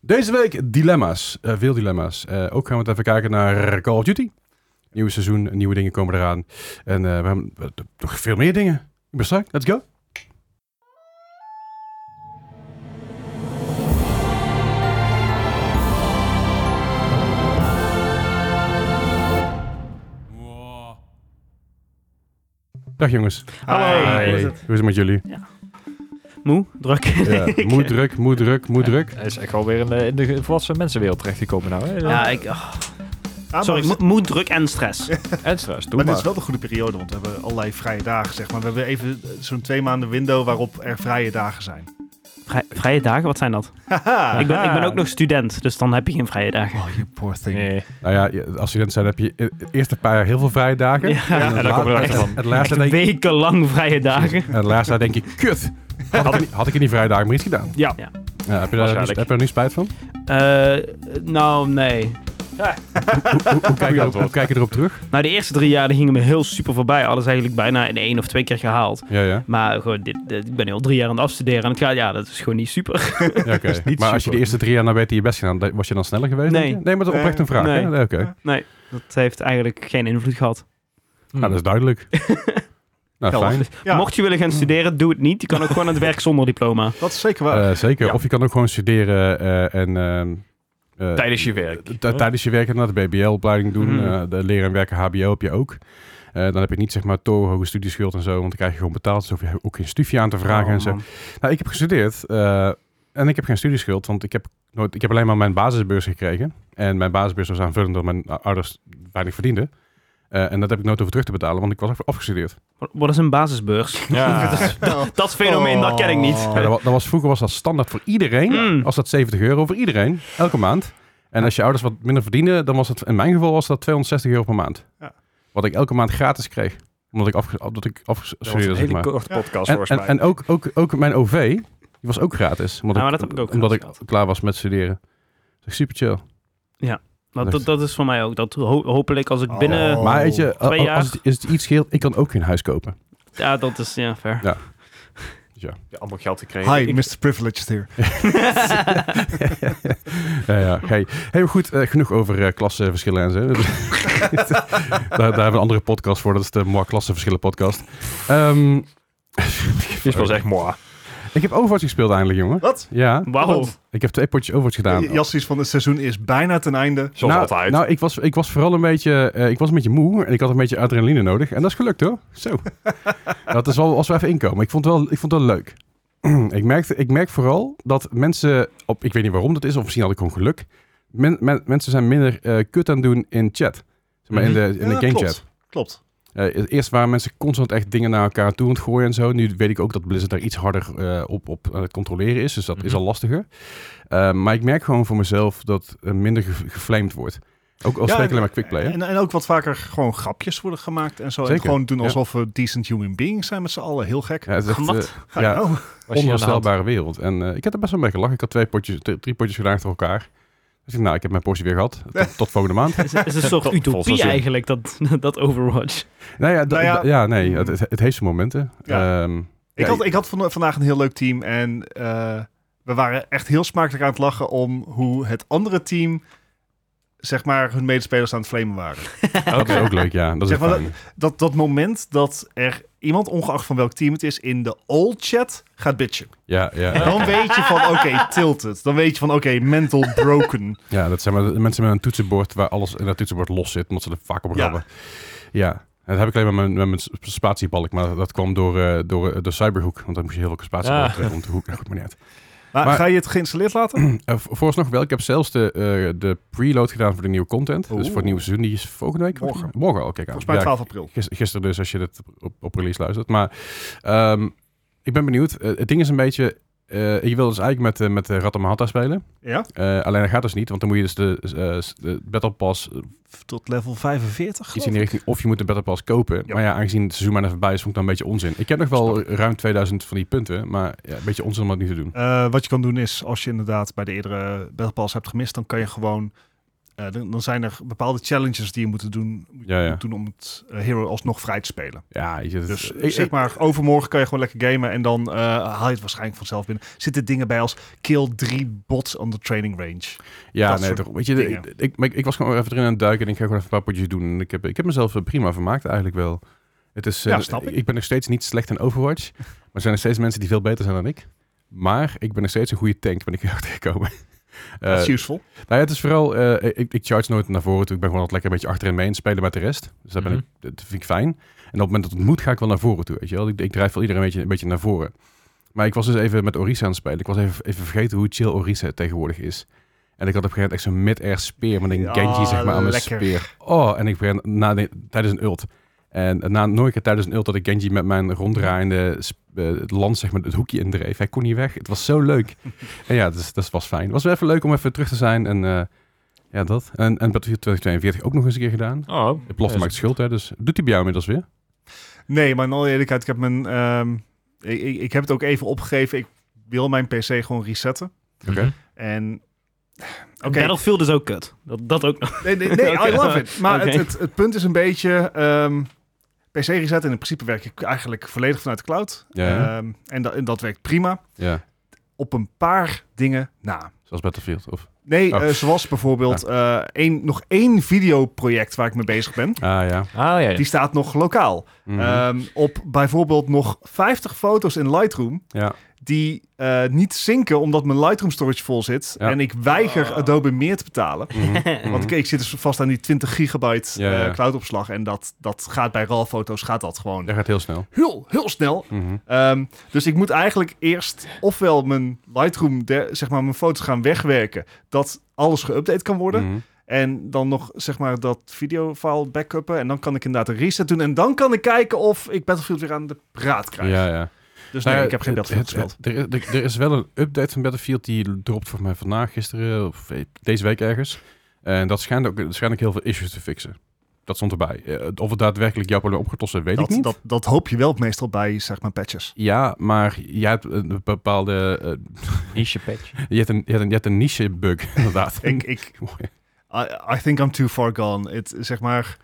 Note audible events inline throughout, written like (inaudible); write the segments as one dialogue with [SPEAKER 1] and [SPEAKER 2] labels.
[SPEAKER 1] Deze week dilemma's. Eh, veel dilemma's. Eh, ook gaan we het even kijken naar Call of Duty. Nieuwe seizoen, nieuwe dingen komen eraan. En eh, we hebben eh, nog veel meer dingen. Ik ben straks. Let's go. Dag jongens.
[SPEAKER 2] Hallo.
[SPEAKER 3] Hey.
[SPEAKER 2] Hoe is
[SPEAKER 1] Hoe
[SPEAKER 2] het?
[SPEAKER 1] is het met jullie?
[SPEAKER 2] Moe, druk.
[SPEAKER 1] Ja, moe druk, moe druk, moe druk.
[SPEAKER 3] Hij is echt alweer in de, in de volwassen mensenwereld terechtgekomen nou. Hè?
[SPEAKER 2] (laughs) Ja, ik, oh,
[SPEAKER 4] Ah,
[SPEAKER 2] sorry,
[SPEAKER 4] maar,
[SPEAKER 2] moe,
[SPEAKER 4] het-
[SPEAKER 2] moe, druk en stress.
[SPEAKER 3] En stress, doe
[SPEAKER 4] maar
[SPEAKER 3] maar.
[SPEAKER 4] dit is wel de goede periode, want we hebben allerlei vrije dagen, zeg maar. We hebben even zo'n twee maanden window waarop er vrije dagen zijn.
[SPEAKER 2] Vrij- vrije dagen, wat zijn dat?
[SPEAKER 4] Haha.
[SPEAKER 2] Ik ben, ik ben ook nog student, dus dan heb je geen vrije dagen.
[SPEAKER 4] Oh, you poor thing.
[SPEAKER 3] Nee.
[SPEAKER 1] Nou ja, je- als student zijn heb je e- het eerste paar jaar heel veel vrije dagen.
[SPEAKER 2] Ja.
[SPEAKER 1] En
[SPEAKER 3] En
[SPEAKER 1] het,
[SPEAKER 3] dan
[SPEAKER 1] laat-
[SPEAKER 3] kom je erachter
[SPEAKER 1] het-
[SPEAKER 3] van.
[SPEAKER 1] het laatste
[SPEAKER 2] Echt
[SPEAKER 1] denk,
[SPEAKER 2] wekenlang vrije dagen.
[SPEAKER 1] en het laatste denk je, kut. Had ik, niet- had ik in die vrije dagen maar iets gedaan.
[SPEAKER 3] Ja.
[SPEAKER 2] Ja.
[SPEAKER 1] Ja, heb, je daar, heb
[SPEAKER 3] Waarschijnlijk.
[SPEAKER 1] je daar nu spijt van?
[SPEAKER 2] Eh, nou, nee.
[SPEAKER 1] Hoe kijk je, erop,
[SPEAKER 3] antwoord.
[SPEAKER 1] hoe kijk je erop terug?
[SPEAKER 2] Nou, de eerste drie jaar die gingen me heel super voorbij. Alles eigenlijk bijna in één of twee keer gehaald.
[SPEAKER 1] Ja, ja.
[SPEAKER 2] Maar gewoon, dit, dit- ik ben nu al drie jaar aan het afstuderen en het gaat, ja, dat is gewoon niet super.
[SPEAKER 1] ja oké.
[SPEAKER 3] niet
[SPEAKER 1] Maar als je
[SPEAKER 3] super.
[SPEAKER 1] de eerste drie jaar nou beter je best gedaan, dan- was je dan sneller geweest?
[SPEAKER 2] Nee.
[SPEAKER 1] denk je? Nee, maar dat is oprecht een vraag.
[SPEAKER 2] Nee.
[SPEAKER 1] hè? Nee, Oké.
[SPEAKER 4] Ja.
[SPEAKER 2] Nee, dat heeft eigenlijk geen invloed gehad.
[SPEAKER 3] Hmm.
[SPEAKER 1] Nou, dat is duidelijk. nou,
[SPEAKER 4] Helder.
[SPEAKER 1] fijn.
[SPEAKER 4] Ja,
[SPEAKER 2] dus Mocht je willen gaan studeren, doe het niet. Je kan ook gewoon aan het werk zonder diploma.
[SPEAKER 4] dat is zeker waar.
[SPEAKER 1] Eh, zeker.
[SPEAKER 2] Ah, Ja.
[SPEAKER 1] Of je kan ook gewoon studeren eh, en... eh, eh,
[SPEAKER 3] Tijdens je werk.
[SPEAKER 1] T- Tijdens je werk naar de BBL-opleiding doen,
[SPEAKER 2] Mhm.
[SPEAKER 1] eh, de leren en werken HBO heb je ook. Eh, dan heb je niet zeg maar torenhoge studieschuld en zo, want dan krijg je gewoon betaald. Dus hoef je ook geen stufje aan te vragen en
[SPEAKER 2] Oh,
[SPEAKER 1] zo.
[SPEAKER 2] man.
[SPEAKER 1] Nou, ik heb gestudeerd eh, en ik heb geen studieschuld, want ik heb, nooit, ik heb alleen maar mijn basisbeurs gekregen. En mijn basisbeurs was aanvullend omdat mijn ouders weinig verdienden. Eh, en dat heb ik nooit over terug te betalen, want ik was af- afgestudeerd.
[SPEAKER 2] Wat is een
[SPEAKER 1] (laughs)
[SPEAKER 2] basisbeurs?
[SPEAKER 3] Ja.
[SPEAKER 2] (laughs) Dat fenomeen, dat ken ik niet.
[SPEAKER 1] Ja, dat, wa- dat was, vroeger was dat standaard voor iedereen.
[SPEAKER 2] Mm.
[SPEAKER 1] Was dat 70 euro voor iedereen, elke maand. En als je ouders wat minder verdienden, dan was het, in mijn geval was dat 260 euro per maand.
[SPEAKER 4] Ja.
[SPEAKER 1] Wat ik elke maand gratis kreeg. Omdat ik, afge, omdat ik
[SPEAKER 3] Dat was
[SPEAKER 1] afgestudeerd
[SPEAKER 3] een
[SPEAKER 1] was, zeg
[SPEAKER 3] hele
[SPEAKER 1] maar.
[SPEAKER 3] korte podcast
[SPEAKER 1] En,
[SPEAKER 3] volgens
[SPEAKER 1] en,
[SPEAKER 3] mij.
[SPEAKER 1] en ook, ook, ook mijn OV, die was ook gratis. Omdat,
[SPEAKER 2] Ja, maar
[SPEAKER 1] ik,
[SPEAKER 2] dat heb ik ook
[SPEAKER 1] omdat ik
[SPEAKER 2] gratis
[SPEAKER 1] klaar was met studeren. Dus echt super chill.
[SPEAKER 2] Nou, dat, dat is voor mij ook. Dat ho- hopelijk als ik
[SPEAKER 4] Oh.
[SPEAKER 2] binnen...
[SPEAKER 4] Oh.
[SPEAKER 1] Maar weet je,
[SPEAKER 2] eh, Twee
[SPEAKER 1] als,
[SPEAKER 2] jaar.
[SPEAKER 1] als het, is het iets scheelt, ik kan ook geen huis kopen.
[SPEAKER 2] Ja, dat is ja, fair.
[SPEAKER 3] Ja, allemaal geld te krijgen.
[SPEAKER 4] Hi, Mr. Privileged here.
[SPEAKER 1] Ja, ja. Hey, hey, maar goed, eh, genoeg over eh, klassenverschillen en zo. (laughs) daar, daar hebben we een andere podcast voor. Dat is de Moa Klassenverschillen podcast. Ehm,
[SPEAKER 3] Dit was echt mooi.
[SPEAKER 1] ik heb Overwatch gespeeld eindelijk, jongen.
[SPEAKER 4] Wat?
[SPEAKER 1] Ja,
[SPEAKER 4] Oh.
[SPEAKER 2] Wauw.
[SPEAKER 1] ik heb twee potjes Overwatch gedaan.
[SPEAKER 4] Jassies van het seizoen is bijna ten einde.
[SPEAKER 3] Zoals
[SPEAKER 1] nou,
[SPEAKER 3] altijd.
[SPEAKER 1] Nou, ik was, ik was vooral een beetje, eh, ik was een beetje moe en ik had een beetje adrenaline nodig. En dat is gelukt hoor. Zo. dat is wel als we even inkomen. Ik vond het wel, ik vond het wel leuk. (clears throat) ik, merkte, ik merk vooral dat mensen, op, ik weet niet waarom dat is, of misschien had ik gewoon geluk. Men, men- mensen zijn minder eh, kut aan het doen in chat. Zeg maar in de, in
[SPEAKER 4] Mhm. Ja,
[SPEAKER 1] de gamechat.
[SPEAKER 4] klopt. Klopt.
[SPEAKER 1] Eh, eerst waren mensen constant echt dingen naar elkaar toe aan het gooien en zo. Nu weet ik ook dat Blizzard daar iets harder eh, op, op aan het controleren is. Dus dat is
[SPEAKER 3] Mhm.
[SPEAKER 1] al lastiger. Eh, maar ik merk gewoon voor mezelf dat eh, minder ge- geflamed wordt. Ook al
[SPEAKER 4] Ja,
[SPEAKER 1] spreek ik
[SPEAKER 4] en-
[SPEAKER 1] alleen maar quickplay. hè?
[SPEAKER 4] En, en ook wat vaker gewoon grapjes worden gemaakt en zo.
[SPEAKER 1] Zeker,
[SPEAKER 4] En gewoon doen
[SPEAKER 1] ja.
[SPEAKER 4] alsof we decent human beings zijn met z'n allen. Heel gek.
[SPEAKER 1] Ja, het is echt,
[SPEAKER 2] Wat?
[SPEAKER 1] eh,
[SPEAKER 4] Ga
[SPEAKER 1] ja,
[SPEAKER 4] je nou?
[SPEAKER 3] Was je aan de hand?
[SPEAKER 1] onvoorstelbare wereld. En eh, ik heb er best wel mee gelachen. Ik had twee potjes, t- drie potjes gedaan achter elkaar. Dus ik, nou, ik heb mijn portie weer
[SPEAKER 4] (laughs)
[SPEAKER 1] gehad. Tot, tot volgende maand.
[SPEAKER 2] Het is, het is een soort
[SPEAKER 3] Vol- volgens
[SPEAKER 2] utopie
[SPEAKER 3] zin.
[SPEAKER 2] eigenlijk, dat, (laughs) dat Overwatch.
[SPEAKER 1] Nou ja, d-
[SPEAKER 4] Nou ja.
[SPEAKER 1] d- ja, nee, het, het- het heeft zijn momenten.
[SPEAKER 4] Ja.
[SPEAKER 1] Ehm,
[SPEAKER 4] Ik
[SPEAKER 1] ja,
[SPEAKER 4] had, ik had van- vandaag een heel leuk team en eh, we waren echt heel smakelijk aan het lachen om hoe het andere team, zeg maar, hun medespelers aan het flamen waren.
[SPEAKER 1] dat is ook leuk, ja. Dat is
[SPEAKER 4] Zeg
[SPEAKER 1] echt
[SPEAKER 4] maar,
[SPEAKER 1] fijn.
[SPEAKER 4] Dat, dat moment dat er iemand, ongeacht van welk team het is, in de old chat gaat bitchen.
[SPEAKER 1] Ja, ja, ja.
[SPEAKER 4] Dan weet je van, oké,
[SPEAKER 1] (laughs)
[SPEAKER 4] tilted. Dan weet je van, oké, mental broken.
[SPEAKER 1] Ja, dat zijn maar de mensen met een toetsenbord waar alles in dat toetsenbord los zit, omdat ze er vaak op
[SPEAKER 4] Ja.
[SPEAKER 1] rammen. Ja. Dat heb ik alleen maar met mijn, met mijn spatiebalk, maar dat kwam door, eh, door eh, de cyberhoek. Want dan moest je heel veel spatiebalk
[SPEAKER 3] Ah.
[SPEAKER 1] trekken om de hoek. Nou, goed, maar niet uit.
[SPEAKER 4] Maar,
[SPEAKER 1] Maar-
[SPEAKER 4] ga je het geïnstalleerd laten?
[SPEAKER 1] Eh, vo- vooralsnog wel. Ik heb zelfs de, eh, de preload gedaan voor de nieuwe content. Dus
[SPEAKER 4] Oeh.
[SPEAKER 1] voor het nieuwe seizoen. Die is volgende week?
[SPEAKER 4] Morgen.
[SPEAKER 1] Morgen al, kijk aan.
[SPEAKER 4] Volgens mij
[SPEAKER 1] Ja,
[SPEAKER 4] 12 april.
[SPEAKER 1] Gis- gisteren dus, als je dit op, op release luistert. Maar ehm, ik ben benieuwd. Eh, het ding is een beetje... eh ik wil dus eigenlijk met, eh, met eh, Ratamahata spelen.
[SPEAKER 4] Ja?
[SPEAKER 1] Eh, alleen dat gaat dus niet, want dan moet je dus de, eh, s- de Battle Pass... eh,
[SPEAKER 4] Tot level 45,
[SPEAKER 1] Iets in de richting of je moet de Battle Pass kopen.
[SPEAKER 4] Ja.
[SPEAKER 1] Maar ja, aangezien het seizoen bijna voorbij is, vond ik dat een beetje onzin. Ik heb nog wel ruim 2000 van die punten, maar ja, een beetje onzin om dat nu te doen.
[SPEAKER 4] Eh, wat je kan doen is, als je inderdaad bij de eerdere Battle Pass hebt gemist, dan kan je gewoon eh, dan, dan zijn er bepaalde challenges die je moet doen, moet
[SPEAKER 1] Ja, ja.
[SPEAKER 4] moet doen om het eh, hero alsnog vrij te spelen.
[SPEAKER 1] Ja, je, zit-
[SPEAKER 4] Dus
[SPEAKER 1] ik,
[SPEAKER 4] zeg
[SPEAKER 1] ik-
[SPEAKER 4] maar, overmorgen kan je gewoon lekker gamen en dan eh, haal je het waarschijnlijk vanzelf binnen. Zitten dingen bij als kill drie bots on the training range.
[SPEAKER 1] ja
[SPEAKER 4] dat
[SPEAKER 1] nee,
[SPEAKER 4] soort
[SPEAKER 1] toch, weet je,
[SPEAKER 4] dingen.
[SPEAKER 1] ik, ik, maar ik- ik was gewoon even erin aan het duiken en ik ga gewoon even een paar potjes doen. En ik, heb, ik heb mezelf eh, prima vermaakt eigenlijk wel. Het is, eh,
[SPEAKER 4] Ja, snap ik.
[SPEAKER 1] ik ben nog steeds niet slecht in Overwatch, maar er zijn nog steeds mensen die veel beter zijn dan ik. Maar ik ben nog steeds een goede tank, ben ik (laughs) achtergekomen.
[SPEAKER 4] Dat
[SPEAKER 1] Eh,
[SPEAKER 4] is useful.
[SPEAKER 1] Nou ja, het is vooral, eh, ik, ik charge nooit naar voren toe. Ik ben gewoon altijd lekker een beetje achterin mee en spelen met de rest. Dus dat, ben
[SPEAKER 4] Mhm.
[SPEAKER 1] ik, dat vind ik fijn. En op het moment dat het moet, ga ik wel naar voren toe, weet je wel. Ik, ik drijf wel iedereen een beetje, een beetje naar voren. Maar ik was dus even met Orisa aan het spelen. Ik was even, even vergeten hoe chill Orisa tegenwoordig is. En ik had op een gegeven moment echt zo'n mid-air speer met een
[SPEAKER 4] Ja,
[SPEAKER 1] Genji zeg maar aan mijn
[SPEAKER 4] lekker.
[SPEAKER 1] speer. Oh, en ik ben na, de- tijdens een ult. En na nooit keer tijdens een ult dat ik Genji met mijn ronddraaiende sp- eh, het land zeg maar het hoekje indreef. Hij kon niet weg. Het was zo
[SPEAKER 4] (laughs)
[SPEAKER 1] leuk. en ja, dus, dat was fijn. Het was wel even leuk om even terug te zijn en eh, ja, dat. En, en Battlefield 2042 ook nog eens een keer gedaan.
[SPEAKER 3] Oh,
[SPEAKER 1] Het plofte maakt schuld, hè. Dus doet hij bij jou inmiddels weer?
[SPEAKER 4] Nee, maar in alle eerlijkheid, ik heb mijn. ehm, ik, ik, ik heb het ook even opgegeven. Ik wil mijn PC gewoon resetten.
[SPEAKER 1] Oké.
[SPEAKER 4] En. Oké.
[SPEAKER 2] Battlefield is ook kut. Dat, dat ook nog.
[SPEAKER 4] Nee, nee, nee
[SPEAKER 2] (laughs) Oké.
[SPEAKER 4] I love it. Maar
[SPEAKER 2] Oké.
[SPEAKER 4] het, het, het punt is een beetje. ehm, PC resetten, in principe werk ik eigenlijk volledig vanuit de cloud.
[SPEAKER 1] Ja, ja.
[SPEAKER 4] Ehm, en, dat en dat werkt prima.
[SPEAKER 1] Ja,
[SPEAKER 4] Op een paar dingen na.
[SPEAKER 1] zoals Battlefield. Of...
[SPEAKER 4] Nee,
[SPEAKER 1] Oh.
[SPEAKER 4] eh, zoals bijvoorbeeld eh, één, nog één videoproject waar ik mee bezig ben.
[SPEAKER 1] Ah, ja.
[SPEAKER 3] Ah, ja, ja.
[SPEAKER 4] Die staat nog lokaal.
[SPEAKER 1] Mhm.
[SPEAKER 4] Ehm, op bijvoorbeeld nog 50 foto's in Lightroom.
[SPEAKER 1] ja.
[SPEAKER 4] die eh, niet zinken omdat mijn Lightroom storage vol zit.
[SPEAKER 1] Ja.
[SPEAKER 4] En ik weiger
[SPEAKER 2] Ah.
[SPEAKER 4] Adobe meer te betalen.
[SPEAKER 1] Mhm.
[SPEAKER 4] Want ik, ik zit dus vast aan die 20 gigabyte
[SPEAKER 1] Ja, ja.
[SPEAKER 4] eh, cloudopslag. En dat, dat gaat bij RAW-foto's gaat dat gewoon
[SPEAKER 1] Dat gaat heel snel.
[SPEAKER 4] heel, heel snel.
[SPEAKER 1] Mhm.
[SPEAKER 4] Ehm, dus ik moet eigenlijk eerst ofwel mijn Lightroom, de- zeg maar mijn foto's gaan wegwerken. Dat alles geüpdate kan worden.
[SPEAKER 1] Mhm.
[SPEAKER 4] En dan nog zeg maar dat videofile backuppen. En dan kan ik inderdaad een reset doen. En dan kan ik kijken of ik Battlefield weer aan de praat krijg.
[SPEAKER 1] Ja, ja.
[SPEAKER 4] Dus
[SPEAKER 1] Nou
[SPEAKER 4] nee,
[SPEAKER 1] ja,
[SPEAKER 4] ik heb geen
[SPEAKER 1] het-
[SPEAKER 4] Battlefield
[SPEAKER 1] het-
[SPEAKER 4] gespeeld.
[SPEAKER 1] het- Er, is- er- er is wel een update van Battlefield die dropt voor mij vandaag, gisteren of eh, deze week ergens. En dat schijnt ook waarschijnlijk heel veel issues te fixen. Dat stond erbij. Eh, Of het daadwerkelijk jouw probleem opgetost is, weet
[SPEAKER 4] Dat,
[SPEAKER 1] ik niet.
[SPEAKER 4] dat, dat hoop je wel meestal bij, zeg maar, patches.
[SPEAKER 1] Ja, maar jij hebt een bepaalde... eh,
[SPEAKER 3] Niche
[SPEAKER 2] (laughs)
[SPEAKER 3] patch.
[SPEAKER 1] je, hebt een, je, hebt een, je hebt een niche-bug, (laughs) inderdaad.
[SPEAKER 4] Ik, ik,
[SPEAKER 1] Mooi.
[SPEAKER 4] I, I think I'm too far gone. Het, zeg maar,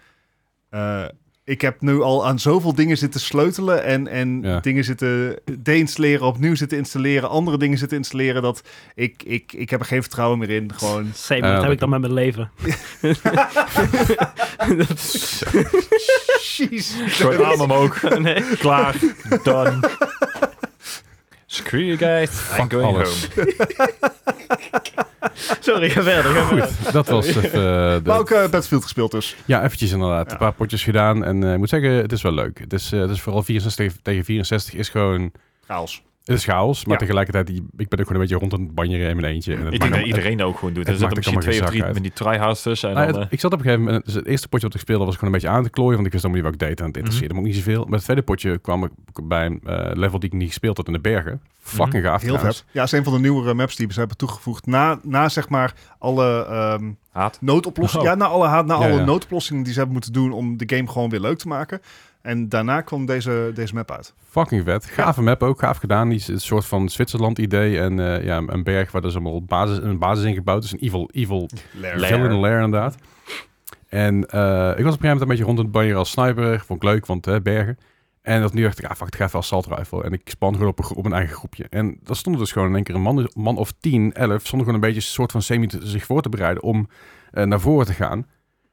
[SPEAKER 4] eh, ik heb nu al aan zoveel dingen zitten sleutelen en, en
[SPEAKER 1] Ja.
[SPEAKER 4] dingen zitten deinstalleren, opnieuw zitten installeren, andere dingen zitten installeren, dat ik, ik, ik heb er geen vertrouwen meer in.
[SPEAKER 1] (laughs)
[SPEAKER 4] Gewoon,
[SPEAKER 2] Same,
[SPEAKER 1] Eh,
[SPEAKER 2] dat heb
[SPEAKER 1] dat-
[SPEAKER 2] ik dan met mijn
[SPEAKER 4] (laughs)
[SPEAKER 2] leven. (laughs)
[SPEAKER 4] jeez.
[SPEAKER 3] Gooi arm omhoog.
[SPEAKER 2] nee.
[SPEAKER 3] Klaar. Done. Screw you guys. I'm going
[SPEAKER 1] alles.
[SPEAKER 3] home.
[SPEAKER 2] Sorry, ga verder. Ga verder.
[SPEAKER 1] Goed, dat was
[SPEAKER 4] (laughs)
[SPEAKER 1] het. eh, de-
[SPEAKER 4] Maar ook eh, Battlefield gespeeld dus.
[SPEAKER 1] Ja, eventjes inderdaad.
[SPEAKER 4] Ja.
[SPEAKER 1] Een paar potjes gedaan. En eh, ik moet zeggen, het is wel leuk. Het is, eh, het is vooral 64 tegen- tegen 64 is gewoon...
[SPEAKER 4] Chaos.
[SPEAKER 1] Het is chaos, maar
[SPEAKER 4] Ja.
[SPEAKER 1] tegelijkertijd, ik ben ook gewoon een beetje rond aan het banjeren in mijn eentje. En het
[SPEAKER 3] Ik
[SPEAKER 1] maakt
[SPEAKER 3] denk dat
[SPEAKER 1] allemaal-
[SPEAKER 3] iedereen dat ook gewoon doet.
[SPEAKER 1] het
[SPEAKER 3] Er zitten
[SPEAKER 1] maakt
[SPEAKER 3] misschien
[SPEAKER 1] ook
[SPEAKER 3] twee of
[SPEAKER 1] allemaal
[SPEAKER 3] drie
[SPEAKER 1] geen
[SPEAKER 3] met die tryhards tussen. En
[SPEAKER 1] Nou ja,
[SPEAKER 3] dan, eh,
[SPEAKER 1] het- ik zat op een gegeven moment, dus het eerste potje wat ik speelde was ik gewoon een beetje aan te klooien, want ik wist helemaal niet wat ik deed en het
[SPEAKER 3] Mhm.
[SPEAKER 1] interesseerde me ook niet zoveel. Met het tweede potje kwam ik bij een eh, level die ik niet gespeeld had in de bergen.
[SPEAKER 3] Mhm.
[SPEAKER 1] Fucking gaaf
[SPEAKER 4] Heel
[SPEAKER 1] trouwens.
[SPEAKER 4] vet. Ja, is een van de nieuwere maps die ze hebben toegevoegd. Na, na zeg maar alle ehm,
[SPEAKER 3] eh, haat.
[SPEAKER 4] noodoplossingen.
[SPEAKER 1] Oh.
[SPEAKER 4] Ja, na alle, haat- na
[SPEAKER 1] Ja,
[SPEAKER 4] alle
[SPEAKER 1] ja.
[SPEAKER 4] noodoplossingen die ze hebben moeten doen om de game gewoon weer leuk te maken. En daarna kwam deze, deze map uit.
[SPEAKER 1] Fucking vet. Gave map ook, gaaf gedaan. Die is een soort van Zwitserland idee en eh, ja, een berg waar dus allemaal basis, een basis in gebouwd is. Een evil, evil
[SPEAKER 4] Lair.
[SPEAKER 3] Lair.
[SPEAKER 1] villain lair inderdaad. En eh, ik was op een gegeven moment een beetje rond het banjeren als sniper. Vond ik leuk, want eh, bergen. En dat nu dacht ik, ah, fuck, ik ga even assault rifle. En ik span gewoon op een, gro- op een eigen groepje. En daar stonden dus gewoon in één keer een man, man of 10, 11. Stonden gewoon een beetje een soort van semi te- zich voor te bereiden om eh, naar voren te gaan.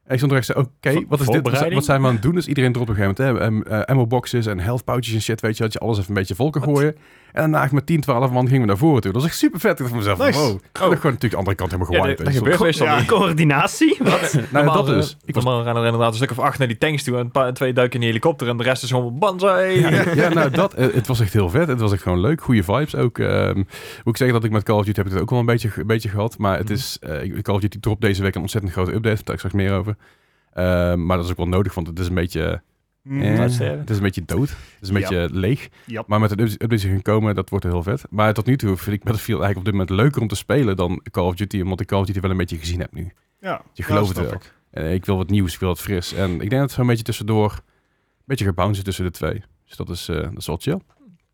[SPEAKER 1] En ik stond er echt zo, oké,
[SPEAKER 3] Vo-
[SPEAKER 1] wat is dit? Wat zijn-
[SPEAKER 3] voorbereiding?
[SPEAKER 1] Wat zijn we aan het doen? Dus iedereen dropt op een gegeven moment hè, em- eh, ammo boxes en health pouches en shit, weet je, dat je alles even een beetje vol kan gooien. En daarna echt met 10, 12 man gingen we naar voren toe. Dat was echt super vet. Ik dacht van mezelf,
[SPEAKER 4] Nice.
[SPEAKER 1] wow. Ik heb gewoon natuurlijk de andere kant helemaal
[SPEAKER 3] Oh. Ja,
[SPEAKER 1] gewaaid.
[SPEAKER 3] dat, dat gebeurt meestal
[SPEAKER 4] Ja.
[SPEAKER 3] niet.
[SPEAKER 2] Coördinatie? (laughs) Wat?
[SPEAKER 1] Nou, dat
[SPEAKER 3] eh,
[SPEAKER 1] dus. Ik was
[SPEAKER 3] normaal gaan er inderdaad een stuk of acht naar die tanks toe en een paar, twee duiken in die helikopter en de rest is gewoon banzai.
[SPEAKER 1] Ja, ja, nou dat, eh, het was echt heel vet. Het was echt gewoon leuk. Goede vibes ook. Ehm moet ik zeggen dat ik met Call of Duty heb ik het ook wel een beetje, een beetje gehad. Maar
[SPEAKER 4] Mhm.
[SPEAKER 1] het is, eh, ik- Call of Duty dropt deze week een ontzettend grote update. Daar heb ik straks meer over. Ehm, maar dat is ook wel nodig, want het is een beetje,
[SPEAKER 4] Mm.
[SPEAKER 1] eh,
[SPEAKER 3] uitsterven.
[SPEAKER 1] het is een beetje dood. Het is een
[SPEAKER 4] Ja.
[SPEAKER 1] beetje eh, leeg.
[SPEAKER 4] Ja.
[SPEAKER 1] Maar met een up- update die gaan komen, dat wordt heel vet. Maar tot nu toe vind ik Battlefield eigenlijk op dit moment leuker om te spelen dan Call of Duty. Omdat ik Call of Duty wel een beetje gezien heb nu.
[SPEAKER 4] Ja,
[SPEAKER 1] Je
[SPEAKER 4] ja,
[SPEAKER 1] gelooft
[SPEAKER 4] snap
[SPEAKER 1] het wel.
[SPEAKER 4] ik.
[SPEAKER 1] Eh, ik wil wat nieuws, ik wil wat fris. En ik denk dat het zo'n beetje tussendoor een beetje gebounced is tussen de twee. Dus dat is, eh, dat is wel chill.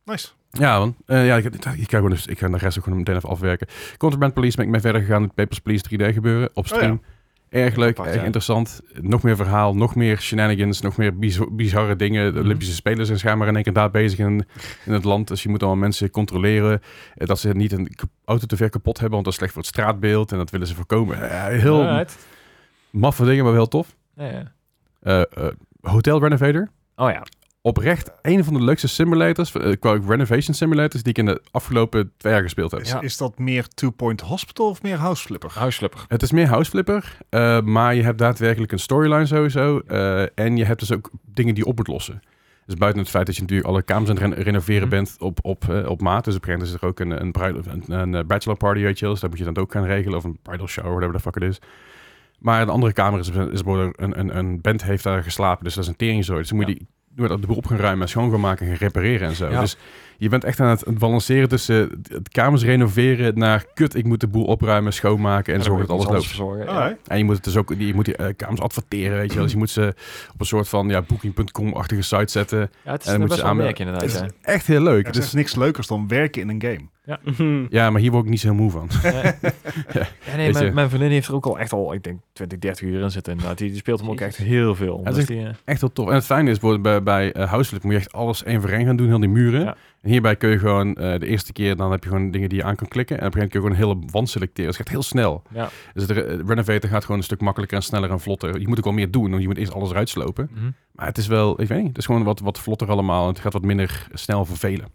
[SPEAKER 4] Nice.
[SPEAKER 1] Ja, man. Eh, ja, ik, ik, ik, ga gewoon eens- ik ga de rest ook gewoon meteen even afwerken. Contraband Police ben ik mee verder gegaan. met Papers Please 3D gebeuren op
[SPEAKER 4] Oh,
[SPEAKER 1] stream. Erg leuk,
[SPEAKER 3] Apart,
[SPEAKER 1] erg
[SPEAKER 3] ja.
[SPEAKER 1] interessant. Nog meer verhaal, nog meer shenanigans, nog meer bizo- bizarre dingen. De
[SPEAKER 2] Mhm.
[SPEAKER 1] Olympische Spelen zijn schijnbaar in één keer daar bezig in, in het land. Dus je moet allemaal mensen controleren eh, dat ze niet een k- auto te ver kapot hebben, want dat is slecht voor het straatbeeld en dat willen ze voorkomen. Eh, heel
[SPEAKER 3] Alright.
[SPEAKER 1] maffe dingen, maar wel tof.
[SPEAKER 3] Ja, ja.
[SPEAKER 1] Eh, eh, Hotel Renovator.
[SPEAKER 3] Oh ja.
[SPEAKER 1] Oprecht een van de leukste simulators, eh, qua renovation simulators, die ik in de afgelopen twee jaar gespeeld heb.
[SPEAKER 4] Is,
[SPEAKER 3] Ja.
[SPEAKER 4] is dat meer Two Point Hospital of meer House Flipper?
[SPEAKER 3] Huisslipper.
[SPEAKER 1] Het is meer houseflipper, eh maar je hebt daadwerkelijk een storyline sowieso. eh, en je hebt dus ook dingen die je op moet lossen. Dus buiten het feit dat je natuurlijk alle kamers aan het ren- renoveren
[SPEAKER 3] Mhm.
[SPEAKER 1] bent op, op, eh, op maat. Dus op een gegeven moment is er ook een, een, bruiloft- een, een, eh, bachelor party, weet je wel. Dus dat moet je dan ook gaan regelen. Of een bridal shower, whatever the fuck het is. Maar de andere kamer is, is bijvoorbeeld een, een, een band heeft daar geslapen. Dus dat is een teringzooi. Dus dan moet je die je moet dat de boel op gaan ruimen en schoon gaan maken en gaan repareren en zo.
[SPEAKER 3] Ja.
[SPEAKER 1] Dus je bent echt aan het balanceren tussen het- het kamers renoveren naar kut, ik moet de boel opruimen, schoonmaken en
[SPEAKER 3] Ja, dan
[SPEAKER 1] zorgen
[SPEAKER 3] moet
[SPEAKER 1] dat alles
[SPEAKER 3] je
[SPEAKER 1] loopt.
[SPEAKER 3] iets anders verzorgen, ja.
[SPEAKER 4] Alright.
[SPEAKER 1] En je moet het dus ook, je moet die eh, kamers adverteren, weet je wel. Dus je moet ze op een soort van ja, booking.com-achtige site zetten.
[SPEAKER 3] Ja, het is
[SPEAKER 1] En dan moet
[SPEAKER 3] een
[SPEAKER 1] je
[SPEAKER 3] best wel
[SPEAKER 1] aanmelden.
[SPEAKER 3] werk
[SPEAKER 1] (laughs)
[SPEAKER 3] inderdaad.
[SPEAKER 1] Het
[SPEAKER 3] Ja.
[SPEAKER 1] is echt heel leuk.
[SPEAKER 4] Er is
[SPEAKER 1] Dus-
[SPEAKER 4] echt niks leukers dan werken in een game.
[SPEAKER 2] Hmm.
[SPEAKER 1] ja, maar hier word ik niet zo heel moe van. (laughs)
[SPEAKER 3] Ja. Ja, nee,
[SPEAKER 1] Weet je.
[SPEAKER 3] mijn, mijn vriendin heeft er ook al echt al, ik denk 20, 30 uur in zitten. Inderdaad. Die, die speelt hem ook echt
[SPEAKER 2] Jezus.
[SPEAKER 3] heel veel.
[SPEAKER 1] is
[SPEAKER 3] Dus
[SPEAKER 1] echt-
[SPEAKER 3] die, eh,
[SPEAKER 1] Echt heel tof. En het fijne is, bijvoorbeeld bij, bij eh, Houseflip moet je echt alles één voor één gaan doen, heel die muren.
[SPEAKER 3] Ja.
[SPEAKER 1] En hierbij kun je gewoon eh, de eerste keer, dan heb je gewoon dingen die je aan kan klikken. En op een gegeven moment kun je gewoon een hele wand selecteren. Dus het gaat heel snel.
[SPEAKER 3] ja.
[SPEAKER 1] Dus de re- renovator gaat gewoon een stuk makkelijker en sneller en vlotter. Je moet ook wel meer doen, want je moet eerst alles eruit slopen.
[SPEAKER 3] Mhm.
[SPEAKER 1] Maar het is wel, ik weet niet, het is gewoon wat, wat vlotter allemaal. En het gaat wat minder snel vervelen.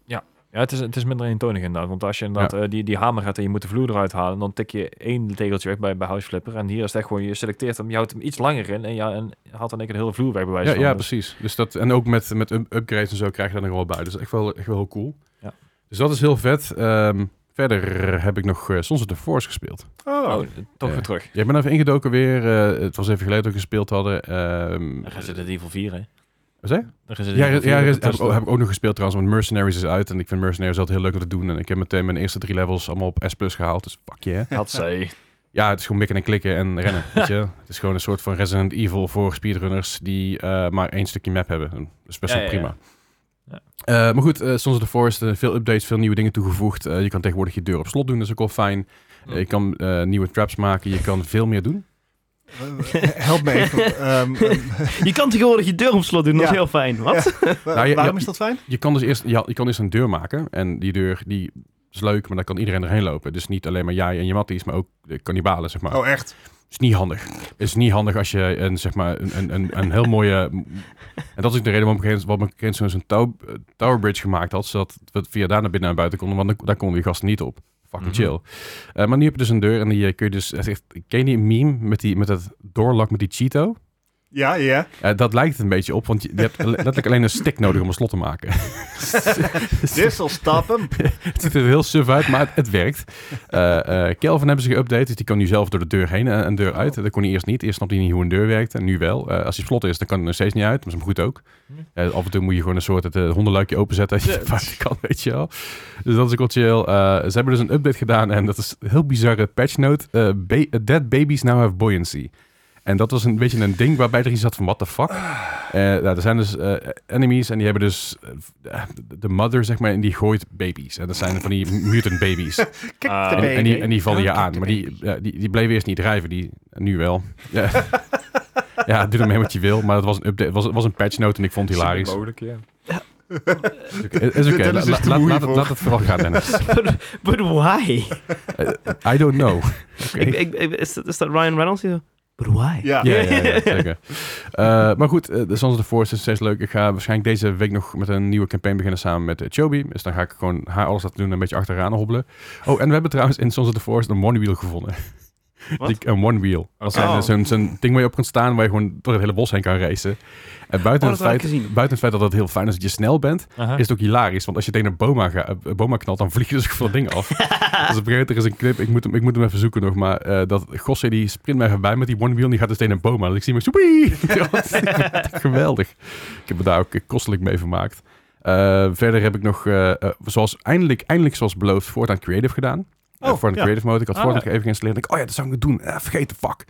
[SPEAKER 3] Ja, het is, het is minder eentonig inderdaad. Want als je inderdaad eh, die, die hamer gaat en je moet de vloer eruit halen, dan tik je één tegeltje weg bij, bij House Flipper. En hier is het echt gewoon, je selecteert hem, je houdt hem iets langer in en, ja, en haalt dan ik een hele vloer weg bij wijze
[SPEAKER 1] Ja,
[SPEAKER 3] van.
[SPEAKER 1] ja
[SPEAKER 3] Dus-
[SPEAKER 1] precies. Dus dat, en ook met, met up- upgrades en zo krijg je dat nog wel bij. Dus echt wel, echt wel heel cool.
[SPEAKER 3] Ja.
[SPEAKER 1] Dus dat is heel vet. Ehm, verder heb ik nog eh, Sons of the Force gespeeld.
[SPEAKER 3] Oh, toch
[SPEAKER 1] Ja.
[SPEAKER 3] weer terug.
[SPEAKER 1] Jij bent even ingedoken weer. eh, het was even geleden dat we gespeeld hadden. Ehm
[SPEAKER 3] Dan gaan ze de Evil 4, hè?
[SPEAKER 1] wat zei je?
[SPEAKER 3] Dan gaan ze
[SPEAKER 1] Ja, ja, ja, heb, ik ook- heb ik ook nog gespeeld trouwens, want Mercenaries is uit. En ik vind Mercenaries altijd heel leuk om te doen. En ik heb meteen mijn eerste drie levels allemaal op S plus gehaald. Dus fuck je.
[SPEAKER 3] Had zij.
[SPEAKER 1] Ja, het is gewoon mikken en klikken en rennen.
[SPEAKER 3] (laughs)
[SPEAKER 1] weet je? Het is gewoon een soort van Resident Evil voor speedrunners die eh, maar één stukje map hebben. Dat is best
[SPEAKER 3] Ja,
[SPEAKER 1] wel
[SPEAKER 3] ja, ja.
[SPEAKER 1] prima.
[SPEAKER 3] Ja.
[SPEAKER 1] Eh, maar goed, eh Sons of the Forest, eh, veel updates, veel nieuwe dingen toegevoegd. Eh, je kan tegenwoordig je deur op slot doen, dat is ook wel fijn. Eh, je kan eh, nieuwe traps maken, je kan veel meer doen.
[SPEAKER 4] Eh, Help me even.
[SPEAKER 1] (laughs)
[SPEAKER 4] Ehm, ehm,
[SPEAKER 2] Je kan tegenwoordig je deur op slot doen, dat is
[SPEAKER 4] Ja.
[SPEAKER 2] heel fijn. Wat?
[SPEAKER 4] wa-
[SPEAKER 1] Nou, je-
[SPEAKER 4] waarom
[SPEAKER 1] je-
[SPEAKER 4] is dat fijn?
[SPEAKER 1] Je kan dus eerst, ja, je kan eerst een deur maken en die deur die is leuk, maar daar kan iedereen erheen lopen. Dus niet alleen maar jij en je matties, maar ook de kannibalen, zeg maar.
[SPEAKER 4] Oh, echt?
[SPEAKER 1] is niet handig. is niet handig als je een, zeg maar, een, een- een, een heel mooie... En dat is ook de reden waarom ik op een gegeven moment- waarom ik op een gegeven moment zo'n touw, eh, tower bridge gemaakt had. Zodat we via daar naar binnen en buiten konden. Want dan- daar konden die gasten niet op. Fucking
[SPEAKER 3] Mhm.
[SPEAKER 1] chill. Eh, maar nu heb je dus een deur en die eh, kun je dus... Echt, ken je die meme met, die, met dat doorlak met die Cheeto?
[SPEAKER 4] Ja, ja.
[SPEAKER 1] Eh, dat lijkt het een beetje op, want je, je hebt letterlijk alleen een stick nodig om een slot te maken. (laughs)
[SPEAKER 4] This'll stop (laughs) hem.
[SPEAKER 1] Het ziet er heel suf uit, maar het, het werkt. Eh, eh, Kelvin hebben ze geüpdate, dus die kan nu zelf door de deur heen en, en deur uit. Dat kon hij eerst niet. Eerst snapte hij niet hoe een deur werkt en nu wel. Eh, als hij slot is, dan kan hij er nog steeds niet uit, maar is hem goed ook. Eh, af en toe moet je gewoon een soort het eh, hondenluikje openzetten als je buiten kan, weet je wel. Dus dat is ook wel chill. Eh, ze hebben dus een update gedaan en dat is een heel bizarre patchnote. Eh, ba- dead babies now have buoyancy. En dat was een beetje een ding waarbij er iets zat van what the fuck. Eh, nou, er zijn dus eh, enemies en die hebben dus eh, de mother, zeg maar, en die gooit baby's. En dat zijn van die mutant
[SPEAKER 4] (laughs)
[SPEAKER 1] baby's.
[SPEAKER 4] Kijk
[SPEAKER 3] Ah,
[SPEAKER 4] de
[SPEAKER 1] En, en, die, en die vallen je
[SPEAKER 4] Kijk
[SPEAKER 1] aan.
[SPEAKER 4] de
[SPEAKER 1] Maar die, ja, die, die bleven eerst niet drijven. Die, nu wel. Ja,
[SPEAKER 4] (laughs)
[SPEAKER 1] ja doe ermee wat je wil. Maar het was een update. Het was, het was een patchnote en ik vond het (laughs) hilarisch.
[SPEAKER 3] Mogelijk, ja.
[SPEAKER 1] Is oké. Is oké.
[SPEAKER 4] (laughs) Dennis
[SPEAKER 1] La-
[SPEAKER 4] is
[SPEAKER 1] la-
[SPEAKER 4] te
[SPEAKER 1] Laat
[SPEAKER 4] moe
[SPEAKER 1] laat het-
[SPEAKER 4] voor.
[SPEAKER 1] laat het vooral gaan,
[SPEAKER 4] (laughs)
[SPEAKER 1] Dennis.
[SPEAKER 2] (laughs) But, but why?
[SPEAKER 1] I don't know. Oké.
[SPEAKER 2] Ik, ik, ik- is, dat, is dat Ryan Reynolds? die zo, But why?
[SPEAKER 4] Ja.
[SPEAKER 1] Ja, ja, ja, zeker. Eh, maar goed, eh, de Sons of the Force is steeds leuk. Ik ga waarschijnlijk deze week nog met een nieuwe campaign beginnen samen met eh, Chobi. Dus dan ga ik gewoon haar alles laten doen en een beetje achteraan hobbelen. Oh, en we hebben trouwens in Sons of the Force een one-wheel gevonden.
[SPEAKER 2] Wat?
[SPEAKER 1] Die- Een one-wheel. Dat zijn,
[SPEAKER 2] Oh.
[SPEAKER 1] eh, zo'n, zo'n ding waar je op kan staan, waar je gewoon door het hele bos heen kan racen. En buiten,
[SPEAKER 2] Oh,
[SPEAKER 1] het
[SPEAKER 2] dat had
[SPEAKER 1] feit,
[SPEAKER 2] ik gezien.
[SPEAKER 1] buiten het feit dat het heel fijn is dat je snel bent,
[SPEAKER 3] Aha.
[SPEAKER 1] is het ook hilarisch. Want als je tegen een boma, ga- een boma knalt, dan vlieg je dus van dat ding af. dus op een gegeven moment er is een clip, ik moet hem, ik moet hem even zoeken nog, maar eh, dat Gosse die sprint mij voorbij met die one wheel en die gaat dus tegen een boma. Dus ik zie hem soepie! (laughs) Geweldig. Ik heb me daar ook eh, kostelijk mee vermaakt. Eh, verder heb ik nog, eh, eh, zoals eindelijk, eindelijk zoals beloofd, Fortnite Creative gedaan. Oh,
[SPEAKER 4] Oh,
[SPEAKER 1] Fortnite
[SPEAKER 4] ja.
[SPEAKER 1] Creative Mode. Ik had
[SPEAKER 3] Ah.
[SPEAKER 1] Fortnite even geïnstalleerd. en Ik, oh ja, dat zou ik moeten doen. Eh, vergeet de fuck.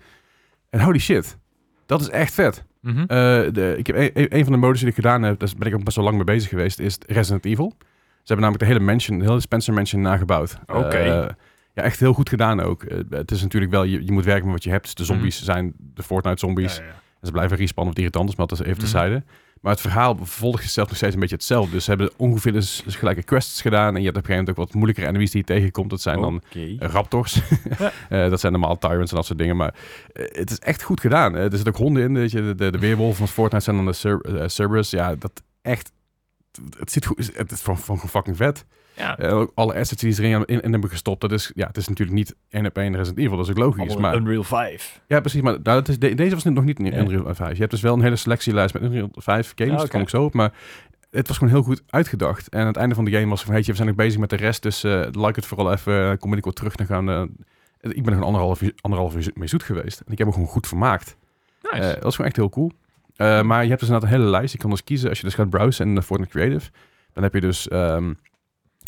[SPEAKER 1] En holy shit. Dat is echt vet.
[SPEAKER 3] Mhm.
[SPEAKER 1] Eh, de, ik heb een, een- een van de modes die ik gedaan heb, daar ben ik ook best wel lang mee bezig geweest, is Resident Evil. Ze hebben namelijk de hele mansion, de hele Spencer mansion nagebouwd.
[SPEAKER 3] Oké.
[SPEAKER 1] Eh, Ja, echt heel goed gedaan ook. Eh, het is natuurlijk wel, je, je moet werken met wat je hebt. Dus de zombies zijn de
[SPEAKER 4] Ja,
[SPEAKER 1] Fortnite-zombies.
[SPEAKER 4] ja, ja.
[SPEAKER 1] En ze blijven respannen of irritant is, maar dat is even te
[SPEAKER 3] Mhm.
[SPEAKER 1] zijde. Maar het verhaal volgt zichzelf nog steeds een beetje hetzelfde. Dus ze hebben ongeveer dus gelijke quests gedaan. En je hebt op een gegeven moment ook wat moeilijkere enemies die je tegenkomt. Dat
[SPEAKER 3] Oh.
[SPEAKER 1] zijn dan
[SPEAKER 3] Oké.
[SPEAKER 1] eh, raptors. (laughs)
[SPEAKER 3] Ja.
[SPEAKER 1] Eh, dat zijn normaal tyrants en dat soort dingen. Maar eh, het is echt goed gedaan. Eh, er zitten ook honden in. Weet je, de, de, de weerwolven van Fortnite zijn dan de Cer- eh, Cerberus. Ja, dat echt... Het, ziet goed, het is van, van fucking vet.
[SPEAKER 3] Ja.
[SPEAKER 1] Eh, ook alle assets die ze erin in, in hebben gestopt. Dat is, ja, het is natuurlijk niet één op één Resident Evil. Dat is ook logisch.
[SPEAKER 3] Allemaal
[SPEAKER 1] maar
[SPEAKER 3] Unreal 5.
[SPEAKER 1] ja, precies. Maar nou, dat is, de- deze was nog niet in
[SPEAKER 3] Ja.
[SPEAKER 1] Unreal 5. Je hebt dus wel een hele selectielijst met Unreal 5 games.
[SPEAKER 3] Ja,
[SPEAKER 1] Dat
[SPEAKER 3] oké.
[SPEAKER 1] kwam ik zo op. Maar het was gewoon heel goed uitgedacht. En aan het einde van de game was van... Heetje, we zijn nog bezig met de rest. Dus eh, like het vooral even. eh, Kom ik wel terug. Dan gaan, eh, ik ben er gewoon anderhalf uur, anderhalf uur mee zoet geweest. En ik heb me gewoon goed vermaakt.
[SPEAKER 3] Nice.
[SPEAKER 1] Eh, dat is gewoon echt heel cool. Eh, maar je hebt dus inderdaad een hele lijst. Je kan dus kiezen als je dus gaat browsen en eh, Fortnite Creative. Dan heb je dus... ehm,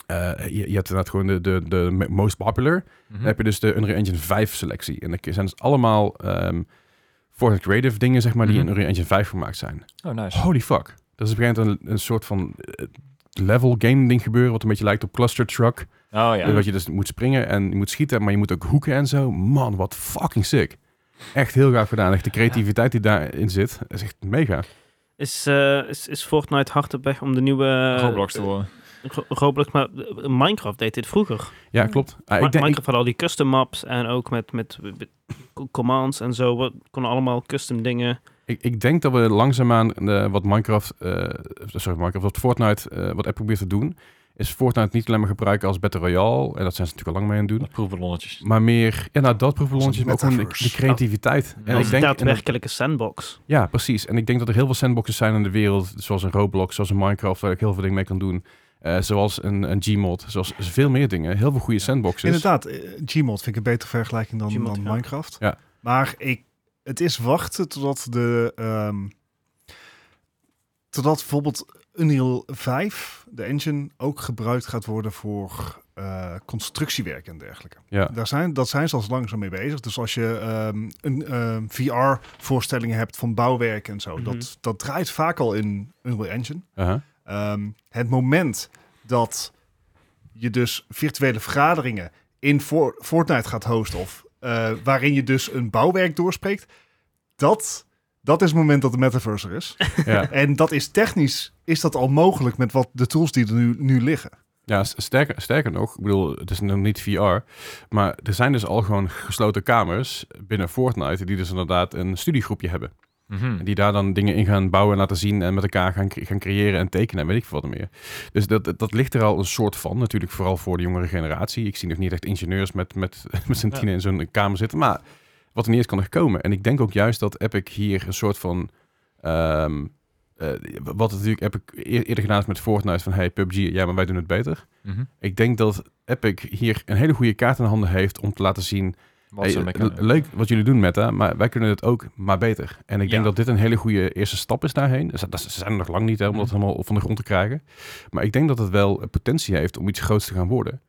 [SPEAKER 1] eh, je, je hebt inderdaad gewoon de, de, de most popular.
[SPEAKER 3] Mhm.
[SPEAKER 1] Dan heb je dus de Unreal Engine 5 selectie. En dat zijn dus allemaal ehm Fortnite Creative dingen, zeg maar, die
[SPEAKER 3] Mhm.
[SPEAKER 1] in Unreal Engine 5 gemaakt zijn.
[SPEAKER 3] Oh, nice.
[SPEAKER 1] Holy fuck. Dat is op een gegeven moment een, een soort van eh, level game ding gebeuren, wat een beetje lijkt op Cluster Truck.
[SPEAKER 3] Oh
[SPEAKER 1] Dus
[SPEAKER 3] ja.
[SPEAKER 1] Dat je dus moet springen en je moet schieten, maar je moet ook hoeken en zo. Man, wat fucking sick. Echt heel gaaf gedaan. Echt de creativiteit die daarin zit, is echt mega.
[SPEAKER 2] Is, eh, is, is Fortnite hard op weg om de nieuwe... eh,
[SPEAKER 3] Roblox te worden.
[SPEAKER 1] eh,
[SPEAKER 2] Ro- Roblox, maar eh, Minecraft deed dit vroeger.
[SPEAKER 1] Ja, klopt. Ah,
[SPEAKER 2] Ma-
[SPEAKER 1] ik denk,
[SPEAKER 2] Minecraft had al die custom maps en ook met, met, met commands en zo. Wat konden allemaal custom dingen.
[SPEAKER 1] Ik, ik denk dat we langzaamaan eh, wat Minecraft, eh, sorry Minecraft, wat Fortnite, eh, wat App probeert te doen, is Fortnite niet alleen maar gebruiken als Battle Royale, en dat zijn ze natuurlijk al lang mee aan het doen,
[SPEAKER 3] Dat proefballonnetjes.
[SPEAKER 1] maar meer, ja nou dat proefballonnetjes,
[SPEAKER 4] Als
[SPEAKER 1] maar ook gewoon de,
[SPEAKER 4] metaverse.
[SPEAKER 1] de creativiteit.
[SPEAKER 3] Oh.
[SPEAKER 1] En
[SPEAKER 3] Als
[SPEAKER 1] ik
[SPEAKER 2] Als
[SPEAKER 1] denk, en-
[SPEAKER 2] daadwerkelijke sandbox.
[SPEAKER 1] ja precies, en ik denk dat er heel veel sandboxes zijn in de wereld, zoals een Roblox, zoals een Minecraft, waar ik heel veel dingen mee kan doen. Eh, zoals een, een Gmod, zoals veel meer dingen. Heel veel goede sandboxes.
[SPEAKER 4] Inderdaad, eh, Gmod vind ik een betere vergelijking dan,
[SPEAKER 2] Gmod,
[SPEAKER 4] dan
[SPEAKER 2] ja.
[SPEAKER 4] Minecraft.
[SPEAKER 1] Ja.
[SPEAKER 4] Maar ik, het is wachten totdat de... ehm, totdat bijvoorbeeld Unreal 5, de engine, ook gebruikt gaat worden voor eh, constructiewerk en dergelijke.
[SPEAKER 1] Ja.
[SPEAKER 4] Daar zijn, dat zijn ze al langzaam mee bezig. Dus als je ehm, een VR-voorstellingen hebt van bouwwerk en zo,
[SPEAKER 2] Mhm.
[SPEAKER 4] dat, dat draait vaak al in Unreal Engine.
[SPEAKER 1] Uh-huh.
[SPEAKER 4] Ehm, het moment dat je dus virtuele vergaderingen in For- Fortnite gaat hosten of eh, waarin je dus een bouwwerk doorspreekt, dat, dat is het moment dat de metaverse er is.
[SPEAKER 1] ja.
[SPEAKER 4] en dat is technisch, is dat al mogelijk met wat de tools die er nu, nu liggen.
[SPEAKER 1] Ja, s- sterker, sterker nog, ik bedoel, het is nog niet VR, maar er zijn dus al gewoon gesloten kamers binnen Fortnite die dus inderdaad een studiegroepje hebben.
[SPEAKER 3] Mhm.
[SPEAKER 1] Die daar dan dingen in gaan bouwen en laten zien en met elkaar gaan, cre- gaan creëren en tekenen en weet ik veel wat meer. Dus dat, dat, dat ligt er al een soort van, natuurlijk vooral voor de jongere generatie. Ik zie nog niet echt ingenieurs met, met, (laughs) met z'n
[SPEAKER 3] Ja.
[SPEAKER 1] tienen in zo'n kamer zitten, maar wat er niet eens kan er komen. En ik denk ook juist dat Epic hier een soort van... ehm, eh, wat natuurlijk Epic eer- eerder gedaan is met Fortnite van hey PUBG, ja maar wij doen het beter.
[SPEAKER 3] Mhm.
[SPEAKER 1] Ik denk dat Epic hier een hele goede kaart in handen heeft om te laten zien.
[SPEAKER 3] Wat
[SPEAKER 1] hey,
[SPEAKER 3] ze ermee
[SPEAKER 1] le-
[SPEAKER 3] kunnen.
[SPEAKER 1] (laughs) leuk wat jullie doen, Meta, maar wij kunnen het ook, maar beter. En ik denk
[SPEAKER 3] Ja.
[SPEAKER 1] dat dit een hele goede eerste stap is daarheen. Dus dat- Ze zijn er nog lang niet hè, om dat
[SPEAKER 3] Mhm.
[SPEAKER 1] helemaal van de grond te krijgen. Maar ik denk dat het wel eh, potentie heeft om iets groots te gaan worden.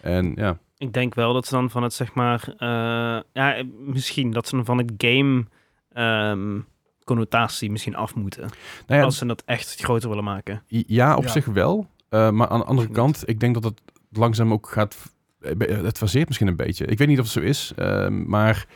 [SPEAKER 1] En ja,
[SPEAKER 2] Ik denk wel dat ze dan van het, zeg maar... eh, ja, eh, misschien dat ze dan van het game... ehm, connotatie misschien af moeten.
[SPEAKER 1] nou ja,
[SPEAKER 2] Als ze dat echt groter willen maken.
[SPEAKER 1] i- ja op
[SPEAKER 4] Ja.
[SPEAKER 1] zich wel. Eh, maar aan de andere
[SPEAKER 2] Goed.
[SPEAKER 1] kant, ik denk dat het langzaam ook gaat... eh, be- Het faseert misschien een beetje. Ik weet niet of het zo is, eh, maar...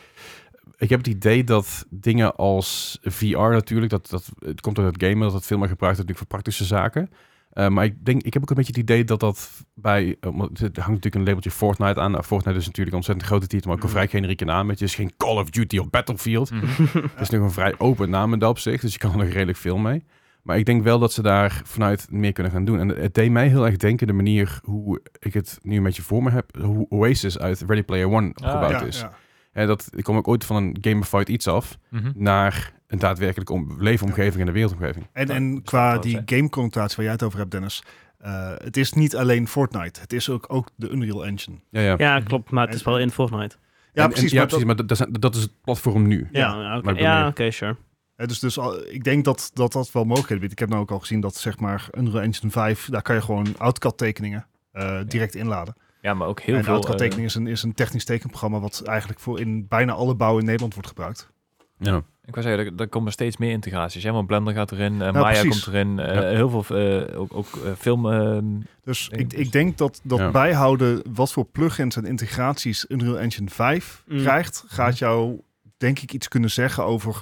[SPEAKER 1] Ik heb het idee dat dingen als VR natuurlijk, dat, dat, het komt door het gamen, dat het veel meer gebruikt wordt natuurlijk voor praktische zaken. Eh, maar ik denk, ik heb ook een beetje het idee dat dat bij, omdat het hangt natuurlijk een labeltje Fortnite aan. Nou, Fortnite is natuurlijk een ontzettend grote titel, maar ook een
[SPEAKER 2] Mhm.
[SPEAKER 1] vrij generieke naam. Het is geen Call of Duty of Battlefield.
[SPEAKER 3] Mhm.
[SPEAKER 1] Het is nog een vrij open naam in dat opzicht, dus je kan er nog redelijk veel mee. Maar ik denk wel dat ze daar vanuit meer kunnen gaan doen. En het deed mij heel erg denken, de manier hoe ik het nu een beetje voor me heb, hoe Oasis uit Ready Player One opgebouwd
[SPEAKER 4] Ah, Ja,
[SPEAKER 1] is.
[SPEAKER 4] ja.
[SPEAKER 1] Hè, dat ik kom ook ooit van een gamified iets af
[SPEAKER 3] Mhm.
[SPEAKER 1] naar een daadwerkelijk om, leefomgeving en de wereldomgeving.
[SPEAKER 4] En,
[SPEAKER 3] Ja,
[SPEAKER 4] en
[SPEAKER 3] dus
[SPEAKER 4] qua
[SPEAKER 3] dat was,
[SPEAKER 4] die
[SPEAKER 3] hè.
[SPEAKER 4] game-connotatie waar jij het over hebt, Dennis. eh, het is niet alleen Fortnite. Het is ook, ook de Unreal Engine.
[SPEAKER 1] Ja, ja.
[SPEAKER 2] Ja, klopt. Maar het is wel in Fortnite.
[SPEAKER 4] Ja,
[SPEAKER 1] En- en-
[SPEAKER 4] precies.
[SPEAKER 1] ja,
[SPEAKER 4] maar
[SPEAKER 1] precies maar dat, dat zijn- dat is het platform nu.
[SPEAKER 4] Ja,
[SPEAKER 2] Ja, oké,
[SPEAKER 1] maar ik bedoel
[SPEAKER 2] ja,
[SPEAKER 1] meer-
[SPEAKER 2] oké, sure.
[SPEAKER 4] dat- hè, dus dus al- ik denk dat, dat dat wel mogelijkheden biedt. Ik heb nou ook al gezien dat zeg maar Unreal Engine 5, daar kan je gewoon AutoCAD tekeningen eh, direct inladen.
[SPEAKER 3] Ja, maar ook heel
[SPEAKER 4] en
[SPEAKER 3] veel.
[SPEAKER 4] AutoCAD
[SPEAKER 3] eh,
[SPEAKER 4] tekening is een, is een technisch tekenprogramma wat eigenlijk voor in bijna alle bouwen in Nederland wordt gebruikt.
[SPEAKER 1] Ja.
[SPEAKER 3] Ik wou zeggen, er, er komen steeds meer integraties. Hè? Want Blender gaat erin, eh,
[SPEAKER 4] Nou,
[SPEAKER 3] Maya
[SPEAKER 4] precies.
[SPEAKER 3] komt erin, eh,
[SPEAKER 1] Ja.
[SPEAKER 3] heel veel eh, ook, ook eh, film. eh,
[SPEAKER 4] Dus
[SPEAKER 3] Denk
[SPEAKER 4] ik,
[SPEAKER 3] ik
[SPEAKER 4] ik
[SPEAKER 3] dus.
[SPEAKER 4] denk dat, dat
[SPEAKER 1] Ja.
[SPEAKER 4] bijhouden wat voor plugins en integraties Unreal Engine 5
[SPEAKER 2] Mm.
[SPEAKER 4] krijgt, gaat jou denk ik iets kunnen zeggen over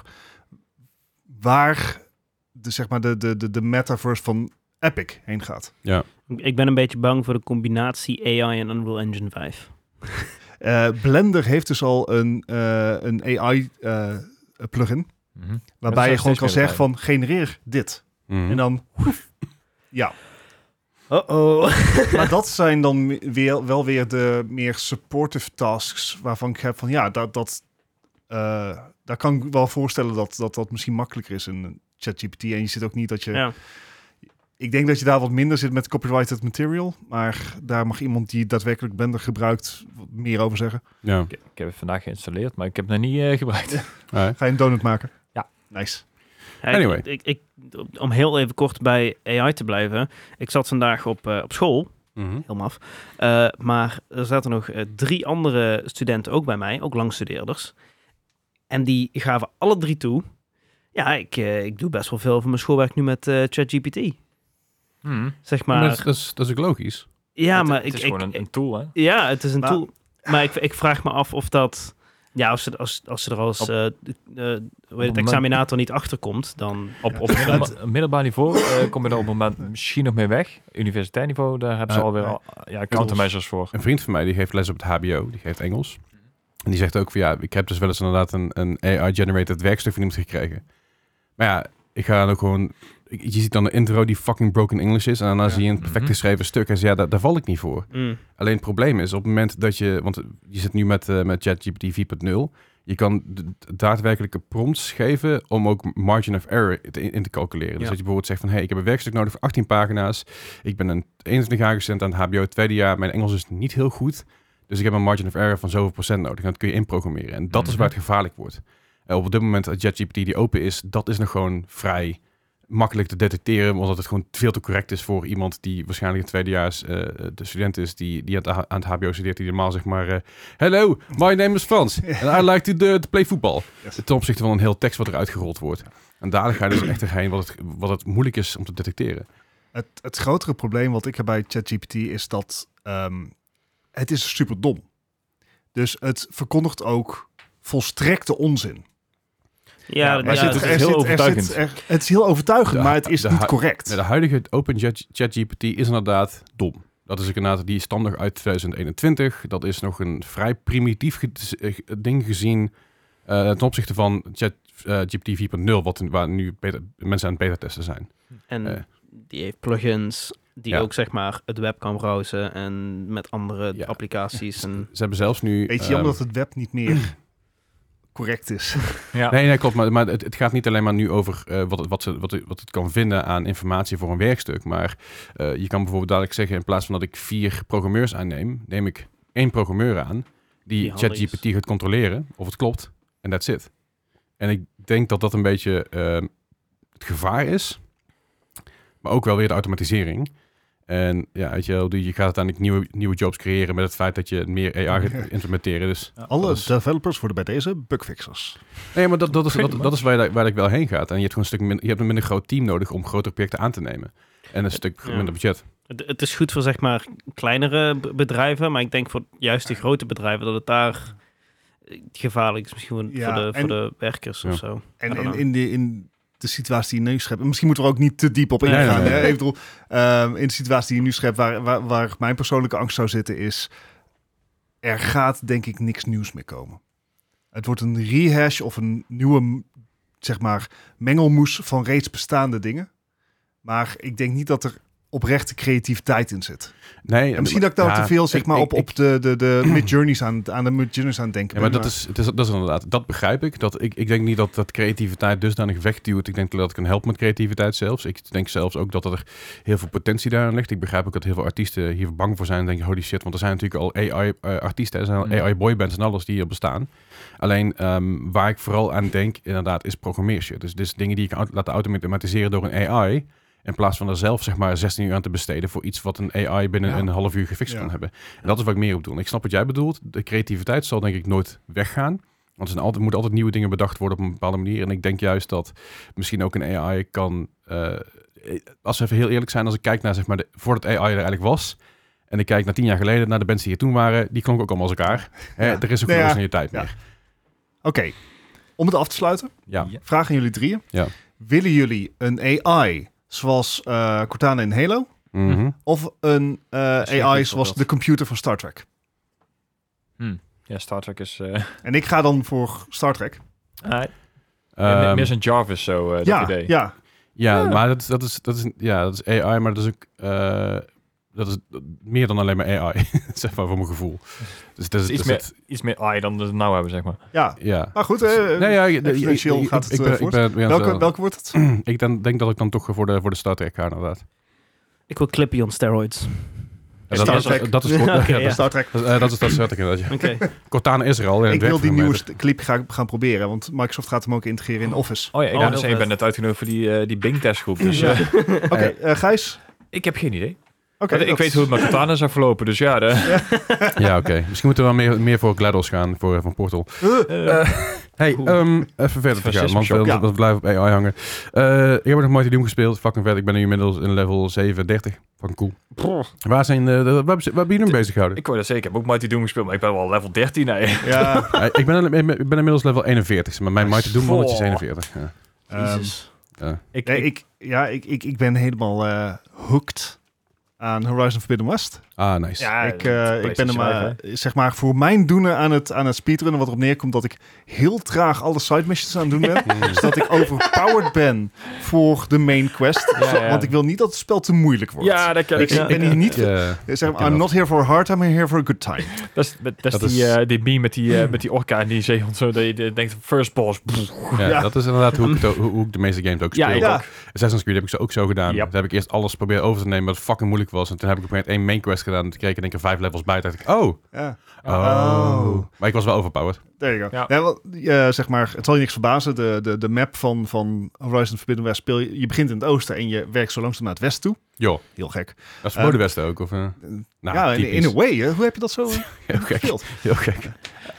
[SPEAKER 4] waar de, zeg maar de, de, de, de metaverse van Epic heen gaat.
[SPEAKER 2] Ik ben een beetje bang voor de combinatie AI en Unreal Engine 5.
[SPEAKER 4] Eh, Blender heeft dus al een, eh, een AI eh, plugin,
[SPEAKER 3] mhm. Dat
[SPEAKER 4] waarbij
[SPEAKER 3] zou
[SPEAKER 4] je gewoon
[SPEAKER 3] steeds Hm?
[SPEAKER 4] kan
[SPEAKER 3] meer
[SPEAKER 4] zeggen
[SPEAKER 3] zijn.
[SPEAKER 4] van genereer dit.
[SPEAKER 1] Mhm.
[SPEAKER 4] En dan, ja.
[SPEAKER 2] Uh-oh.
[SPEAKER 4] Maar dat zijn dan weer, wel weer de meer supportive tasks waarvan ik heb van ja, dat, dat, eh, daar kan ik wel voorstellen dat dat, dat misschien makkelijker is in ChatGPT. En je zit ook niet dat je.
[SPEAKER 2] (laughs) Ja.
[SPEAKER 4] Ik denk dat je daar wat minder zit met copyrighted material, maar daar mag iemand die daadwerkelijk Blender gebruikt wat meer over zeggen.
[SPEAKER 1] Ja.
[SPEAKER 3] Ik, ik heb het vandaag geïnstalleerd, maar ik heb het nog niet eh, (laughs) gebruikt.
[SPEAKER 1] Alright.
[SPEAKER 4] Ga je een donut maken?
[SPEAKER 3] Ja.
[SPEAKER 4] Nice.
[SPEAKER 2] Ja, ik-
[SPEAKER 1] Anyway.
[SPEAKER 2] Ik, ik, om heel even kort bij AI te blijven. Ik zat vandaag op, eh, op school
[SPEAKER 1] Mhm.
[SPEAKER 2] heel maf. Eh, maar er zaten nog eh, drie andere studenten ook bij mij, ook langstudeerders. En die gaven alle drie toe. Ja, ik, eh, ik doe best wel veel van mijn schoolwerk nu met eh, ChatGPT.
[SPEAKER 3] Hmm.
[SPEAKER 2] Zeg
[SPEAKER 1] Maar
[SPEAKER 2] maar.
[SPEAKER 1] dat, is- dat is, dat is ook logisch.
[SPEAKER 2] ja,
[SPEAKER 3] het,
[SPEAKER 2] maar
[SPEAKER 3] het
[SPEAKER 2] ik,
[SPEAKER 3] is
[SPEAKER 2] ik,
[SPEAKER 3] gewoon een, een tool, hè?
[SPEAKER 2] ja, het is een
[SPEAKER 4] Maar-
[SPEAKER 2] tool. Maar ik, ik vraag me af of dat. Ja, als ze, als, als ze er als
[SPEAKER 3] Op-
[SPEAKER 2] eh, eh, hoe heet het,
[SPEAKER 3] moment-
[SPEAKER 2] examinator niet achterkomt, dan.
[SPEAKER 3] Op, op middelba- middelbaar niveau eh, kom je er op het moment misschien nog mee weg. Universitair niveau, daar hebben ze
[SPEAKER 1] Eh,
[SPEAKER 3] alweer
[SPEAKER 4] nee.
[SPEAKER 3] al, ja, countermeasures voor.
[SPEAKER 1] Een vriend van mij die geeft les op het HBO, die geeft Engels. En die zegt ook van ja, ik heb dus wel eens inderdaad een, een AI-generated werkstuk van iemand gekregen. Maar ja, ik ga dan ook gewoon. ik- Je ziet dan een intro die fucking broken English is. En daarna
[SPEAKER 4] Ja.
[SPEAKER 1] zie je een perfect
[SPEAKER 3] Mhm.
[SPEAKER 1] geschreven stuk. En zeg, ja, daar, daar val ik niet voor.
[SPEAKER 2] Mm,
[SPEAKER 1] Alleen het probleem is op het moment dat je. Want je zit nu met, eh, met ChatGPT 4.0. Je kan d- d- daadwerkelijke prompts geven om ook margin of error te- in te calculeren. Dus
[SPEAKER 2] Ja.
[SPEAKER 1] dat je bijvoorbeeld zegt van... hé, hey, ik heb een werkstuk nodig van 18 pagina's. Ik ben een 21-jarige student aan het hbo tweede jaar. Mijn Engels is niet heel goed. Dus ik heb een margin of error van zoveel procent nodig. En dat kun je inprogrammeren. En dat is waar het gevaarlijk wordt. En op dit moment dat ChatGPT die open is... dat is nog gewoon vrij makkelijk te detecteren... omdat het gewoon veel te correct is voor iemand... die waarschijnlijk een tweedejaars eh, de student is... die, die aan, het, aan het hbo studeert... die normaal zeg maar... eh, Hello, my name is
[SPEAKER 4] (laughs)
[SPEAKER 1] Frans. And I like to, do- to play voetbal
[SPEAKER 4] Yes.
[SPEAKER 1] ten opzichte van een heel tekst wat eruit gerold wordt. En daar ga je
[SPEAKER 4] (clears throat)
[SPEAKER 1] dus echt erheen wat het, wat het moeilijk is om te detecteren.
[SPEAKER 4] Het, het grotere probleem wat ik heb bij ChatGPT is dat ehm, het is super dom. Dus het verkondigt ook volstrekte onzin.
[SPEAKER 2] ja,
[SPEAKER 3] maar
[SPEAKER 2] ja,
[SPEAKER 4] Er zit-
[SPEAKER 3] zit het
[SPEAKER 2] dat
[SPEAKER 3] is
[SPEAKER 4] er
[SPEAKER 2] is-
[SPEAKER 3] heel
[SPEAKER 4] zit- er
[SPEAKER 3] overtuigend.
[SPEAKER 4] zit- er- Het is heel overtuigend,
[SPEAKER 1] De-
[SPEAKER 4] maar het is
[SPEAKER 1] de-
[SPEAKER 4] niet correct.
[SPEAKER 1] Ja, de huidige Open Chat- ChatGPT is inderdaad dom. Dat is ook inderdaad, die stamt nog uit 2021. Dat is nog een vrij primitief ge- eh, ding gezien eh, ten opzichte van eh, ChatGPT 4.0, wat, waar nu beta- mensen aan het beta-testen zijn.
[SPEAKER 2] En
[SPEAKER 1] Eh.
[SPEAKER 2] die heeft plugins die
[SPEAKER 1] Ja.
[SPEAKER 2] ook zeg maar het web kan browsen en met andere
[SPEAKER 1] Ja.
[SPEAKER 2] applicaties. En,
[SPEAKER 1] Ze hebben zelfs nu...
[SPEAKER 4] Weet je,
[SPEAKER 1] ehm,
[SPEAKER 4] jammer dat het web niet meer correct is.
[SPEAKER 3] Ja.
[SPEAKER 1] Nee, nee, klopt. Maar, maar het, het gaat niet alleen maar nu over eh, wat, het- wat, ze, wat, het- wat het kan vinden aan informatie voor een werkstuk. Maar eh, je kan bijvoorbeeld dadelijk zeggen, in plaats van dat ik vier programmeurs aanneem, neem ik één programmeur aan die
[SPEAKER 2] Die handig is.
[SPEAKER 1] ChatGPT gaat controleren of het klopt. En that's it. En ik denk dat dat een beetje eh, het gevaar is. Maar ook wel weer de automatisering. En ja, weet je, wel, die- je gaat uiteindelijk nieuwe, nieuwe jobs creëren met het feit dat je meer AI
[SPEAKER 2] (laughs)
[SPEAKER 1] gaat implementeren. Dus
[SPEAKER 4] Alle
[SPEAKER 1] dat is-
[SPEAKER 4] developers worden bij deze bugfixers.
[SPEAKER 1] Nee, maar dat, dat is,
[SPEAKER 3] Prima.
[SPEAKER 1] dat, dat is waar, ik- waar ik wel heen ga. En je hebt gewoon een stuk min- je hebt een minder groot team nodig om grotere projecten aan te nemen. En een stuk
[SPEAKER 2] Ja.
[SPEAKER 1] minder budget.
[SPEAKER 2] het, het is goed voor zeg maar kleinere b- bedrijven, maar ik denk voor juist de grote bedrijven dat het daar eh, gevaarlijk is misschien voor,
[SPEAKER 4] Ja,
[SPEAKER 2] voor de,
[SPEAKER 4] en-
[SPEAKER 2] voor de werkers
[SPEAKER 1] Ja.
[SPEAKER 2] of zo. I
[SPEAKER 4] En
[SPEAKER 2] don't
[SPEAKER 4] in,
[SPEAKER 2] know.
[SPEAKER 4] in, de, in de situatie die je nu schept... en Misschien moeten we er ook niet te diep op
[SPEAKER 1] Nee,
[SPEAKER 4] ingaan.
[SPEAKER 1] nee, nee.
[SPEAKER 4] hè. Ik bedoel, ehm, in de situatie die je nu schept... Waar, waar, waar mijn persoonlijke angst zou zitten is... er gaat denk ik niks nieuws meer komen. Het wordt een rehash of een nieuwe zeg maar, mengelmoes van reeds bestaande dingen. Maar ik denk niet dat er oprechte creativiteit in zit.
[SPEAKER 1] Nee,
[SPEAKER 4] En misschien dat ik daar
[SPEAKER 1] ja,
[SPEAKER 4] te veel zeg
[SPEAKER 1] ik-
[SPEAKER 4] maar,
[SPEAKER 1] ik-
[SPEAKER 4] op, op de, de,
[SPEAKER 1] (clears throat)
[SPEAKER 4] de mid-journeys aan, aan de mid-journeys aan het denken
[SPEAKER 1] Ja, maar
[SPEAKER 4] ben,
[SPEAKER 1] dat is, het is, dat is inderdaad, dat begrijp ik. Dat ik, ik denk niet dat, dat creativiteit dusdanig wegduwt. Ik denk dat ik kan helpen met creativiteit zelfs. Ik denk zelfs ook dat er heel veel potentie daarin ligt. Ik begrijp ook dat heel veel artiesten hier bang voor zijn. En denken, holy shit, want er zijn natuurlijk al AI-artiesten. Er zijn al
[SPEAKER 3] Ja.
[SPEAKER 1] AI-boybands en alles die er bestaan. Alleen ehm, waar ik vooral aan denk, inderdaad, is programmeershit. Dus, dus dingen die ik laat automatiseren door een AI... In plaats van er zelf zeg maar 16 uur aan te besteden voor iets wat een AI binnen
[SPEAKER 4] Ja.
[SPEAKER 1] een half uur gefixt
[SPEAKER 4] Ja.
[SPEAKER 1] kan hebben. En dat is wat ik meer op doe. En ik snap wat jij bedoelt. De creativiteit zal denk ik nooit weggaan. Want er, zijn altijd, er moeten altijd nieuwe dingen bedacht worden op een bepaalde manier. En ik denk juist dat misschien ook een AI kan... eh, als we even heel eerlijk zijn, als ik kijk naar zeg maar, de, voordat AI er eigenlijk was... en ik kijk naar tien jaar geleden, naar de mensen die er toen waren... die klonken ook allemaal als elkaar. Hè,
[SPEAKER 4] Ja.
[SPEAKER 1] Er is ook
[SPEAKER 4] Nou
[SPEAKER 1] geen
[SPEAKER 4] ja,
[SPEAKER 1] originele tijd
[SPEAKER 4] ja.
[SPEAKER 1] meer.
[SPEAKER 4] Oké, om het af te sluiten.
[SPEAKER 1] Ja.
[SPEAKER 4] Vraag aan jullie drieën.
[SPEAKER 1] Ja.
[SPEAKER 4] Willen jullie een AI zoals eh, Cortana in Halo?
[SPEAKER 1] Mhm.
[SPEAKER 4] Of een eh,
[SPEAKER 3] een
[SPEAKER 4] AI
[SPEAKER 3] goed
[SPEAKER 4] zoals
[SPEAKER 3] voorbeeld.
[SPEAKER 4] de computer van Star Trek?
[SPEAKER 3] Ja, Star Trek is... eh
[SPEAKER 4] En ik ga dan voor Star Trek.
[SPEAKER 3] ja,
[SPEAKER 1] Ehm,
[SPEAKER 3] meer zo'n Jarvis zo, eh, dat
[SPEAKER 4] ja,
[SPEAKER 3] idee.
[SPEAKER 4] ja.
[SPEAKER 1] Ja,
[SPEAKER 3] Ja.
[SPEAKER 1] maar dat, is- dat, is, dat, is, ja, dat is AI, maar dat is ook... eh, dat is meer dan alleen maar AI, (laughs) zeg maar, voor mijn gevoel. Dus dat
[SPEAKER 3] Dus
[SPEAKER 1] is
[SPEAKER 3] iets,
[SPEAKER 1] dus
[SPEAKER 3] meer,
[SPEAKER 1] dat-
[SPEAKER 3] iets meer AI dan we het nou hebben, zeg maar.
[SPEAKER 4] ja.
[SPEAKER 1] Ja.
[SPEAKER 4] Maar goed, eh,
[SPEAKER 1] Nee, ja, je- de-
[SPEAKER 4] exponentieel
[SPEAKER 1] je- je-
[SPEAKER 4] gaat het,
[SPEAKER 1] ik
[SPEAKER 4] eh,
[SPEAKER 1] ben, ik
[SPEAKER 4] voort.
[SPEAKER 1] ben, ja,
[SPEAKER 4] welke,
[SPEAKER 1] zo.
[SPEAKER 4] welke wordt het?
[SPEAKER 1] Ik dan, denk dat ik dan toch voor de, voor de Star Trek ga, inderdaad.
[SPEAKER 2] Ik wil Clippy on steroids.
[SPEAKER 1] Ja,
[SPEAKER 4] Star
[SPEAKER 1] dat, is-
[SPEAKER 4] Trek. (laughs)
[SPEAKER 1] dat is
[SPEAKER 2] Oké,
[SPEAKER 1] ja, (laughs) dat is-
[SPEAKER 2] ja.
[SPEAKER 4] Star Trek.
[SPEAKER 1] dat is- eh, dat is dat is Star Trek,
[SPEAKER 4] (laughs)
[SPEAKER 1] inderdaad. ja.
[SPEAKER 2] Oké.
[SPEAKER 1] Cortana is er al. in het
[SPEAKER 4] Ik wil die
[SPEAKER 1] werkvorm,
[SPEAKER 4] nieuwe
[SPEAKER 1] hè,
[SPEAKER 4] st- clip gaan, gaan proberen, want Microsoft gaat hem ook integreren in Office.
[SPEAKER 3] Oh ja, ik,
[SPEAKER 2] Oh,
[SPEAKER 3] wou
[SPEAKER 2] heel
[SPEAKER 3] net zeggen, ik ben
[SPEAKER 2] vet.
[SPEAKER 3] net uitgenodigd voor die, eh, die Bing-testgroep. Dus
[SPEAKER 2] Ja.
[SPEAKER 3] eh,
[SPEAKER 4] (laughs) Oké, eh, Gijs?
[SPEAKER 3] ik heb geen idee.
[SPEAKER 4] Oké,
[SPEAKER 3] Want ik
[SPEAKER 4] dat-
[SPEAKER 3] weet hoe het met Cortana zou verlopen, dus ja. De,
[SPEAKER 1] dus. Ja, oké. Misschien moeten we wel meer, meer voor GLaDOS gaan, voor eh, van Portal.
[SPEAKER 4] Huh?
[SPEAKER 3] eh,
[SPEAKER 1] Hey,
[SPEAKER 3] Oeh.
[SPEAKER 1] ehm, even verder te gaan, want we,
[SPEAKER 3] Fascisme-shock.
[SPEAKER 4] Ja.
[SPEAKER 1] we blijven op AI hangen. Eh, ik heb nog Mighty Doom gespeeld, fucking vet. Ik ben nu inmiddels in level 37. Fucking cool. Waar, zijn, eh, de, waar, waar ben je nu mee bezig gehouden?
[SPEAKER 3] (laughs) ik wou dat zeggen, ik heb ook Mighty Doom gespeeld, maar ik ben wel level 13.
[SPEAKER 1] (laughs)
[SPEAKER 3] Nee.
[SPEAKER 4] Ja,
[SPEAKER 1] Eh, ik, ben, ik ben inmiddels level 41, maar mijn Mighty Doom
[SPEAKER 3] Goh.
[SPEAKER 1] mannetje is 41. Ja.
[SPEAKER 4] ehm,
[SPEAKER 2] (laughs) Jezus.
[SPEAKER 3] Ik,
[SPEAKER 4] nee, ik, ja ik, ik, ik ben helemaal eh hooked aan Horizon Forbidden West.
[SPEAKER 1] Ah, nice.
[SPEAKER 4] ik, eh, ik ben hem eh, zeg maar voor mijn doenen aan het, aan het speedrunnen, wat erop neerkomt dat ik heel traag alle side missions aan het doen ben.
[SPEAKER 3] (laughs)
[SPEAKER 1] Mm.
[SPEAKER 4] zodat ik overpowered ben voor de main quest.
[SPEAKER 3] Ja, ja.
[SPEAKER 4] Want ik wil niet dat het spel te moeilijk wordt.
[SPEAKER 3] Ja, dat ken ik.
[SPEAKER 4] Ik-
[SPEAKER 3] ja.
[SPEAKER 4] ben hier niet-
[SPEAKER 1] eh,
[SPEAKER 4] Zeg
[SPEAKER 1] ken
[SPEAKER 4] maar, I'm
[SPEAKER 1] dat.
[SPEAKER 4] not here for a hard time, I'm here for a good time.
[SPEAKER 3] Dat is, dat is
[SPEAKER 1] Dat
[SPEAKER 3] die,
[SPEAKER 1] is-
[SPEAKER 3] eh, die meme met die, eh, met die orka en die zeehond. Zo, dat je de- denkt, first boss. pff.
[SPEAKER 1] Ja,
[SPEAKER 4] Ja.
[SPEAKER 1] dat is inderdaad hoe ik, het ook- hoe- hoe ik de meeste games ook
[SPEAKER 3] Ja,
[SPEAKER 1] speel.
[SPEAKER 3] ik
[SPEAKER 4] Ja.
[SPEAKER 3] ook.
[SPEAKER 1] Assassin's Creed heb ik zo ook zo gedaan.
[SPEAKER 3] Yep.
[SPEAKER 1] Daar heb ik eerst alles proberen over te nemen, wat fucking moeilijk was. En toen heb ik op een gegeven moment één main quest gedaan. En toen kreeg ik in één keer vijf levels bij. Toen dacht ik, oh,
[SPEAKER 4] Ja.
[SPEAKER 1] oh.
[SPEAKER 4] Oh.
[SPEAKER 1] Maar ik was wel overpowered.
[SPEAKER 4] There you go.
[SPEAKER 3] Ja.
[SPEAKER 4] Nee, want, eh, zeg maar, het zal je niks verbazen. De, de, de map van, van Horizon Forbidden West speel je. Je begint in het oosten en je werkt zo langzaam naar het westen toe.
[SPEAKER 1] Joh,
[SPEAKER 4] Heel gek.
[SPEAKER 1] dat is voor de Westen ook. Of, eh? nou,
[SPEAKER 4] ja, in,
[SPEAKER 1] typisch.
[SPEAKER 4] in a way. hè. Hoe heb je dat
[SPEAKER 3] (laughs)
[SPEAKER 4] zo eh,
[SPEAKER 1] Heel gek.
[SPEAKER 4] gespeeld?
[SPEAKER 1] Heel gek.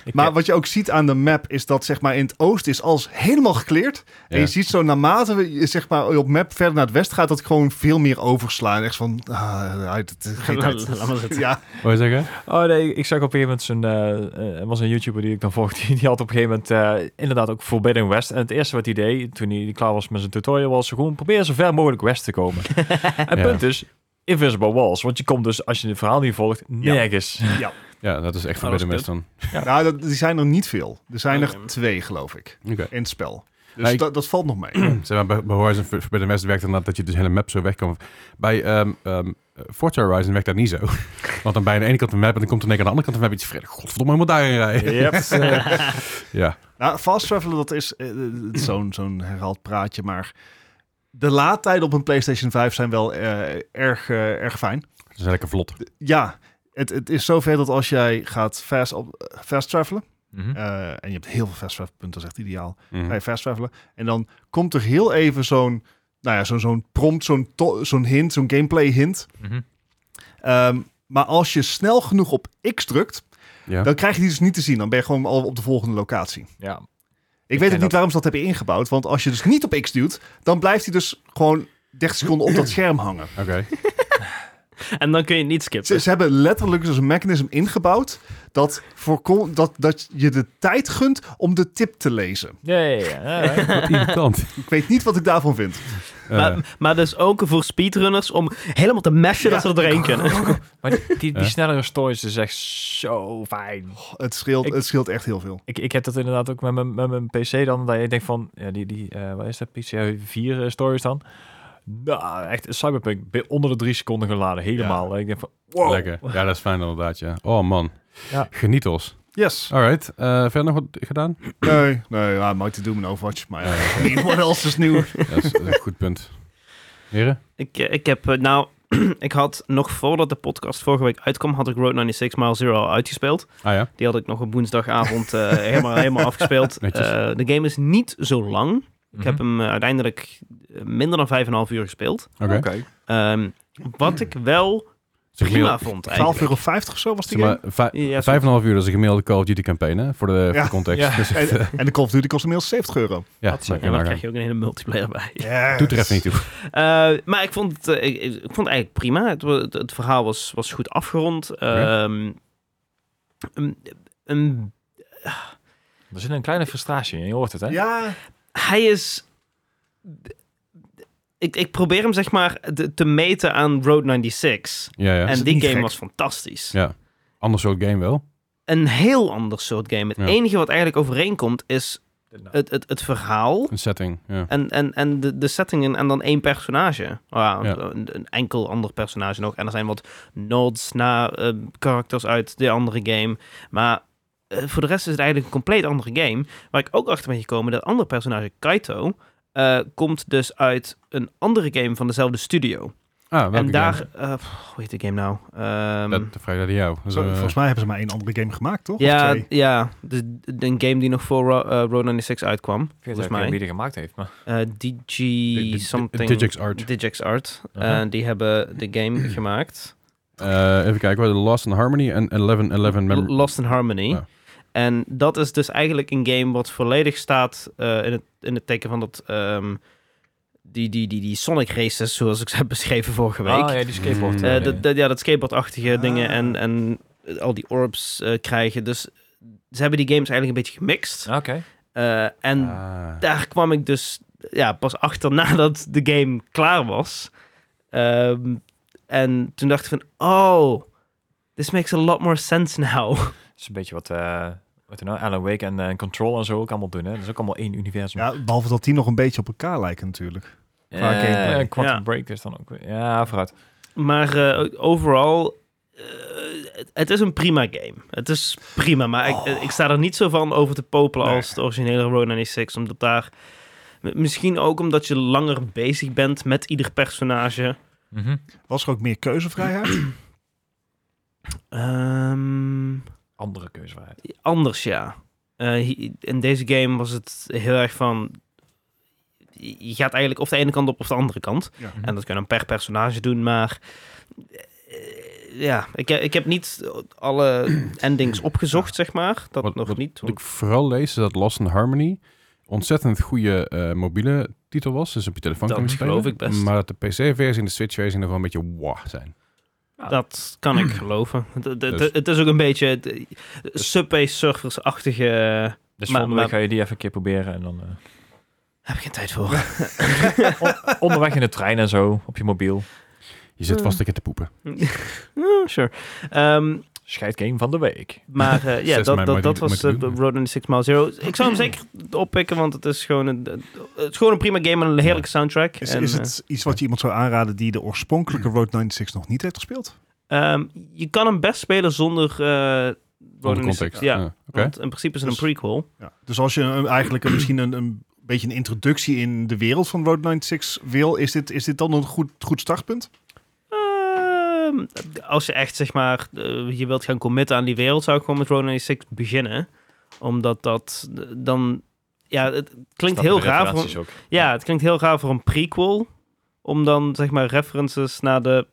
[SPEAKER 3] Ik
[SPEAKER 4] Maar
[SPEAKER 3] heb-
[SPEAKER 4] wat je ook ziet aan de map is dat zeg maar, in het oosten is alles helemaal gekleerd. En
[SPEAKER 1] Ja.
[SPEAKER 4] je ziet zo naarmate we, je, zeg maar, op map verder naar het westen gaat, dat ik gewoon veel meer oversla. En echt van, ah, uit, het is
[SPEAKER 2] (laughs)
[SPEAKER 4] geen tijd.
[SPEAKER 2] Laat maar
[SPEAKER 4] (laughs)
[SPEAKER 2] zitten.
[SPEAKER 4] Ja,
[SPEAKER 1] Wil je zeggen?
[SPEAKER 3] Oh nee, ik zag op een gegeven moment zo'n... eh, eh, Er was een YouTuber die ik dan volgde. (laughs) Die, die had op een gegeven moment eh, inderdaad ook Forbidden West. En het eerste wat hij deed, toen hij klaar was met zijn tutorial, was gewoon probeer zo ver mogelijk west te
[SPEAKER 1] (laughs)
[SPEAKER 3] komen. en het
[SPEAKER 1] Ja.
[SPEAKER 3] punt is, Invisible Walls. Want je komt dus, als je het verhaal niet volgt, nergens.
[SPEAKER 1] (laughs) Ja, dat is echt voor
[SPEAKER 2] Alles
[SPEAKER 1] de Westen.
[SPEAKER 4] Nou, dat, die zijn er niet veel. Er zijn
[SPEAKER 2] Oké.
[SPEAKER 4] er twee, geloof ik,
[SPEAKER 1] Oké.
[SPEAKER 4] in het spel. Dus
[SPEAKER 1] Nou, ik-
[SPEAKER 4] dat, dat valt nog mee.
[SPEAKER 2] (clears throat)
[SPEAKER 1] Zeg maar, bij, bij Horizon Forbidden West werkt inderdaad dat je dus hele map zo weg kan. Bij ehm, ehm, Forza Horizon werkt dat niet zo. (laughs) Want dan bij aan de ene kant een map en dan komt er aan de andere kant een map. iets vredig. Godverdomme, helemaal daarin rijden.
[SPEAKER 3] Yep.
[SPEAKER 1] Ja.
[SPEAKER 4] Nou, fast travelen, dat is eh, eh, zo'n zo'n herhaald praatje, maar de laadtijden op een PlayStation 5 zijn wel eh, erg, eh, erg fijn.
[SPEAKER 1] Dat is lekker vlot.
[SPEAKER 4] Ja, het, het is zover dat als jij gaat fast, op, fast travelen,
[SPEAKER 3] Mhm.
[SPEAKER 4] eh, en je hebt heel veel fast travel punten, dat is echt ideaal,
[SPEAKER 1] Mhm.
[SPEAKER 4] ga je fast travelen, en dan komt er heel even zo'n, nou ja, zo'n zo'n prompt, zo'n to- zo'n hint, zo'n gameplay hint.
[SPEAKER 3] Mhm.
[SPEAKER 4] Ehm, maar als je snel genoeg op X drukt,
[SPEAKER 1] Ja.
[SPEAKER 4] dan krijg je die dus niet te zien. Dan ben je gewoon al op de volgende locatie.
[SPEAKER 3] Ja,
[SPEAKER 4] Ik, weet ook
[SPEAKER 3] ken
[SPEAKER 4] niet
[SPEAKER 3] dat.
[SPEAKER 4] waarom ze dat hebben ingebouwd. Want als je dus niet op X duwt, dan blijft hij dus gewoon 30 seconden op dat
[SPEAKER 3] (clears throat)
[SPEAKER 4] scherm hangen.
[SPEAKER 1] Oké.
[SPEAKER 2] En dan kun je niet
[SPEAKER 4] Ze,
[SPEAKER 2] skippen.
[SPEAKER 4] ze hebben letterlijk dus een mechanisme ingebouwd dat, voorkom, dat, dat je de tijd gunt om de tip te lezen.
[SPEAKER 3] ja, ja, ja, ja. ja.
[SPEAKER 1] (laughs) Wat irritant.
[SPEAKER 4] Ik weet niet wat ik daarvan vind.
[SPEAKER 1] Eh,
[SPEAKER 2] Maar, maar dus ook voor speedrunners om helemaal te meshen dat
[SPEAKER 4] Ja.
[SPEAKER 2] ze er doorheen kunnen.
[SPEAKER 3] Maar die, die, die
[SPEAKER 1] Ja.
[SPEAKER 3] snellere stories is echt zo fijn.
[SPEAKER 4] Het scheelt,
[SPEAKER 3] Ik-
[SPEAKER 4] het scheelt echt heel veel.
[SPEAKER 3] Ik, ik heb dat inderdaad ook met mijn, met mijn PC dan. Dat je denkt van, ja, die, die, eh, wat is dat, PCI 4 eh, stories dan? Nou, echt Cyberpunk be- onder de drie seconden geladen. Helemaal. Ik denk van, wow.
[SPEAKER 1] Lekker. Ja, dat is fijn inderdaad, ja. Oh man.
[SPEAKER 3] Ja.
[SPEAKER 1] Geniet ons.
[SPEAKER 4] Yes.
[SPEAKER 1] Alright. Eh, verder nog wat gedaan?
[SPEAKER 4] Nee, nee, ja, Mighty Doom en Overwatch. Maar ja, niemand else is nieuw.
[SPEAKER 1] Ja, dat is een goed punt. Heren?
[SPEAKER 2] Ik, eh, ik heb, eh, nou, (clears throat) ik had nog voordat de podcast vorige week uitkwam, had ik Road 96 Mile Zero al uitgespeeld.
[SPEAKER 1] Ah ja.
[SPEAKER 2] Die had ik nog op woensdagavond eh, helemaal, helemaal afgespeeld.
[SPEAKER 1] Netjes.
[SPEAKER 2] Eh, de game is niet zo lang. Ik heb
[SPEAKER 3] Mhm.
[SPEAKER 2] hem eh, uiteindelijk minder dan 5,5 uur gespeeld.
[SPEAKER 1] Oké.
[SPEAKER 3] Oké.
[SPEAKER 2] Ehm, wat ik wel prima vond eigenlijk.
[SPEAKER 4] 12,50 euro of zo was die
[SPEAKER 1] Zeg maar,
[SPEAKER 4] game.
[SPEAKER 1] vij-
[SPEAKER 2] Ja, zo-
[SPEAKER 1] vijf en een half uur is een gemiddelde Call of Duty campaign, hè? Voor de, voor de
[SPEAKER 4] Ja.
[SPEAKER 1] context. (laughs)
[SPEAKER 3] Ja.
[SPEAKER 1] Dus, eh,
[SPEAKER 4] En, en de Call of Duty kost inmiddels 70 euro.
[SPEAKER 1] ja,
[SPEAKER 3] dat
[SPEAKER 1] nou,
[SPEAKER 2] En
[SPEAKER 3] zou-
[SPEAKER 2] dan
[SPEAKER 1] maar-
[SPEAKER 2] krijg je ook een hele multiplayer bij.
[SPEAKER 4] Yes.
[SPEAKER 1] Doet er even niet toe.
[SPEAKER 2] Eh, maar ik vond, het, eh, ik, ik vond het eigenlijk prima. Het, wa- het, het verhaal was, was goed afgerond. Ehm, een, een-
[SPEAKER 3] Er zit een kleine frustratie in, je hoort het, hè?
[SPEAKER 4] Ja,
[SPEAKER 2] hij is... Ik, ik probeer hem zeg maar te, te meten aan Road 96.
[SPEAKER 1] Ja, ja.
[SPEAKER 2] en
[SPEAKER 4] het
[SPEAKER 2] die
[SPEAKER 4] niet
[SPEAKER 2] game
[SPEAKER 4] gek?
[SPEAKER 2] was fantastisch.
[SPEAKER 1] ja. Ander soort game wel.
[SPEAKER 2] Een heel ander soort game. Het
[SPEAKER 1] Ja.
[SPEAKER 2] enige wat eigenlijk overeenkomt is het, het, het verhaal.
[SPEAKER 1] Een setting. Ja.
[SPEAKER 2] En, en, en de, de settingen en dan één personage. Ah,
[SPEAKER 1] Ja.
[SPEAKER 2] een, een enkel ander personage nog. En er zijn wat nods naar eh, karakters uit de andere game. Maar eh, voor de rest is het eigenlijk een compleet andere game. Waar ik ook achter ben gekomen, dat andere personage, Kaito... eh, komt dus uit een andere game van dezelfde studio.
[SPEAKER 1] Ah, welke
[SPEAKER 2] en daar...
[SPEAKER 1] game?
[SPEAKER 2] eh, pff, hoe heet de game nou? Ehm,
[SPEAKER 1] Dat dat vraag ik aan jou. Dat is,
[SPEAKER 4] Zo,
[SPEAKER 1] eh,
[SPEAKER 4] volgens mij hebben ze maar één andere game gemaakt, toch? Of
[SPEAKER 2] ja,
[SPEAKER 4] twee?
[SPEAKER 2] ja de, de- een game die nog voor Ro- eh, Road 96 uitkwam.
[SPEAKER 3] Ik weet
[SPEAKER 2] Volgens
[SPEAKER 3] eigenlijk niet
[SPEAKER 2] mij.
[SPEAKER 3] wie die gemaakt heeft, maar...
[SPEAKER 2] Eh, DG
[SPEAKER 1] Di-
[SPEAKER 2] something...
[SPEAKER 1] Digix Art.
[SPEAKER 2] Digix Art. Eh,
[SPEAKER 3] Aha.
[SPEAKER 2] die hebben de game gemaakt.
[SPEAKER 1] Eh, even kijken. we hadden Lost in Harmony en 1111 Mem-
[SPEAKER 2] L- Lost in Harmony.
[SPEAKER 1] Ja.
[SPEAKER 2] En dat is dus eigenlijk een game wat volledig staat eh, in, het, in het teken van dat... ehm, die, die, die, die Sonic races, zoals ik ze heb (laughs) beschreven vorige week.
[SPEAKER 3] Ah, ja, die skateboard.
[SPEAKER 1] Mm.
[SPEAKER 2] Eh,
[SPEAKER 3] eh,
[SPEAKER 2] dat- dat- ja, dat skateboardachtige
[SPEAKER 4] Ah.
[SPEAKER 2] dingen en, en al die orbs eh, krijgen. Dus ze hebben die games eigenlijk een beetje gemixt.
[SPEAKER 3] Oké.
[SPEAKER 2] Eh, en
[SPEAKER 1] Ah.
[SPEAKER 2] daar kwam ik dus ja, pas achter (laughs) nadat de game klaar was. Ehm, en toen dacht ik van, oh, this makes a lot more sense now. (laughs)
[SPEAKER 3] Dat is een beetje wat, eh wat er nou, Alan Wake en eh, Control en zo ook allemaal doen, hè? Dat is ook allemaal één universum.
[SPEAKER 4] Ja, behalve dat die nog een beetje op elkaar lijken natuurlijk. qua
[SPEAKER 3] Eh,
[SPEAKER 4] gameplay.
[SPEAKER 3] Quantum
[SPEAKER 2] Ja.
[SPEAKER 3] Break is dan ook... weer- Ja, vooruit.
[SPEAKER 2] Maar eh, overal, eh, het, het is een prima game. Het is prima, maar ik, ik sta er niet zo van over te popelen
[SPEAKER 4] Nee.
[SPEAKER 2] als de originele Road 96. Omdat daar, m- misschien ook omdat je langer bezig bent met ieder personage.
[SPEAKER 3] Mhm.
[SPEAKER 4] Was er ook meer keuzevrijheid?
[SPEAKER 2] Ehm,
[SPEAKER 3] Andere keuzevrijheid.
[SPEAKER 2] anders, ja. Eh, hi- in deze game was het heel erg van... Je gaat eigenlijk of de ene kant op of de andere kant.
[SPEAKER 4] Ja.
[SPEAKER 1] Mhm.
[SPEAKER 2] En dat kan je dan per personage doen, maar... eh, Ja, ik, he- ik heb niet alle
[SPEAKER 1] (clears throat)
[SPEAKER 2] endings opgezocht, zeg maar. Dat
[SPEAKER 1] Wat-
[SPEAKER 2] nog
[SPEAKER 1] wat-
[SPEAKER 2] niet.
[SPEAKER 1] Wat ik
[SPEAKER 2] want-
[SPEAKER 1] vooral lees is dat Lost in Harmony ontzettend goede eh, mobiele titel was. Dus op je telefoon
[SPEAKER 2] Dat
[SPEAKER 1] kan je spelen.
[SPEAKER 2] geloof ik best.
[SPEAKER 1] Maar dat de PC-versie en de Switch-versie nog wel een beetje wah zijn.
[SPEAKER 2] Dat kan ik geloven. (clears throat) D- d- d-
[SPEAKER 1] Dus.
[SPEAKER 2] Het is ook een beetje d- Subway Surfers-achtige...
[SPEAKER 3] Dus
[SPEAKER 2] Maar-
[SPEAKER 3] volgende week
[SPEAKER 2] maar-
[SPEAKER 3] ga je die even een keer proberen en dan... eh,
[SPEAKER 2] Heb ik geen tijd voor.
[SPEAKER 3] onderweg in de trein en zo, op je mobiel.
[SPEAKER 1] Je zit
[SPEAKER 2] Eh.
[SPEAKER 1] vast een keer te poepen.
[SPEAKER 2] (laughs) Oh, sure. Ehm,
[SPEAKER 3] Scheidgame van de week.
[SPEAKER 2] Maar eh, ja,
[SPEAKER 1] Zes
[SPEAKER 2] dat,
[SPEAKER 1] mei
[SPEAKER 2] dat,
[SPEAKER 1] moet
[SPEAKER 2] dat
[SPEAKER 1] je-
[SPEAKER 2] was
[SPEAKER 1] moet je
[SPEAKER 2] eh,
[SPEAKER 1] doen.
[SPEAKER 2] Road 96 Mile Zero. Ik zou hem zeker oppikken, want het is gewoon een, het is gewoon een prima game en een heerlijke soundtrack.
[SPEAKER 4] Is,
[SPEAKER 2] en, eh,
[SPEAKER 4] is het iets wat je iemand zou aanraden die de oorspronkelijke Road 96 nog niet heeft gespeeld?
[SPEAKER 2] eh, ehm, je kan hem best spelen zonder eh Road
[SPEAKER 1] Zonder
[SPEAKER 2] 96.
[SPEAKER 1] context.
[SPEAKER 2] Ja,
[SPEAKER 1] Ah, Oké.
[SPEAKER 2] want in principe is het een
[SPEAKER 4] Dus-
[SPEAKER 2] prequel.
[SPEAKER 4] Ja. Dus als je een- eigenlijk een- misschien een, een beetje een introductie in de wereld van Road 96 wil, is dit, is dit dan een goed, goed startpunt?
[SPEAKER 2] Ehm, als je echt, zeg maar, eh, je wilt gaan committen aan die wereld, zou ik gewoon met Road 96 beginnen. Omdat dat eh, dan... Ja, het klinkt
[SPEAKER 3] Snap je
[SPEAKER 2] heel
[SPEAKER 3] de
[SPEAKER 2] raar. voor-
[SPEAKER 3] referenties ook.
[SPEAKER 2] Ja, het klinkt heel raar voor een prequel. Om dan, zeg maar, references naar de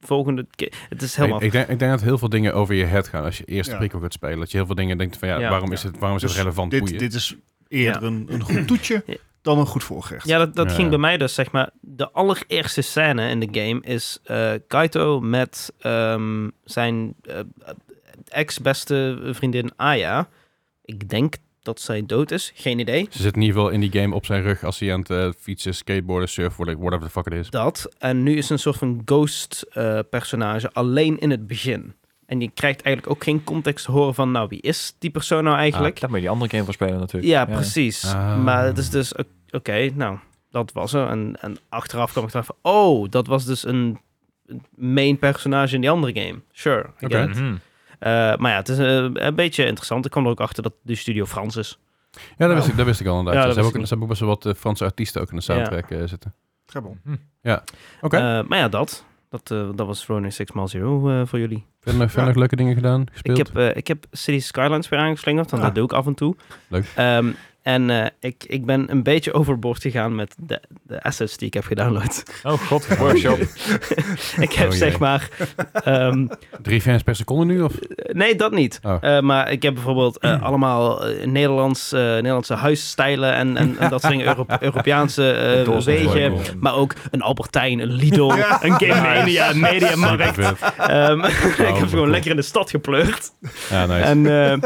[SPEAKER 2] volgende... ke- Het is helemaal...
[SPEAKER 1] Ik, ik denk, ik denk dat heel veel dingen over je head gaan als je eerst de
[SPEAKER 4] Ja.
[SPEAKER 1] prequel gaat spelen. Dat je heel veel dingen denkt van ja,
[SPEAKER 2] Ja.
[SPEAKER 1] waarom is het, waarom is het
[SPEAKER 4] Dus
[SPEAKER 1] relevant?
[SPEAKER 4] Dit,
[SPEAKER 1] Boeien.
[SPEAKER 4] dit is eerder
[SPEAKER 2] Ja.
[SPEAKER 4] een, een goed toetje
[SPEAKER 2] Ja.
[SPEAKER 4] dan een goed voorgerecht.
[SPEAKER 2] ja, dat, dat
[SPEAKER 1] Ja.
[SPEAKER 2] ging bij mij dus, zeg maar... De allereerste scène in de game is eh, Kaito met ehm, zijn eh, ex-beste vriendin Aya. Ik denk dat zij dood is. Geen idee.
[SPEAKER 1] Ze zit in ieder geval in die game op zijn rug als hij aan het eh, fietsen, skateboarden, surfen, whatever the fuck it is.
[SPEAKER 2] Dat. En nu is een soort van ghost-personage alleen in het begin. En je krijgt eigenlijk ook geen context te horen van... Nou, wie is die persoon nou eigenlijk?
[SPEAKER 3] Ah, Daar moet je die andere game voor spelen natuurlijk.
[SPEAKER 2] Ja, precies.
[SPEAKER 1] Ah.
[SPEAKER 2] Maar het is dus, o- oké, nou, dat was er. En, en achteraf kwam ik erachter van, oh, dat was dus een een main personage in die andere game. Sure, I get
[SPEAKER 1] Oké.
[SPEAKER 2] it.
[SPEAKER 3] Mhm.
[SPEAKER 2] Eh, maar ja, het is eh, een beetje interessant. Ik kwam er ook achter dat de studio Frans is.
[SPEAKER 1] Ja, dat wist ik, dat wist ik al inderdaad.
[SPEAKER 2] Ja,
[SPEAKER 1] ze,
[SPEAKER 2] dat
[SPEAKER 1] hebben ook,
[SPEAKER 2] wist ik
[SPEAKER 1] ze hebben ook best wel wat eh, Franse artiesten ook in de soundtrack eh, zitten.
[SPEAKER 4] Trebon.
[SPEAKER 1] Hmm.
[SPEAKER 3] Mhm.
[SPEAKER 1] Oké,
[SPEAKER 2] Eh, maar ja, dat. Dat, eh, dat was Ronin 6 Mile Zero eh, voor jullie.
[SPEAKER 1] verder, nog- verder nog leuke dingen gedaan, gespeeld.
[SPEAKER 2] Ik heb, eh, ik heb City Skylines weer aangeslingerd, want
[SPEAKER 4] Ah.
[SPEAKER 2] dat doe ik af en toe.
[SPEAKER 1] Leuk.
[SPEAKER 2] Ehm, En eh, ik, ik ben een beetje overboord gegaan met de, de assets die ik heb gedownload. (laughs)
[SPEAKER 3] Oh god, workshop.
[SPEAKER 2] ik heb
[SPEAKER 1] Oh jee.
[SPEAKER 2] zeg maar... ehm,
[SPEAKER 1] Drie fans per seconde nu? Of?
[SPEAKER 2] nee, dat niet.
[SPEAKER 1] Oh.
[SPEAKER 2] Eh, maar ik heb
[SPEAKER 1] (clears throat)
[SPEAKER 2] bijvoorbeeld eh, allemaal eh, Nederlands, eh, Nederlandse huisstijlen en, en, en dat soort dingen,
[SPEAKER 1] (laughs)
[SPEAKER 2] Euro- Europese eh,
[SPEAKER 3] Doors en
[SPEAKER 2] wegen.
[SPEAKER 3] zo.
[SPEAKER 2] Maar ook een Albertijn, een Lidl, (laughs) een Game Mania, een Media
[SPEAKER 1] (laughs)
[SPEAKER 2] Markt.
[SPEAKER 1] vet.
[SPEAKER 2] Ehm, (laughs) ik heb
[SPEAKER 1] Oh, cool.
[SPEAKER 2] gewoon lekker in de stad gepleurd.
[SPEAKER 1] Ja, nice. (laughs)
[SPEAKER 2] En eh, eh,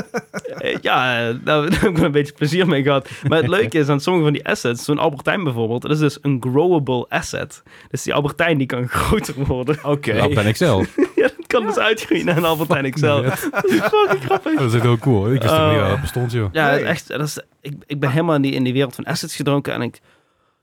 [SPEAKER 2] ja, eh, daar, (laughs) daar heb ik wel een beetje plezier mee gehad. Maar het leuke is aan sommige van die assets, zo'n Albertijn bijvoorbeeld, dat is dus een growable asset. Dus die Albertijn die kan (laughs) groter worden.
[SPEAKER 3] Oké.
[SPEAKER 1] Dat ben ik zelf.
[SPEAKER 2] ja, dat kan dus uitgroeien naar een Albertijn XL. Dat is fucking grappig.
[SPEAKER 1] Dat is echt heel cool. Ik wist helemaal niet
[SPEAKER 2] Oh.
[SPEAKER 1] dat dat bestond,
[SPEAKER 2] (laughs)
[SPEAKER 1] joh.
[SPEAKER 2] Ja,
[SPEAKER 4] Nee.
[SPEAKER 2] echt, dat is, ik, ik ben helemaal in die, in die wereld van assets gedronken en ik...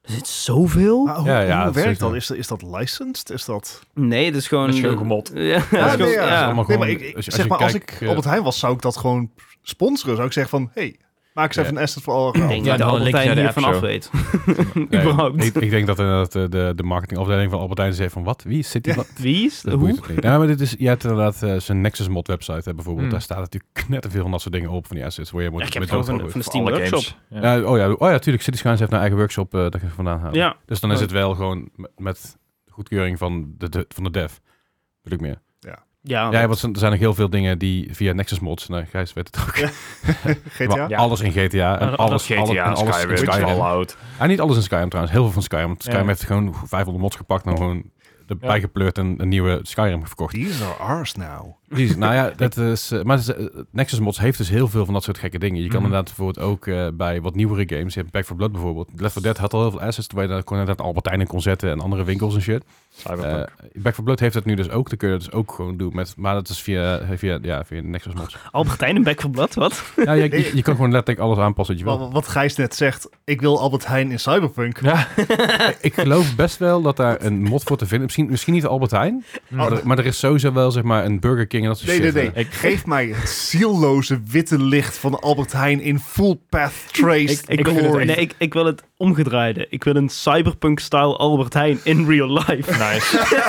[SPEAKER 2] Er zit zoveel?
[SPEAKER 4] Maar hoe,
[SPEAKER 1] Ja, ja,
[SPEAKER 4] hoe
[SPEAKER 1] dat is
[SPEAKER 4] werkt
[SPEAKER 1] zeker.
[SPEAKER 4] dat? Is, dat- is dat licensed? Is dat...
[SPEAKER 2] Nee, dat is gewoon...
[SPEAKER 3] Dat is gewoon gemot.
[SPEAKER 2] (laughs) Ja, dat is
[SPEAKER 4] Ja,
[SPEAKER 2] gewoon-
[SPEAKER 4] nee, ja.
[SPEAKER 2] ja.
[SPEAKER 1] allemaal
[SPEAKER 4] nee,
[SPEAKER 1] gewoon-
[SPEAKER 4] maar ik, ik-
[SPEAKER 1] als je-
[SPEAKER 4] zeg
[SPEAKER 1] als je
[SPEAKER 4] maar, als
[SPEAKER 1] kijkt,
[SPEAKER 4] ik
[SPEAKER 1] eh,
[SPEAKER 4] op het heim was, zou ik dat gewoon sponsoren. Zou ik zeggen van, hey, maak eens
[SPEAKER 1] Ja.
[SPEAKER 4] even een asset voor alle...
[SPEAKER 2] Ik denk
[SPEAKER 3] Ja,
[SPEAKER 2] dat de
[SPEAKER 3] dan een linkje
[SPEAKER 2] Albertijn
[SPEAKER 3] naar de
[SPEAKER 2] hier
[SPEAKER 3] app
[SPEAKER 2] vanaf
[SPEAKER 3] zo.
[SPEAKER 2] weet. (laughs)
[SPEAKER 1] Nee,
[SPEAKER 2] Überhaupt.
[SPEAKER 1] ik, ik denk dat inderdaad eh, de, de marketingafdeling van Albert Heijn zei van wat? Wie zit die?
[SPEAKER 4] Ja.
[SPEAKER 1] wat?
[SPEAKER 2] Wie is?
[SPEAKER 1] Dat
[SPEAKER 2] Hoe?
[SPEAKER 1] boeit het niet. Ja, maar dit is, je hebt inderdaad eh, zijn Nexus mod website hè, bijvoorbeeld.
[SPEAKER 3] Hmm.
[SPEAKER 1] Daar staat natuurlijk (laughs) net te veel van dat soort dingen op van die assets. Waar je moet
[SPEAKER 2] Ja, ik heb
[SPEAKER 1] met
[SPEAKER 2] het ook
[SPEAKER 1] dood
[SPEAKER 2] van-
[SPEAKER 1] van-
[SPEAKER 2] van- Steam
[SPEAKER 3] Alle
[SPEAKER 2] Workshop.
[SPEAKER 3] games. Ja.
[SPEAKER 1] Ja, oh, ja, oh ja, tuurlijk. City Skyline heeft een eigen workshop eh dat je vandaan haalt.
[SPEAKER 2] Ja.
[SPEAKER 1] Dus dan is het wel gewoon met, met goedkeuring van de, de- van de dev. Bedoel ik meer.
[SPEAKER 2] Ja,
[SPEAKER 1] ja, want er zijn nog heel veel dingen die via Nexus mods. Nou, Gijs weet het ook.
[SPEAKER 4] GTA?
[SPEAKER 1] Maar Alles in GTA. En
[SPEAKER 2] Ja,
[SPEAKER 1] alles,
[SPEAKER 3] GTA,
[SPEAKER 1] alle- en alles in
[SPEAKER 3] Skyrim,
[SPEAKER 1] Skyrim.
[SPEAKER 3] Fallout.
[SPEAKER 1] En niet alles in Skyrim trouwens. Heel veel van Skyrim. Want
[SPEAKER 3] Ja.
[SPEAKER 1] Skyrim heeft gewoon 500 mods gepakt en gewoon erbij
[SPEAKER 3] Ja.
[SPEAKER 1] gepleurd en een nieuwe Skyrim verkocht.
[SPEAKER 4] These are ours now.
[SPEAKER 1] Precies. nou ja, dat is, eh, maar ze- eh, Nexus Mods heeft dus heel veel van dat soort gekke dingen. Je kan
[SPEAKER 3] Mhm.
[SPEAKER 1] inderdaad bijvoorbeeld ook eh, bij wat nieuwere games, je hebt Back for Blood bijvoorbeeld. Left 4 Dead had al heel veel assets, waar je daar kon inderdaad Albertijn in kon zetten en andere winkels en shit.
[SPEAKER 3] Cyberpunk.
[SPEAKER 1] Eh, Back for Blood heeft dat nu dus ook, dan kun je dat dus ook gewoon doen. Met, maar dat is via, via, ja, via Nexus
[SPEAKER 4] (laughs)
[SPEAKER 1] Mods.
[SPEAKER 2] Albertijn en Back for Blood, wat?
[SPEAKER 1] ja, je, je, je kan gewoon letterlijk alles aanpassen wat je wil.
[SPEAKER 4] Wat, wat Gijs net zegt, ik wil Albert Heijn in Cyberpunk.
[SPEAKER 3] ja.
[SPEAKER 1] Eh. Ik geloof best wel dat daar een mod voor te vinden. Misschien, misschien niet Albert Heijn, maar, er, maar er is sowieso wel zeg maar een Burger King en dat soort
[SPEAKER 4] Oh. Nee, nee,
[SPEAKER 1] shit.
[SPEAKER 4] nee.
[SPEAKER 1] Eh,
[SPEAKER 3] Ik-
[SPEAKER 4] Geef mij het zielloze witte licht van Albert Heijn in full path traced
[SPEAKER 2] Ik, wil,
[SPEAKER 4] glory.
[SPEAKER 2] het, nee, ik, ik wil het omgedraaide. Ik wil een cyberpunk-style Albert Heijn in real life.
[SPEAKER 3] (laughs)
[SPEAKER 2] (laughs)
[SPEAKER 3] Nice.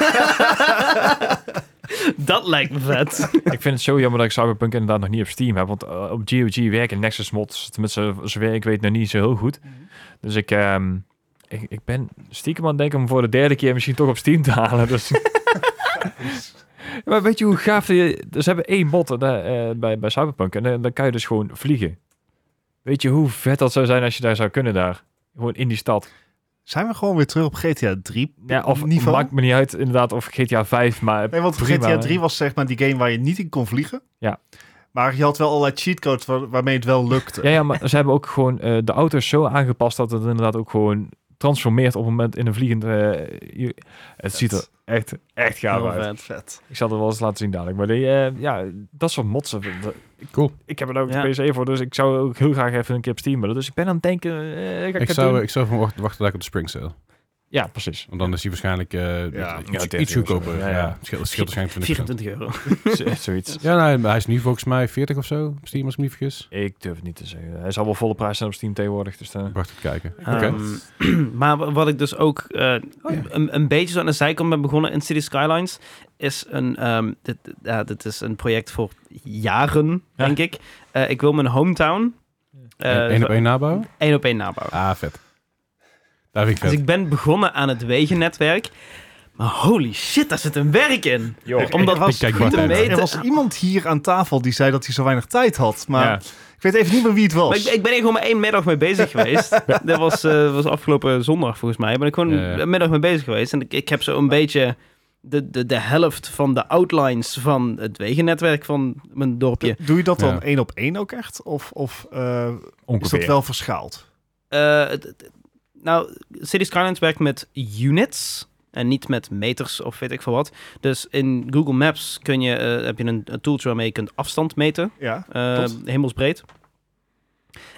[SPEAKER 2] Dat lijkt me vet.
[SPEAKER 3] ik vind het zo jammer dat ik Cyberpunk inderdaad nog niet op Steam heb. Want eh, op GOG werken Nexus mods, tenminste zover ik weet, nog niet zo heel goed. Dus ik, ehm, ik, ik ben stiekem aan het denken om voor de derde keer misschien toch op Steam te halen. (laughs) Dus... maar weet je hoe gaaf... Die, dus ze hebben één mod eh, daar, eh, bij, bij Cyberpunk en eh, dan kan je dus gewoon vliegen. Weet je hoe vet dat zou zijn als je daar zou kunnen daar? Gewoon in die stad.
[SPEAKER 4] Zijn we gewoon weer terug op GTA 3?
[SPEAKER 3] Ja, of
[SPEAKER 4] Niveau?
[SPEAKER 3] maakt me niet uit inderdaad of GTA 5, maar...
[SPEAKER 4] Nee, want
[SPEAKER 3] prima.
[SPEAKER 4] GTA 3 was zeg maar die game waar je niet in kon vliegen.
[SPEAKER 3] Ja.
[SPEAKER 4] Maar je had wel allerlei cheatcodes waar- waarmee het wel lukte.
[SPEAKER 3] Ja, ja, maar ze hebben ook gewoon eh, de auto's zo aangepast dat het inderdaad ook gewoon transformeert op het moment in een vliegende... eh, je- het ziet er echt, echt gaaf
[SPEAKER 2] Heel
[SPEAKER 3] uit.
[SPEAKER 2] vet.
[SPEAKER 4] Vet.
[SPEAKER 3] Ik zal het wel eens laten zien dadelijk. Maar die, eh, ja, dat soort motsen. dat- Ik,
[SPEAKER 1] Cool.
[SPEAKER 3] Ik heb er ook
[SPEAKER 2] Ja.
[SPEAKER 3] de PC voor, dus ik zou ook heel graag even een keer op Steam willen. Dus ik ben aan het denken, eh, ga ik,
[SPEAKER 1] Ik
[SPEAKER 3] het
[SPEAKER 1] zou,
[SPEAKER 3] doen?
[SPEAKER 1] ik zou van wachten, wachten tot ik op de Spring Sale.
[SPEAKER 3] Ja,
[SPEAKER 1] (laughs)
[SPEAKER 3] precies.
[SPEAKER 1] Want dan is hij waarschijnlijk eh,
[SPEAKER 4] Ja,
[SPEAKER 1] iets-
[SPEAKER 3] ja,
[SPEAKER 1] iets,
[SPEAKER 3] 30 of zo.
[SPEAKER 1] goedkoper. Ja,
[SPEAKER 3] Ja, ja.
[SPEAKER 1] Het scheelt, het scheelt waarschijnlijk 20
[SPEAKER 2] 24 euro.
[SPEAKER 3] Z- Zoiets.
[SPEAKER 1] Ja, nee, maar hij is nu volgens mij 40 of zo, op Steam als ik me niet vergis.
[SPEAKER 3] Ik durf het niet te zeggen. Hij zal wel volle prijs zijn op Steam tegenwoordig. Dus, eh,
[SPEAKER 1] Ik wacht even kijken. Oké.
[SPEAKER 2] Ehm, (clears throat) maar wa- wat ik dus ook eh,
[SPEAKER 1] Oh ja.
[SPEAKER 2] een, een beetje zo aan de zijkant ben begonnen in City Skylines, is een, ehm, dit, ja, dit is een project voor jaren,
[SPEAKER 3] Ja.
[SPEAKER 2] denk ik. Eh, ik wil mijn hometown
[SPEAKER 1] Eén
[SPEAKER 2] eh,
[SPEAKER 1] op één nabouwen?
[SPEAKER 2] één op één nabouwen.
[SPEAKER 1] Ah, vet. Daar vind ik
[SPEAKER 2] Dus
[SPEAKER 1] vet.
[SPEAKER 2] ik ben begonnen aan het wegennetwerk. Maar holy shit, daar zit een werk in.
[SPEAKER 3] joh.
[SPEAKER 4] Ik-
[SPEAKER 2] Om dat
[SPEAKER 4] ik was-
[SPEAKER 2] goed
[SPEAKER 1] kijk maar
[SPEAKER 2] te
[SPEAKER 1] uit.
[SPEAKER 4] Er
[SPEAKER 2] meten.
[SPEAKER 4] was iemand hier aan tafel die zei dat hij zo weinig tijd had. Maar
[SPEAKER 3] Ja.
[SPEAKER 4] ik weet even niet meer wie het was.
[SPEAKER 2] Maar ik, ik ben hier gewoon maar één middag mee
[SPEAKER 1] (laughs)
[SPEAKER 2] bezig geweest. Dat was, eh, was afgelopen zondag volgens mij. Ben ik gewoon
[SPEAKER 1] Ja, ja.
[SPEAKER 2] een middag mee bezig geweest. En ik, ik heb zo een beetje de, de, de helft van de outlines van het wegennetwerk van mijn dorpje.
[SPEAKER 4] Doe je dat dan
[SPEAKER 1] Ja.
[SPEAKER 4] één op één ook echt? Of, of eh, is dat
[SPEAKER 3] Ongeveer.
[SPEAKER 4] wel verschaald?
[SPEAKER 2] Eh, het- het- nou, City Skylines werkt met units en niet met meters of weet ik veel wat. Dus in Google Maps kun je, eh, heb je een, een tooltje waarmee je kunt afstand meten.
[SPEAKER 4] Ja.
[SPEAKER 2] Eh,
[SPEAKER 4] Klopt.
[SPEAKER 2] hemelsbreed.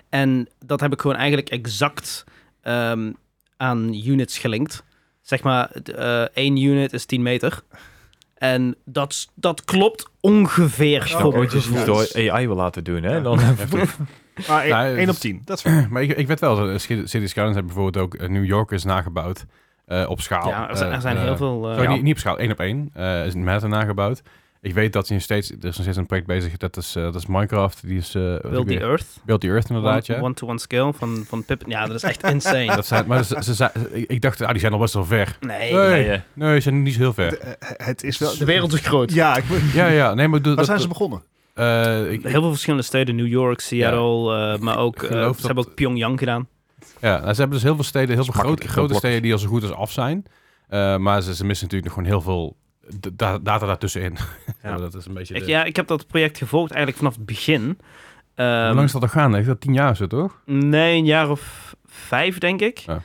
[SPEAKER 2] En dat heb ik gewoon eigenlijk exact ehm, aan units gelinkt. Zeg maar, d- eh, één unit is 10 meter. En dat, s- dat klopt ongeveer
[SPEAKER 4] Oh,
[SPEAKER 3] Nou,
[SPEAKER 2] voor
[SPEAKER 3] ooit
[SPEAKER 2] mijn
[SPEAKER 3] eens
[SPEAKER 4] Ja.
[SPEAKER 3] niet
[SPEAKER 2] gevoel.
[SPEAKER 3] door AI wil laten doen, hè?
[SPEAKER 4] Ja.
[SPEAKER 1] (laughs)
[SPEAKER 3] Dan,
[SPEAKER 4] Maar één,
[SPEAKER 1] Nou,
[SPEAKER 4] één
[SPEAKER 1] dus-
[SPEAKER 4] op tien, dat is waar.
[SPEAKER 1] Maar ik, ik weet wel, eh, City Skylines hebben bijvoorbeeld ook eh, New Yorkers nagebouwd eh, op schaal.
[SPEAKER 2] Ja, er, z- er
[SPEAKER 1] Eh,
[SPEAKER 2] zijn
[SPEAKER 1] eh,
[SPEAKER 2] heel veel... eh,
[SPEAKER 1] Sorry, niet, niet op schaal, één op één. Eh, is in Manhattan nagebouwd. Ik Ik weet dat ze nog steeds, er is nog steeds een project bezig. Dat is, eh, dat is Minecraft. Die is, eh, wat ik
[SPEAKER 2] Build the
[SPEAKER 1] weer-
[SPEAKER 2] Earth.
[SPEAKER 1] Build the Earth inderdaad,
[SPEAKER 2] One-
[SPEAKER 1] ja.
[SPEAKER 2] One-to-one scale van, van Pippin. Ja, dat is
[SPEAKER 1] (laughs)
[SPEAKER 2] echt insane.
[SPEAKER 1] Dat zijn, maar ze, ze zijn- ik, ik dacht, ah, die zijn al best wel ver.
[SPEAKER 2] Nee.
[SPEAKER 1] Nee.
[SPEAKER 3] (laughs) Nee, eh,
[SPEAKER 1] Nee, ze zijn niet zo heel ver.
[SPEAKER 4] De- eh, het is wel...
[SPEAKER 2] De wereld is groot.
[SPEAKER 4] Ja, ik, moet-
[SPEAKER 1] Ja, ja. Nee, maar doe-
[SPEAKER 4] waar
[SPEAKER 1] dat,
[SPEAKER 4] zijn ze begonnen?
[SPEAKER 1] eh, ik-
[SPEAKER 2] Heel veel verschillende steden. New York, Seattle, eh, maar ook... eh,
[SPEAKER 1] geloof
[SPEAKER 2] ze
[SPEAKER 1] dat-
[SPEAKER 2] hebben ook Pyongyang gedaan.
[SPEAKER 1] Ja, nou, ze hebben dus heel veel steden, heel veel
[SPEAKER 3] makkelijk,
[SPEAKER 1] grote, grote
[SPEAKER 3] geblokkeerd.
[SPEAKER 1] steden die al zo goed als af zijn. Eh, maar ze, ze missen natuurlijk nog gewoon heel veel d- da- data daartussenin. (laughs) Ja. maar dat is een beetje.
[SPEAKER 2] Ik,
[SPEAKER 1] de-
[SPEAKER 2] ja, ik heb dat project gevolgd eigenlijk vanaf het begin.
[SPEAKER 1] Hoe
[SPEAKER 2] Ehm,
[SPEAKER 1] lang is dat al gaan? Heeft dat tien jaar zo, (laughs) toch?
[SPEAKER 2] Nee, een jaar of vijf, denk ik.
[SPEAKER 1] Ja.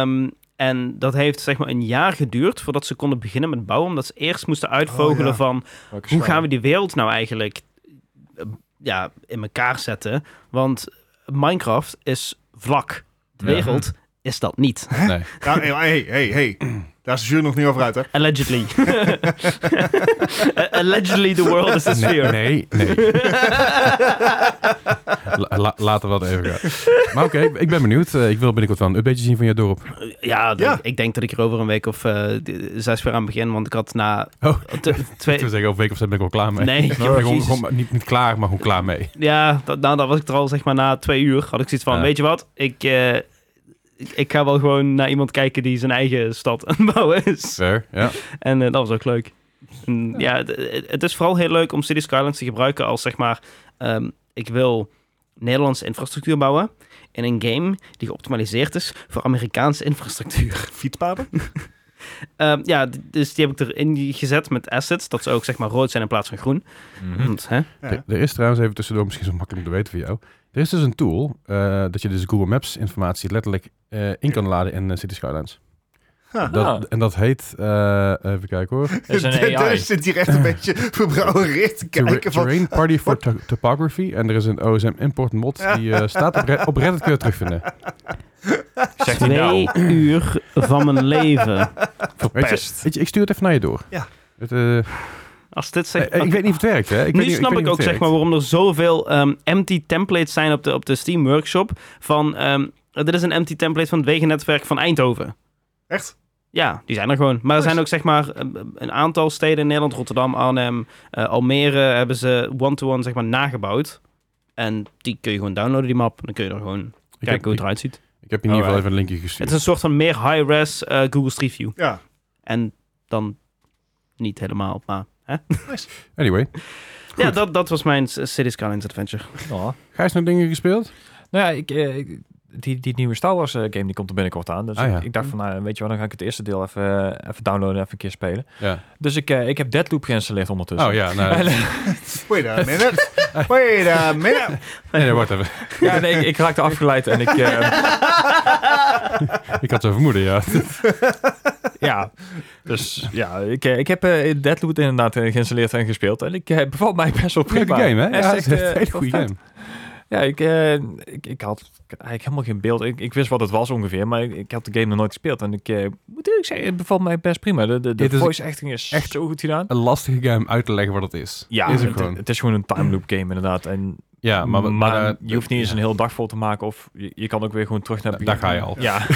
[SPEAKER 2] Ehm, en dat heeft zeg maar een jaar geduurd voordat ze konden beginnen met bouwen. Omdat ze eerst moesten uitvogelen
[SPEAKER 4] Oh, ja.
[SPEAKER 2] van...
[SPEAKER 3] welke
[SPEAKER 2] hoe
[SPEAKER 3] schuil.
[SPEAKER 2] gaan we die wereld nou eigenlijk eh, ja, in elkaar zetten? Want Minecraft is vlak. De
[SPEAKER 1] Ja.
[SPEAKER 2] wereld is dat niet.
[SPEAKER 1] Nee.
[SPEAKER 4] Ja, hey, hey, hey. Daar is de jury nog niet over uit, hè?
[SPEAKER 1] (laughs)
[SPEAKER 2] Allegedly. (laughs) Allegedly the world is a
[SPEAKER 1] Nee,
[SPEAKER 2] sphere.
[SPEAKER 1] nee. nee. (laughs) La- la- laten we dat even gaan. Maar oké, ik ben benieuwd. Eh, ik wil binnenkort wel een update zien van je dorp.
[SPEAKER 2] Ja, dan-
[SPEAKER 4] Ja.
[SPEAKER 2] ik denk dat ik er over een week of eh, d- zes weer aan begin. Want ik had na
[SPEAKER 1] Oh. (laughs)
[SPEAKER 2] te-
[SPEAKER 1] Ik wil
[SPEAKER 2] twee...
[SPEAKER 1] zeggen, over een week of zo ben ik al klaar mee. (laughs)
[SPEAKER 2] Nee,
[SPEAKER 1] Ik ben
[SPEAKER 2] joh,
[SPEAKER 1] gewoon,
[SPEAKER 2] Jezus.
[SPEAKER 1] gewoon niet, niet klaar, maar gewoon klaar mee.
[SPEAKER 2] Ja, dat, nou, dat was ik er al zeg maar na twee uur. Had ik zoiets van,
[SPEAKER 1] Ja.
[SPEAKER 2] weet je wat? Ik, eh, ik, ik ga wel gewoon naar iemand kijken die zijn eigen stad (laughs) aan het bouwen Dus is.
[SPEAKER 1] Fair,
[SPEAKER 2] (laughs)
[SPEAKER 1] ja.
[SPEAKER 2] En eh, dat was ook leuk. En, ja, het- het, het is vooral heel leuk om City Skylines te gebruiken als zeg maar... ehm, ik wil Nederlandse infrastructuur bouwen in een game die geoptimaliseerd is voor Amerikaanse (laughs) infrastructuur.
[SPEAKER 4] Fietspaden?
[SPEAKER 2] Ehm, ja, d- dus die heb ik erin gezet met assets, dat ze ook zeg maar rood zijn in plaats van groen.
[SPEAKER 3] Mhm.
[SPEAKER 4] Hmm.
[SPEAKER 2] Want, hè?
[SPEAKER 1] Er,
[SPEAKER 4] (laughs)
[SPEAKER 1] er is trouwens even tussendoor, misschien is het makkelijk om te weten voor jou. Er is dus een tool eh, dat je dus Google Maps informatie letterlijk eh, in kan laden in eh, City Skylines.
[SPEAKER 4] Ha.
[SPEAKER 1] Dat,
[SPEAKER 3] Ah.
[SPEAKER 1] En dat heet, eh, even kijken
[SPEAKER 2] (laughs)
[SPEAKER 1] hoor,
[SPEAKER 3] Er is een AI.
[SPEAKER 4] Dennis zit hier echt een beetje verbrouwereerd te
[SPEAKER 1] Terra-
[SPEAKER 4] kijken van...
[SPEAKER 1] Terrain Party
[SPEAKER 2] (laughs)
[SPEAKER 1] for to- Topography. En er is een OSM import mod die eh, staat op, Red- op Reddit kun je het terugvinden.
[SPEAKER 3] Zegt hij
[SPEAKER 2] Twee
[SPEAKER 3] nou.
[SPEAKER 2] uur van mijn leven.
[SPEAKER 1] Weet je,
[SPEAKER 3] Verpest.
[SPEAKER 1] weet je, ik stuur het even naar je door.
[SPEAKER 4] Ja.
[SPEAKER 1] Het, eh,
[SPEAKER 2] Als dit zeg
[SPEAKER 1] eh, ik weet niet of het werkt hè. Ik weet
[SPEAKER 2] nu
[SPEAKER 1] niet-
[SPEAKER 2] snap
[SPEAKER 1] weet
[SPEAKER 2] ik,
[SPEAKER 1] niet
[SPEAKER 2] ook
[SPEAKER 1] of het
[SPEAKER 2] zeg maar
[SPEAKER 1] werkt.
[SPEAKER 2] waarom er zoveel ehm, empty templates zijn op de, op de Steam Workshop. Van, ehm, dit is een empty template van het wegennetwerk van Eindhoven.
[SPEAKER 4] Echt?
[SPEAKER 2] Ja, die zijn er gewoon. Maar er
[SPEAKER 4] Nice.
[SPEAKER 2] zijn ook zeg maar ehm, een aantal steden in Nederland. Rotterdam, Arnhem, eh, Almere hebben ze one-to-one zeg maar nagebouwd. En die kun je gewoon downloaden, die map. Dan kun je er gewoon
[SPEAKER 1] Ik
[SPEAKER 2] kijken
[SPEAKER 1] heb,
[SPEAKER 2] hoe het
[SPEAKER 1] ik,
[SPEAKER 2] eruit ziet.
[SPEAKER 1] ik heb in ieder geval
[SPEAKER 3] Alright.
[SPEAKER 1] even een linkje
[SPEAKER 2] Het
[SPEAKER 1] gestuurd.
[SPEAKER 2] is een soort van meer high-res eh, Google Street View.
[SPEAKER 4] Ja.
[SPEAKER 2] En dan niet helemaal, maar... Hè?
[SPEAKER 1] Anyway,
[SPEAKER 2] Ja, dat, dat was mijn eh, Cities Skylines Adventure.
[SPEAKER 3] Ja.
[SPEAKER 1] Gijs nog dingen gespeeld?
[SPEAKER 3] Oh. Nou ja, ik, eh, ik- die, die nieuwe Star Wars eh, game die komt er binnenkort aan. Dus
[SPEAKER 1] Ah,
[SPEAKER 3] ik-
[SPEAKER 1] ja.
[SPEAKER 3] ik, dacht van, nou, weet je wat, dan ga ik het eerste deel even, eh, even downloaden en even een keer spelen.
[SPEAKER 1] Ja.
[SPEAKER 3] Dus ik, eh, ik heb Deadloop geïnstalleerd ondertussen.
[SPEAKER 1] Oh ja,
[SPEAKER 2] (laughs)
[SPEAKER 1] nou,
[SPEAKER 4] Wait
[SPEAKER 1] (laughs)
[SPEAKER 4] a minute. Wait a minute.
[SPEAKER 1] nee, nee, wacht even.
[SPEAKER 3] (laughs) ja, nee, ik, ik raakte afgeleid en ik...
[SPEAKER 1] (laughs)
[SPEAKER 3] eh,
[SPEAKER 1] Ik had zo'n vermoeden, (laughs) ja.
[SPEAKER 3] ja, dus ja, ik, eh, ik heb eh, Deadloop inderdaad eh, geïnstalleerd en gespeeld. En ik eh, bevalt mij best wel
[SPEAKER 1] Goede
[SPEAKER 3] prima.
[SPEAKER 1] game, hè? Ja, (laughs) het is echt
[SPEAKER 3] eh,
[SPEAKER 1] een hele goede
[SPEAKER 3] vet.
[SPEAKER 1] game.
[SPEAKER 3] Ja, ik, eh, ik, ik had eigenlijk helemaal geen beeld. Ik, ik wist wat het was ongeveer, maar ik, ik had de game nog nooit gespeeld. En ik eh, moet eerlijk zeggen, het bevalt mij best prima. De, de, de
[SPEAKER 1] Dit is
[SPEAKER 3] voice acting is echt zo goed gedaan.
[SPEAKER 1] Een lastige game uit te leggen wat het is.
[SPEAKER 3] Ja,
[SPEAKER 1] is het
[SPEAKER 3] het,
[SPEAKER 1] gewoon.
[SPEAKER 3] het is gewoon een time loop game inderdaad. En,
[SPEAKER 1] Ja, maar, eh,
[SPEAKER 3] maar
[SPEAKER 1] maar,
[SPEAKER 3] je hoeft niet eens een hele dag vol te maken of je, je kan ook weer gewoon terug naar het
[SPEAKER 1] Da- daar
[SPEAKER 3] begin.
[SPEAKER 1] ga je al.
[SPEAKER 3] Ja.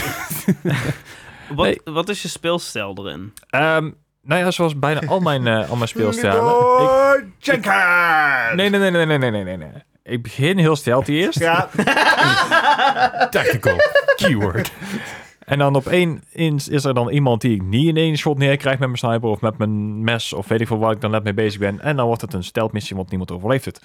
[SPEAKER 2] Wat,
[SPEAKER 3] Nee.
[SPEAKER 2] wat is je speelstijl erin?
[SPEAKER 3] Ehm, nou ja, zoals bijna al mijn, eh, al mijn speelstijlen. Ik-
[SPEAKER 4] Leroy Jenkins.
[SPEAKER 3] nee, nee, nee, nee, nee, nee, nee, nee, nee. Ik begin heel stealthy eerst.
[SPEAKER 4] Ja,
[SPEAKER 1] (laughs) Tactical. (laughs) Keyword.
[SPEAKER 3] En dan op één ins is er dan iemand die ik niet in één shot neerkrijg met mijn sniper of met mijn mes of weet ik veel waar ik dan net mee bezig ben. En dan wordt het een stealth missie, want niemand overleeft het.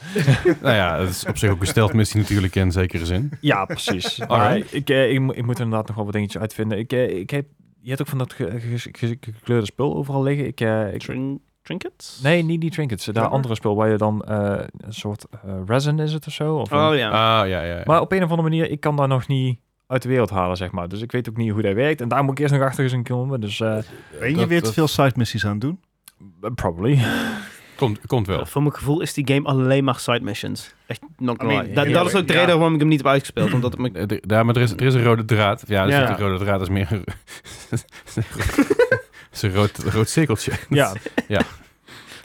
[SPEAKER 1] nou ja, dat is op zich ook een stealth-missie natuurlijk in zekere zin.
[SPEAKER 3] Ja, precies. Maar
[SPEAKER 1] Alright.
[SPEAKER 3] ik, eh, ik, mo- ik moet inderdaad nog wel wat dingetjes uitvinden. Ik, eh, ik heb, je hebt ook van dat ge- ge- ge- gekleurde spul overal liggen. Ik, eh, ik,
[SPEAKER 2] Trin- trinkets?
[SPEAKER 3] nee, niet die trinkets. Daar
[SPEAKER 4] Rubber?
[SPEAKER 3] andere spul waar je dan eh, een soort eh, resin is het of zo. Of een-
[SPEAKER 2] Oh ja.
[SPEAKER 1] Ah, ja, ja. ja.
[SPEAKER 3] Maar op een of andere manier, ik kan daar nog niet uit de wereld halen, zeg maar. Dus ik weet ook niet hoe dat werkt. En daar moet ik eerst nog achter eens een komen. Dus eh,
[SPEAKER 4] ben je
[SPEAKER 1] Dat-
[SPEAKER 4] weer te
[SPEAKER 1] dat-
[SPEAKER 4] veel side missies aan het doen?
[SPEAKER 3] probably. (laughs)
[SPEAKER 1] komt, komt wel.
[SPEAKER 2] eh, Voor mijn gevoel is die game alleen maar side missions. Echt not
[SPEAKER 4] I mean,
[SPEAKER 2] gonna lie. Dat,
[SPEAKER 4] ja,
[SPEAKER 2] dat is ook de
[SPEAKER 4] ja.
[SPEAKER 2] reden waarom ik hem niet heb uitgespeeld. Omdat het me...
[SPEAKER 1] Eh, d- Ja, maar er is, er is een rode draad. Ja, er
[SPEAKER 2] Ja.
[SPEAKER 1] zit een rode draad. Dat is meer een... (laughs) dat is een rood, rood cirkeltje.
[SPEAKER 3] ja.
[SPEAKER 1] (laughs)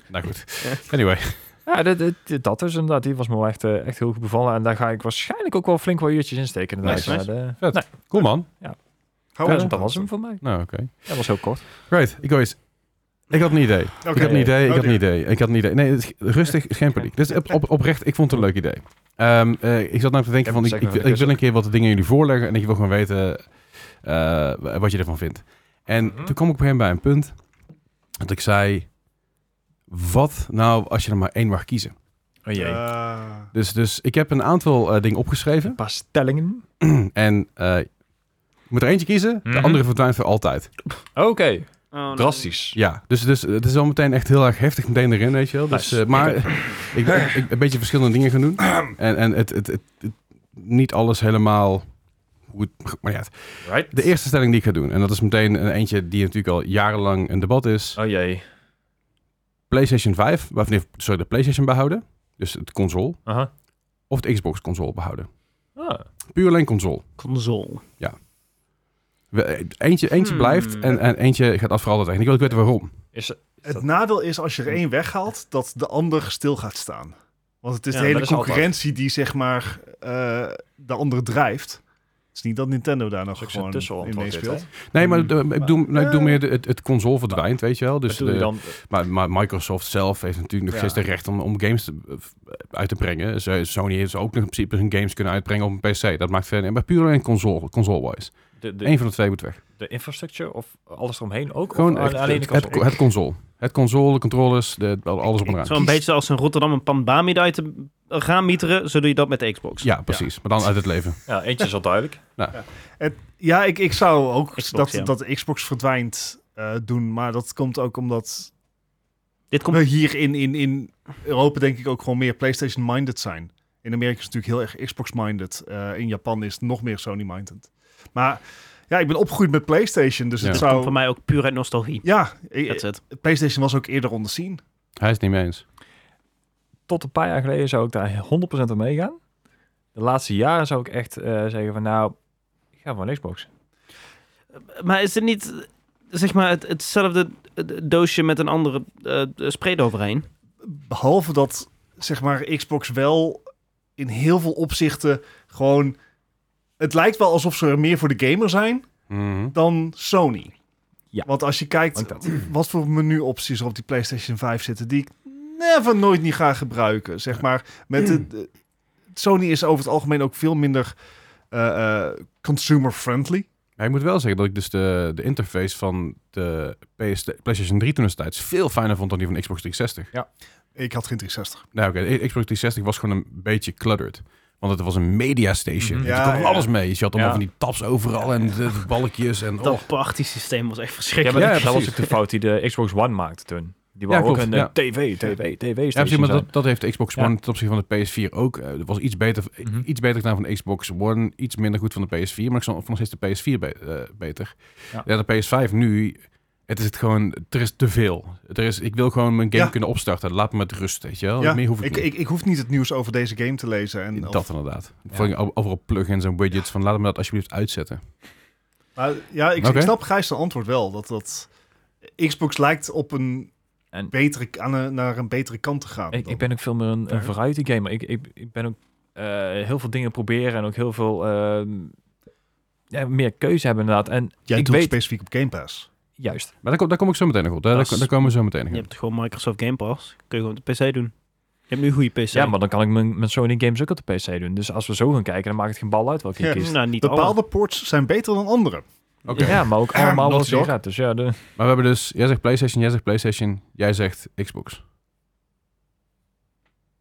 [SPEAKER 1] Nou goed. Anyway.
[SPEAKER 3] Ja, dat, dat, dat dus inderdaad. Die was me wel echt, eh, echt heel goed bevallen. En daar ga ik waarschijnlijk ook wel flink wat uurtjes in steken. Inderdaad.
[SPEAKER 1] Nice,
[SPEAKER 3] Maar, eh,
[SPEAKER 1] Vet. Cool man.
[SPEAKER 4] Hou
[SPEAKER 3] ja,
[SPEAKER 4] ons
[SPEAKER 3] dat
[SPEAKER 4] op.
[SPEAKER 3] was hem voor mij.
[SPEAKER 1] Nou, oké.
[SPEAKER 3] Dat was heel kort.
[SPEAKER 1] Right, ik ga eens Ik had een idee.
[SPEAKER 4] Oké.
[SPEAKER 1] Ik had een idee, ik
[SPEAKER 4] Oh,
[SPEAKER 1] had een
[SPEAKER 4] dear.
[SPEAKER 1] idee, ik had een idee. Nee, het is- rustig, geen paniek. Dus op, op- oprecht, ik vond het een leuk idee. Ehm, eh, ik zat nou te denken van, ik,
[SPEAKER 3] Zeg
[SPEAKER 1] ik,
[SPEAKER 3] maar,
[SPEAKER 1] wil- ik wil een keer wat dingen aan jullie voorleggen en ik wil gewoon weten eh, wat je ervan vindt. En
[SPEAKER 3] Mhm.
[SPEAKER 1] toen kwam ik op een gegeven moment bij een punt dat ik zei, wat nou als je er maar één mag kiezen?
[SPEAKER 3] Oh jee.
[SPEAKER 4] Eh,
[SPEAKER 1] Dus, dus ik heb een aantal eh, dingen opgeschreven
[SPEAKER 3] een paar stellingen.
[SPEAKER 1] en eh, je moet er eentje kiezen, de
[SPEAKER 3] Mhm.
[SPEAKER 1] andere verdwijnt voor altijd.
[SPEAKER 3] Oké,
[SPEAKER 2] Oh, nee.
[SPEAKER 3] drastisch.
[SPEAKER 1] Ja, dus, dus het is al meteen echt heel erg heftig meteen erin, weet je wel. Dus,
[SPEAKER 3] Nice.
[SPEAKER 1] eh, maar ik ben (laughs) ik ben een beetje verschillende dingen gaan doen.
[SPEAKER 3] (clears throat)
[SPEAKER 1] En, en het, het, het, het- niet alles helemaal hoe het... Maar ja,
[SPEAKER 3] Right?
[SPEAKER 1] de eerste stelling die ik ga doen, en dat is meteen een eentje die natuurlijk al jarenlang een debat is.
[SPEAKER 3] Oh jee.
[SPEAKER 1] PlayStation 5, of nee, sorry, de PlayStation behouden. Dus het console.
[SPEAKER 3] Aha.
[SPEAKER 1] Of de Xbox console behouden.
[SPEAKER 3] Ah.
[SPEAKER 1] Puur alleen console.
[SPEAKER 2] Console.
[SPEAKER 1] We- eh, Eentje, eentje
[SPEAKER 2] Hmm.
[SPEAKER 1] blijft en, en eentje gaat af voor altijd. En ik wil ook weten waarom.
[SPEAKER 3] Is,
[SPEAKER 4] het nadeel is als je er één weghaalt, dat de ander stil gaat staan. Want het is
[SPEAKER 3] Ja,
[SPEAKER 4] de
[SPEAKER 3] dat
[SPEAKER 4] hele
[SPEAKER 3] is altijd.
[SPEAKER 4] concurrentie die zeg maar eh, de andere drijft. Het is niet dat Nintendo daar nog
[SPEAKER 3] is ook
[SPEAKER 4] gewoon
[SPEAKER 3] zo'n
[SPEAKER 4] in
[SPEAKER 3] tussenantwoord dit, hè?
[SPEAKER 4] meespeelt.
[SPEAKER 1] Nee, maar
[SPEAKER 3] Hmm.
[SPEAKER 1] de- ik doe, nee, ik doe meer de- het, het console verdwijnt, weet je wel. Dus
[SPEAKER 3] Wat doe
[SPEAKER 1] de-
[SPEAKER 3] je dan?
[SPEAKER 1] Maar, maar Microsoft zelf heeft natuurlijk nog
[SPEAKER 4] Ja.
[SPEAKER 1] steeds de recht om, om games te- eh, uit te brengen. Zo- Sony heeft ook nog in principe hun games kunnen uitbrengen op een PC. Dat maakt verder niet- Maar puur alleen console, console-wise.
[SPEAKER 3] De, de,
[SPEAKER 1] Eén van de twee moet weg.
[SPEAKER 3] de infrastructure of alles eromheen ook?
[SPEAKER 1] Gewoon
[SPEAKER 3] of
[SPEAKER 1] echt,
[SPEAKER 3] alleen de
[SPEAKER 1] het,
[SPEAKER 3] console?
[SPEAKER 1] het, het console. Het console, de controllers, de, alles op en eraan.
[SPEAKER 2] Zo'n beetje als in Rotterdam een pandbami uit te gaan mieteren, zo doe je dat met de Xbox.
[SPEAKER 1] Ja, precies. Maar dan uit het leven.
[SPEAKER 3] Ja, eentje is al duidelijk.
[SPEAKER 4] Ja, ik, ik zou ook
[SPEAKER 2] Xbox,
[SPEAKER 4] dat,
[SPEAKER 2] ja.
[SPEAKER 4] dat de Xbox verdwijnt eh, doen. Maar dat komt ook omdat
[SPEAKER 2] Dit komt
[SPEAKER 4] we hier in, in, in Europa denk ik ook gewoon meer PlayStation-minded zijn. In Amerika is het natuurlijk heel erg Xbox-minded. Eh, in Japan is het nog meer Sony-minded. Maar ja, ik ben opgegroeid met PlayStation, dus
[SPEAKER 1] Ja.
[SPEAKER 4] het
[SPEAKER 1] Dit
[SPEAKER 2] komt voor
[SPEAKER 4] zou...
[SPEAKER 2] mij ook puur uit nostalgie.
[SPEAKER 4] Ja, ik-
[SPEAKER 2] That's it.
[SPEAKER 4] PlayStation was ook eerder on the scene.
[SPEAKER 1] Hij is het niet mee eens.
[SPEAKER 3] Tot een paar jaar geleden zou ik daar 100% aan meegaan. De laatste jaren zou ik echt eh, zeggen van nou, ik ga voor een Xbox.
[SPEAKER 2] Maar is het niet, eh, zeg maar, het, hetzelfde eh, doosje met een andere eh spread overheen?
[SPEAKER 4] Behalve dat, zeg maar, Xbox wel in heel veel opzichten gewoon... Het lijkt wel alsof ze er meer voor de gamer zijn
[SPEAKER 3] Mhm.
[SPEAKER 4] dan Sony.
[SPEAKER 3] Ja.
[SPEAKER 4] Want als je kijkt
[SPEAKER 3] Want dat.
[SPEAKER 4] (clears throat) wat voor menuopties er op die PlayStation 5 zitten, die ik never nooit niet ga gebruiken. Zeg maar, met de, de- Sony is over het algemeen ook veel minder eh, eh, consumer-friendly.
[SPEAKER 1] Maar ik moet wel zeggen dat ik dus de, de interface van de PS, de PlayStation 3 toen destijds veel fijner vond dan die van de Xbox 360.
[SPEAKER 4] Ik had geen 360.
[SPEAKER 1] Nou oké, de Xbox 360 was gewoon een beetje cluttered. Want het was een media station.
[SPEAKER 3] Mhm.
[SPEAKER 1] Ja,
[SPEAKER 4] Ja,
[SPEAKER 1] kwam
[SPEAKER 4] ja.
[SPEAKER 1] alles mee. Dus je had allemaal
[SPEAKER 3] Ja.
[SPEAKER 1] van die tabs overal en de balkjes en...
[SPEAKER 2] Dat
[SPEAKER 1] oh.
[SPEAKER 2] party-systeem was echt
[SPEAKER 3] Ja,
[SPEAKER 2] verschrikkelijk.
[SPEAKER 3] maar
[SPEAKER 1] Ja,
[SPEAKER 3] dat was
[SPEAKER 1] precies.
[SPEAKER 3] ook de fout die de Xbox One maakte toen. Die waren ook
[SPEAKER 1] klopt,
[SPEAKER 3] een
[SPEAKER 1] ja.
[SPEAKER 3] eh, tv, tv, tv
[SPEAKER 1] Ja, precies,
[SPEAKER 3] station
[SPEAKER 1] maar
[SPEAKER 3] zijn.
[SPEAKER 1] dat, dat heeft de Xbox
[SPEAKER 3] Ja.
[SPEAKER 1] One ten opzichte van de PS4 ook. Eh, Dat was iets beter,
[SPEAKER 3] Mhm.
[SPEAKER 1] iets beter gedaan van de Xbox One, iets minder goed van de PS4. Maar ik vond nog steeds de PS4 be- eh, beter. Ja.
[SPEAKER 3] Ja.
[SPEAKER 1] de PS5 nu, het is het gewoon, er is te veel. Er is, ik wil gewoon mijn game
[SPEAKER 4] Ja.
[SPEAKER 1] kunnen opstarten. Laat me met rust, weet je wel. Meer Oh, hoef ik,
[SPEAKER 4] ik,
[SPEAKER 1] niet.
[SPEAKER 4] ik, ik hoef niet het nieuws over deze game te lezen. En, of-
[SPEAKER 1] dat inderdaad. Vooral Overal plugins en widgets van laat me dat alsjeblieft uitzetten.
[SPEAKER 4] Maar ja, ik, ik
[SPEAKER 1] Oké.
[SPEAKER 4] snap Gijs' antwoord wel. Dat, dat Xbox lijkt op een
[SPEAKER 3] En-
[SPEAKER 4] betere, aan een- naar een betere kant te gaan.
[SPEAKER 3] Ik,
[SPEAKER 4] dan.
[SPEAKER 3] ik ben ook veel meer een,
[SPEAKER 4] Ja.
[SPEAKER 3] een variety gamer. Ik, ik, ik ben ook eh, heel veel dingen proberen en ook heel veel ehm, ja, meer keuze hebben inderdaad. En
[SPEAKER 4] Jij
[SPEAKER 3] ik
[SPEAKER 4] doet
[SPEAKER 3] weet
[SPEAKER 4] specifiek op Game Pass.
[SPEAKER 3] juist.
[SPEAKER 1] Maar daar kom, daar kom ik zo meteen nog op. Daar,
[SPEAKER 2] Dat
[SPEAKER 1] daar-
[SPEAKER 2] is-
[SPEAKER 1] daar komen we zo meteen nog
[SPEAKER 2] Je
[SPEAKER 1] op.
[SPEAKER 2] hebt gewoon Microsoft Game Pass. Kun je gewoon op de PC doen. Je hebt nu een goede PC.
[SPEAKER 3] Ja, maar dan kan ik mijn, mijn Sony games ook op de PC doen. Dus als we zo gaan kijken, dan maakt het geen bal uit welke
[SPEAKER 4] Ja.
[SPEAKER 3] je kiest.
[SPEAKER 2] Nou, niet
[SPEAKER 4] Bepaalde ports zijn beter dan andere.
[SPEAKER 2] alle.
[SPEAKER 1] Oké.
[SPEAKER 3] Ja, maar ook allemaal wel
[SPEAKER 4] Naughty Dog.
[SPEAKER 3] sigaret. Dus ja, de,
[SPEAKER 1] Maar we hebben dus, jij zegt PlayStation, jij zegt PlayStation, jij zegt Xbox.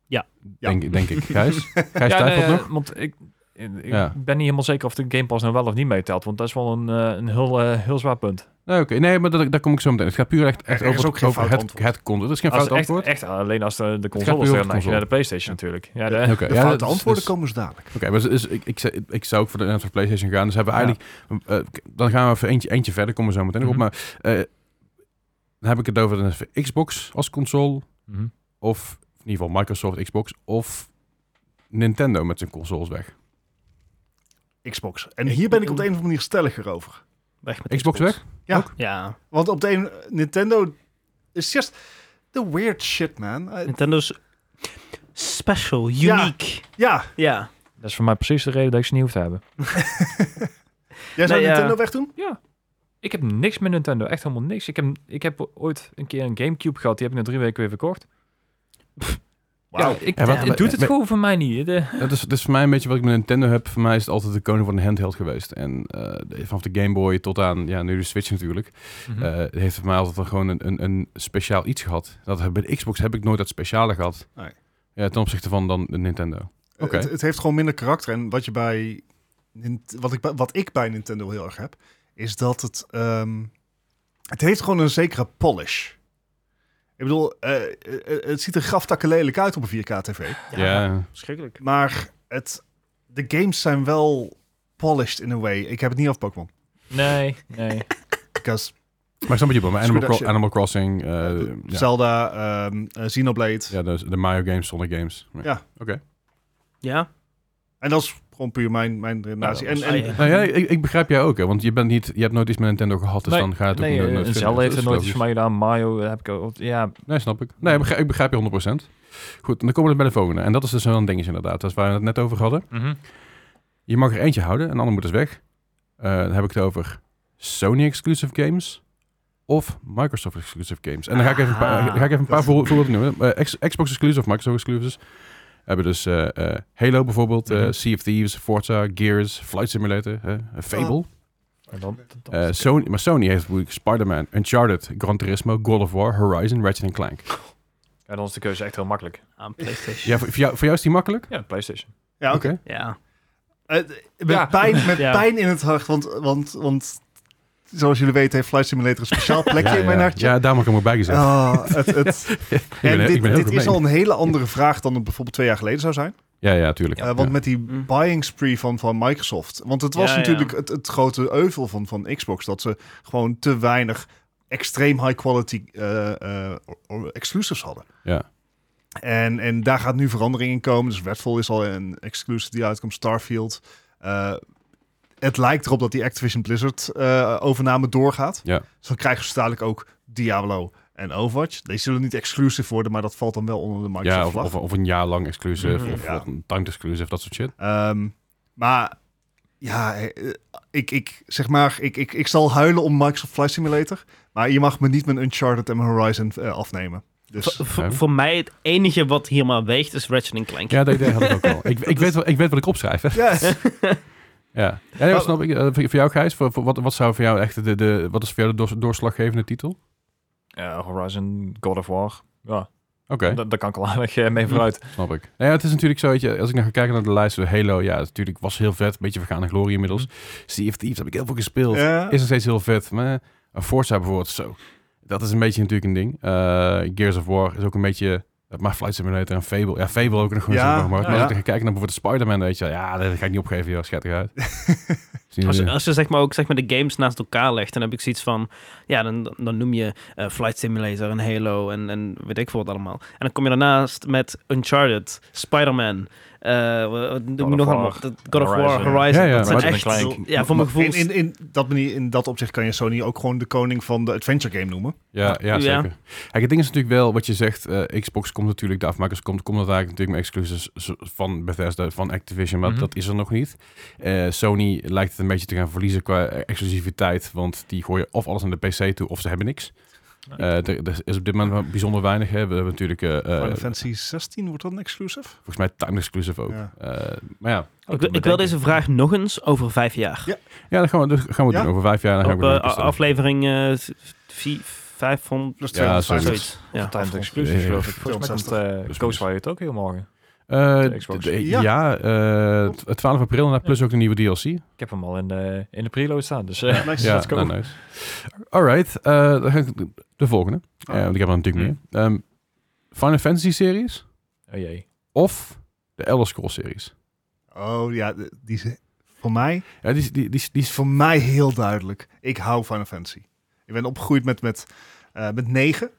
[SPEAKER 2] Ja.
[SPEAKER 1] Denk, denk ik.
[SPEAKER 4] (laughs)
[SPEAKER 1] Gijs? Gijs
[SPEAKER 3] ja,
[SPEAKER 1] twijfelt
[SPEAKER 3] nee, eh,
[SPEAKER 1] nog?
[SPEAKER 3] Want ik, ik
[SPEAKER 1] Ja.
[SPEAKER 3] ben niet helemaal zeker of de Game Pass nou wel of niet meetelt. Want dat is wel een, eh, een heel, eh, heel zwaar punt.
[SPEAKER 1] Nee, oké. nee maar dat, daar kom ik zo meteen. Het gaat puur echt, echt
[SPEAKER 4] Er is
[SPEAKER 1] over,
[SPEAKER 4] ook geen
[SPEAKER 1] over
[SPEAKER 4] fout
[SPEAKER 1] het,
[SPEAKER 4] antwoord.
[SPEAKER 1] het content. Het is geen
[SPEAKER 3] Als
[SPEAKER 1] fout
[SPEAKER 3] echt,
[SPEAKER 1] antwoord.
[SPEAKER 3] echt alleen als de, de
[SPEAKER 1] gaat
[SPEAKER 3] console
[SPEAKER 1] puur
[SPEAKER 3] is
[SPEAKER 1] over de
[SPEAKER 3] dan neig je
[SPEAKER 1] console.
[SPEAKER 3] naar de PlayStation natuurlijk. Ja, de,
[SPEAKER 1] Oké,
[SPEAKER 4] De
[SPEAKER 1] ja,
[SPEAKER 4] foute
[SPEAKER 1] dat is-
[SPEAKER 4] antwoorden
[SPEAKER 1] dus-
[SPEAKER 4] komen ze dadelijk.
[SPEAKER 1] Oké, maar dus, ik, ik, zei- ik zou ook voor de Nintendo PlayStation gaan. Dus hebben we eigenlijk... eh, k- dan gaan we even eentje, eentje verder. Komen we zo meteen nog op.
[SPEAKER 3] Mhm.
[SPEAKER 1] Maar eh, dan heb ik het over de Xbox als console.
[SPEAKER 3] Mhm.
[SPEAKER 1] Of in ieder geval Microsoft Xbox. Of Nintendo met zijn consoles weg.
[SPEAKER 4] Xbox. En hier ben ik op de een of andere manier stelliger over.
[SPEAKER 2] Weg met
[SPEAKER 1] Xbox weg?
[SPEAKER 2] Ja.
[SPEAKER 4] Want op de een... Nintendo is just the weird shit, man. Eh,
[SPEAKER 2] Nintendo's special,
[SPEAKER 4] Ja.
[SPEAKER 2] uniek.
[SPEAKER 4] ja,
[SPEAKER 2] Ja.
[SPEAKER 3] Dat is voor mij precies de reden dat ik ze niet hoef te hebben.
[SPEAKER 4] jij zou
[SPEAKER 2] Nee, ja.
[SPEAKER 4] Nintendo wegdoen?
[SPEAKER 3] Ja. Ik heb niks met Nintendo, echt helemaal niks. Ik heb, ik heb ooit een keer een Gamecube gehad, die heb ik na drie weken weer verkocht.
[SPEAKER 4] Wauw.
[SPEAKER 3] Ja, ik,
[SPEAKER 1] En wat-
[SPEAKER 3] het doet het
[SPEAKER 1] met-
[SPEAKER 3] gewoon voor mij niet. De-
[SPEAKER 1] Dat is, dat is voor mij een beetje wat ik met Nintendo heb. Voor mij is het altijd de koning van de handheld geweest. En eh, de- vanaf de Game Boy tot aan, ja, nu de Switch natuurlijk.
[SPEAKER 3] Mhm.
[SPEAKER 1] eh, heeft voor mij altijd wel gewoon een, een, een speciaal iets gehad. Dat heb, bij de Xbox heb ik nooit dat speciale gehad.
[SPEAKER 4] Nee.
[SPEAKER 1] Ja, ten opzichte van dan de Nintendo. Oké.
[SPEAKER 4] Het, het heeft gewoon minder karakter. En wat, je bij, Nint- wat, ik, bij- wat ik bij Nintendo heel erg heb, is dat het... ehm, het heeft gewoon een zekere polish. Ik bedoel, eh, eh, het ziet er graftakken lelijk uit op een 4K-tv.
[SPEAKER 1] Ja.
[SPEAKER 2] Schrikkelijk.
[SPEAKER 4] Maar het, de games zijn wel polished in a way. Ik heb het niet af Pokémon.
[SPEAKER 3] Nee, nee.
[SPEAKER 4] Because
[SPEAKER 1] Maar ik snap wat je bedoelt. Maar Animal,
[SPEAKER 4] Production.
[SPEAKER 1] Cro- Animal Crossing, eh, ja.
[SPEAKER 4] Zelda, ehm, eh, Xenoblade.
[SPEAKER 1] Ja, de, de Mario games, Sonic games. Ja.
[SPEAKER 4] Ja.
[SPEAKER 1] Oké.
[SPEAKER 2] Ja,
[SPEAKER 4] En dat is gewoon puur mijn, mijn redenatie.
[SPEAKER 3] Nou, dat
[SPEAKER 4] en, en,
[SPEAKER 2] was-
[SPEAKER 1] Nou ja, ik, ik begrijp jij ook, hè. Want je, bent niet, je hebt nooit iets met Nintendo gehad, dus
[SPEAKER 3] Nee,
[SPEAKER 1] dan ga je het ook
[SPEAKER 3] nee,
[SPEAKER 1] niet
[SPEAKER 3] eh,
[SPEAKER 1] nooit
[SPEAKER 3] Zelda
[SPEAKER 1] vinden.
[SPEAKER 3] heeft
[SPEAKER 1] Dat
[SPEAKER 3] er
[SPEAKER 1] is
[SPEAKER 3] nooit iets
[SPEAKER 1] logisch.
[SPEAKER 3] voor mij gedaan. Mario heb ik ook... Ja,
[SPEAKER 1] Nee, snap ik. Nee, ik begrijp, ik begrijp je 100%. Goed, dan komen we bij de volgende. En dat is dus wel een dingetje inderdaad. Dat is waar we het net over hadden.
[SPEAKER 3] mhm.
[SPEAKER 1] Je mag er eentje houden, een ander moet dus weg. Eh, dan heb ik het over Sony-exclusive games of Microsoft-exclusive games. En dan ga ik even een paar,
[SPEAKER 2] Ah.
[SPEAKER 1] dan ga ik even een paar voorbe- voorbeelden noemen. Eh, X- Xbox-exclusive of Microsoft-exclusives hebben dus eh, eh, Halo bijvoorbeeld, eh
[SPEAKER 3] Mhm.
[SPEAKER 1] Sea of Thieves, Forza, Gears, Flight Simulator, eh, Fable.
[SPEAKER 3] En dan, Oh, dat-
[SPEAKER 1] Eh, Sony, maar Sony heeft natuurlijk Spider-Man, Uncharted, Gran Turismo, God of War, Horizon, Ratchet Clank.
[SPEAKER 3] en dan is de keuze echt heel makkelijk.
[SPEAKER 2] aan Ah, PlayStation.
[SPEAKER 1] Ja, voor, voor jou, voor jou is die makkelijk?
[SPEAKER 3] Ja, PlayStation.
[SPEAKER 4] ja, oké.
[SPEAKER 1] (laughs)
[SPEAKER 2] Ja.
[SPEAKER 4] Eh, met
[SPEAKER 3] Ja.
[SPEAKER 4] pijn, met
[SPEAKER 2] Ja.
[SPEAKER 4] pijn in het hart, want, want, want zoals jullie weten heeft Flight Simulator een speciaal plekje in mijn
[SPEAKER 1] (laughs) ja.
[SPEAKER 4] hartje.
[SPEAKER 1] Ja, daar mag ik hem ook bij gezet.
[SPEAKER 4] Ah, het,
[SPEAKER 1] (laughs)
[SPEAKER 4] het,
[SPEAKER 1] ik ben,
[SPEAKER 4] en
[SPEAKER 1] ik
[SPEAKER 4] dit
[SPEAKER 1] ben heel
[SPEAKER 4] dit is
[SPEAKER 1] gemeen.
[SPEAKER 4] al een hele andere vraag dan het bijvoorbeeld twee jaar geleden zou zijn.
[SPEAKER 1] Ja, ja, tuurlijk.
[SPEAKER 4] Eh, want
[SPEAKER 1] Ja.
[SPEAKER 4] met die
[SPEAKER 2] Mm.
[SPEAKER 4] buying spree van, van Microsoft. Want het was
[SPEAKER 2] Ja, ja.
[SPEAKER 4] natuurlijk Het, het grote euvel van, van Xbox. Dat ze gewoon te weinig extreem high quality eh, eh, or- or- exclusives hadden.
[SPEAKER 1] Ja.
[SPEAKER 4] En, en daar gaat nu verandering in komen. Dus Redfall is al een exclusive die uitkomt. Starfield. Eh, het lijkt erop dat die Activision Blizzard eh, overname doorgaat.
[SPEAKER 1] Ja.
[SPEAKER 4] Dus dan krijgen ze dadelijk ook Diablo en Overwatch. Die zullen niet exclusive worden, maar dat valt dan wel onder de Microsoft
[SPEAKER 1] Ja, of,
[SPEAKER 4] vlag.
[SPEAKER 1] of, of een jaar lang exclusive,
[SPEAKER 2] Mhm.
[SPEAKER 1] of,
[SPEAKER 4] Ja.
[SPEAKER 1] of een timed exclusive, dat soort shit.
[SPEAKER 4] Ehm, maar ja, eh, ik, ik zeg maar, ik, ik, ik zal huilen om Microsoft Flight Simulator. Maar je mag me niet mijn Uncharted en mijn Horizon eh, afnemen. Dus
[SPEAKER 2] V- v- voor mij het enige wat hier maar weegt is Ratchet Clank.
[SPEAKER 1] Ja, dat idee had ik ook al. Ik, ik, weet, wel- ik weet wat ik opschrijf. hè.
[SPEAKER 4] ja, Oh.
[SPEAKER 1] Ja, ja nee, dat snap ik. Eh, voor, voor jou, Gijs, voor, voor- wat, wat zou voor jou echt de, de wat is voor jou de doors- doorslaggevende titel? Oké.
[SPEAKER 3] Eh, Horizon, God of War. Ja, da- daar kan ik al aardig eh, mee vooruit.
[SPEAKER 1] Snap ik. Nou ja, het is natuurlijk zo, weet je, als ik nou ga kijken naar de lijst, de Halo, ja, het is natuurlijk was heel vet, een beetje vergaande glorie inmiddels. Sea of Thieves heb ik heel veel gespeeld.
[SPEAKER 4] Mhm. ja.
[SPEAKER 1] Is nog steeds heel vet, maar eh, Forza bijvoorbeeld, zo. Dat is een beetje natuurlijk een ding. Eh, Gears of War is ook een beetje, eh, maar Flight Simulator en Fable. Ja, Fable ook nog gewoon
[SPEAKER 4] Ja,
[SPEAKER 1] zo maar. Maar
[SPEAKER 4] ja.
[SPEAKER 1] als ik ga kijken naar bijvoorbeeld Spider-Man, weet je, wel, ja, dat ga ik niet opgeven, joh, schat
[SPEAKER 4] (laughs)
[SPEAKER 1] eruit. Is niet
[SPEAKER 2] Als,
[SPEAKER 1] meer-
[SPEAKER 2] als je zeg maar ook zeg maar de games naast elkaar legt, dan heb ik zoiets van, ja, dan, dan noem je eh, Flight Simulator en Halo en, en weet ik veel wat allemaal. En dan kom je daarnaast met Uncharted, Spider-Man, eh, wat- wat noem
[SPEAKER 3] of
[SPEAKER 2] je nog
[SPEAKER 3] War,
[SPEAKER 2] allemaal? Dat- God of War,
[SPEAKER 3] Horizon.
[SPEAKER 2] Horizon.
[SPEAKER 1] Ja, ja,
[SPEAKER 2] dat zijn
[SPEAKER 1] Ratchet
[SPEAKER 2] echt,
[SPEAKER 3] Clank.
[SPEAKER 2] ja, voor mijn gevoel.
[SPEAKER 4] in, in, in, dat manier, in dat opzicht kan je Sony ook gewoon de koning van de adventure game noemen.
[SPEAKER 1] Ja, ja,
[SPEAKER 2] Ja.
[SPEAKER 1] zeker. Kijk, het ding is natuurlijk wel wat je zegt. eh, Xbox komt natuurlijk, de afmakers komt, komt dat eigenlijk natuurlijk met exclusives z- van Bethesda, van Activision, maar
[SPEAKER 3] Mhm.
[SPEAKER 1] dat is er nog niet. Eh, Sony lijkt het een beetje te gaan verliezen qua eh, exclusiviteit, want die gooien of alles aan de PC toe, of ze hebben niks.
[SPEAKER 3] Ja.
[SPEAKER 1] Eh, er, er is op dit moment wel bijzonder weinig. Hè. We hebben natuurlijk, eh, eh,
[SPEAKER 4] Final Fantasy 16 wordt dat een exclusive?
[SPEAKER 1] volgens mij, time exclusive ook.
[SPEAKER 4] Ja.
[SPEAKER 1] Eh, maar ja,
[SPEAKER 2] ik, wil- ik wil deze vraag nog eens over vijf jaar.
[SPEAKER 1] ja dat gaan we, dat gaan we
[SPEAKER 4] Ja?
[SPEAKER 1] doen. Over vijf jaar dan gaan
[SPEAKER 2] Op
[SPEAKER 1] we
[SPEAKER 2] eh,
[SPEAKER 1] weer een keer stemmen.
[SPEAKER 2] aflevering eh, vi- 500,
[SPEAKER 4] Plus
[SPEAKER 1] Ja, zoiets.
[SPEAKER 4] 250.
[SPEAKER 2] zoiets. Ja.
[SPEAKER 3] Timed
[SPEAKER 4] Ja.
[SPEAKER 3] exclusive, geloof ik. Volgens mij komt
[SPEAKER 4] 64.
[SPEAKER 3] eh,
[SPEAKER 1] Dus
[SPEAKER 3] Ghostwire het ook heel morgen.
[SPEAKER 1] Eh,
[SPEAKER 3] de Xbox.
[SPEAKER 1] d- d-
[SPEAKER 4] Ja.
[SPEAKER 1] ja, eh, t- 12 april, en plus ook de nieuwe DLC.
[SPEAKER 3] Ik heb hem al in de, in de preload staan, dus... eh,
[SPEAKER 4] Nice.
[SPEAKER 1] Ja,
[SPEAKER 3] Let's go.
[SPEAKER 1] nou, nice. Alright, eh, dan ga ik de- de volgende. Eh,
[SPEAKER 3] Oh.
[SPEAKER 4] Ah.
[SPEAKER 1] want ik heb er natuurlijk
[SPEAKER 3] Hmm.
[SPEAKER 1] meer. Ehm, Final Fantasy series
[SPEAKER 3] Oh jee.
[SPEAKER 1] of de Elder Scrolls series?
[SPEAKER 4] Oh ja, de- die is voor mij,
[SPEAKER 1] Ja, die, is- die, die, is- die
[SPEAKER 4] is
[SPEAKER 1] is...
[SPEAKER 4] voor mij heel duidelijk. Ik hou Final Fantasy. Ik ben opgegroeid met, met, eh, met 9.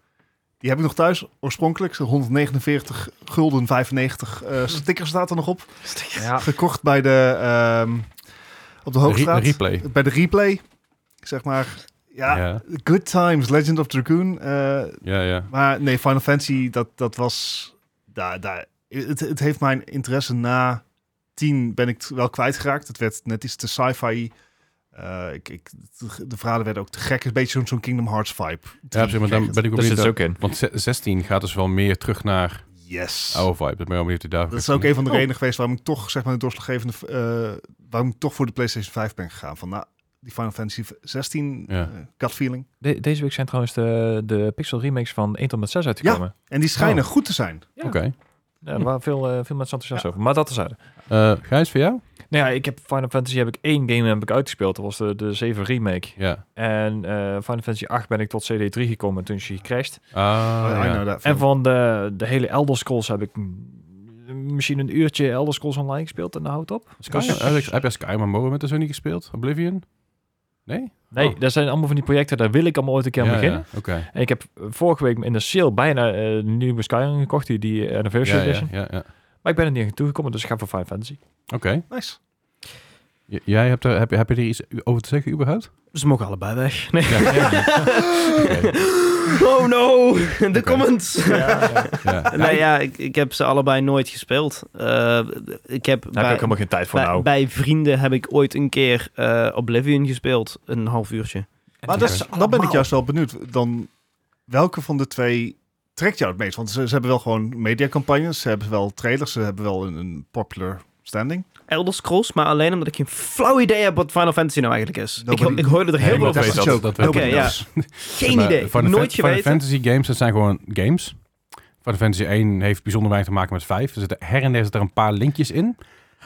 [SPEAKER 4] Die heb ik nog thuis oorspronkelijk. Zo'n 149 gulden 95 eh, sticker staat er nog op.
[SPEAKER 3] (laughs) Ja.
[SPEAKER 4] Gekocht bij de ehm, op de
[SPEAKER 1] de re-
[SPEAKER 4] Hoogstraat.
[SPEAKER 1] de replay.
[SPEAKER 4] bij de replay. Zeg maar. Ja,
[SPEAKER 1] ja,
[SPEAKER 4] Good Times, Legend of Dragoon. eh,
[SPEAKER 1] ja. ja.
[SPEAKER 4] maar nee, Final Fantasy, dat, dat was. Daar, daar, het, het heeft mijn interesse na tien ben ik t- wel kwijtgeraakt. Het werd net iets te sci-fi. eh, Eh, ik, ik, de verhalen werden ook te gek. Een beetje zo'n zo'n Kingdom Hearts vibe.
[SPEAKER 1] Ja, zeg maar, dan ben ik ook
[SPEAKER 3] Daar
[SPEAKER 1] niet...
[SPEAKER 4] dus
[SPEAKER 3] zit ze Dus ook in.
[SPEAKER 1] Want ze- 16 gaat dus wel meer terug naar
[SPEAKER 4] Yes.
[SPEAKER 1] oude vibe. Dat ben ik wel benieuwd hoe die daar...
[SPEAKER 4] Dat is ook een
[SPEAKER 3] Oh.
[SPEAKER 4] van de redenen geweest waarom ik toch zeg maar de doorslaggevende eh, waarom ik toch voor de PlayStation 5 ben gegaan. Van nou, die Final Fantasy 16
[SPEAKER 1] Ja.
[SPEAKER 4] eh, gut feeling.
[SPEAKER 3] De- deze week zijn trouwens de, de Pixel remakes van 1 tot met 6 uitgekomen.
[SPEAKER 4] En die schijnen
[SPEAKER 1] Oh.
[SPEAKER 4] goed te zijn.
[SPEAKER 1] Oké.
[SPEAKER 3] Ja. Daar waren veel, eh, veel mensen enthousiast over. Maar dat is uit.
[SPEAKER 1] Eh, Gijs, voor jou?
[SPEAKER 3] Nou ja, ik heb Final Fantasy heb ik één game heb ik uitgespeeld. Dat was de, de 7 remake.
[SPEAKER 1] Ja.
[SPEAKER 3] En eh, Final Fantasy 8 ben ik tot CD3 gekomen toen is hij gecrashed.
[SPEAKER 1] Ah,
[SPEAKER 4] Oh, I
[SPEAKER 1] ja.
[SPEAKER 4] know that
[SPEAKER 3] En
[SPEAKER 4] feeling.
[SPEAKER 3] van de, de hele Elder Scrolls heb ik mm, misschien een uurtje Elder Scrolls online gespeeld en dan houdt op.
[SPEAKER 1] Sky- heb je- Heb je Skyrim Morrowind er zo niet gespeeld? Oblivion? Nee?
[SPEAKER 3] Nee,
[SPEAKER 1] Oh.
[SPEAKER 3] dat zijn allemaal van die projecten, daar wil ik allemaal ooit een keer aan
[SPEAKER 1] Ja, ja,
[SPEAKER 3] beginnen.
[SPEAKER 1] Oké.
[SPEAKER 3] En ik heb eh, vorige week in de sale bijna eh, een nieuwe Skyrim gekocht, die, die eh, Anniversary
[SPEAKER 1] Ja, ja,
[SPEAKER 3] Edition.
[SPEAKER 1] ja, ja.
[SPEAKER 3] Maar ik ben er niet aan toegekomen, dus ik ga voor Final Fantasy.
[SPEAKER 1] Oké.
[SPEAKER 4] Nice.
[SPEAKER 1] J- Jij hebt er, heb, je- heb je er iets over te zeggen
[SPEAKER 4] (laughs)
[SPEAKER 1] überhaupt?
[SPEAKER 2] Ze mogen allebei weg. (laughs) Nee.
[SPEAKER 1] Ja. Oké.
[SPEAKER 2] (laughs) Oh no, de
[SPEAKER 1] Oké.
[SPEAKER 2] comments.
[SPEAKER 3] (laughs)
[SPEAKER 1] Ja.
[SPEAKER 2] Nou ja, ik, ik heb ze allebei nooit gespeeld. Eh, ik heb
[SPEAKER 3] Daar heb ik
[SPEAKER 2] bij,
[SPEAKER 3] helemaal geen tijd voor
[SPEAKER 2] bij,
[SPEAKER 3] nou.
[SPEAKER 2] bij vrienden heb ik ooit een keer eh, Oblivion gespeeld. Een half uurtje.
[SPEAKER 4] Maar dat,
[SPEAKER 1] is
[SPEAKER 4] is- dan ben ik juist wel benieuwd. Dan welke van de twee trekt jou het meest? Want ze, ze hebben wel gewoon mediacampagnes, ze hebben wel trailers, ze hebben wel een, een popular standing.
[SPEAKER 2] Elder Scrolls, maar alleen omdat ik geen flauw idee heb wat Final Fantasy nou eigenlijk is. Ik,
[SPEAKER 4] Nobody-
[SPEAKER 2] ik hoorde er heel
[SPEAKER 1] Nee,
[SPEAKER 2] veel
[SPEAKER 1] maar
[SPEAKER 2] over.
[SPEAKER 1] dat weet dat. dat
[SPEAKER 2] Oké,
[SPEAKER 1] weet
[SPEAKER 2] ja.
[SPEAKER 1] dat.
[SPEAKER 2] Geen
[SPEAKER 1] Maar
[SPEAKER 2] idee.
[SPEAKER 1] Final
[SPEAKER 2] nooit
[SPEAKER 1] Fan- Final
[SPEAKER 2] geweten.
[SPEAKER 1] Fantasy games, dat zijn gewoon games. Final Fantasy 1 heeft bijzonder weinig te maken met 5. Er zitten her en der zitten er een paar linkjes in.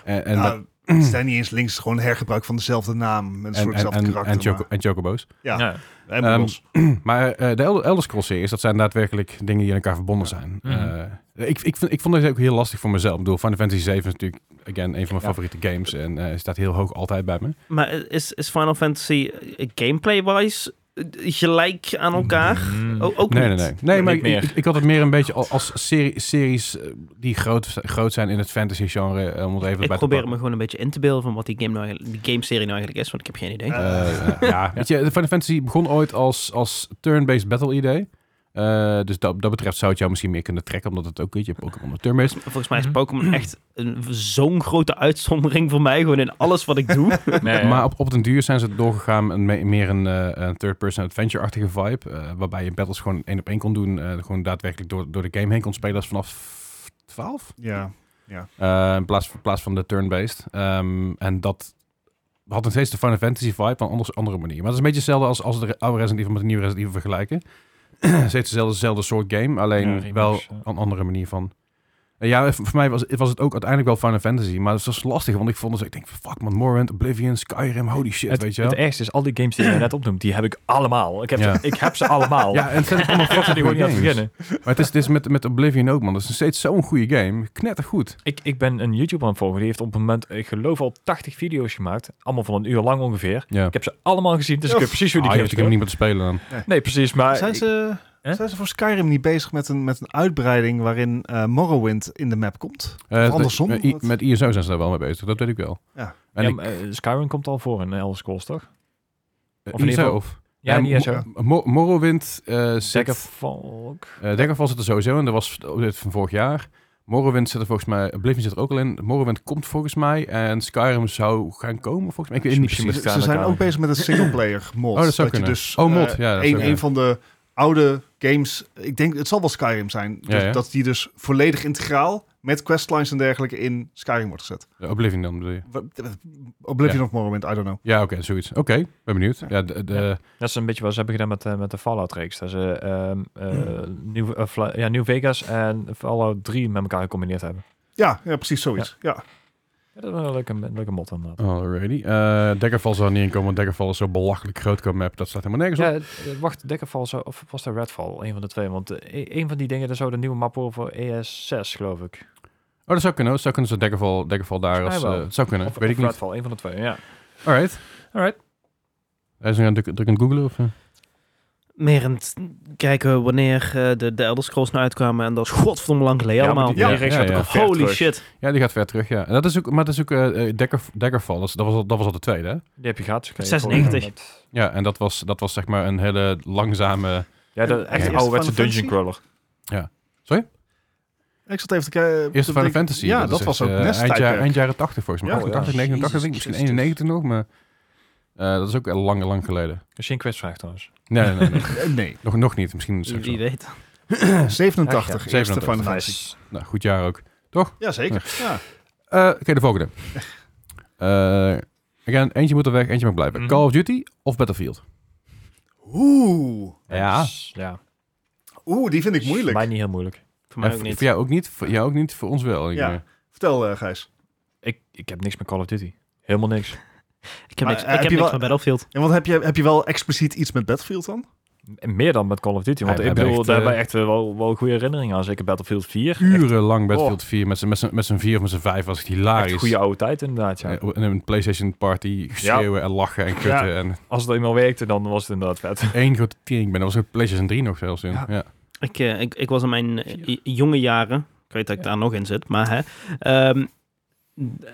[SPEAKER 1] Eh, En, en, dat-
[SPEAKER 4] Nou, het zijn niet eens links, gewoon hergebruik van dezelfde naam met een
[SPEAKER 1] en,
[SPEAKER 4] soort
[SPEAKER 1] en,
[SPEAKER 4] zelfde
[SPEAKER 1] en, en,
[SPEAKER 4] karakter.
[SPEAKER 1] Choco- en Chocobo's. (clears throat)
[SPEAKER 4] Ja.
[SPEAKER 3] Ja.
[SPEAKER 4] maar- en Bros.
[SPEAKER 1] Maar eh, de Elder, Elder Scrolls series, dat zijn daadwerkelijk dingen die aan elkaar verbonden zijn.
[SPEAKER 3] Mhm.
[SPEAKER 1] Eh, ik, ik, vind, ik vond deze ook heel lastig voor mezelf. Ik bedoel, Final Fantasy 7 is natuurlijk, again, een van mijn favoriete games. En eh, staat heel hoog altijd bij me.
[SPEAKER 2] Maar is, is Final Fantasy eh, gameplay-wise eh, gelijk aan elkaar?
[SPEAKER 3] Mm.
[SPEAKER 4] Oh.
[SPEAKER 2] O- ook
[SPEAKER 1] Nee, nee,
[SPEAKER 2] niet.
[SPEAKER 1] nee. Nee, maar
[SPEAKER 3] Niet
[SPEAKER 1] ik,
[SPEAKER 3] meer.
[SPEAKER 1] ik, ik had het meer een beetje al- als serie, series eh, die groot, groot zijn in het fantasy-genre. eh, Om het even bij
[SPEAKER 2] Ik
[SPEAKER 1] te
[SPEAKER 2] probeer
[SPEAKER 1] pakken.
[SPEAKER 2] me gewoon een beetje in te beelden van wat die, game nou, eigenlijk- die game-serie nou eigenlijk is, want ik heb geen idee.
[SPEAKER 4] Ja.
[SPEAKER 1] Eh, ja, ja. Weet je, Final Fantasy begon ooit als, als turn-based battle idee. Eh, dus dat, dat betreft zou het jou misschien meer kunnen trekken, omdat het ook, weet je, Pokémon een turn-based.
[SPEAKER 2] Volgens mij is Pokémon echt een- zo'n grote uitzondering voor mij, gewoon in alles wat ik doe.
[SPEAKER 3] Nee,
[SPEAKER 1] Maar op, op den duur zijn ze doorgegaan met me- meer een, eh, een third-person adventure-achtige vibe, eh, waarbij je battles gewoon één op één kon doen, eh, gewoon daadwerkelijk door, door de game heen kon spelen als vanaf 12.
[SPEAKER 4] Ja.
[SPEAKER 1] Eh, in, plaats, in plaats van de turn-based. Ehm, en dat had nog steeds de Final Fantasy vibe, maar op een anders- andere manier. Maar het is een beetje hetzelfde als, als de oude Resident Evil met de nieuwe Resident Evil vergelijken. (clears throat) steeds dezelfde, dezelfde soort game,
[SPEAKER 3] Ja,
[SPEAKER 1] alleen
[SPEAKER 3] remakes,
[SPEAKER 1] wel
[SPEAKER 3] ja.
[SPEAKER 1] een andere manier van... Eh, Ja, voor voor mij was, was het ook uiteindelijk wel Final Fantasy, maar het was lastig, want ik vond het, ik denk, fuck man, Morrowind, Oblivion, Skyrim, holy shit,
[SPEAKER 3] het,
[SPEAKER 1] weet je
[SPEAKER 3] het
[SPEAKER 1] wel.
[SPEAKER 3] ergste is, al die games die je net opnoemt, die heb ik allemaal. Ik heb,
[SPEAKER 1] Ja.
[SPEAKER 3] ze, ik heb ze allemaal.
[SPEAKER 1] Ja, en het zijn
[SPEAKER 3] (laughs)
[SPEAKER 1] ook allemaal
[SPEAKER 3] Ik
[SPEAKER 1] fucking
[SPEAKER 3] ben die gewoon
[SPEAKER 1] goede
[SPEAKER 3] niet aan
[SPEAKER 1] games.
[SPEAKER 3] het beginnen.
[SPEAKER 1] Maar het is, het is met, met Oblivion ook, man. Dat is nog steeds zo'n goede game. Knettergoed.
[SPEAKER 3] Ik, ik ben een YouTuber aan het volgen. Die heeft op het moment, ik geloof al 80 video's gemaakt. Allemaal van een uur lang ongeveer.
[SPEAKER 1] Ja.
[SPEAKER 3] Ik heb ze allemaal gezien, dus ik weet precies hoe die
[SPEAKER 1] Ah, je
[SPEAKER 3] games
[SPEAKER 1] hebt hem
[SPEAKER 3] spelen.
[SPEAKER 1] niet meer te spelen dan.
[SPEAKER 3] Nee, precies, maar...
[SPEAKER 4] zijn, ze,
[SPEAKER 3] Hè?
[SPEAKER 4] zijn ze voor Skyrim niet bezig met een, met een uitbreiding waarin eh, Morrowind in de map komt?
[SPEAKER 1] Eh,
[SPEAKER 4] Of andersom,
[SPEAKER 1] Met, I-
[SPEAKER 4] wat?
[SPEAKER 1] met ISO zijn ze daar wel mee bezig, dat weet ik wel.
[SPEAKER 4] Ja.
[SPEAKER 1] En
[SPEAKER 3] Ja,
[SPEAKER 1] ik,
[SPEAKER 3] maar, eh, Skyrim komt al voor in Elder Scrolls, toch?
[SPEAKER 1] eh,
[SPEAKER 3] of in ieder
[SPEAKER 1] ISO
[SPEAKER 3] geval-
[SPEAKER 1] of... Nou,
[SPEAKER 3] Ja, niet eens eh, zo.
[SPEAKER 1] Mo- Mo- Morrowind eh zit...
[SPEAKER 3] Zeker Valk.
[SPEAKER 1] eh, Daggerfall zit er sowieso in, dat was de update van vorig jaar. Morrowind zit er volgens mij... Oblivion zit er ook al in. Morrowind komt volgens mij en Skyrim zou gaan komen volgens mij. Ik weet niet
[SPEAKER 3] Misschien
[SPEAKER 1] precies.
[SPEAKER 3] met
[SPEAKER 4] Ze, ze
[SPEAKER 3] Skyrim
[SPEAKER 4] zijn ook
[SPEAKER 3] eigenlijk.
[SPEAKER 4] bezig met een
[SPEAKER 1] (clears throat)
[SPEAKER 4] singleplayer mod.
[SPEAKER 1] Oh, dat zou
[SPEAKER 4] je
[SPEAKER 1] kunnen.
[SPEAKER 4] dus,
[SPEAKER 1] Oh, mod,
[SPEAKER 4] eh,
[SPEAKER 1] ja, dat zou
[SPEAKER 4] een,
[SPEAKER 1] kunnen.
[SPEAKER 4] een van de oude games, ik denk het zal wel Skyrim zijn,
[SPEAKER 1] Ja,
[SPEAKER 4] dus
[SPEAKER 1] ja.
[SPEAKER 4] dat die dus volledig integraal met questlines en dergelijke in Skyrim wordt gezet.
[SPEAKER 1] Eh, Oblivion dan bedoel je?
[SPEAKER 4] Wat- Oblivion of Morrowind, I don't know.
[SPEAKER 1] Ja, oké, zoiets. Oké, ben benieuwd. Ja, de, de,
[SPEAKER 3] Dat is een beetje wat ze hebben gedaan met, eh, met de Fallout-reeks. Dat ze ehm, eh,
[SPEAKER 4] Hmm.
[SPEAKER 3] New, eh, Fla- ja, New Vegas en Fallout 3 met elkaar gecombineerd hebben.
[SPEAKER 4] Ja, ja precies zoiets. Ja.
[SPEAKER 3] Ja, dat is wel een leuke, een leuke mod inderdaad.
[SPEAKER 1] Oh, Alrighty. Eh Daggerfall zou er niet in komen, want Daggerfall is zo belachelijk groot qua map. Dat staat helemaal nergens op.
[SPEAKER 3] Ja, eh, wacht, Dekkerval zou, of was dat Redfall? Een van de twee. Want eh, e- een van die dingen, daar zou de nieuwe map worden voor ES6, geloof ik.
[SPEAKER 1] Oh, dat zou kunnen. Dat zou kunnen, zo'n Daggerfall, Daggerfall daar.
[SPEAKER 3] Volgens
[SPEAKER 1] Als,
[SPEAKER 3] mij wel.
[SPEAKER 1] eh, het zou kunnen,
[SPEAKER 3] Of,
[SPEAKER 1] weet
[SPEAKER 3] of
[SPEAKER 1] ik niet.
[SPEAKER 3] Redfall, een van de twee, ja.
[SPEAKER 1] Alright.
[SPEAKER 3] Alright.
[SPEAKER 1] Hij is nu aan het druk druk aan het googlen of... eh?
[SPEAKER 2] Meer aan het kijken wanneer eh, de, de Elder Scrolls nou uitkwamen en dat is godverdomme lang geleden
[SPEAKER 3] Ja, maar
[SPEAKER 2] allemaal.
[SPEAKER 3] die, die
[SPEAKER 1] Ja,
[SPEAKER 3] reeks
[SPEAKER 1] ja,
[SPEAKER 3] gaat
[SPEAKER 1] ja.
[SPEAKER 3] ook al ver
[SPEAKER 2] Holy
[SPEAKER 3] terug.
[SPEAKER 2] shit.
[SPEAKER 1] Ja, die gaat ver terug, ja. En dat is ook, maar dat is ook eh eh, Dagger, Daggerfall. Dat, is- dat was, al- dat was al de tweede, hè?
[SPEAKER 3] Die heb je gehad. oké.
[SPEAKER 2] 96.
[SPEAKER 3] Met-
[SPEAKER 1] Ja, en dat was, dat was zeg maar een hele langzame...
[SPEAKER 3] Ja, de,
[SPEAKER 4] Ja.
[SPEAKER 3] echt een
[SPEAKER 4] Eerste
[SPEAKER 3] ouderwetse
[SPEAKER 4] Final
[SPEAKER 3] dungeon crawler.
[SPEAKER 4] Ik zat even te kijken.
[SPEAKER 1] Eerste
[SPEAKER 4] te
[SPEAKER 1] Final
[SPEAKER 4] denken-
[SPEAKER 1] Fantasy.
[SPEAKER 4] Ja, dat,
[SPEAKER 1] is
[SPEAKER 4] was
[SPEAKER 1] echt,
[SPEAKER 4] ook
[SPEAKER 1] eh,
[SPEAKER 4] nest
[SPEAKER 1] eind, jaar- eind jaren 80 volgens mij. Oh,
[SPEAKER 4] Ja,
[SPEAKER 1] 88,
[SPEAKER 3] ja.
[SPEAKER 1] 89,
[SPEAKER 3] Jezus
[SPEAKER 1] misschien
[SPEAKER 3] Christus.
[SPEAKER 1] 91 nog, maar... Eh, dat is ook al lang, lang geleden.
[SPEAKER 3] Dat is geen quizvraag trouwens.
[SPEAKER 1] Nee, nee, nee. (laughs) nee.
[SPEAKER 4] Eh,
[SPEAKER 1] (clears throat)
[SPEAKER 4] Nee,
[SPEAKER 1] nog, nog niet. Misschien straks
[SPEAKER 2] Wie
[SPEAKER 1] wel.
[SPEAKER 2] weet.
[SPEAKER 4] 87, eerste
[SPEAKER 1] 87,
[SPEAKER 4] Final Fantasy.
[SPEAKER 1] Nou, goed jaar ook.
[SPEAKER 4] Ja, zeker. Ja.
[SPEAKER 1] Eh, Oké, de (laughs) volgende. Eh, again, eentje moet er weg, eentje mag blijven.
[SPEAKER 3] Mhm.
[SPEAKER 1] Call of Duty of Battlefield?
[SPEAKER 4] Oeh,
[SPEAKER 1] Ja.
[SPEAKER 3] Dus, ja.
[SPEAKER 4] oeh, die vind ik moeilijk.
[SPEAKER 3] Mij niet heel moeilijk.
[SPEAKER 2] Voor mij
[SPEAKER 1] Eh,
[SPEAKER 2] ook
[SPEAKER 1] v-
[SPEAKER 2] niet.
[SPEAKER 1] Voor jou ook niet, voor jou ook niet, voor ons wel. Ik,
[SPEAKER 4] Ja.
[SPEAKER 1] eh,
[SPEAKER 4] Vertel, eh, Gijs.
[SPEAKER 3] Ik, ik heb niks met Call of Duty. Helemaal niks.
[SPEAKER 2] Ik heb
[SPEAKER 4] Maar,
[SPEAKER 2] niks,
[SPEAKER 4] eh,
[SPEAKER 2] ik
[SPEAKER 4] heb
[SPEAKER 2] heb
[SPEAKER 4] je
[SPEAKER 2] niks
[SPEAKER 4] wel-
[SPEAKER 2] van Battlefield.
[SPEAKER 4] En want heb je, heb je wel expliciet iets met Battlefield dan?
[SPEAKER 3] En Meer dan met Call of Duty. Want
[SPEAKER 1] Ja, we
[SPEAKER 3] ik
[SPEAKER 1] hebben
[SPEAKER 3] bedoel,
[SPEAKER 1] echt,
[SPEAKER 3] daar
[SPEAKER 1] eh,
[SPEAKER 3] hebben we echt eh, wel, wel goede herinneringen aan. Zeker Battlefield 4. Echt,
[SPEAKER 1] urenlang Battlefield 4 met z'n- met z'n- met z'n 4 of met z'n 5 was het
[SPEAKER 3] echt
[SPEAKER 1] hilarisch.
[SPEAKER 3] goede oude tijd inderdaad, ja.
[SPEAKER 1] Eh, In een PlayStation party schreeuwen en lachen en kutten. En
[SPEAKER 3] Als het eenmaal werkte, dan was het inderdaad vet.
[SPEAKER 1] één grote tering ben. Dat was een PlayStation 3 nog zelfs in.
[SPEAKER 4] Ja.
[SPEAKER 1] Ja.
[SPEAKER 2] Ik, eh, ik, ik was in mijn eh, j- jonge jaren, ik weet dat ik daar nog in zit, maar hè, ehm, d-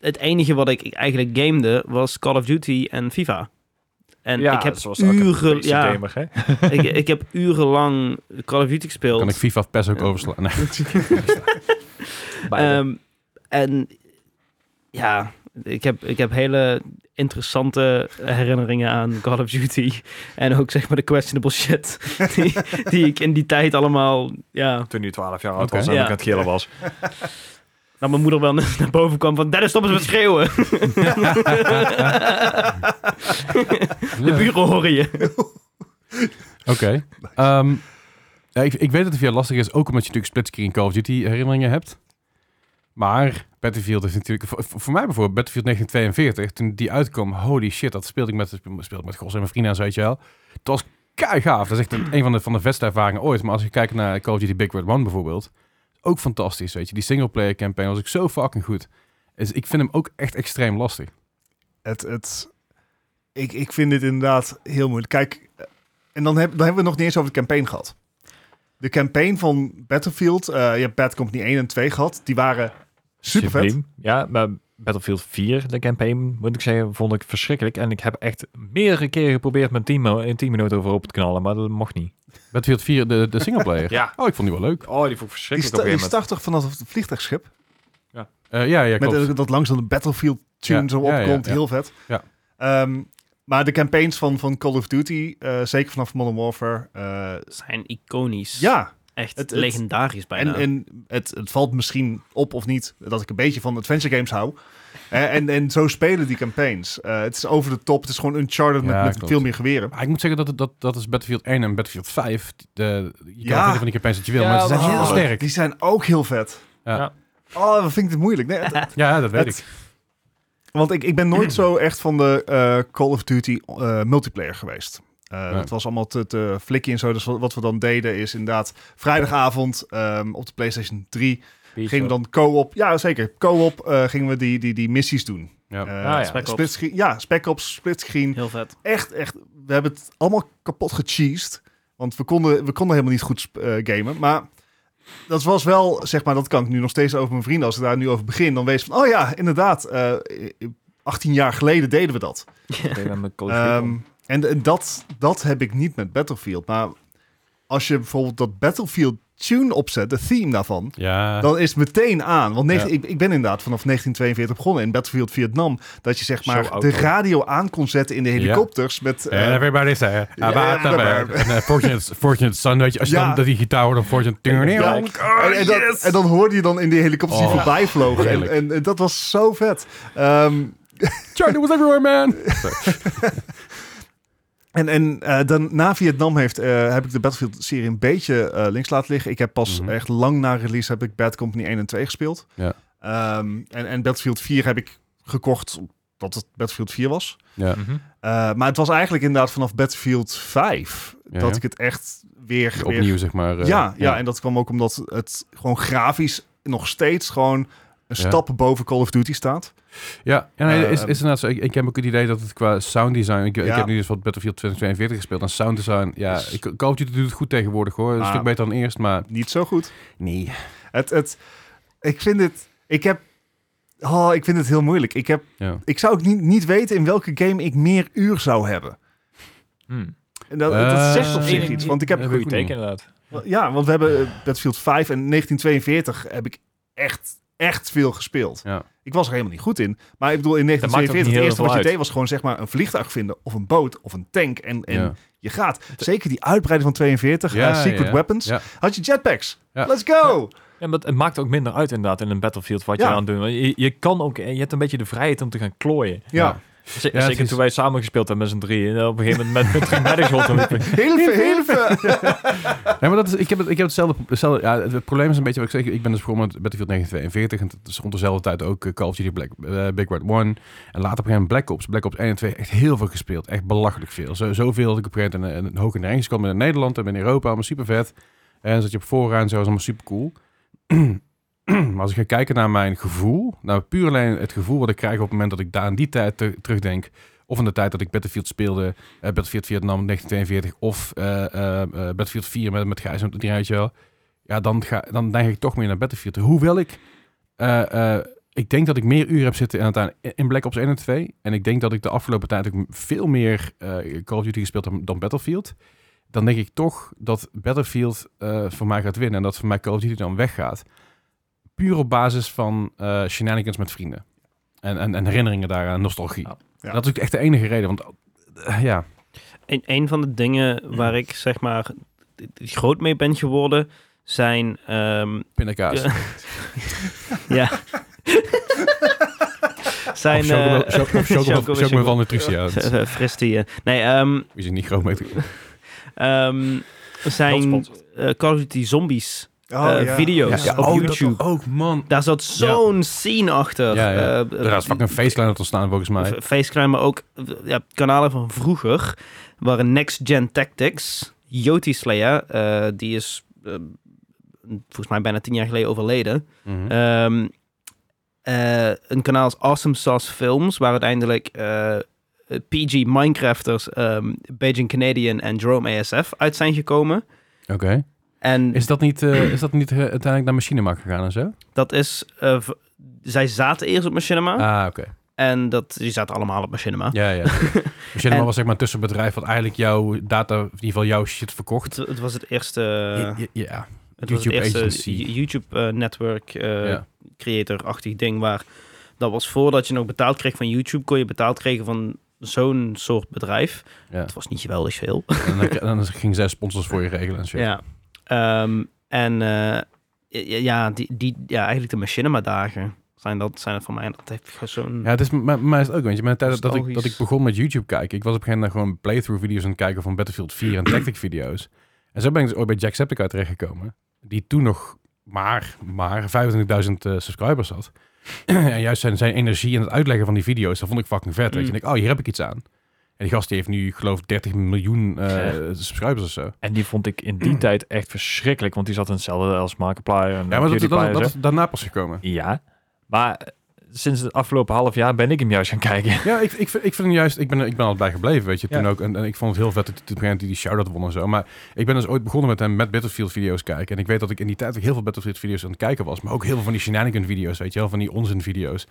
[SPEAKER 2] het enige wat ik eigenlijk gamede was Call of Duty en FIFA. En
[SPEAKER 3] ja,
[SPEAKER 2] ik, heb
[SPEAKER 3] zoals elke
[SPEAKER 2] uren,
[SPEAKER 3] PC
[SPEAKER 2] ja,
[SPEAKER 3] gamer, hè.
[SPEAKER 2] (laughs) ik, ik heb urenlang Call of Duty gespeeld.
[SPEAKER 1] Kan ik FIFA of PES ook
[SPEAKER 2] Ja.
[SPEAKER 1] overslaan? Nee.
[SPEAKER 3] Beide.
[SPEAKER 2] Ehm, en ja, ik heb, ik heb hele interessante herinneringen aan Call of Duty. (laughs) En ook zeg maar de questionable shit (laughs) die, die ik in die tijd allemaal... Ja,
[SPEAKER 3] Toen hij 12 jaar oud
[SPEAKER 1] Oké.
[SPEAKER 3] was en
[SPEAKER 2] Ja.
[SPEAKER 3] ik aan het gillen was.
[SPEAKER 2] dat mijn moeder wel (laughs) naar boven kwam van... Dennis, stop eens met
[SPEAKER 4] (laughs)
[SPEAKER 2] schreeuwen. De buren horen je.
[SPEAKER 1] Oké. Ehm, ja, ik, ik weet dat het veel lastig is, ook omdat je natuurlijk splitscreen Call of Duty herinneringen hebt. Maar Battlefield is natuurlijk... Voor, voor- voor mij bijvoorbeeld, Battlefield 1942, toen die uitkwam, holy shit, dat speelde ik met, speelde ik met Gos en mijn vrienden en zo, weet je wel. Dat was gaaf. Dat is echt een, een van de, van de beste ervaringen ooit. Maar als je kijkt naar Call of Duty Big Red One bijvoorbeeld, ook fantastisch, weet je. Die singleplayer campaign was ik zo fucking goed. Dus ik vind hem ook echt extreem lastig.
[SPEAKER 4] Het, het, ik, ik vind dit inderdaad heel moeilijk. Kijk, eh, en dan, heb, dan hebben we het nog niet eens over de campaign gehad. De campaign van Battlefield, eh, je hebt Bad Company 1 en 2 gehad, die waren super vet.
[SPEAKER 3] Subliem. Ja, maar Battlefield 4, de campaign, moet ik zeggen, vond ik verschrikkelijk. En ik heb echt meerdere keren geprobeerd mijn team in 10 minuten over op te knallen, maar dat mocht niet.
[SPEAKER 1] Battlefield 4, de, de singleplayer.
[SPEAKER 3] (laughs) Ja.
[SPEAKER 1] Oh, ik vond die wel leuk.
[SPEAKER 3] Oh, die vond ik
[SPEAKER 4] Die,
[SPEAKER 3] verschrikkelijk
[SPEAKER 4] sta,
[SPEAKER 3] op
[SPEAKER 4] die
[SPEAKER 3] een gegeven
[SPEAKER 4] start toch vanaf het vliegtuigschip?
[SPEAKER 1] Eh, ja, ja,
[SPEAKER 4] met
[SPEAKER 1] klopt.
[SPEAKER 4] eh, dat langs de Battlefield tune
[SPEAKER 1] Ja,
[SPEAKER 4] zo
[SPEAKER 1] ja, ja,
[SPEAKER 4] opkomt,
[SPEAKER 1] ja.
[SPEAKER 4] heel vet.
[SPEAKER 1] Ja.
[SPEAKER 4] Ehm, maar de campaigns van, van Call of Duty, eh, zeker vanaf Modern Warfare, eh,
[SPEAKER 2] Zijn iconisch.
[SPEAKER 4] ja,
[SPEAKER 2] Echt
[SPEAKER 4] Het- het-
[SPEAKER 2] legendarisch bijna.
[SPEAKER 4] En, en het, het valt misschien op of niet dat ik een beetje van adventure games hou. en, en, en zo spelen die campaigns. Eh, het is over de top. Het is gewoon Uncharted
[SPEAKER 1] Ja,
[SPEAKER 4] met, met
[SPEAKER 1] klopt.
[SPEAKER 4] veel meer geweren.
[SPEAKER 1] Maar Ah, ik moet zeggen dat, het- dat dat is Battlefield 1 en Battlefield 5. De, je kan
[SPEAKER 4] Ja.
[SPEAKER 1] ja. van die campagnes dat je wil,
[SPEAKER 3] Ja,
[SPEAKER 1] maar ze zijn
[SPEAKER 3] maar-
[SPEAKER 1] heel
[SPEAKER 4] Oh,
[SPEAKER 1] sterk.
[SPEAKER 4] Die zijn ook heel vet.
[SPEAKER 1] Ja.
[SPEAKER 3] Ja.
[SPEAKER 4] Oh, wat vind ik dit moeilijk. Nee, het-
[SPEAKER 1] Ja, dat weet
[SPEAKER 4] Het-
[SPEAKER 1] ik.
[SPEAKER 4] want ik, ik ben
[SPEAKER 1] (clears throat)
[SPEAKER 4] nooit zo echt van de eh, Call of Duty eh, multiplayer geweest. Eh,
[SPEAKER 1] Nee.
[SPEAKER 4] Dat was allemaal te, te flikkie en zo. Dus wat, wat we dan deden is inderdaad vrijdagavond ehm, op de PlayStation 3
[SPEAKER 3] moment.
[SPEAKER 4] gingen we (laughs) dan co-op. Ja, zeker. Co-op eh, gingen we die, die, die missies doen.
[SPEAKER 1] Ja.
[SPEAKER 4] Eh,
[SPEAKER 3] Ah, ja.
[SPEAKER 2] Spec Ops.
[SPEAKER 4] split screen, ja, spec ops, split screen.
[SPEAKER 2] Heel vet.
[SPEAKER 4] Echt, echt. We hebben het allemaal kapot gecheesed. Want we konden, we konden helemaal niet goed sp- eh, gamen. Maar dat was wel, zeg maar, dat kan ik nu nog steeds over mijn vrienden. Als ik daar nu over begin, dan wees van, oh ja, inderdaad. eh, 18 jaar geleden deden we dat.
[SPEAKER 2] Oh,
[SPEAKER 4] Ehm, en en dat, dat heb ik niet met Battlefield. Maar als je bijvoorbeeld dat Battlefield tune opzet, de theme daarvan,
[SPEAKER 1] Ja.
[SPEAKER 4] dan is het meteen aan. Want negen-
[SPEAKER 1] Ja.
[SPEAKER 4] ik, ik ben inderdaad vanaf 1942 begonnen in Battlefield Vietnam. Dat je zeg
[SPEAKER 3] Zo
[SPEAKER 4] maar
[SPEAKER 3] oud
[SPEAKER 4] de
[SPEAKER 3] al.
[SPEAKER 4] radio aan kon zetten in de helikopters. Met, eh,
[SPEAKER 1] En everybody's there. About the
[SPEAKER 4] maar-
[SPEAKER 1] bird. En, eh, Fortunate, Fortunate Son, weet je. Als je
[SPEAKER 4] Ja.
[SPEAKER 1] dan dat die gitaar hoort, dan Fortunate...
[SPEAKER 3] Ja,
[SPEAKER 1] Ja.
[SPEAKER 3] ik-
[SPEAKER 4] en, en, dat- en dan hoorde je dan in die helikopters die
[SPEAKER 1] Oh.
[SPEAKER 4] voorbij vlogen. En,
[SPEAKER 1] Heerlijk.
[SPEAKER 4] en, en dat was zo vet. Ehm,
[SPEAKER 1] China was everywhere, man!
[SPEAKER 4] en en eh, dan, na Vietnam heeft, eh, heb ik de Battlefield-serie een beetje eh, links laten liggen. Ik heb pas
[SPEAKER 1] Mhm.
[SPEAKER 4] echt lang na release heb ik Bad Company 1 en 2 gespeeld.
[SPEAKER 1] Ja.
[SPEAKER 4] Ehm, en, en Battlefield 4 heb ik gekocht omdat het Battlefield 4 was.
[SPEAKER 1] Ja.
[SPEAKER 3] Mhm.
[SPEAKER 4] Eh, maar het was eigenlijk inderdaad vanaf Battlefield 5
[SPEAKER 1] Ja,
[SPEAKER 4] dat
[SPEAKER 1] ja.
[SPEAKER 4] ik het echt weer... weer-
[SPEAKER 1] Opnieuw, zeg maar. eh,
[SPEAKER 4] ja, ja, en dat kwam ook omdat het gewoon grafisch nog steeds gewoon een
[SPEAKER 1] Ja.
[SPEAKER 4] stap boven Call of Duty staat.
[SPEAKER 1] Ja, ja nee, is,
[SPEAKER 4] Ehm.
[SPEAKER 1] is inderdaad zo. Ik, ik heb ook het idee dat het qua sounddesign... Ik, ik
[SPEAKER 4] Ja.
[SPEAKER 1] heb nu dus wat Battlefield 2042 gespeeld. En sounddesign, ja...
[SPEAKER 4] Is- Ah.
[SPEAKER 1] ik- Call of Duty doet het goed tegenwoordig, hoor. Een
[SPEAKER 4] Maar-
[SPEAKER 1] stuk beter dan eerst, maar...
[SPEAKER 4] Niet zo goed.
[SPEAKER 1] Nee.
[SPEAKER 4] Het, het, ik vind het... Ik heb... Oh, ik vind het heel moeilijk. Ik, heb,
[SPEAKER 1] Ja.
[SPEAKER 4] ik zou ook niet, niet weten in welke game ik meer uur zou hebben. En dat, dat
[SPEAKER 1] Eh,
[SPEAKER 4] zegt op zich
[SPEAKER 1] ik-
[SPEAKER 4] iets. Want ik heb...
[SPEAKER 1] ik-
[SPEAKER 3] Goeie teken inderdaad.
[SPEAKER 4] eh, Ja, want we hebben eh, Battlefield 5 en 1942 heb ik echt, echt veel gespeeld.
[SPEAKER 1] Ja.
[SPEAKER 4] Ik was er helemaal niet goed in. Maar ik bedoel, in
[SPEAKER 3] Dat maakt ook niet
[SPEAKER 4] 1947,
[SPEAKER 3] heel
[SPEAKER 4] het eerste
[SPEAKER 3] veel
[SPEAKER 4] wat je
[SPEAKER 3] uit.
[SPEAKER 4] deed was gewoon zeg maar een vliegtuig vinden. Of een boot of een tank. En, en
[SPEAKER 1] Ja.
[SPEAKER 4] je gaat. Zeker die uitbreiding van 42, eh, Secret
[SPEAKER 1] ja.
[SPEAKER 4] Weapons.
[SPEAKER 1] Ja.
[SPEAKER 4] Had je jetpacks.
[SPEAKER 1] Ja.
[SPEAKER 4] Let's go!
[SPEAKER 3] Ja, maar het maakt ook minder uit inderdaad in een Battlefield wat
[SPEAKER 4] Ja.
[SPEAKER 3] je aan het doen. bent. Je, je kan ook, je hebt een beetje de vrijheid om te gaan klooien.
[SPEAKER 4] Ja.
[SPEAKER 3] Z-
[SPEAKER 1] het
[SPEAKER 3] Zeker
[SPEAKER 1] is-
[SPEAKER 3] toen wij samen gespeeld hebben met z'n drieën. En op een gegeven moment met, met drie medics rondliepen.
[SPEAKER 4] Heel
[SPEAKER 2] (laughs)
[SPEAKER 4] veel, heel veel.
[SPEAKER 1] Nee, maar dat is, ik, heb het, ik heb hetzelfde, hetzelfde ja, het, het probleem is een beetje wat ik zeg. Ik ben dus begonnen met Battlefield 1942 en het is rond dezelfde tijd ook eh, Call of Duty Black, eh, Big Red One. En later op een gegeven moment Black Ops, Black Ops 1 en 2, echt heel veel gespeeld. Echt belachelijk veel. Zo, zoveel dat ik op een gegeven moment in, in, in hoge neigings kwam in Nederland en in Europa, allemaal super vet. En zat je op voorraad en zo, was allemaal super cool. (clears throat) maar als ik ga kijken naar mijn gevoel, naar puur alleen het gevoel wat ik krijg op het moment dat ik daar aan die tijd te- terugdenk, of aan de tijd dat ik Battlefield speelde, eh, Battlefield Vietnam 1942, of eh, eh, eh, Battlefield 4 met, met Gijs en het rijtje wel, ja, dan, ga, dan denk ik toch meer naar Battlefield. Hoewel ik, eh, eh, ik denk dat ik meer uren heb zitten aan het in Black Ops 1 en 2, en ik denk dat ik de afgelopen tijd ook veel meer eh, Call of Duty gespeeld heb dan Battlefield, dan denk ik toch dat Battlefield eh, voor mij gaat winnen en dat voor mij Call of Duty dan weggaat puur op basis van eh, shenanigans met vrienden. En, en, en herinneringen daaraan, nostalgie.
[SPEAKER 3] Ja.
[SPEAKER 4] Ja.
[SPEAKER 1] Dat is ook echt de enige reden. Want eh, ja,
[SPEAKER 2] Een, een van de dingen waar ik zeg maar d- d- groot mee ben geworden zijn. ehm, (laughs)
[SPEAKER 1] pindakaas.
[SPEAKER 2] Ja.
[SPEAKER 4] (laughs)
[SPEAKER 2] ja. zijn.
[SPEAKER 1] Of chocomel-
[SPEAKER 2] eh, (laughs)
[SPEAKER 1] cho- of chocomel-
[SPEAKER 2] chocomel-
[SPEAKER 1] chocomel van Nutritia.
[SPEAKER 2] chocomel-
[SPEAKER 1] Dat
[SPEAKER 2] eh, (laughs) Fris die. eh, Nee, ehm,
[SPEAKER 1] is niet groot mee. te-
[SPEAKER 2] ehm, zijn eh, Call of Duty Zombies eh, video's
[SPEAKER 1] Ja,
[SPEAKER 2] op
[SPEAKER 1] oh, dat
[SPEAKER 2] YouTube.
[SPEAKER 1] Ook man.
[SPEAKER 2] Daar zat zo'n scene achter.
[SPEAKER 1] Ja, ja.
[SPEAKER 2] Eh,
[SPEAKER 1] Daar is fucking facecliner ontstaan volgens mij.
[SPEAKER 2] F- Facecrime, maar ook eh, ja, kanalen van vroeger waren Next Gen Tactics. Yoti Slayer, eh, die is eh, volgens mij bijna tien jaar geleden overleden.
[SPEAKER 1] Mhm.
[SPEAKER 2] Ehm, eh, een kanaal als Awesome Sauce Films, waar uiteindelijk eh, PG Minecrafters, ehm, Beijing Canadian en Jerome ASF uit zijn gekomen.
[SPEAKER 1] Oké.
[SPEAKER 2] eh, En
[SPEAKER 1] Is dat niet, eh, is dat niet eh, uiteindelijk naar Machinima gegaan en zo?
[SPEAKER 2] dat is... eh, v- zij zaten eerst op Machinima.
[SPEAKER 1] Ah, oké.
[SPEAKER 2] En dat, die zaten allemaal op Machinima.
[SPEAKER 1] Ja,
[SPEAKER 2] (laughs)
[SPEAKER 1] ja. Machinima
[SPEAKER 2] Ah. En-
[SPEAKER 1] was zeg maar een tussenbedrijf wat eigenlijk jouw data, in ieder geval jouw shit verkocht.
[SPEAKER 2] Het, het was het eerste...
[SPEAKER 1] Ja, ja, ja.
[SPEAKER 2] Het
[SPEAKER 1] YouTube
[SPEAKER 2] was het eerste
[SPEAKER 1] agency.
[SPEAKER 2] YouTube-network
[SPEAKER 1] Ja.
[SPEAKER 2] eh, creator-achtig ding waar dat was voordat je nog betaald kreeg van YouTube, kon je betaald krijgen van zo'n soort bedrijf. (laughs)
[SPEAKER 1] Ja.
[SPEAKER 2] Het was niet geweldig veel.
[SPEAKER 1] En dan, dan ging zij sponsors voor je regelen en shit.
[SPEAKER 2] (laughs) Ja. Ehm, en eh, ja, ja, die, die, ja, eigenlijk de machinima-dagen zijn dat, zijn dat voor mij. Dat heeft gewoon zo'n...
[SPEAKER 1] Ja, het is m- maar, maar is het ook, weet je, mijn tijd dat ik,
[SPEAKER 2] Nostalgisch.
[SPEAKER 1] dat ik begon met YouTube kijken, ik was op een gegeven moment gewoon playthrough video's aan het kijken van Battlefield 4 en tactic video's. En zo ben ik dus ooit bij Jacksepticeye terechtgekomen, die toen nog maar, maar 25.000 eh, subscribers had. (clears throat) en juist zijn, zijn energie en het uitleggen van die video's, dat vond ik fucking vet, weet je.
[SPEAKER 2] Mm.
[SPEAKER 1] En ik, oh, hier heb ik iets aan. En die gast die heeft nu, ik geloof, 30 miljoen eh, subscribers of zo.
[SPEAKER 3] En die vond ik in die tijd echt verschrikkelijk. Want die zat in hetzelfde als Markiplier en
[SPEAKER 1] Mm. Ja, maar dat, dat,
[SPEAKER 3] PewDiePie en
[SPEAKER 1] dat,
[SPEAKER 3] zo.
[SPEAKER 1] is daarna pas gekomen.
[SPEAKER 3] Ja, maar eh, sinds het afgelopen half jaar ben ik hem juist gaan kijken. (laughs)
[SPEAKER 1] Ja, ik, ik, vind- ik vind hem juist, ik ben, er- ik ben altijd bij gebleven, weet je. Toen
[SPEAKER 3] Ja.
[SPEAKER 1] ook, en, en ik vond het heel vet dat hij op een gegeven moment die, die shout-out won en zo. Maar ik ben dus ooit begonnen met hem met Battlefield-video's kijken. En ik weet dat ik in die tijd ook heel veel Battlefield-video's aan het kijken was. Maar ook heel veel van die shenanigan-video's, weet je wel. Van die onzin-video's.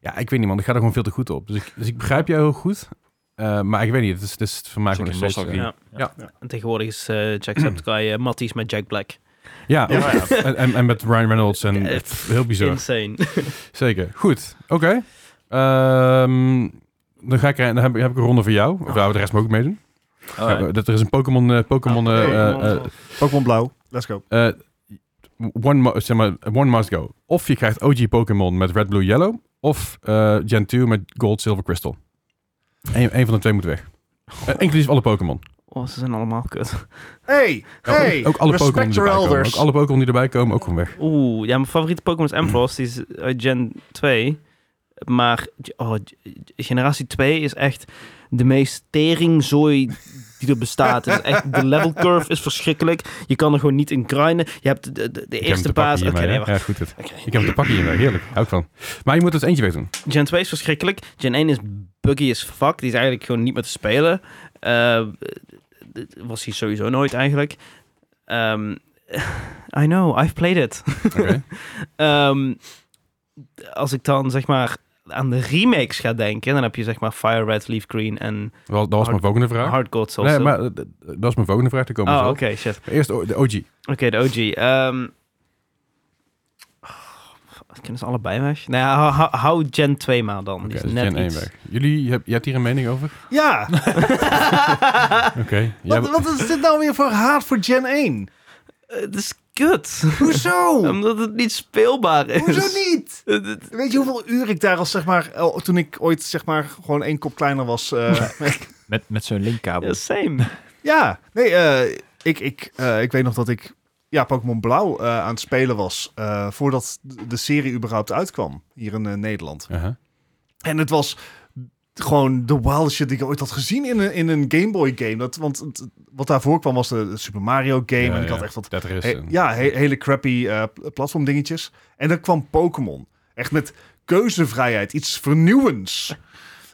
[SPEAKER 1] Ja, ik weet niet, man. Ik ga er gewoon veel te goed op. Dus ik, dus ik begrijp jou heel goed. Eh, maar ik weet niet, het is, het is voor mij gewoon
[SPEAKER 3] Zeker
[SPEAKER 1] een steeds...
[SPEAKER 3] nostalgie.
[SPEAKER 1] eh,
[SPEAKER 2] Ja. En tegenwoordig is eh Jacksepticeye eh, Matties met Jack Black.
[SPEAKER 1] eh. ja,
[SPEAKER 4] Ja.
[SPEAKER 2] (laughs)
[SPEAKER 1] ook- En, en, en met Ryan Reynolds en
[SPEAKER 2] Eh,
[SPEAKER 1] pff, heel bizar.
[SPEAKER 2] Insane.
[SPEAKER 1] Zeker. Goed, oké. Ehm, dan ga ik er, dan heb, ik- heb ik een ronde voor jou. Of ja, de rest mag ook meedoen.
[SPEAKER 2] Oh,
[SPEAKER 1] Ja,
[SPEAKER 3] Ja,
[SPEAKER 1] dat er is een Pokémon... eh, Pokémon eh,
[SPEAKER 4] Ah, Pokémon.
[SPEAKER 1] eh, eh,
[SPEAKER 4] Pokémon Blauw. Let's go.
[SPEAKER 1] Eh, one, mu- zeg maar, one must go. Of je krijgt OG Pokémon met Red, Blue, Yellow. Of eh, Gen 2 met Gold, Silver, Crystal. Eén één van de twee moet weg. Eh, inclusief alle Pokémon.
[SPEAKER 2] Oh, ze zijn allemaal kut.
[SPEAKER 4] Hey, hey.
[SPEAKER 1] ook alle
[SPEAKER 4] respect
[SPEAKER 1] Pokémon die
[SPEAKER 4] your
[SPEAKER 1] erbij komen. Ook
[SPEAKER 4] elders.
[SPEAKER 1] alle Pokémon die erbij komen, ook gewoon weg.
[SPEAKER 2] Oeh, ja, mijn favoriete Pokémon is Ampharos, die is uit Gen 2. Maar oh, generatie 2 is echt de meest teringzooi die er bestaat. Het is echt, de level curve is verschrikkelijk. Je kan er gewoon niet in grinden. Je hebt de, de, de
[SPEAKER 1] Ik heb hem
[SPEAKER 2] eerste
[SPEAKER 1] te pakken
[SPEAKER 2] baas... Oké,
[SPEAKER 1] hiermee,
[SPEAKER 2] nee,
[SPEAKER 1] hè?
[SPEAKER 2] wacht.
[SPEAKER 1] ja, goed. Het.
[SPEAKER 2] Oké.
[SPEAKER 1] Ik heb hem te pakken hiermee. Heerlijk. Hou ik van. Maar je moet er dus eentje weg
[SPEAKER 2] (laughs)
[SPEAKER 1] doen.
[SPEAKER 2] Gen 2 is verschrikkelijk. Gen 1 is buggy as fuck. Die is eigenlijk gewoon niet meer te spelen. Eh, dit was hij sowieso nooit eigenlijk. Ehm, (laughs) I know, I've played it.
[SPEAKER 1] Oké.
[SPEAKER 2] Ehm, als ik dan zeg maar aan de remakes ga denken, dan heb je zeg maar Fire Red, Leaf Green en
[SPEAKER 1] Wel, dat was mijn volgende vraag.
[SPEAKER 2] Hard Gold Soul.
[SPEAKER 1] Nee,
[SPEAKER 2] Silver.
[SPEAKER 1] maar eh, dat was mijn volgende vraag. Daar komen we
[SPEAKER 2] oh,
[SPEAKER 1] zo
[SPEAKER 2] oké,
[SPEAKER 1] op.
[SPEAKER 2] shit.
[SPEAKER 1] Eerst o- de OG.
[SPEAKER 2] Oké, de OG. Ehm, Dat kunnen ze allebei weg. Nou ja, hou- hou, hou Gen 2 maar dan.
[SPEAKER 1] Oké,
[SPEAKER 2] Die is
[SPEAKER 1] dus
[SPEAKER 2] net
[SPEAKER 1] Gen 1
[SPEAKER 2] iets.
[SPEAKER 1] weg. Jullie, je hebt, je hebt hier een mening over?
[SPEAKER 4] Ja,
[SPEAKER 1] Oké. Jij-
[SPEAKER 4] wat, wat is dit nou weer voor haat voor Gen 1?
[SPEAKER 2] Eh, Het is kut. (laughs)
[SPEAKER 4] Hoezo?
[SPEAKER 2] Omdat het niet speelbaar is.
[SPEAKER 4] Hoezo
[SPEAKER 2] (laughs)
[SPEAKER 4] niet?
[SPEAKER 2] Eh, dit-
[SPEAKER 4] Weet je hoeveel uur ik daar als zeg maar, eh, toen ik ooit zeg maar gewoon één kop kleiner was. eh,
[SPEAKER 3] Met, met zo'n linkkabel.
[SPEAKER 2] Ja, same.
[SPEAKER 4] ja, nee, eh, ik, ik, eh, ik weet nog dat ik ja, Pokémon Blauw eh, aan het spelen was eh, voordat de serie überhaupt uitkwam hier in eh, Nederland.
[SPEAKER 1] Aha.
[SPEAKER 4] En het was gewoon de wildest shit die ik ooit had gezien in een, in een Game Boy game. Dat, want het- wat daarvoor kwam was de Super Mario game
[SPEAKER 1] Ja,
[SPEAKER 4] en ik
[SPEAKER 1] ja.
[SPEAKER 4] had echt wat
[SPEAKER 1] Dat er is
[SPEAKER 4] He-
[SPEAKER 1] een-
[SPEAKER 4] ja, he- hele crappy eh, pl- platform dingetjes. En dan kwam Pokémon. Echt met keuzevrijheid. Iets vernieuwends.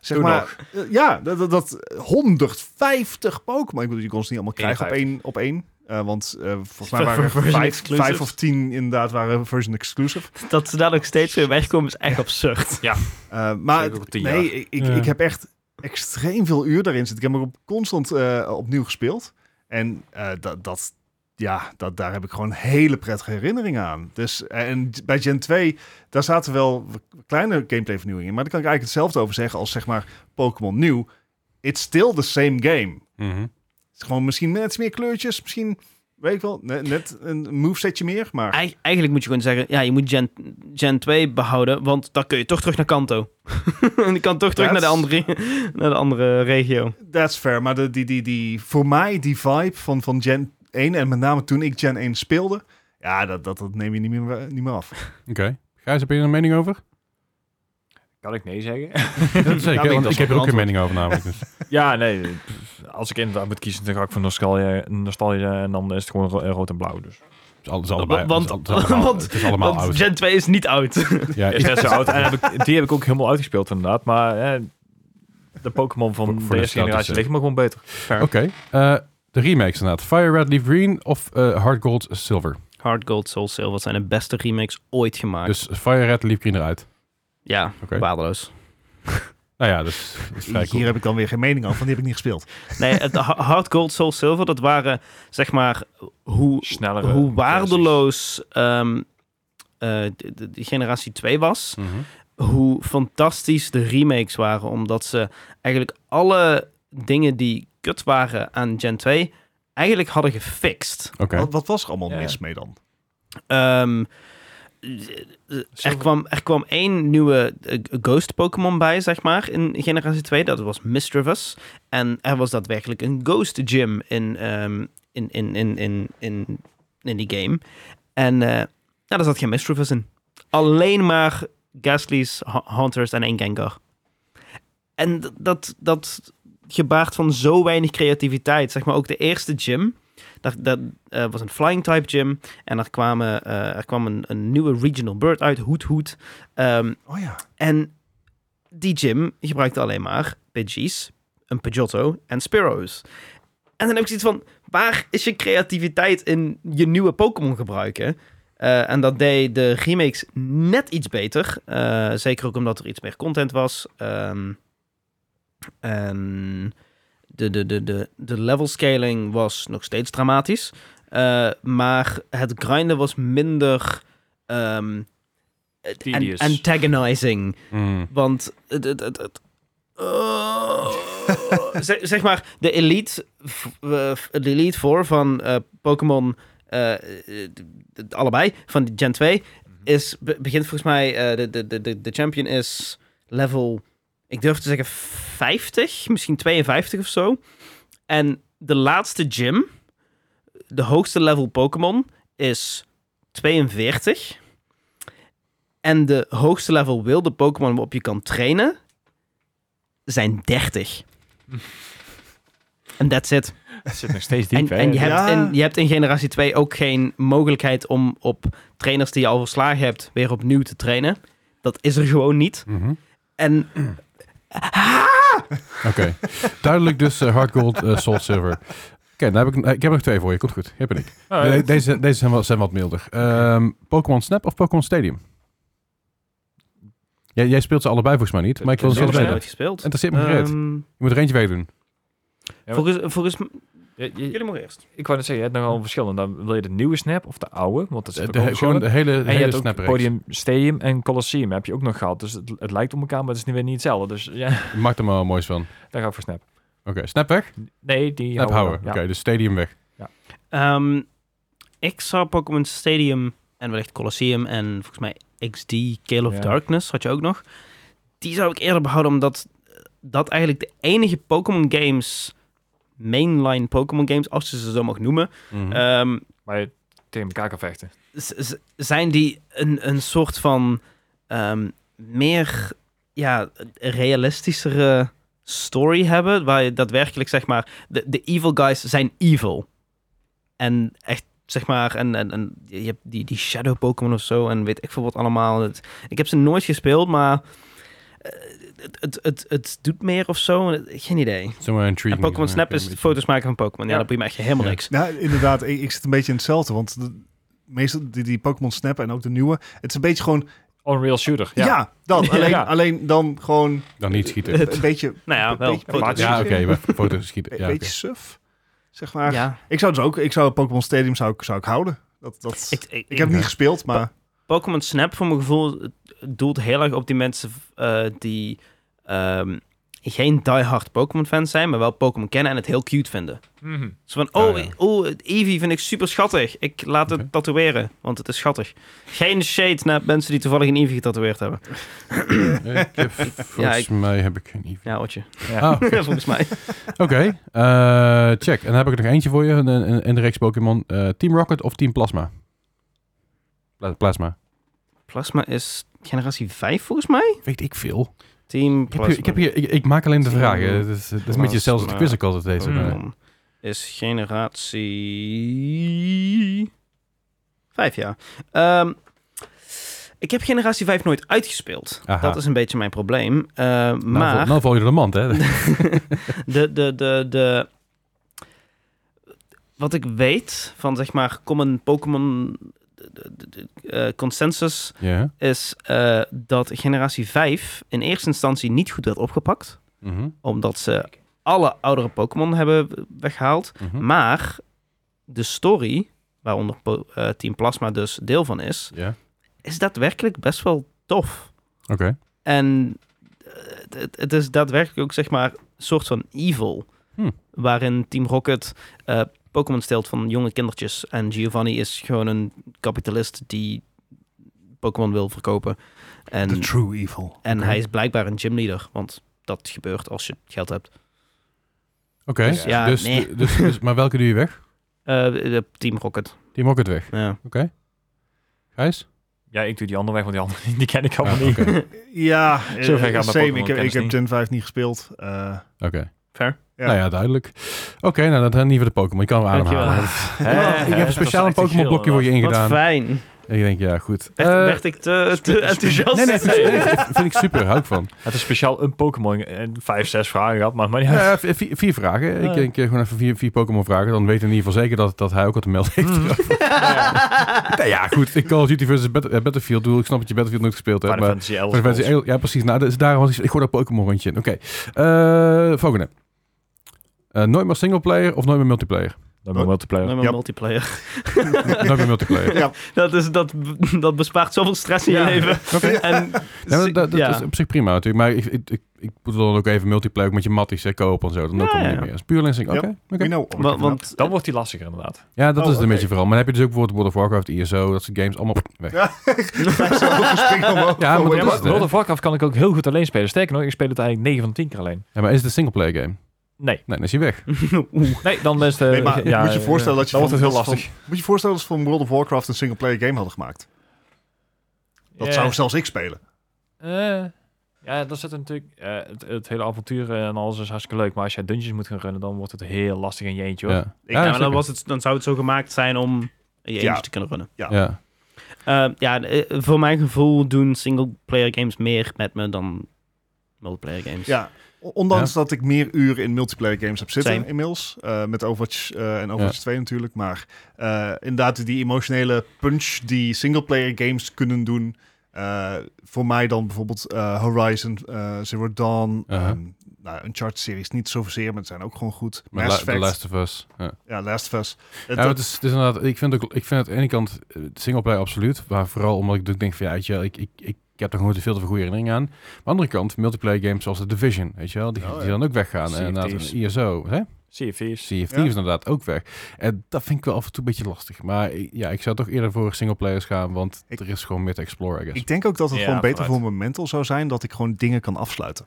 [SPEAKER 4] Zeg
[SPEAKER 3] Toen
[SPEAKER 4] maar, eh, ja, dat, dat, dat 150 Pokémon. Ik bedoel, je kon ze niet allemaal krijgen op één.
[SPEAKER 3] 51.
[SPEAKER 4] Op één. Eh, want eh, volgens mij
[SPEAKER 2] Ver-
[SPEAKER 4] waren er
[SPEAKER 2] version
[SPEAKER 4] vijf,
[SPEAKER 2] exclusive.
[SPEAKER 4] vijf of tien inderdaad waren version exclusive.
[SPEAKER 2] Dat ze daar nog steeds weer wegkomen is echt absurd.
[SPEAKER 4] Eh, maar
[SPEAKER 3] Zeker op tien
[SPEAKER 4] nee,
[SPEAKER 3] jaar.
[SPEAKER 4] ik, ik,
[SPEAKER 3] Ja.
[SPEAKER 4] ik heb echt extreem veel uur daarin zitten. Ik heb hem ook constant eh, opnieuw gespeeld. En eh, dat, dat, ja, dat, daar heb ik gewoon hele prettige herinneringen aan. Dus, eh, en bij Gen 2, daar zaten wel kleine gameplay vernieuwingen in. Maar daar kan ik eigenlijk hetzelfde over zeggen als zeg maar Pokémon nieuw. It's still the same game.
[SPEAKER 1] Mhm.
[SPEAKER 4] Het is gewoon misschien net iets meer kleurtjes. Misschien, weet ik wel, net, net een movesetje meer. Maar
[SPEAKER 2] Eigen- eigenlijk moet je gewoon zeggen, ja, je moet Gen, Gen 2 behouden, want dan kun je toch terug naar Kanto. (laughs) je kan toch terug naar de, andere, naar de andere regio.
[SPEAKER 4] That's fair, maar de, die, die, die, voor mij die vibe van, van Gen 1 en met name toen ik Gen 1 speelde, ja, dat, dat, dat neem je niet meer, eh, niet meer af.
[SPEAKER 1] Oké. Gijs, heb je er een mening
[SPEAKER 4] (laughs)
[SPEAKER 1] over?
[SPEAKER 3] Kan ik nee zeggen?
[SPEAKER 1] Ja, dat zeker,
[SPEAKER 4] ik
[SPEAKER 1] want
[SPEAKER 4] dat
[SPEAKER 1] ik heb er
[SPEAKER 4] wel
[SPEAKER 1] ook een mening over namelijk. Dus.
[SPEAKER 3] (laughs) ja, nee. pff, Als ik inderdaad moet kiezen, dan ga ik voor nostalgie, nostalgie en dan is het gewoon ro- eh, rood en blauw. Dus.
[SPEAKER 1] Het is al- het is allebei,
[SPEAKER 2] Want-
[SPEAKER 1] het is allemaal,
[SPEAKER 2] want-
[SPEAKER 1] het is allemaal
[SPEAKER 2] want
[SPEAKER 1] oud.
[SPEAKER 2] Gen 2 is niet oud. (laughs)
[SPEAKER 1] Ja,
[SPEAKER 3] Is net zo oud. En heb ik, die heb ik ook helemaal uitgespeeld inderdaad. Maar eh, de Pokémon van
[SPEAKER 1] Voor- voor
[SPEAKER 3] de
[SPEAKER 1] de
[SPEAKER 3] eerste
[SPEAKER 1] status,
[SPEAKER 3] generatie
[SPEAKER 1] eh.
[SPEAKER 3] ligt me gewoon beter.
[SPEAKER 1] Oké. eh, de remakes inderdaad. Fire Red Leaf Green of eh, Hard Gold Silver.
[SPEAKER 2] Hard Gold, Soul Silver zijn de beste remakes ooit gemaakt.
[SPEAKER 1] Dus Fire Red Leaf Green eruit.
[SPEAKER 2] ja,
[SPEAKER 1] Oké.
[SPEAKER 2] waardeloos.
[SPEAKER 1] Nou ja, dat is, dat is vrij cool.
[SPEAKER 4] Hier heb ik dan weer geen mening over, want die heb ik niet gespeeld.
[SPEAKER 2] Nee, het ha- Hard Gold, Soul Silver, dat waren zeg maar hoe,
[SPEAKER 3] Sneller.
[SPEAKER 2] hoe waardeloos ehm, eh, de, de- de generatie 2 was.
[SPEAKER 1] Mhm.
[SPEAKER 2] hoe fantastisch de remakes waren. Omdat ze eigenlijk alle dingen die kut waren aan Gen 2 eigenlijk hadden gefixt.
[SPEAKER 1] Oké.
[SPEAKER 4] Wat, wat was er allemaal
[SPEAKER 3] Ja.
[SPEAKER 4] mis mee dan?
[SPEAKER 2] Ehm, er, kwam, er kwam één nieuwe eh, ghost Pokémon bij, zeg maar, in generatie 2. Dat was Misdreavus. En er was daadwerkelijk een ghost gym in, ehm, in, in, in, in, in, in die game. En eh, nou, daar zat geen Misdreavus in. Alleen maar Ghastlies, Ha- Hunters en één Gengar. En d- dat, dat gebaart van zo weinig creativiteit. Zeg maar ook de eerste gym. Dat, dat eh, was een flying type gym. En er, kwamen, eh, er kwam een, een nieuwe regional bird uit, Hoed Hoed. Ehm,
[SPEAKER 4] Oh ja.
[SPEAKER 2] en die gym gebruikte alleen maar Pidgeys, een Pidgeotto en Spiro's. En dan heb ik zoiets van, waar is je creativiteit in je nieuwe Pokémon gebruiken? Eh, en dat deed de remakes net iets beter. Eh, zeker ook omdat er iets meer content was. Ehm, en de, de, de, de, de level scaling was nog steeds dramatisch. Eh, maar het grinden was minder... ehm, het- en-
[SPEAKER 3] Tedious.
[SPEAKER 2] antagonizing.
[SPEAKER 1] Mm.
[SPEAKER 2] Want het, het, het, het- Oh. (laughs) zeg, zeg maar, de Elite, v- eh, de elite 4 van eh, Pokémon, eh, eh, d- d- allebei, van de Gen 2, is, be- begint volgens mij, eh, de, de, de- de, de champion is level, ik durf te zeggen 50, misschien 52 of zo. En de laatste gym, de hoogste level Pokémon, is 42. En de hoogste level wilde Pokémon waarop je kan trainen zijn 30. En that's it.
[SPEAKER 3] Het zit nog steeds diep.
[SPEAKER 2] En,
[SPEAKER 3] hè.
[SPEAKER 2] en, je hebt
[SPEAKER 4] Ja.
[SPEAKER 2] in, je hebt in generatie 2 ook geen mogelijkheid om op trainers die je al verslagen hebt weer opnieuw te trainen. Dat is er gewoon niet.
[SPEAKER 1] Mhm.
[SPEAKER 2] En
[SPEAKER 1] Oké. (laughs) Duidelijk dus eh, Hard Gold, eh, Soul Silver. Oké, dan heb ik, eh, ik heb er nog twee voor je. Komt goed. Hier ben ik.
[SPEAKER 3] Oh,
[SPEAKER 1] De- deze deze zijn, wat, zijn wat milder. Ehm, Pokémon Snap of Pokémon Stadium? Jij, jij speelt ze allebei volgens mij niet, maar ik wil ze
[SPEAKER 3] Pokémon
[SPEAKER 1] zelf
[SPEAKER 2] dat heb ik
[SPEAKER 3] Snap.
[SPEAKER 1] weten.
[SPEAKER 2] nooit
[SPEAKER 1] Interesseert
[SPEAKER 2] gespeeld.
[SPEAKER 1] me gereed.
[SPEAKER 2] Ehm,
[SPEAKER 1] Je moet er eentje wegdoen.
[SPEAKER 3] Ja,
[SPEAKER 2] volgens, volgens m-
[SPEAKER 3] Je- je-
[SPEAKER 2] Jullie mogen eerst.
[SPEAKER 3] ik wou net zeggen, je hebt nogal een verschil. En dan wil je de nieuwe snap of de oude, want dat is
[SPEAKER 1] De,
[SPEAKER 3] ook
[SPEAKER 1] de-
[SPEAKER 3] een
[SPEAKER 1] gewoon
[SPEAKER 3] verschil.
[SPEAKER 1] de hele, de
[SPEAKER 3] En je
[SPEAKER 1] hele
[SPEAKER 3] hebt ook
[SPEAKER 1] snap reeks.
[SPEAKER 3] Podium Stadium en Colosseum heb je ook nog gehad. Dus het, het lijkt op elkaar, maar het is niet weer niet hetzelfde. Dus ja, (laughs)
[SPEAKER 1] Je maakt er maar wel moois van. Oké,
[SPEAKER 3] daar ga ik voor Snap.
[SPEAKER 1] snap weg?
[SPEAKER 3] Nee, die
[SPEAKER 1] Snap
[SPEAKER 3] houden
[SPEAKER 1] houden.
[SPEAKER 3] we
[SPEAKER 1] Oké,
[SPEAKER 3] wel. Ja.
[SPEAKER 1] dus stadium weg.
[SPEAKER 2] Ehm, ik zag Pokémon Stadium en wellicht Colosseum en volgens mij XD, Cale of
[SPEAKER 3] Ja.
[SPEAKER 2] Darkness had je ook nog. Die zou ik eerder behouden omdat dat eigenlijk de enige Pokémon games, mainline Pokémon games, als je ze zo mag noemen,
[SPEAKER 1] Mhm.
[SPEAKER 2] ehm,
[SPEAKER 3] Maar je tegen elkaar kan vechten.
[SPEAKER 2] z- z- zijn die een, een soort van ehm, meer ja, realistischere story hebben. Waar je daadwerkelijk, zeg maar, de, de evil guys zijn evil. En echt, zeg maar, en, en, en je hebt die, die shadow Pokémon of zo en weet ik veel wat allemaal. Het- ik heb ze nooit gespeeld, maar eh, het, het, het, het doet meer of zo. Geen idee.
[SPEAKER 1] Somewhere
[SPEAKER 2] En
[SPEAKER 1] intriguing.
[SPEAKER 2] Pokémon
[SPEAKER 1] eh,
[SPEAKER 2] Snap
[SPEAKER 1] een
[SPEAKER 2] is
[SPEAKER 1] beetje.
[SPEAKER 2] foto's maken van Pokémon. Ja,
[SPEAKER 3] Ja.
[SPEAKER 2] dat boeit me echt helemaal
[SPEAKER 1] Ja.
[SPEAKER 2] niks.
[SPEAKER 4] Nou, inderdaad, ik, ik zit een beetje in hetzelfde. Want de, meestal die, die Pokémon Snap en ook de nieuwe. Het is een beetje gewoon.
[SPEAKER 3] Unreal Shooter.
[SPEAKER 4] Ja,
[SPEAKER 3] Ja.
[SPEAKER 4] dat. Alleen,
[SPEAKER 3] Ja.
[SPEAKER 4] alleen dan gewoon
[SPEAKER 1] Dan niet schieten.
[SPEAKER 4] een beetje.
[SPEAKER 2] Nou (laughs) ja, wel.
[SPEAKER 4] Beetje-
[SPEAKER 2] foto's.
[SPEAKER 1] Ja,
[SPEAKER 4] Precies.
[SPEAKER 1] oké, maar foto's schieten.
[SPEAKER 4] Een
[SPEAKER 1] Ja,
[SPEAKER 4] beetje
[SPEAKER 1] oké.
[SPEAKER 4] suf. Zeg maar.
[SPEAKER 2] ja.
[SPEAKER 4] Ik zou dus ook. Ik zou Pokémon Stadium zou ik, zou ik houden. Dat, dat, ik,
[SPEAKER 2] Ik, ik,
[SPEAKER 4] heb
[SPEAKER 1] Ja.
[SPEAKER 4] niet gespeeld, maar.
[SPEAKER 2] Pokémon Snap, voor mijn gevoel, doelt heel erg op die mensen eh, die ehm, geen diehard Pokémon-fans zijn, maar wel Pokémon kennen en het heel cute vinden.
[SPEAKER 3] Mhm.
[SPEAKER 2] Zo van,
[SPEAKER 1] Oh,
[SPEAKER 2] oh,
[SPEAKER 1] ja.
[SPEAKER 2] oh, het Eevee vind ik super schattig. Ik laat het
[SPEAKER 1] Oké.
[SPEAKER 2] tatoeëren, want het is schattig. Geen shade naar mensen die toevallig een Eevee getatoeëerd hebben.
[SPEAKER 1] Ik
[SPEAKER 2] (laughs)
[SPEAKER 1] heb- Volgens mij heb ik geen idee.
[SPEAKER 2] Ja,
[SPEAKER 1] (laughs)
[SPEAKER 2] Otje.
[SPEAKER 1] Ah, oké.
[SPEAKER 2] Volgens mij.
[SPEAKER 1] Oké, eh, check. En dan heb ik er nog eentje voor je in, in, in de reeks Pokémon. Eh, Team Rocket of Team Plasma? Pla- plasma.
[SPEAKER 2] Plasma is generatie 5, volgens mij?
[SPEAKER 1] Weet ik veel. Ik,
[SPEAKER 2] Team
[SPEAKER 1] heb
[SPEAKER 2] Plasma.
[SPEAKER 1] hier, ik, heb hier, ik, ik maak alleen de
[SPEAKER 2] Team
[SPEAKER 1] vragen. Dat is, dat is een beetje zelfs het
[SPEAKER 2] Plasma.
[SPEAKER 1] quiz ik altijd deze.
[SPEAKER 3] Hmm.
[SPEAKER 1] maar-
[SPEAKER 2] Pokémon is generatie... Vijf jaar. Ehm, ik heb generatie 5 nooit uitgespeeld.
[SPEAKER 1] Aha.
[SPEAKER 2] Dat is een beetje mijn probleem. Ehm,
[SPEAKER 1] Nou, val-
[SPEAKER 2] maar
[SPEAKER 1] nou val je door de mand, hè?
[SPEAKER 2] (laughs) de, de, de, de... Wat ik weet van, zeg maar, common Pokémon de- de- de- de, eh, consensus...
[SPEAKER 1] ja.
[SPEAKER 2] is eh, dat generatie 5 in eerste instantie niet goed werd opgepakt.
[SPEAKER 1] Mhm,
[SPEAKER 2] Omdat ze alle oudere Pokémon hebben weggehaald.
[SPEAKER 1] mhm.
[SPEAKER 2] Maar de story, waaronder Po- eh, Team Plasma dus deel van is,
[SPEAKER 1] Ja,
[SPEAKER 2] is daadwerkelijk best wel tof.
[SPEAKER 1] oké.
[SPEAKER 2] En eh, het, het is daadwerkelijk ook, zeg maar, een soort van evil.
[SPEAKER 1] Hm.
[SPEAKER 2] Waarin Team Rocket eh, Pokémon steelt van jonge kindertjes. En Giovanni is gewoon een kapitalist die Pokémon wil verkopen. En,
[SPEAKER 4] The True Evil.
[SPEAKER 2] en hij is blijkbaar een gymleader, want dat gebeurt als je geld hebt.
[SPEAKER 1] Oké,
[SPEAKER 2] Dus ja,
[SPEAKER 1] dus,
[SPEAKER 2] nee.
[SPEAKER 1] dus, dus- maar welke doe je weg?
[SPEAKER 2] Eh, eh, Team Rocket,
[SPEAKER 1] Team Rocket weg.
[SPEAKER 2] ja.
[SPEAKER 1] Gijs?
[SPEAKER 3] Ja, ik doe die andere weg, want die andere (laughs) die ken ik allemaal
[SPEAKER 1] Ah,
[SPEAKER 2] (laughs)
[SPEAKER 3] niet.
[SPEAKER 1] Oké.
[SPEAKER 4] Ja, eh,
[SPEAKER 3] Zo ver gaan we
[SPEAKER 4] same. Ik
[SPEAKER 3] Pokémon
[SPEAKER 4] heb, ik
[SPEAKER 3] kennis
[SPEAKER 4] heb
[SPEAKER 3] niet.
[SPEAKER 4] Gen 5 niet gespeeld. Eh,
[SPEAKER 1] Oké.
[SPEAKER 2] Fair.
[SPEAKER 4] Ja.
[SPEAKER 1] Nou ja, duidelijk. Oké, nou dan gaan we niet voor de Pokémon. Je kan hem
[SPEAKER 2] Dankjewel.
[SPEAKER 1] ademhalen.
[SPEAKER 3] (laughs) Hè,
[SPEAKER 1] ik heb
[SPEAKER 3] hè,
[SPEAKER 1] speciaal een
[SPEAKER 3] dat is echt
[SPEAKER 1] Pokémon blokje voor je
[SPEAKER 2] Wat
[SPEAKER 1] ingedaan.
[SPEAKER 2] fijn.
[SPEAKER 1] Ik denk, ja, goed.
[SPEAKER 2] Werd,
[SPEAKER 1] Eh,
[SPEAKER 2] werd ik te, (laughs) te enthousiast?
[SPEAKER 1] Nee, nee, vind, nee, vind ik super. Hou ik van.
[SPEAKER 3] Het is speciaal een Pokémon en vijf, zes vragen gehad, maar, maar niet uit.
[SPEAKER 1] Ja, Eh, v- vier, vier vragen. Ik
[SPEAKER 3] Ja.
[SPEAKER 1] denk eh, gewoon even vier, vier Pokémon vragen. Dan weten we in ieder geval zeker dat, dat hij ook wat te melden
[SPEAKER 3] (laughs)
[SPEAKER 1] heeft.
[SPEAKER 3] Hmm.
[SPEAKER 1] (laughs) nou ja, goed. Ik Call of Duty versus Bat- eh, Battlefield. Doe, ik snap dat je Battlefield nooit gespeeld hebt.
[SPEAKER 3] Final
[SPEAKER 1] Maar
[SPEAKER 3] Fantasy 11.
[SPEAKER 1] Final Fantasy
[SPEAKER 3] Goals.
[SPEAKER 1] Eel- ja, precies. Nou, dus daarom was ik, ik gooi dat Pokémon rondje in. Oké. Eh, volgende. Eh, nooit meer singleplayer of nooit meer multiplayer?
[SPEAKER 3] Dan ben ik multiplayer.
[SPEAKER 2] maar
[SPEAKER 4] Ja.
[SPEAKER 2] multiplayer.
[SPEAKER 1] nooit meer multiplayer.
[SPEAKER 4] ja,
[SPEAKER 2] Dat, is, dat, dat bespaart zoveel stress in je
[SPEAKER 3] Ja.
[SPEAKER 2] leven.
[SPEAKER 1] Oké.
[SPEAKER 2] En,
[SPEAKER 1] Ja, maar dat, dat
[SPEAKER 2] ja.
[SPEAKER 1] is op zich prima natuurlijk. Maar ik, ik, ik, ik moet dan ook even multiplayer met je matties hè, kopen en zo. Dan
[SPEAKER 2] Ja,
[SPEAKER 1] ook allemaal
[SPEAKER 2] ja,
[SPEAKER 1] niet
[SPEAKER 2] ja.
[SPEAKER 1] meer. Dat is puur alleen single.
[SPEAKER 4] Ja.
[SPEAKER 1] Oké, oké.
[SPEAKER 4] we know.
[SPEAKER 2] wa- want
[SPEAKER 3] Dan wordt die lastiger inderdaad.
[SPEAKER 1] Ja, dat
[SPEAKER 4] Oh,
[SPEAKER 1] is het een
[SPEAKER 4] oké.
[SPEAKER 1] beetje vooral. Maar dan heb je dus ook bijvoorbeeld World of Warcraft, ISO, dat soort games allemaal weg.
[SPEAKER 4] Ja, (laughs) Hij zou ook springen omhoog.
[SPEAKER 1] Ja, maar dat
[SPEAKER 4] Gewoon
[SPEAKER 3] Ja,
[SPEAKER 1] is het,
[SPEAKER 3] maar
[SPEAKER 4] weer-
[SPEAKER 1] hè?
[SPEAKER 3] World of Warcraft kan ik ook heel goed alleen spelen. Sterker nog, ik speel het eigenlijk 9 van 10 keer alleen.
[SPEAKER 1] Ja, maar is het een singleplayer game?
[SPEAKER 3] Nee.
[SPEAKER 1] Nee, dan is hij weg.
[SPEAKER 2] (laughs)
[SPEAKER 3] Nee, dan is de...
[SPEAKER 4] Nee, maar
[SPEAKER 3] ja,
[SPEAKER 4] moet je
[SPEAKER 3] eh,
[SPEAKER 4] voorstellen dat je
[SPEAKER 3] Dan wordt het
[SPEAKER 4] van-
[SPEAKER 3] heel lastig.
[SPEAKER 4] Moet je je voorstellen als we van World of Warcraft een single-player game hadden gemaakt. Dat
[SPEAKER 3] Ja.
[SPEAKER 4] zou zelfs ik spelen.
[SPEAKER 3] Eh, ja, dan zit er natuurlijk... eh, het, het hele avontuur eh, en alles is hartstikke leuk. Maar als jij dungeons moet gaan runnen, dan wordt het heel lastig in je eentje, hoor.
[SPEAKER 1] Ja.
[SPEAKER 4] Ja, maar
[SPEAKER 2] maar dan, was het, dan zou het zo gemaakt zijn om je eentje
[SPEAKER 4] Ja.
[SPEAKER 2] te kunnen runnen.
[SPEAKER 1] ja.
[SPEAKER 4] ja.
[SPEAKER 1] ja.
[SPEAKER 2] Eh, ja, eh, voor mijn gevoel doen single-player games meer met me dan multiplayer games.
[SPEAKER 4] Ja. O- Ondanks dat ik meer uren in multiplayer games heb zitten
[SPEAKER 2] Same.
[SPEAKER 4] inmiddels. eh, met Overwatch eh, en Overwatch 2 natuurlijk. Maar eh, inderdaad, die emotionele punch die singleplayer games kunnen doen. eh, voor mij dan bijvoorbeeld eh, Horizon eh, Zero Dawn.
[SPEAKER 1] Uh-huh.
[SPEAKER 4] ehm, nou, Uncharted-series niet zozeer, maar het zijn ook gewoon goed.
[SPEAKER 1] Met
[SPEAKER 4] Mass
[SPEAKER 1] La- The
[SPEAKER 4] Effect,
[SPEAKER 1] Last of Us. Ja.
[SPEAKER 4] ja, Last of Us. Het-
[SPEAKER 1] Ja, maar het is, het is inderdaad, ik vind, ook, ik vind het aan de ene kant eh, singleplayer absoluut. Maar vooral omdat ik denk van ja, weet je, wel, ik, ik, ik heb er gewoon te veel te veel goede herinneringen aan. Maar aan de andere kant, multiplayer games zoals The Division, weet je wel, die,
[SPEAKER 4] Oh, ja.
[SPEAKER 1] die dan ook weggaan.
[SPEAKER 3] Sea
[SPEAKER 1] En
[SPEAKER 3] of
[SPEAKER 1] inderdaad,
[SPEAKER 3] Thieves.
[SPEAKER 1] een ISO, hè?
[SPEAKER 3] Sea of Thieves.
[SPEAKER 1] Sea of
[SPEAKER 4] Ja.
[SPEAKER 1] Thieves inderdaad ook weg. En dat vind ik wel af en toe een beetje lastig. Maar ik- ja, ik zou toch eerder voor singleplayers gaan, want
[SPEAKER 4] Ik-
[SPEAKER 1] er is gewoon meer te exploren, I guess.
[SPEAKER 4] ik denk ook dat het
[SPEAKER 3] Ja,
[SPEAKER 4] gewoon beter
[SPEAKER 3] vooruit.
[SPEAKER 4] voor mijn mental zou zijn dat ik gewoon dingen kan
[SPEAKER 2] (laughs)
[SPEAKER 4] afsluiten.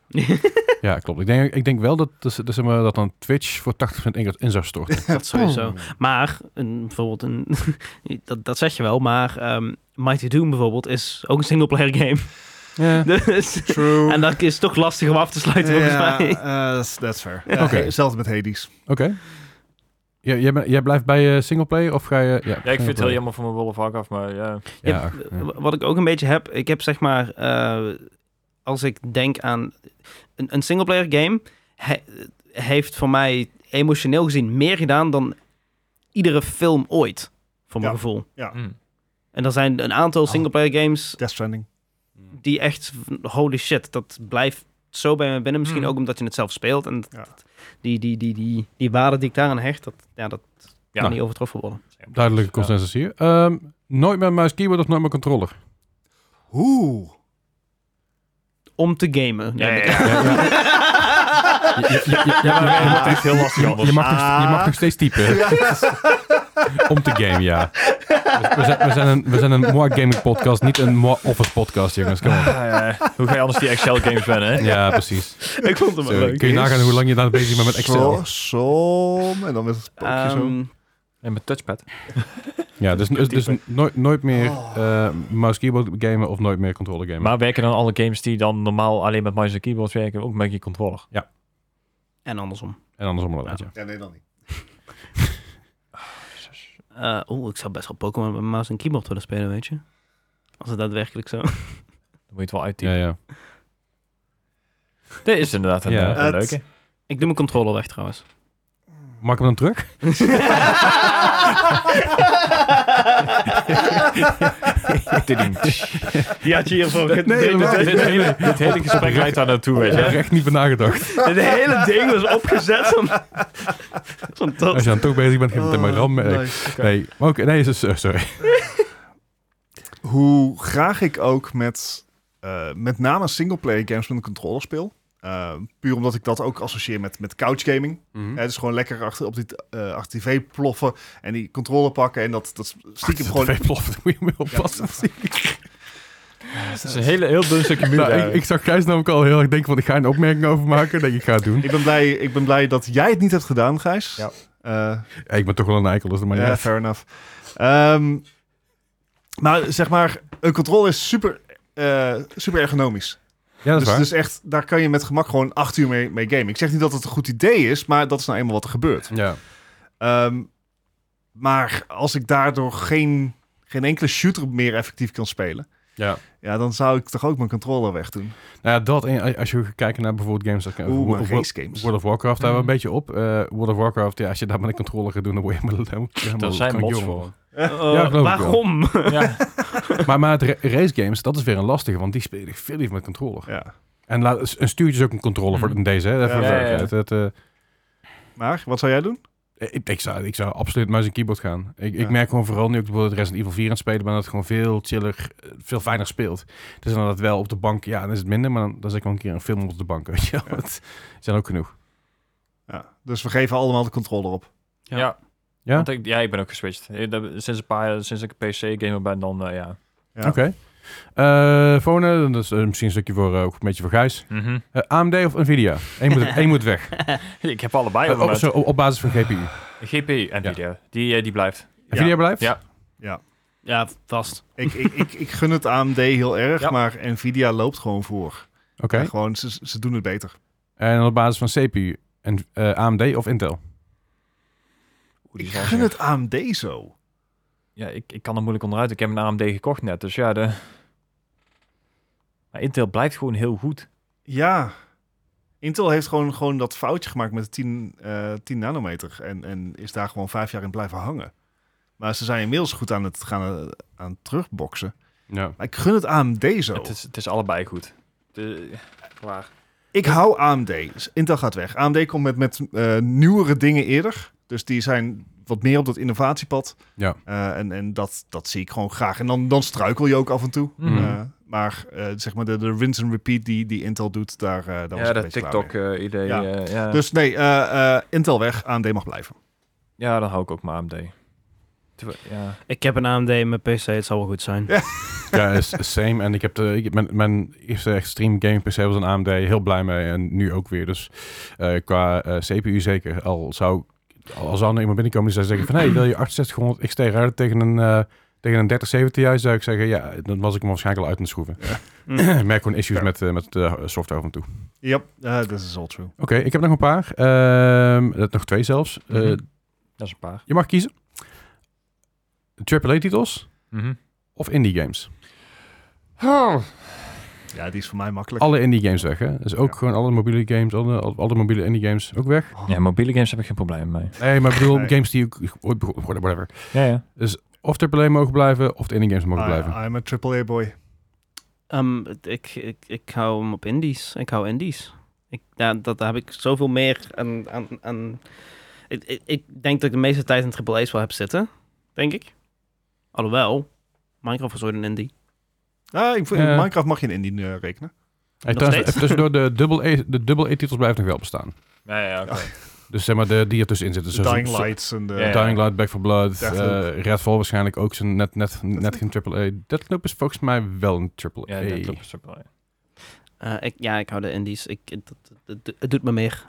[SPEAKER 1] Ja, klopt. Ik denk, ik denk wel dat, dus, dus, zeg maar, dat dan Twitch voor 80% in, in zou storten.
[SPEAKER 2] (laughs) Dat sowieso.
[SPEAKER 1] Oh.
[SPEAKER 2] Maar, een, bijvoorbeeld, een, (laughs) dat, dat zeg je wel, maar ehm, Mighty Doom bijvoorbeeld is ook een singleplayer game. (laughs)
[SPEAKER 1] Ja.
[SPEAKER 2] Dus,
[SPEAKER 4] True.
[SPEAKER 2] en dat is toch lastig om af te sluiten, volgens
[SPEAKER 4] Ja,
[SPEAKER 2] mij.
[SPEAKER 4] eh, that's- that's fair.
[SPEAKER 1] Ja. Oké.
[SPEAKER 4] Hetzelfde met Hades.
[SPEAKER 1] Oké. Ja, jij, bent- jij blijft bij eh, single singleplayer of ga je...
[SPEAKER 3] Ja, ik vind het heel jammer voor mijn World of Warcraft, maar ja.
[SPEAKER 2] Je
[SPEAKER 1] Ja,
[SPEAKER 2] hebt-
[SPEAKER 1] ja.
[SPEAKER 2] w- Wat ik ook een beetje heb, ik heb zeg maar, eh, als ik denk aan een, een singleplayer game, he- heeft voor mij emotioneel gezien meer gedaan dan iedere film ooit, voor mijn
[SPEAKER 4] Ja.
[SPEAKER 2] gevoel.
[SPEAKER 3] Hm.
[SPEAKER 2] En er zijn een
[SPEAKER 3] Ah.
[SPEAKER 2] aantal singleplayer games
[SPEAKER 4] Death Stranding.
[SPEAKER 3] Mm.
[SPEAKER 2] die echt, van, holy shit, dat blijft zo bij me binnen. Misschien
[SPEAKER 3] Mm.
[SPEAKER 2] ook omdat je het zelf speelt en
[SPEAKER 4] Ja.
[SPEAKER 2] dat- die, die, die, die, die waarde die ik daaraan hecht, dat, ja, dat
[SPEAKER 3] Ja.
[SPEAKER 2] kan niet overtroffen worden.
[SPEAKER 1] eh, Duidelijke
[SPEAKER 3] Ja.
[SPEAKER 1] consensus hier. Ehm, nooit met muis keyboard of nooit met controller.
[SPEAKER 4] Oeh.
[SPEAKER 2] Om te gamen.
[SPEAKER 3] Ja,
[SPEAKER 2] neem
[SPEAKER 3] ja,
[SPEAKER 2] ik
[SPEAKER 3] ja.
[SPEAKER 2] aan.
[SPEAKER 1] Ja,
[SPEAKER 3] (laughs) Ja, maar
[SPEAKER 1] je,
[SPEAKER 3] dat
[SPEAKER 1] mag,
[SPEAKER 3] is heel lastig anders.
[SPEAKER 1] je, mag nog, je mag nog
[SPEAKER 3] Ah.
[SPEAKER 1] steeds typen. (laughs) Om te game, ja. We zijn, we zijn een, we zijn een more gaming podcast, niet een more office podcast, jongens. Come on.
[SPEAKER 3] Eh, hoe ga je anders die Excel-games wennen, hè?
[SPEAKER 1] Ja, precies.
[SPEAKER 2] Ik vond hem wel
[SPEAKER 1] Zo,
[SPEAKER 2] leuk.
[SPEAKER 1] kun je nagaan hoe lang je daar bezig bent met Excel.
[SPEAKER 4] Som. En dan met het pookje zo.
[SPEAKER 2] Ehm,
[SPEAKER 3] En met touchpad.
[SPEAKER 1] Ja, dus, dus, dus nooit, nooit meer
[SPEAKER 4] Oh.
[SPEAKER 1] eh, muis keyboard gamen of nooit meer controller gamen.
[SPEAKER 3] Maar werken dan alle games die dan normaal alleen met muis en keyboard werken, ook met je controller?
[SPEAKER 2] en andersom.
[SPEAKER 1] En andersom inderdaad, ja.
[SPEAKER 4] Ja, nee, dan niet.
[SPEAKER 2] Eh, Oeh, ik zou best wel Pokémon met mouse en keyboard willen spelen, weet je. Als het daadwerkelijk zo. (laughs)
[SPEAKER 3] Dan moet je het wel
[SPEAKER 1] Ja,
[SPEAKER 3] uittypen.
[SPEAKER 1] ja.
[SPEAKER 3] Dit is inderdaad een,
[SPEAKER 1] Ja.
[SPEAKER 3] eh, een
[SPEAKER 4] Het-
[SPEAKER 3] leuke.
[SPEAKER 2] Ik doe mijn controller weg trouwens. (laughs)
[SPEAKER 1] Mag ik hem dan terug?
[SPEAKER 3] Tiding.
[SPEAKER 2] Die had je hiervoor. Het
[SPEAKER 1] Nee,
[SPEAKER 2] ding-
[SPEAKER 1] helemaal
[SPEAKER 3] Dit
[SPEAKER 1] niet.
[SPEAKER 3] hele- dit hele gesprek leidt daar naartoe,
[SPEAKER 1] Ik
[SPEAKER 3] weet
[SPEAKER 1] heb er
[SPEAKER 3] je.
[SPEAKER 1] echt niet van nagedacht.
[SPEAKER 2] het hele ding was opgezet. om-
[SPEAKER 1] Als
[SPEAKER 2] Fantastisch.
[SPEAKER 1] je dan toch bezig bent, geef het maar ram. eh, Nee, maar oké, nee, is- eh, sorry.
[SPEAKER 4] Hoe graag ik ook met eh, met name singleplayer games met een controller speel. Eh, puur omdat ik dat ook associeer met, met couchgaming.
[SPEAKER 1] Mhm.
[SPEAKER 4] Het is dus gewoon lekker achter, op die, eh, achter tv ploffen en die controller pakken. En dat, dat stiekem
[SPEAKER 1] Achter
[SPEAKER 4] gewoon...
[SPEAKER 1] de twee ploffen, daar moet je mee oppassen.
[SPEAKER 3] Het is een hele, heel dun stukje muur.
[SPEAKER 1] Nou,
[SPEAKER 3] daar.
[SPEAKER 1] ik, ik zag Gijs namelijk al heel erg denken van, ik ga een opmerking over maken. denk ik, ga het doen.
[SPEAKER 4] Ik ben, blij, ik ben blij dat jij het niet hebt gedaan, Gijs.
[SPEAKER 3] Ja.
[SPEAKER 4] Eh,
[SPEAKER 1] Ja, ik ben toch wel een eikel, dus dat maakt niet
[SPEAKER 4] Ja,
[SPEAKER 1] uit.
[SPEAKER 4] fair enough. Ehm, maar zeg maar, een controle is super, eh, super ergonomisch.
[SPEAKER 1] Ja, dat is
[SPEAKER 4] dus,
[SPEAKER 1] waar.
[SPEAKER 4] dus echt, daar kan je met gemak gewoon acht uur mee, mee gamen. Ik zeg niet dat het een goed idee is, maar dat is nou eenmaal wat er gebeurt.
[SPEAKER 1] Ja.
[SPEAKER 4] Ehm, maar als ik daardoor geen, geen enkele shooter meer effectief kan spelen,
[SPEAKER 1] Ja.
[SPEAKER 4] ja, dan zou ik toch ook mijn controller wegdoen.
[SPEAKER 1] Nou ja, dat en als je gaat kijken naar bijvoorbeeld games... als-
[SPEAKER 4] Oeh, maar
[SPEAKER 1] World, World-
[SPEAKER 4] race games.
[SPEAKER 1] World of Warcraft daar wel een
[SPEAKER 3] Mhm.
[SPEAKER 1] beetje op. Eh, World of Warcraft, ja, als je daar met een controller gaat doen, dan word je helemaal... dan word je helemaal
[SPEAKER 3] Daar zijn mods
[SPEAKER 1] kankjoren.
[SPEAKER 3] voor.
[SPEAKER 2] Eh,
[SPEAKER 1] Ja, geloof ik wel.
[SPEAKER 2] waarom?
[SPEAKER 3] Ja.
[SPEAKER 1] Maar, maar het ra- race games, dat is weer een lastige, want die speel ik veel liever met controller.
[SPEAKER 4] Ja.
[SPEAKER 1] En laat, een stuurtje is ook een controller voor
[SPEAKER 3] Mhm.
[SPEAKER 1] in deze, hè. Even
[SPEAKER 4] Ja,
[SPEAKER 1] voor de
[SPEAKER 4] ja,
[SPEAKER 3] ja.
[SPEAKER 1] duidelijkheid. Het, eh,
[SPEAKER 4] Maar, wat zou jij doen?
[SPEAKER 1] Ik, ik, zou, ik zou absoluut muis en keyboard gaan. Ik,
[SPEAKER 4] Ja.
[SPEAKER 1] ik merk gewoon vooral nu ik bijvoorbeeld Resident Evil 4 aan het spelen ben, dat het gewoon veel chiller, eh, veel fijner speelt. Dus dan dat wel op de bank, ja, dan is het minder, maar dan, dan zit ik wel een keer een film op de bank, (laughs) weet je wel. Dat zijn ook genoeg.
[SPEAKER 4] Ja, dus we geven allemaal de controller op.
[SPEAKER 2] Ja.
[SPEAKER 3] Ja.
[SPEAKER 1] Ja?
[SPEAKER 3] Want ik, ja, ik ben ook geswitcht. Ik- dat- Sinds een paar jaar, sinds ik een PC-gamer ben, dan eh, ja.
[SPEAKER 4] Ja.
[SPEAKER 1] Oké. Eh Fone, dat is eh, misschien een stukje voor, eh, ook een beetje voor Gijs. Eh, AMD of Nvidia? Eén moet, één moet weg.
[SPEAKER 3] Ik heb allebei
[SPEAKER 1] Eh,
[SPEAKER 3] op,
[SPEAKER 1] ook zo, op, op basis van GPU.
[SPEAKER 3] GPU en video. Die, eh, die blijft.
[SPEAKER 1] Nvidia blijft?
[SPEAKER 3] Ja.
[SPEAKER 2] Ja, vast.
[SPEAKER 4] Ik, ik, ik, ik gun het AMD heel erg,
[SPEAKER 3] Ja.
[SPEAKER 4] maar Nvidia loopt gewoon voor.
[SPEAKER 1] Oké.
[SPEAKER 4] En Gewoon, ze, ze doen het beter.
[SPEAKER 1] En op basis van CPU? En, eh, AMD of Intel?
[SPEAKER 3] Oeh, die
[SPEAKER 4] ik
[SPEAKER 3] is wel
[SPEAKER 4] gun
[SPEAKER 3] scherp.
[SPEAKER 4] het AMD zo.
[SPEAKER 3] Ja, ik, ik kan er moeilijk onderuit. Ik heb een AMD gekocht net, dus ja. De... Maar Intel blijft gewoon heel goed.
[SPEAKER 4] Ja. Intel heeft gewoon, gewoon dat foutje gemaakt met de 10, eh, 10 nanometer. En, en is daar gewoon vijf jaar in blijven hangen. Maar ze zijn inmiddels goed aan het gaan eh, aan het terugboksen.
[SPEAKER 1] Ja.
[SPEAKER 4] Maar ik gun het AMD zo.
[SPEAKER 3] Het is, het is allebei goed. De... Klaar.
[SPEAKER 4] Ik hou AMD. Intel gaat weg. AMD komt met, met eh, nieuwere dingen eerder. Dus die zijn wat meer op dat innovatiepad.
[SPEAKER 1] Ja.
[SPEAKER 4] Eh, en en dat, dat zie ik gewoon graag. En dan, dan struikel je ook af en toe.
[SPEAKER 3] Mhm.
[SPEAKER 4] Eh, maar eh, zeg maar de, de rinse and repeat die, die Intel doet, daar, eh daar was
[SPEAKER 3] ja,
[SPEAKER 4] ik
[SPEAKER 3] dat
[SPEAKER 4] een beetje klaar mee.
[SPEAKER 3] TikTok-idee.
[SPEAKER 4] Ja.
[SPEAKER 3] Ja. ja.
[SPEAKER 4] Dus nee, eh, eh, Intel weg, AMD mag blijven.
[SPEAKER 3] ja, dan hou ik ook mijn AMD. Terwijl- Ja.
[SPEAKER 2] Ik heb een AMD in mijn PC, het zal wel goed zijn.
[SPEAKER 1] ja, is is same. En ik heb de, ik heb mijn, mijn eerste extreme gaming PC was een AMD. Heel blij mee. En nu ook weer. Dus eh, qua eh, CPU zeker. Al zou, al zou er nou iemand binnenkomen die zou zeggen van... Hey, wil je 6800 XT ruilen tegen een, eh tegen een 3070 juist? Zou ik zeggen, ja, dan was ik hem waarschijnlijk al uit aan het schroeven.
[SPEAKER 2] Mm.
[SPEAKER 1] (clears throat) Ik merk gewoon issues
[SPEAKER 4] Ja.
[SPEAKER 1] met, eh, met de software af en toe.
[SPEAKER 4] Ja, eh, this is all true.
[SPEAKER 1] Oké, ik heb nog een paar. Ehm, eh, nog twee zelfs. Eh,
[SPEAKER 3] Mhm. Dat is een paar.
[SPEAKER 1] Je mag kiezen. AAA-titels
[SPEAKER 3] Mhm.
[SPEAKER 1] of indie games? Oh,
[SPEAKER 4] Ja, die is voor mij makkelijk.
[SPEAKER 1] Alle indie games weg, hè? Dus ook
[SPEAKER 4] Ja.
[SPEAKER 1] gewoon alle mobiele games, alle, alle mobiele indie games ook weg.
[SPEAKER 3] Ja, mobiele games heb ik geen probleem mee.
[SPEAKER 1] Nee, maar ik bedoel,
[SPEAKER 4] Nee.
[SPEAKER 1] games die ook ooit begonnen worden, whatever.
[SPEAKER 3] Ja, ja.
[SPEAKER 1] Of AAA mogen blijven, of de indie games mogen
[SPEAKER 4] I-
[SPEAKER 1] blijven.
[SPEAKER 4] I'm a AAA boy.
[SPEAKER 2] Ehm, ik, ik, ik hou hem op indies. Ik hou indies. Ik, ja, dat, daar heb ik zoveel meer aan... aan, aan ik, ik, ik denk dat ik de meeste tijd in AAA's wel heb zitten. Denk ik. Alhoewel, Minecraft was ooit een indie.
[SPEAKER 4] Ah, ik, vind-
[SPEAKER 1] Eh.
[SPEAKER 4] Minecraft mag je in indie eh, rekenen.
[SPEAKER 1] Hey,
[SPEAKER 2] nog
[SPEAKER 1] trouwens,
[SPEAKER 2] steeds.
[SPEAKER 1] even tussendoor, de double A- de double A-titels blijven nog wel bestaan.
[SPEAKER 3] Ja, ja, oké.
[SPEAKER 1] Dus zeg maar, de, die er tussenin zitten.
[SPEAKER 4] De
[SPEAKER 1] Zoals-
[SPEAKER 4] Dying
[SPEAKER 1] zo-
[SPEAKER 4] Lights en de...
[SPEAKER 3] Ja, ja.
[SPEAKER 1] Dus Dying Light, Back for Blood,
[SPEAKER 4] Deathloop.
[SPEAKER 1] eh, Redfall waarschijnlijk ook zijn net, net, net geen
[SPEAKER 4] Deathloop.
[SPEAKER 1] AAA. Deathloop is volgens mij wel een AAA.
[SPEAKER 3] Ja, dat klopt, dat klopt.
[SPEAKER 2] Eh, ik, ja, ik hou de indies. Ik, het, het- het- het doet me meer.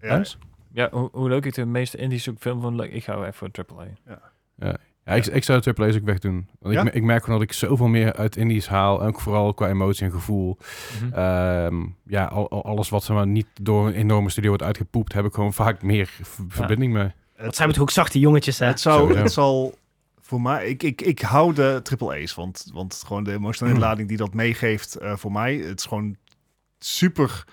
[SPEAKER 4] Ja.
[SPEAKER 1] Huis?
[SPEAKER 3] Ja, hoe, hoe leuk ik de meeste indies ook film vond, ik hou even voor AAA.
[SPEAKER 1] Ja, ik, ik zou AAA's ook wegdoen. Want
[SPEAKER 4] Ja?
[SPEAKER 1] ik, me- ik merk gewoon dat ik zoveel meer uit indies haal. En ook vooral qua emotie en gevoel.
[SPEAKER 3] Mhm.
[SPEAKER 1] Ehm, ja, al, al- alles wat zeg maar, niet door een enorme studio wordt uitgepoept, heb ik gewoon vaak meer v- verbinding mee.
[SPEAKER 2] Wat zijn we toch ook zachte jongetjes, hè? (laughs)
[SPEAKER 4] Het zou,
[SPEAKER 1] Sowieso.
[SPEAKER 4] het zal voor mij, ik, ik, ik hou de AAA's, want, want gewoon de emotionele
[SPEAKER 1] Hmm.
[SPEAKER 4] lading die dat meegeeft eh, voor mij, het is gewoon super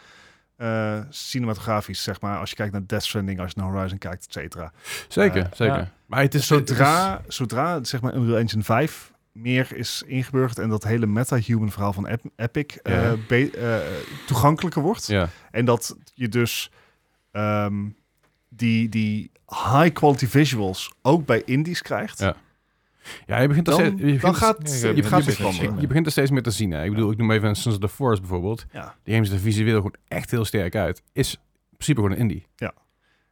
[SPEAKER 4] eh, cinematografisch, zeg maar. Als je kijkt naar Death Stranding, als je naar Horizon kijkt, et cetera.
[SPEAKER 1] Zeker,
[SPEAKER 4] Eh,
[SPEAKER 1] zeker.
[SPEAKER 3] ja.
[SPEAKER 1] Maar het is het
[SPEAKER 4] Zodra, zodra zeg maar Unreal Engine 5 meer is ingeburgerd en dat hele meta-human verhaal van Ep- Epic eh,
[SPEAKER 1] Ja.
[SPEAKER 4] be- eh, toegankelijker wordt,
[SPEAKER 1] is- ja.
[SPEAKER 4] en dat je dus ehm, die, die high-quality visuals ook bij indies krijgt.
[SPEAKER 1] Ja. ja, je begint er
[SPEAKER 4] Dan-
[SPEAKER 1] steeds- je begint
[SPEAKER 4] dan
[SPEAKER 1] er-
[SPEAKER 4] gaat-
[SPEAKER 3] Ja, ik
[SPEAKER 4] je
[SPEAKER 3] weet
[SPEAKER 1] gaat
[SPEAKER 3] het
[SPEAKER 1] weer
[SPEAKER 3] niet.
[SPEAKER 4] veranderen.
[SPEAKER 1] je begint er steeds meer te zien. Hè. Ik bedoel, ik noem even een Sons of the Forest bijvoorbeeld.
[SPEAKER 4] Ja.
[SPEAKER 1] Die game ziet er visueel gewoon echt heel sterk uit. Is in principe gewoon een indie.
[SPEAKER 4] Ja.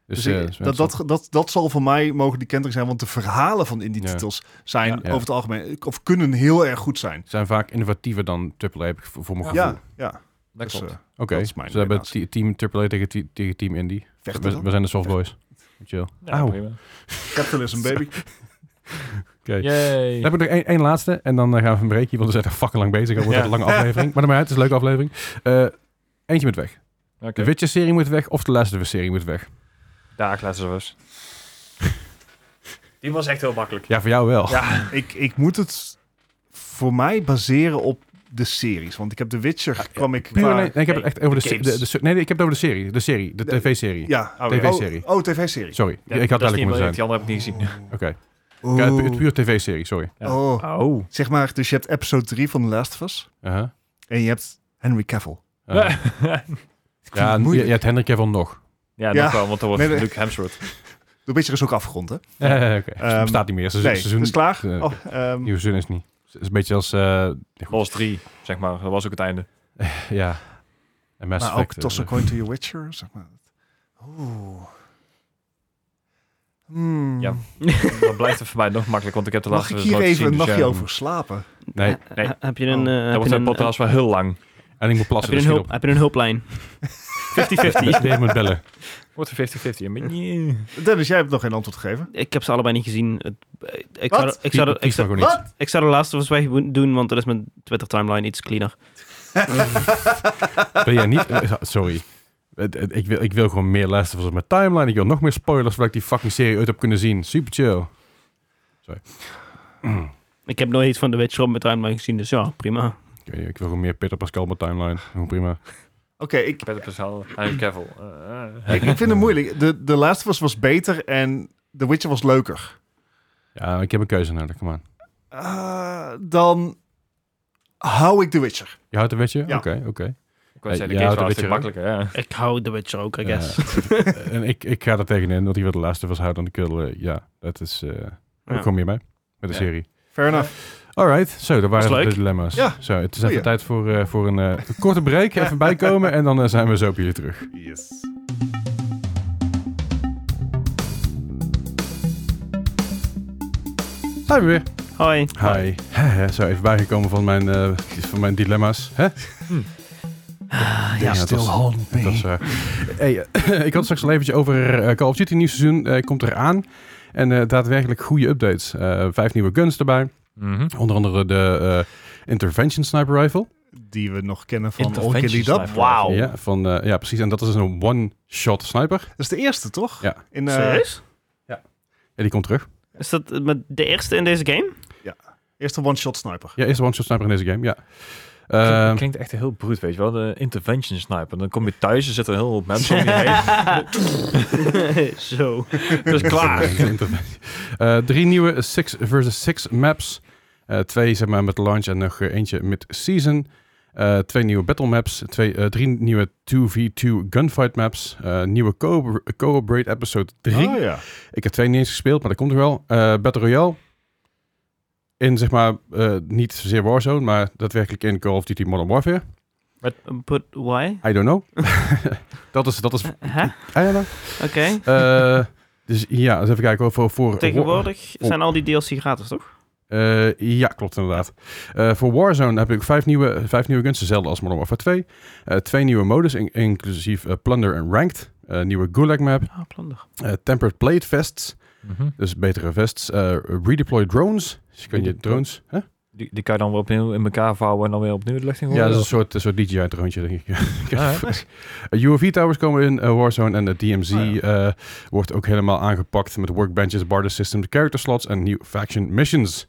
[SPEAKER 1] Dus,
[SPEAKER 4] Dus ik-
[SPEAKER 1] eh,
[SPEAKER 4] dat, dat, dat, dat zal voor mij mogen die kentering zijn, want de verhalen van
[SPEAKER 1] Ja.
[SPEAKER 4] indie-titels zijn
[SPEAKER 1] Ja.
[SPEAKER 4] over het algemeen, of kunnen heel erg goed zijn.
[SPEAKER 1] zijn vaak innovatiever dan AAA, heb ik voor voor mijn
[SPEAKER 3] Ja.
[SPEAKER 1] gevoel.
[SPEAKER 4] Ja, ja.
[SPEAKER 3] Dat
[SPEAKER 4] Dus,
[SPEAKER 3] klopt.
[SPEAKER 4] eh,
[SPEAKER 1] Oké,
[SPEAKER 4] Dat is
[SPEAKER 1] dus
[SPEAKER 4] mijn
[SPEAKER 1] we hebben
[SPEAKER 4] inderdaad.
[SPEAKER 1] te- team AAA tegen, te- tegen team Indie.
[SPEAKER 4] vechten
[SPEAKER 1] We,
[SPEAKER 4] dan.
[SPEAKER 1] we zijn de softboys. Chill.
[SPEAKER 3] ja,
[SPEAKER 1] Auw.
[SPEAKER 3] prima.
[SPEAKER 4] Capitalism, baby.
[SPEAKER 1] Oké.
[SPEAKER 3] Yay.
[SPEAKER 1] Dan heb ik nog één, één laatste en dan eh, gaan we een breakje, want we zijn er fucking lang bezig. Dat wordt
[SPEAKER 3] Ja.
[SPEAKER 1] een lange aflevering. Maar dan maar uit, het is een leuke aflevering. Eh, eentje moet weg.
[SPEAKER 3] Oké.
[SPEAKER 1] De Witcher-serie moet weg of de Last of Us-serie moet weg.
[SPEAKER 3] Dag, laatste was. (laughs) Die was echt heel makkelijk.
[SPEAKER 1] Ja, voor jou wel.
[SPEAKER 3] Ja.
[SPEAKER 4] ik, ik moet het voor mij baseren op de series, want ik heb The Witcher, kwam ik...
[SPEAKER 1] Puur,
[SPEAKER 4] qua-
[SPEAKER 1] nee, nee, ik heb het
[SPEAKER 3] nee,
[SPEAKER 1] echt over de,
[SPEAKER 3] de
[SPEAKER 1] se- de,
[SPEAKER 3] games.
[SPEAKER 1] de se- Nee, nee, ik heb het over de serie. De serie, de
[SPEAKER 4] De-
[SPEAKER 1] tv-serie.
[SPEAKER 4] Ja,
[SPEAKER 3] Oh,
[SPEAKER 1] TV
[SPEAKER 3] ja.
[SPEAKER 1] serie.
[SPEAKER 4] Oh, oh, tv-serie.
[SPEAKER 1] Sorry,
[SPEAKER 3] Ja,
[SPEAKER 1] ik had
[SPEAKER 3] dat is
[SPEAKER 1] duidelijk
[SPEAKER 3] niet
[SPEAKER 1] moeten
[SPEAKER 3] moeilijk,
[SPEAKER 1] zijn.
[SPEAKER 3] Die andere heb ik niet (laughs) gezien.
[SPEAKER 1] Oké, Ja, het pu- het
[SPEAKER 4] Oeh.
[SPEAKER 1] puur tv-serie, sorry.
[SPEAKER 3] Ja.
[SPEAKER 4] Oh.
[SPEAKER 3] Oh.
[SPEAKER 4] Zeg maar, dus je hebt episode 3 van The Last of Us
[SPEAKER 1] Uh-huh.
[SPEAKER 4] en je hebt Henry Cavill.
[SPEAKER 1] Uh-huh. ja, en je,
[SPEAKER 4] moeilijk.
[SPEAKER 1] je hebt Hendrik even nog.
[SPEAKER 3] ja,
[SPEAKER 4] Ja.
[SPEAKER 3] nog wel, want dan wordt
[SPEAKER 4] Nee, nee.
[SPEAKER 3] Luke Hemsworth.
[SPEAKER 4] The Witcher is ook afgerond, hè?
[SPEAKER 1] Eh, (laughs) Oké,
[SPEAKER 4] Ehm,
[SPEAKER 1] bestaat niet meer. Seizoen,
[SPEAKER 4] Nee,
[SPEAKER 1] seizoen,
[SPEAKER 4] is klaar.
[SPEAKER 1] eh,
[SPEAKER 4] Oh, ehm,
[SPEAKER 1] Nieuw seizoen is niet. Het is een beetje als... eh, (laughs)
[SPEAKER 3] Los 3, zeg maar. Dat was ook het einde.
[SPEAKER 1] ja. En Mass
[SPEAKER 4] maar ook
[SPEAKER 1] Effect,
[SPEAKER 4] toss
[SPEAKER 1] eh,
[SPEAKER 4] a coin to your Witcher, zeg maar. Oeh. Hmm.
[SPEAKER 3] Ja, Dan blijft het voor mij nog makkelijk, want ik heb de
[SPEAKER 4] Mag
[SPEAKER 3] laatste
[SPEAKER 4] ik
[SPEAKER 3] dus
[SPEAKER 4] hier
[SPEAKER 3] nooit
[SPEAKER 4] even een
[SPEAKER 3] gezien, dus
[SPEAKER 4] nachtje
[SPEAKER 3] ja.
[SPEAKER 4] over slapen?
[SPEAKER 2] (laughs)
[SPEAKER 1] Nee.
[SPEAKER 2] Eh,
[SPEAKER 3] Nee.
[SPEAKER 2] eh, Heb je
[SPEAKER 4] Oh,
[SPEAKER 2] een... eh,
[SPEAKER 3] Dan
[SPEAKER 2] heb
[SPEAKER 3] wordt
[SPEAKER 2] je
[SPEAKER 3] de
[SPEAKER 2] een,
[SPEAKER 3] podcast wel heel lang.
[SPEAKER 1] En ik moet
[SPEAKER 2] heb,
[SPEAKER 1] plassen,
[SPEAKER 2] je een
[SPEAKER 1] dus
[SPEAKER 2] hulp, heb je een hulplijn? 50-50.
[SPEAKER 1] schiet op. (laughs) Nee, ik moet bellen.
[SPEAKER 3] Wordt een 50-50. hè? Nee.
[SPEAKER 4] (laughs) Dennis, jij hebt nog geen antwoord gegeven.
[SPEAKER 2] Ik heb ze allebei niet gezien. Het- eh, Ik
[SPEAKER 4] Wat?
[SPEAKER 2] zou, de- ik, zou, de- ik,
[SPEAKER 1] Kies maar
[SPEAKER 2] zou,
[SPEAKER 1] gewoon niet.
[SPEAKER 2] ik zou de laatste was weg doen, want dat is mijn Twitter timeline iets cleaner.
[SPEAKER 1] Wil jij niet? eh, Sorry. Het- het- Ik wil, ik wil gewoon meer luisteren van mijn timeline. Ik wil nog meer spoilers voordat ik die fucking serie uit heb kunnen zien. Super chill.
[SPEAKER 2] Ik heb nooit iets van The Witcher op mijn timeline gezien, dus ja, prima.
[SPEAKER 1] Ik, weet niet, ik wil gewoon meer Peter Pascal op mijn timeline. Gewoon prima.
[SPEAKER 4] Oké, ik,
[SPEAKER 3] (laughs) Peter Pascal, Henry Cavill. Eh, eh.
[SPEAKER 4] ik, ik vind het moeilijk. De, de Last of Us was beter en The Witcher was leuker.
[SPEAKER 1] Ja, ik heb een keuze nodig. Come on.
[SPEAKER 4] Eh, dan hou ik The Witcher. (laughs)
[SPEAKER 1] Je houdt een wetje?
[SPEAKER 4] Ja.
[SPEAKER 1] Oké, oké.
[SPEAKER 3] Ik wou zeggen,
[SPEAKER 1] Eh, Ja,
[SPEAKER 3] de game
[SPEAKER 1] dat
[SPEAKER 3] is
[SPEAKER 1] weet je
[SPEAKER 3] wel makkelijker. Ja.
[SPEAKER 2] Ik hou The Witcher ook, I
[SPEAKER 1] Ja.
[SPEAKER 2] guess.
[SPEAKER 1] Eh, en ik, ik ga er tegenin dat hij weer de laatste was houdt aan de kudde. Eh, Ja, dat is... eh Hoe kom je mee? Met de
[SPEAKER 3] Ja.
[SPEAKER 1] serie.
[SPEAKER 4] Fair enough.
[SPEAKER 1] Alright, zo, dat waren
[SPEAKER 2] Was leuk.
[SPEAKER 1] de dilemma's.
[SPEAKER 4] Ja.
[SPEAKER 1] Zo, het is
[SPEAKER 4] Goeie.
[SPEAKER 1] even tijd voor, eh, voor een eh, korte break. Even bijkomen en dan eh, zijn we zo op jullie terug.
[SPEAKER 4] Yes.
[SPEAKER 1] Zijn we weer.
[SPEAKER 2] Hoi. Eh,
[SPEAKER 1] Hi. Haha, Zo, even bijgekomen van mijn, eh, van mijn dilemma's. Hè?
[SPEAKER 2] Ah,
[SPEAKER 1] Hm. Ja,
[SPEAKER 2] ja,
[SPEAKER 1] dat was-
[SPEAKER 4] hold
[SPEAKER 1] Dat is, eh, hey, eh, (clears throat) ik had straks al eventjes over eh, Call of Duty nieuw seizoen. eh, komt eraan. En eh, daadwerkelijk goede updates. Eh, vijf nieuwe guns erbij.
[SPEAKER 3] Mhm.
[SPEAKER 1] Onder andere de eh, Intervention Sniper Rifle.
[SPEAKER 4] Die we nog kennen van All
[SPEAKER 3] Intervention
[SPEAKER 4] Killy Dub.
[SPEAKER 3] sniper.
[SPEAKER 2] Wauw. Oh.
[SPEAKER 1] Ja, van, eh, ja, precies. En dat is een one-shot sniper.
[SPEAKER 4] Dat is de eerste, toch?
[SPEAKER 1] Ja.
[SPEAKER 4] In, eh,
[SPEAKER 2] Serieus?
[SPEAKER 1] Ja, die komt terug.
[SPEAKER 2] Is dat eh, met de eerste in deze game?
[SPEAKER 4] eerste one-shot sniper.
[SPEAKER 1] Ja, eerste one-shot sniper in deze game. Ja.
[SPEAKER 3] Klink-
[SPEAKER 1] Eh,
[SPEAKER 3] klinkt echt heel bruut, weet je wel. De intervention sniper. Dan kom je thuis, er zitten heel
[SPEAKER 1] (laughs)
[SPEAKER 3] veel mensen om je heen.
[SPEAKER 2] (laughs) Zo.
[SPEAKER 3] Dus
[SPEAKER 1] (laughs)
[SPEAKER 3] klaar.
[SPEAKER 1] Eh, drie nieuwe 6 versus 6 maps. Eh, twee zeg maar, met launch en nog eh, eentje mid-season. Eh, twee nieuwe battle maps. Twee, eh, drie nieuwe 2v2 gunfight maps. Eh, nieuwe co- co-op raid episode 3.
[SPEAKER 4] Oh, ja.
[SPEAKER 1] Ik heb twee niet eens gespeeld, maar dat komt er wel. Eh, battle Royale. In zeg maar, eh, niet zozeer Warzone, maar daadwerkelijk in Call of Duty Modern Warfare.
[SPEAKER 2] But why?
[SPEAKER 1] I don't know. dat is... Dat is I
[SPEAKER 2] Hè?
[SPEAKER 1] don't know.
[SPEAKER 2] Oké.
[SPEAKER 1] Eh, dus ja, eens even kijken. Voor, voor
[SPEAKER 2] Tegenwoordig
[SPEAKER 1] Oh.
[SPEAKER 2] zijn al die DLC gratis, toch?
[SPEAKER 1] Eh, ja, klopt inderdaad. Eh, voor Warzone heb ik vijf nieuwe, vijf nieuwe guns, dezelfde als Modern Warfare 2. Eh, twee nieuwe modus, in- inclusief eh, Plunder en Ranked. Eh, nieuwe Gulag map,
[SPEAKER 2] Ah, plunder.
[SPEAKER 1] eh, Tempered Plate vests,
[SPEAKER 3] Mhm.
[SPEAKER 1] dus betere vests. eh redeploy drones, dus kun je
[SPEAKER 3] Redeploy-
[SPEAKER 1] drones... Hè?
[SPEAKER 3] Die, die kan je dan weer opnieuw in elkaar vouwen en dan weer opnieuw de lucht in
[SPEAKER 1] Ja,
[SPEAKER 3] gooien?
[SPEAKER 1] dat is een soort, een soort DJI-droontje, denk ik. (laughs)
[SPEAKER 3] Ah, hè?
[SPEAKER 1] Eh, UAV-towers komen in eh, Warzone en de DMZ
[SPEAKER 4] Ah, ja.
[SPEAKER 1] eh, wordt ook helemaal aangepakt met workbenches, barter systems, character slots en nieuw faction missions.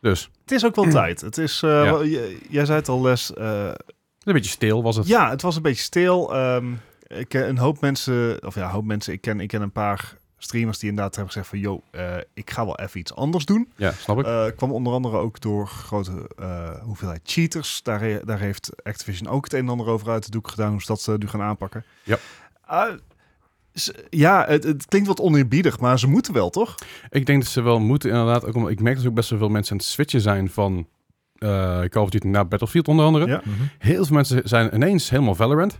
[SPEAKER 1] Dus,
[SPEAKER 4] Het is
[SPEAKER 1] (clears throat)
[SPEAKER 4] ook wel tijd. Het is, eh,
[SPEAKER 1] Ja.
[SPEAKER 4] wel- j- jij zei het al, Les. eh,
[SPEAKER 1] een beetje stil was het.
[SPEAKER 4] ja, het was een beetje stil. Ehm, ik ken een hoop mensen, of ja, een hoop mensen. Ik ken, ik ken een paar streamers die inderdaad hebben gezegd van... ...yo, eh, ik ga wel even iets anders doen.
[SPEAKER 1] Ja, snap ik.
[SPEAKER 4] Eh, kwam onder andere ook door grote eh, hoeveelheid cheaters. Daar, he- daar heeft Activision ook het een en ander over uit de doek gedaan... ...hoe ze dat eh, nu gaan aanpakken.
[SPEAKER 1] Ja.
[SPEAKER 4] Eh, ze- ja, het, het klinkt wat oneerbiedig, maar ze moeten wel, toch?
[SPEAKER 1] Ik denk dat ze wel moeten, inderdaad. Ook omdat ik merk dat er ook best wel veel mensen aan het switchen zijn van eh, Call of Duty naar Battlefield, onder andere.
[SPEAKER 4] Ja.
[SPEAKER 3] Mhm.
[SPEAKER 1] Heel veel mensen zijn ineens helemaal Valorant.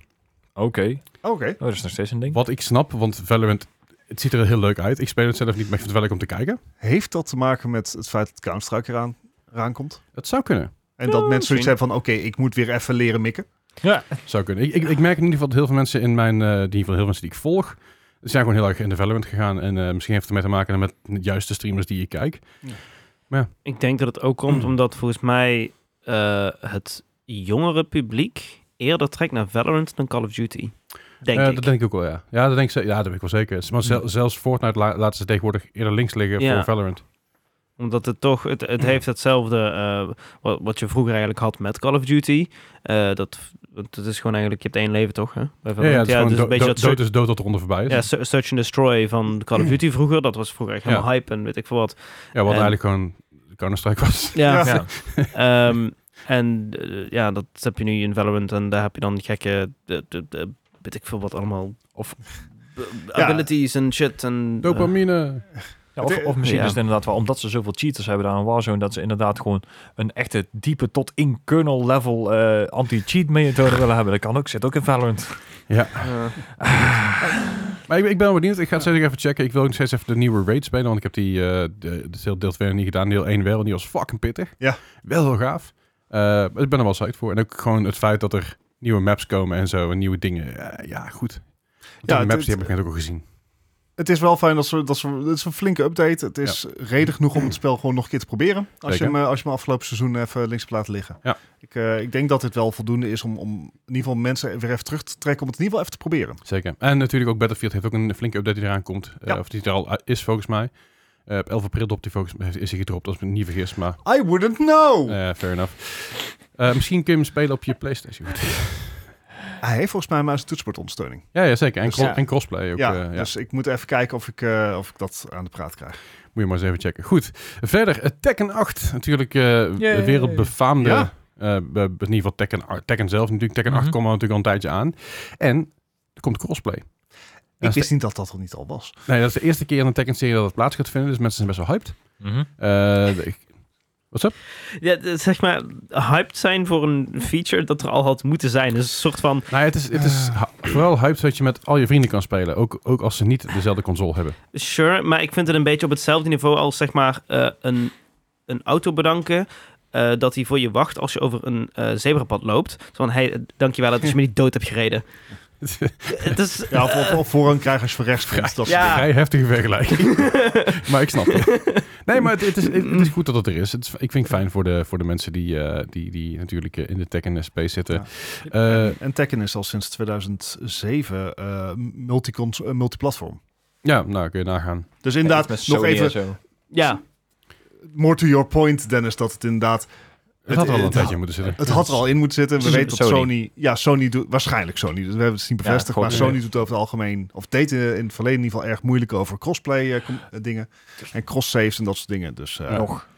[SPEAKER 3] Oké.
[SPEAKER 4] Oké.
[SPEAKER 3] Oh, dat is nog steeds een ding.
[SPEAKER 1] Wat ik snap, want Valorant, het ziet er heel leuk uit. Ik speel het zelf niet, maar ik vind het wel leuk om te kijken.
[SPEAKER 4] Heeft dat te maken met het feit dat Counter-Strike eraan, eraan komt?
[SPEAKER 1] Het zou kunnen.
[SPEAKER 2] (laughs)
[SPEAKER 4] En dat
[SPEAKER 2] Ja,
[SPEAKER 4] mensen zoiets
[SPEAKER 2] misschien.
[SPEAKER 4] hebben van, oké, ik moet weer even leren mikken.
[SPEAKER 3] Ja.
[SPEAKER 1] Zou kunnen. Ik, ik, ik merk in ieder geval dat heel veel mensen in mijn, eh, in ieder geval heel veel mensen die ik volg, zijn gewoon heel erg in de Valorant gegaan. En eh, misschien heeft het ermee te maken met de juiste streamers die je kijkt.
[SPEAKER 2] Ik denk dat het ook komt
[SPEAKER 1] Mm.
[SPEAKER 2] omdat volgens mij eh, het jongere publiek eerder trekt naar Valorant dan Call of Duty. Denk
[SPEAKER 1] Eh,
[SPEAKER 2] ik. Hm.
[SPEAKER 1] Dat denk ik ook wel, ja. Ja, dat, denk ik, ze- ja, dat weet ik wel zeker. Maar zel-
[SPEAKER 3] Ja.
[SPEAKER 1] zelfs Fortnite la- laten ze tegenwoordig eerder links liggen
[SPEAKER 2] Ja.
[SPEAKER 1] voor Valorant.
[SPEAKER 2] Omdat het toch, het,
[SPEAKER 1] Mm.
[SPEAKER 2] het heeft hetzelfde eh, wat, wat je vroeger eigenlijk had met Call of Duty. Eh, dat, dat is gewoon eigenlijk, je hebt één leven toch? Hè? Bij
[SPEAKER 1] Ja, ja, het
[SPEAKER 2] Valorant.
[SPEAKER 1] is gewoon
[SPEAKER 2] dus
[SPEAKER 1] do-
[SPEAKER 2] een beetje
[SPEAKER 1] do-
[SPEAKER 2] dat
[SPEAKER 1] dood is dood tot de ronde voorbij is.
[SPEAKER 2] Ja, se- Search and
[SPEAKER 1] (clears throat)
[SPEAKER 2] Destroy van Call of Duty vroeger. Dat was vroeger echt helemaal hype en weet ik veel wat.
[SPEAKER 1] Ja, wat
[SPEAKER 2] En-
[SPEAKER 1] eigenlijk gewoon Counter-Strike was.
[SPEAKER 2] Ja.
[SPEAKER 3] Ja.
[SPEAKER 2] (laughs) Ehm, en eh, ja, dat heb je nu in Valorant. En daar heb je dan gekke, de, de, de- weet ik veel wat allemaal.
[SPEAKER 3] Of-
[SPEAKER 2] b-
[SPEAKER 4] Ja.
[SPEAKER 2] abilities en shit. En, eh,
[SPEAKER 1] (laughs) Dopamine.
[SPEAKER 3] Ja, of, of misschien
[SPEAKER 2] Ja.
[SPEAKER 3] is het inderdaad wel omdat ze zoveel cheaters hebben daar in Warzone, dat ze inderdaad gewoon een echte diepe tot in kernel level eh, anti-cheat methode willen hebben. Dat kan ook, zit ook in Valorant.
[SPEAKER 2] eh,
[SPEAKER 1] Maar ik, ik ben wel benieuwd. Ik ga het zeker even checken. Ik wil nog steeds even de nieuwe raid spelen. Want ik heb die eh, de, de deel, deel 2 nog niet gedaan. Deel 1 wel. En die was fucking pittig.
[SPEAKER 4] Ja.
[SPEAKER 1] Wel heel gaaf. Eh, maar ik ben er wel psyched voor. En ook gewoon het feit dat er nieuwe maps komen en zo. En nieuwe dingen. Eh, ja, goed. Ja,
[SPEAKER 4] het-
[SPEAKER 1] die maps die
[SPEAKER 4] het-
[SPEAKER 1] heb ik net ook al gezien.
[SPEAKER 4] (laughs) Het is wel fijn dat ze, dat ze, het is een flinke update. Het is reden genoeg om het spel gewoon nog een keer te proberen. Als je,
[SPEAKER 1] Zeker.
[SPEAKER 4] hem, eh, als je hem afgelopen seizoen even links hebt laten liggen.
[SPEAKER 1] Ja.
[SPEAKER 4] Ik, eh, ik denk dat dit wel voldoende is om, om in ieder geval mensen weer even terug te trekken. Om het in ieder geval even te proberen.
[SPEAKER 1] Zeker. En natuurlijk ook Battlefield heeft ook een flinke update die eraan komt. Eh,
[SPEAKER 4] Ja.
[SPEAKER 1] Of die er al eh, is volgens mij. Eh, op 11 april dropt die volgens mij, is hij gedropt. Als ik me niet vergis. Maar
[SPEAKER 4] I wouldn't know!
[SPEAKER 1] eh, fair enough. Eh, misschien kun je hem spelen op je Playstation.
[SPEAKER 4] Hij heeft volgens mij maar zijn toetsenbordondersteuning.
[SPEAKER 1] Ja, ja zeker. En,
[SPEAKER 4] Dus
[SPEAKER 1] cro-
[SPEAKER 4] ja.
[SPEAKER 1] en crossplay ook.
[SPEAKER 4] ja,
[SPEAKER 1] eh, ja.
[SPEAKER 4] dus ik moet even kijken of ik, eh, of ik dat aan de praat krijg.
[SPEAKER 1] Moet je maar eens even checken. Goed. Verder, eh, Tekken 8. Natuurlijk eh
[SPEAKER 3] Yay.
[SPEAKER 1] wereldbefaamde
[SPEAKER 4] Ja.
[SPEAKER 1] Eh, be- in ieder geval Tekken, ar- Tekken zelf natuurlijk. Tekken 8
[SPEAKER 3] Mhm.
[SPEAKER 1] kwam er natuurlijk al een tijdje aan. En er komt crossplay.
[SPEAKER 4] Ik
[SPEAKER 1] dat is
[SPEAKER 4] wist niet dat dat er niet al was.
[SPEAKER 1] Nee, dat is de eerste keer in een Tekken-serie dat het plaats gaat vinden. Dus mensen zijn best wel hyped. Eh, ik-
[SPEAKER 2] Ja, d- zeg maar, hyped zijn voor een feature dat er al had moeten zijn. Dus een soort van,
[SPEAKER 1] nou ja, het is, het is ha- vooral hyped dat je met al je vrienden kan spelen. Ook, ook als ze niet dezelfde console
[SPEAKER 4] (laughs)
[SPEAKER 1] hebben.
[SPEAKER 2] sure, maar ik vind het een beetje op hetzelfde niveau als zeg maar eh, een, een auto bedanken. eh, dat hij voor je wacht als je over een eh, zebrapad loopt. Zo van, hé, hey, eh, dankjewel dat
[SPEAKER 1] (laughs)
[SPEAKER 2] je me niet dood hebt gereden. Het is,
[SPEAKER 4] Ja, of, of, of voorrang krijgen als je voor rechts komt. Dat soort
[SPEAKER 2] Ja.
[SPEAKER 1] Vrij heftige vergelijking. maar ik snap het. Nee, maar het, het, is, het is goed dat het er is. Het is- ik vind het fijn voor de, voor de mensen die, eh, die, die natuurlijk eh, in de Tekken-space zitten. Eh, Ja.
[SPEAKER 4] dingen. En Tekken is al sinds 2007 eh multicons- eh, multiplatform.
[SPEAKER 1] ja, nou kun je nagaan.
[SPEAKER 4] Dus inderdaad, nog even
[SPEAKER 3] Zo.
[SPEAKER 2] ja, Oh,
[SPEAKER 4] more to your point, Dennis, dat het inderdaad...
[SPEAKER 1] Het had er al een
[SPEAKER 4] het-
[SPEAKER 1] tijdje in moeten zitten.
[SPEAKER 4] Het had er al in moeten zitten. We
[SPEAKER 3] Het is
[SPEAKER 4] weten dat
[SPEAKER 3] Sony.
[SPEAKER 4] Sony... Ja, Sony doet... Waarschijnlijk Sony. dus We hebben het niet
[SPEAKER 3] Ja,
[SPEAKER 4] bevestigd.
[SPEAKER 3] gok,
[SPEAKER 4] maar
[SPEAKER 3] ja.
[SPEAKER 4] Sony doet over het algemeen... Of deed eh, in het verleden in ieder geval erg moeilijk over crossplay eh, com- eh, dingen. En cross-saves en dat soort dingen. Dus eh,
[SPEAKER 1] Ja.
[SPEAKER 4] nog.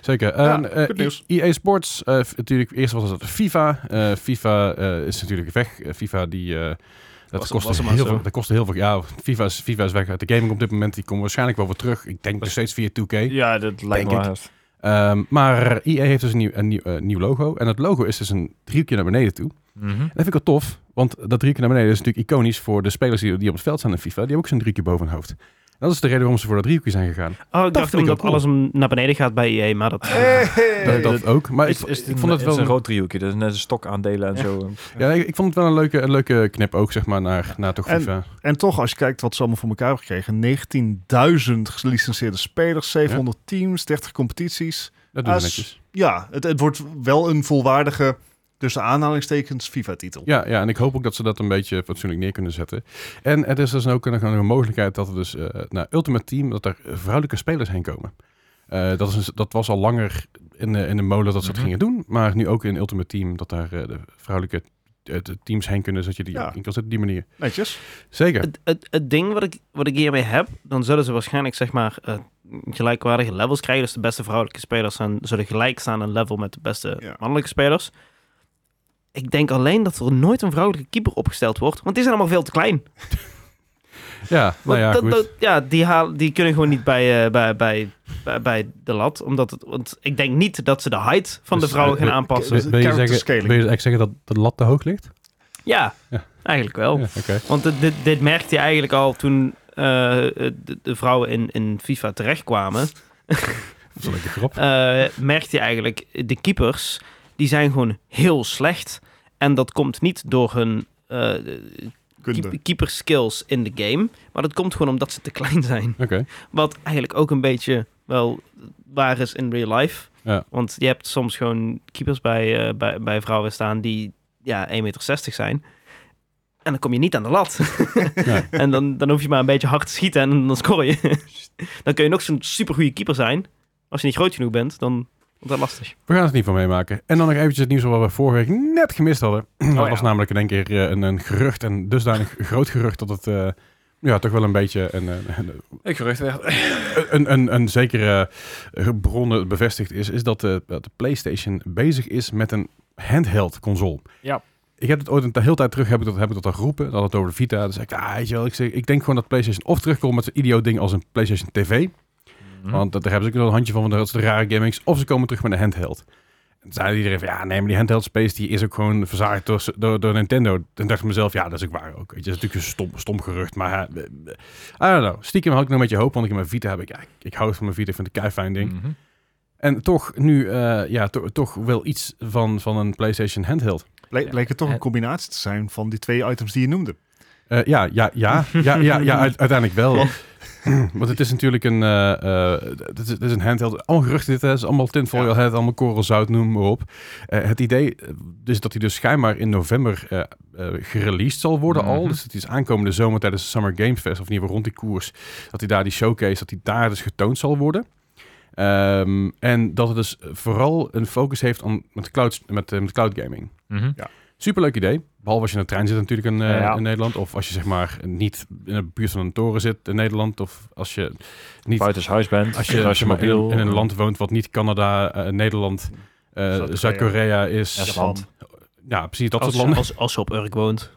[SPEAKER 1] Zeker.
[SPEAKER 4] Ja,
[SPEAKER 1] En, eh,
[SPEAKER 4] goed nieuws.
[SPEAKER 1] EA Sports, eh, f- natuurlijk, eerst was dat FIFA. Eh, FIFA eh, is natuurlijk weg. Eh, FIFA die... eh, dat
[SPEAKER 2] Was-
[SPEAKER 1] kostte,
[SPEAKER 2] was er maar
[SPEAKER 1] heel
[SPEAKER 2] zo.
[SPEAKER 1] veel, dat kostte heel veel. Ja, FIFA is, FIFA is weg uit de gaming op dit moment. Die komen waarschijnlijk wel weer terug. Ik denk nog steeds via 2K.
[SPEAKER 3] Ja, dat lijkt
[SPEAKER 1] Denk
[SPEAKER 3] me
[SPEAKER 1] ik.
[SPEAKER 3] wel.
[SPEAKER 1] Ehm, maar EA heeft dus een nieuw, een nieuw, eh, nieuw logo. En dat logo is dus een driehoekje naar beneden toe.
[SPEAKER 3] Mhm.
[SPEAKER 1] En dat vind ik wel tof, want dat driehoekje naar beneden is natuurlijk iconisch voor de spelers die, die op het veld staan in FIFA. Die hebben ook zo'n driehoekje boven hun hoofd. En dat is de reden waarom ze voor dat driehoekje zijn gegaan.
[SPEAKER 2] Oh, ik
[SPEAKER 1] Dat
[SPEAKER 2] dacht
[SPEAKER 1] vind ik
[SPEAKER 2] omdat
[SPEAKER 1] wel Eh.
[SPEAKER 2] alles om- naar beneden gaat bij EA, maar dat...
[SPEAKER 4] Eh,
[SPEAKER 1] dat, dat ook. Maar
[SPEAKER 3] Is-
[SPEAKER 1] ik,
[SPEAKER 3] is
[SPEAKER 1] ik
[SPEAKER 3] een-
[SPEAKER 1] vond het
[SPEAKER 3] is
[SPEAKER 1] wel
[SPEAKER 3] een
[SPEAKER 1] een,
[SPEAKER 3] rood driehoekje. Dat is net een stokaandelen en zo.
[SPEAKER 1] ja, ik, ik vond het wel een leuke, een leuke knip ook, zeg maar, naar, naar toch
[SPEAKER 4] En-
[SPEAKER 1] FIFA.
[SPEAKER 4] En toch, als je kijkt wat ze allemaal voor elkaar hebben gekregen. 19.000 gelicenseerde spelers, 700 teams, 30 competities.
[SPEAKER 1] Dat doen we
[SPEAKER 4] Als-
[SPEAKER 1] netjes.
[SPEAKER 4] Ja, het, het wordt wel een volwaardige, tussen aanhalingstekens, FIFA-titel.
[SPEAKER 1] Ja, ja, en ik hoop ook dat ze dat een beetje fatsoenlijk neer kunnen zetten. En het is dus ook nog een mogelijkheid dat er dus eh, naar Ultimate Team, dat er vrouwelijke spelers heen komen. Eh, dat, is, een- dat was al langer in de, in de molen dat ze dat
[SPEAKER 3] Mhm.
[SPEAKER 1] gingen doen. Maar nu ook in Ultimate Team, dat daar eh, de vrouwelijke eh, de teams heen kunnen, zodat je die
[SPEAKER 4] Ja.
[SPEAKER 1] in kan zetten op die manier.
[SPEAKER 4] Netjes.
[SPEAKER 1] Zeker.
[SPEAKER 2] Het, het, het ding wat ik, wat ik hiermee heb, dan zullen ze waarschijnlijk zeg maar eh, gelijkwaardige levels krijgen. Dus de beste vrouwelijke spelers zijn, zullen gelijk staan aan level met de beste
[SPEAKER 4] Ja.
[SPEAKER 2] mannelijke spelers. Ik denk alleen dat er nooit een vrouwelijke keeper opgesteld wordt, want die zijn allemaal veel te klein.
[SPEAKER 1] Ja, nou
[SPEAKER 2] Want
[SPEAKER 1] ja,
[SPEAKER 2] dat-
[SPEAKER 1] goed.
[SPEAKER 2] dat- ja, die, haal, die kunnen gewoon niet bij, eh, bij, bij, bij, bij de lat. Omdat het, want ik denk niet dat ze de height van
[SPEAKER 1] Dus,
[SPEAKER 2] de vrouwen
[SPEAKER 1] eh,
[SPEAKER 2] gaan
[SPEAKER 1] eh,
[SPEAKER 2] aanpassen.
[SPEAKER 1] Wil- wil, je
[SPEAKER 4] character
[SPEAKER 1] zeggen, wil
[SPEAKER 4] scaling.
[SPEAKER 1] je eigenlijk zeggen dat de lat te hoog ligt?
[SPEAKER 2] Ja,
[SPEAKER 1] Ja.
[SPEAKER 2] eigenlijk wel.
[SPEAKER 1] Ja, oké.
[SPEAKER 2] Want dit, dit, dit merkte je eigenlijk al toen eh, de, de vrouwen in, in FIFA terechtkwamen.
[SPEAKER 1] Dat is een leuke grap.
[SPEAKER 2] eh, merkte je eigenlijk, de keepers, die zijn gewoon heel slecht. En dat komt niet door hun eh
[SPEAKER 4] Kunde.
[SPEAKER 2] keeper skills in de game. Maar dat komt gewoon omdat ze te klein zijn.
[SPEAKER 1] Oké.
[SPEAKER 2] Wat eigenlijk ook een beetje wel waar is in real life.
[SPEAKER 1] Ja.
[SPEAKER 2] Want je hebt soms gewoon keepers bij, eh, bij, bij vrouwen staan die ja, 1,60 meter zijn. En dan kom je niet aan de lat.
[SPEAKER 1] Nee.
[SPEAKER 2] en dan, dan hoef je maar een beetje hard te schieten en dan score je. dan kun je nog zo'n supergoeie keeper zijn. Als je niet groot genoeg bent, dan wordt dat lastig.
[SPEAKER 1] We gaan het niet van meemaken. En dan nog eventjes het nieuws wat we vorige week net gemist hadden. (clears throat) dat
[SPEAKER 3] Oh ja.
[SPEAKER 1] was namelijk in één keer eh, een, een gerucht, en dusdanig (laughs) groot gerucht dat het eh, ja, toch wel een beetje een, eh, een, een-
[SPEAKER 3] Ik gerucht werd.
[SPEAKER 1] een, een, een zekere eh, bronnen bevestigd is, is dat de, dat de PlayStation bezig is met een handheld console.
[SPEAKER 3] Ja.
[SPEAKER 1] Ik heb het ooit een t- heel tijd terug heb ik dat, heb ik dat al geroepen. Dat het over de Vita. Dus ik, ah, weet je wel, ik, zeg, ik denk gewoon dat PlayStation of terugkomt met zo'n idioot ding als een PlayStation TV. Want dat- daar hebben ze ook nog een handje van, want dat is de rare gamings. Of ze komen terug met een handheld. En zei iedereen van, ja, nee, maar die handheld space die is ook gewoon verzaagd door, door, door Nintendo. En dacht ik mezelf, ja, dat is ook waar ook. Weet je, dat is natuurlijk een stom, stom gerucht, maar eh, eh, I don't know. Stiekem had ik nog een beetje hoop, want ik heb mijn Vita heb ik, ja, ik, ik hou van mijn Vita, ik vind het een keifijn ding.
[SPEAKER 3] Mhm.
[SPEAKER 1] En toch nu, eh, ja, to- toch wel iets van, van een PlayStation handheld.
[SPEAKER 4] Ble- Bleek het toch een combinatie te zijn van die twee items die je noemde.
[SPEAKER 1] Eh, ja, ja, ja, ja, ja, ja uit- uiteindelijk wel. (clears throat) Want het is natuurlijk een, eh, eh, het, is, het is een handheld. Allemaal geruchten dit, hè. Het is allemaal tinfoil het allemaal korrelzout, noem maar op. Eh, het idee eh, is dat hij dus schijnbaar in november eh, eh, gereleased zal worden al.
[SPEAKER 3] Mhm.
[SPEAKER 1] Dus het is aankomende zomer tijdens de Summer Games Fest, of in ieder geval rond die koers, dat hij daar die showcase, dat hij daar dus getoond zal worden. Ehm, en dat het dus vooral een focus heeft aan, met, cloud, met, eh, met cloud gaming. Superleuk idee. Behalve als je in de trein zit natuurlijk in, eh,
[SPEAKER 3] Ja, ja.
[SPEAKER 1] in Nederland. Of als je zeg maar niet in de buurt van een toren zit in Nederland. Of als je niet
[SPEAKER 3] Buiten huis bent.
[SPEAKER 1] als je, als je maar in,
[SPEAKER 3] mobiel.
[SPEAKER 1] in een land woont wat niet Canada, eh, Nederland, Eh,
[SPEAKER 4] Zuid-Korea.
[SPEAKER 1] Zuid-Korea is...
[SPEAKER 3] Ja,
[SPEAKER 1] Ja,
[SPEAKER 3] Japan.
[SPEAKER 1] precies, dat
[SPEAKER 2] als,
[SPEAKER 1] soort landen.
[SPEAKER 2] als, als ze op Urk woont.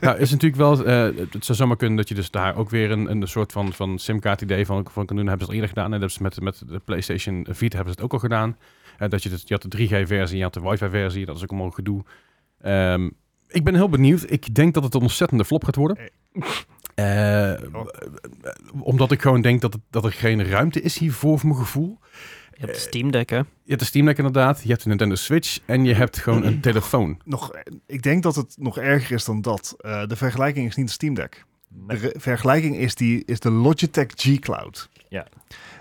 [SPEAKER 1] nou, is natuurlijk wel... eh, het zou zomaar kunnen dat je dus daar ook weer een, een soort van, van simkaart-idee van, van kan doen. Dat hebben ze al eerder gedaan. En dat hebben ze met, met de PlayStation Vita hebben ze het ook al gedaan. Eh, dat je, dus, je had de 3G-versie, je had de Wi-Fi-versie. Dat is ook allemaal gedoe. Ehm, ik ben heel benieuwd. Ik denk dat het een ontzettende flop gaat worden. Eh, omdat ik gewoon denk dat, het- dat er geen ruimte is hiervoor, voor mijn gevoel.
[SPEAKER 2] Je hebt de
[SPEAKER 4] Eh,
[SPEAKER 2] Steam Deck, hè?
[SPEAKER 1] Je hebt de Steam Deck inderdaad, je hebt de Nintendo Switch en je hebt gewoon een telefoon.
[SPEAKER 4] Nog, eh, ik denk dat het nog erger is dan dat. Eh, de vergelijking is niet de Steam Deck. De re- vergelijking is, die, is de Logitech G Cloud.
[SPEAKER 3] Ja.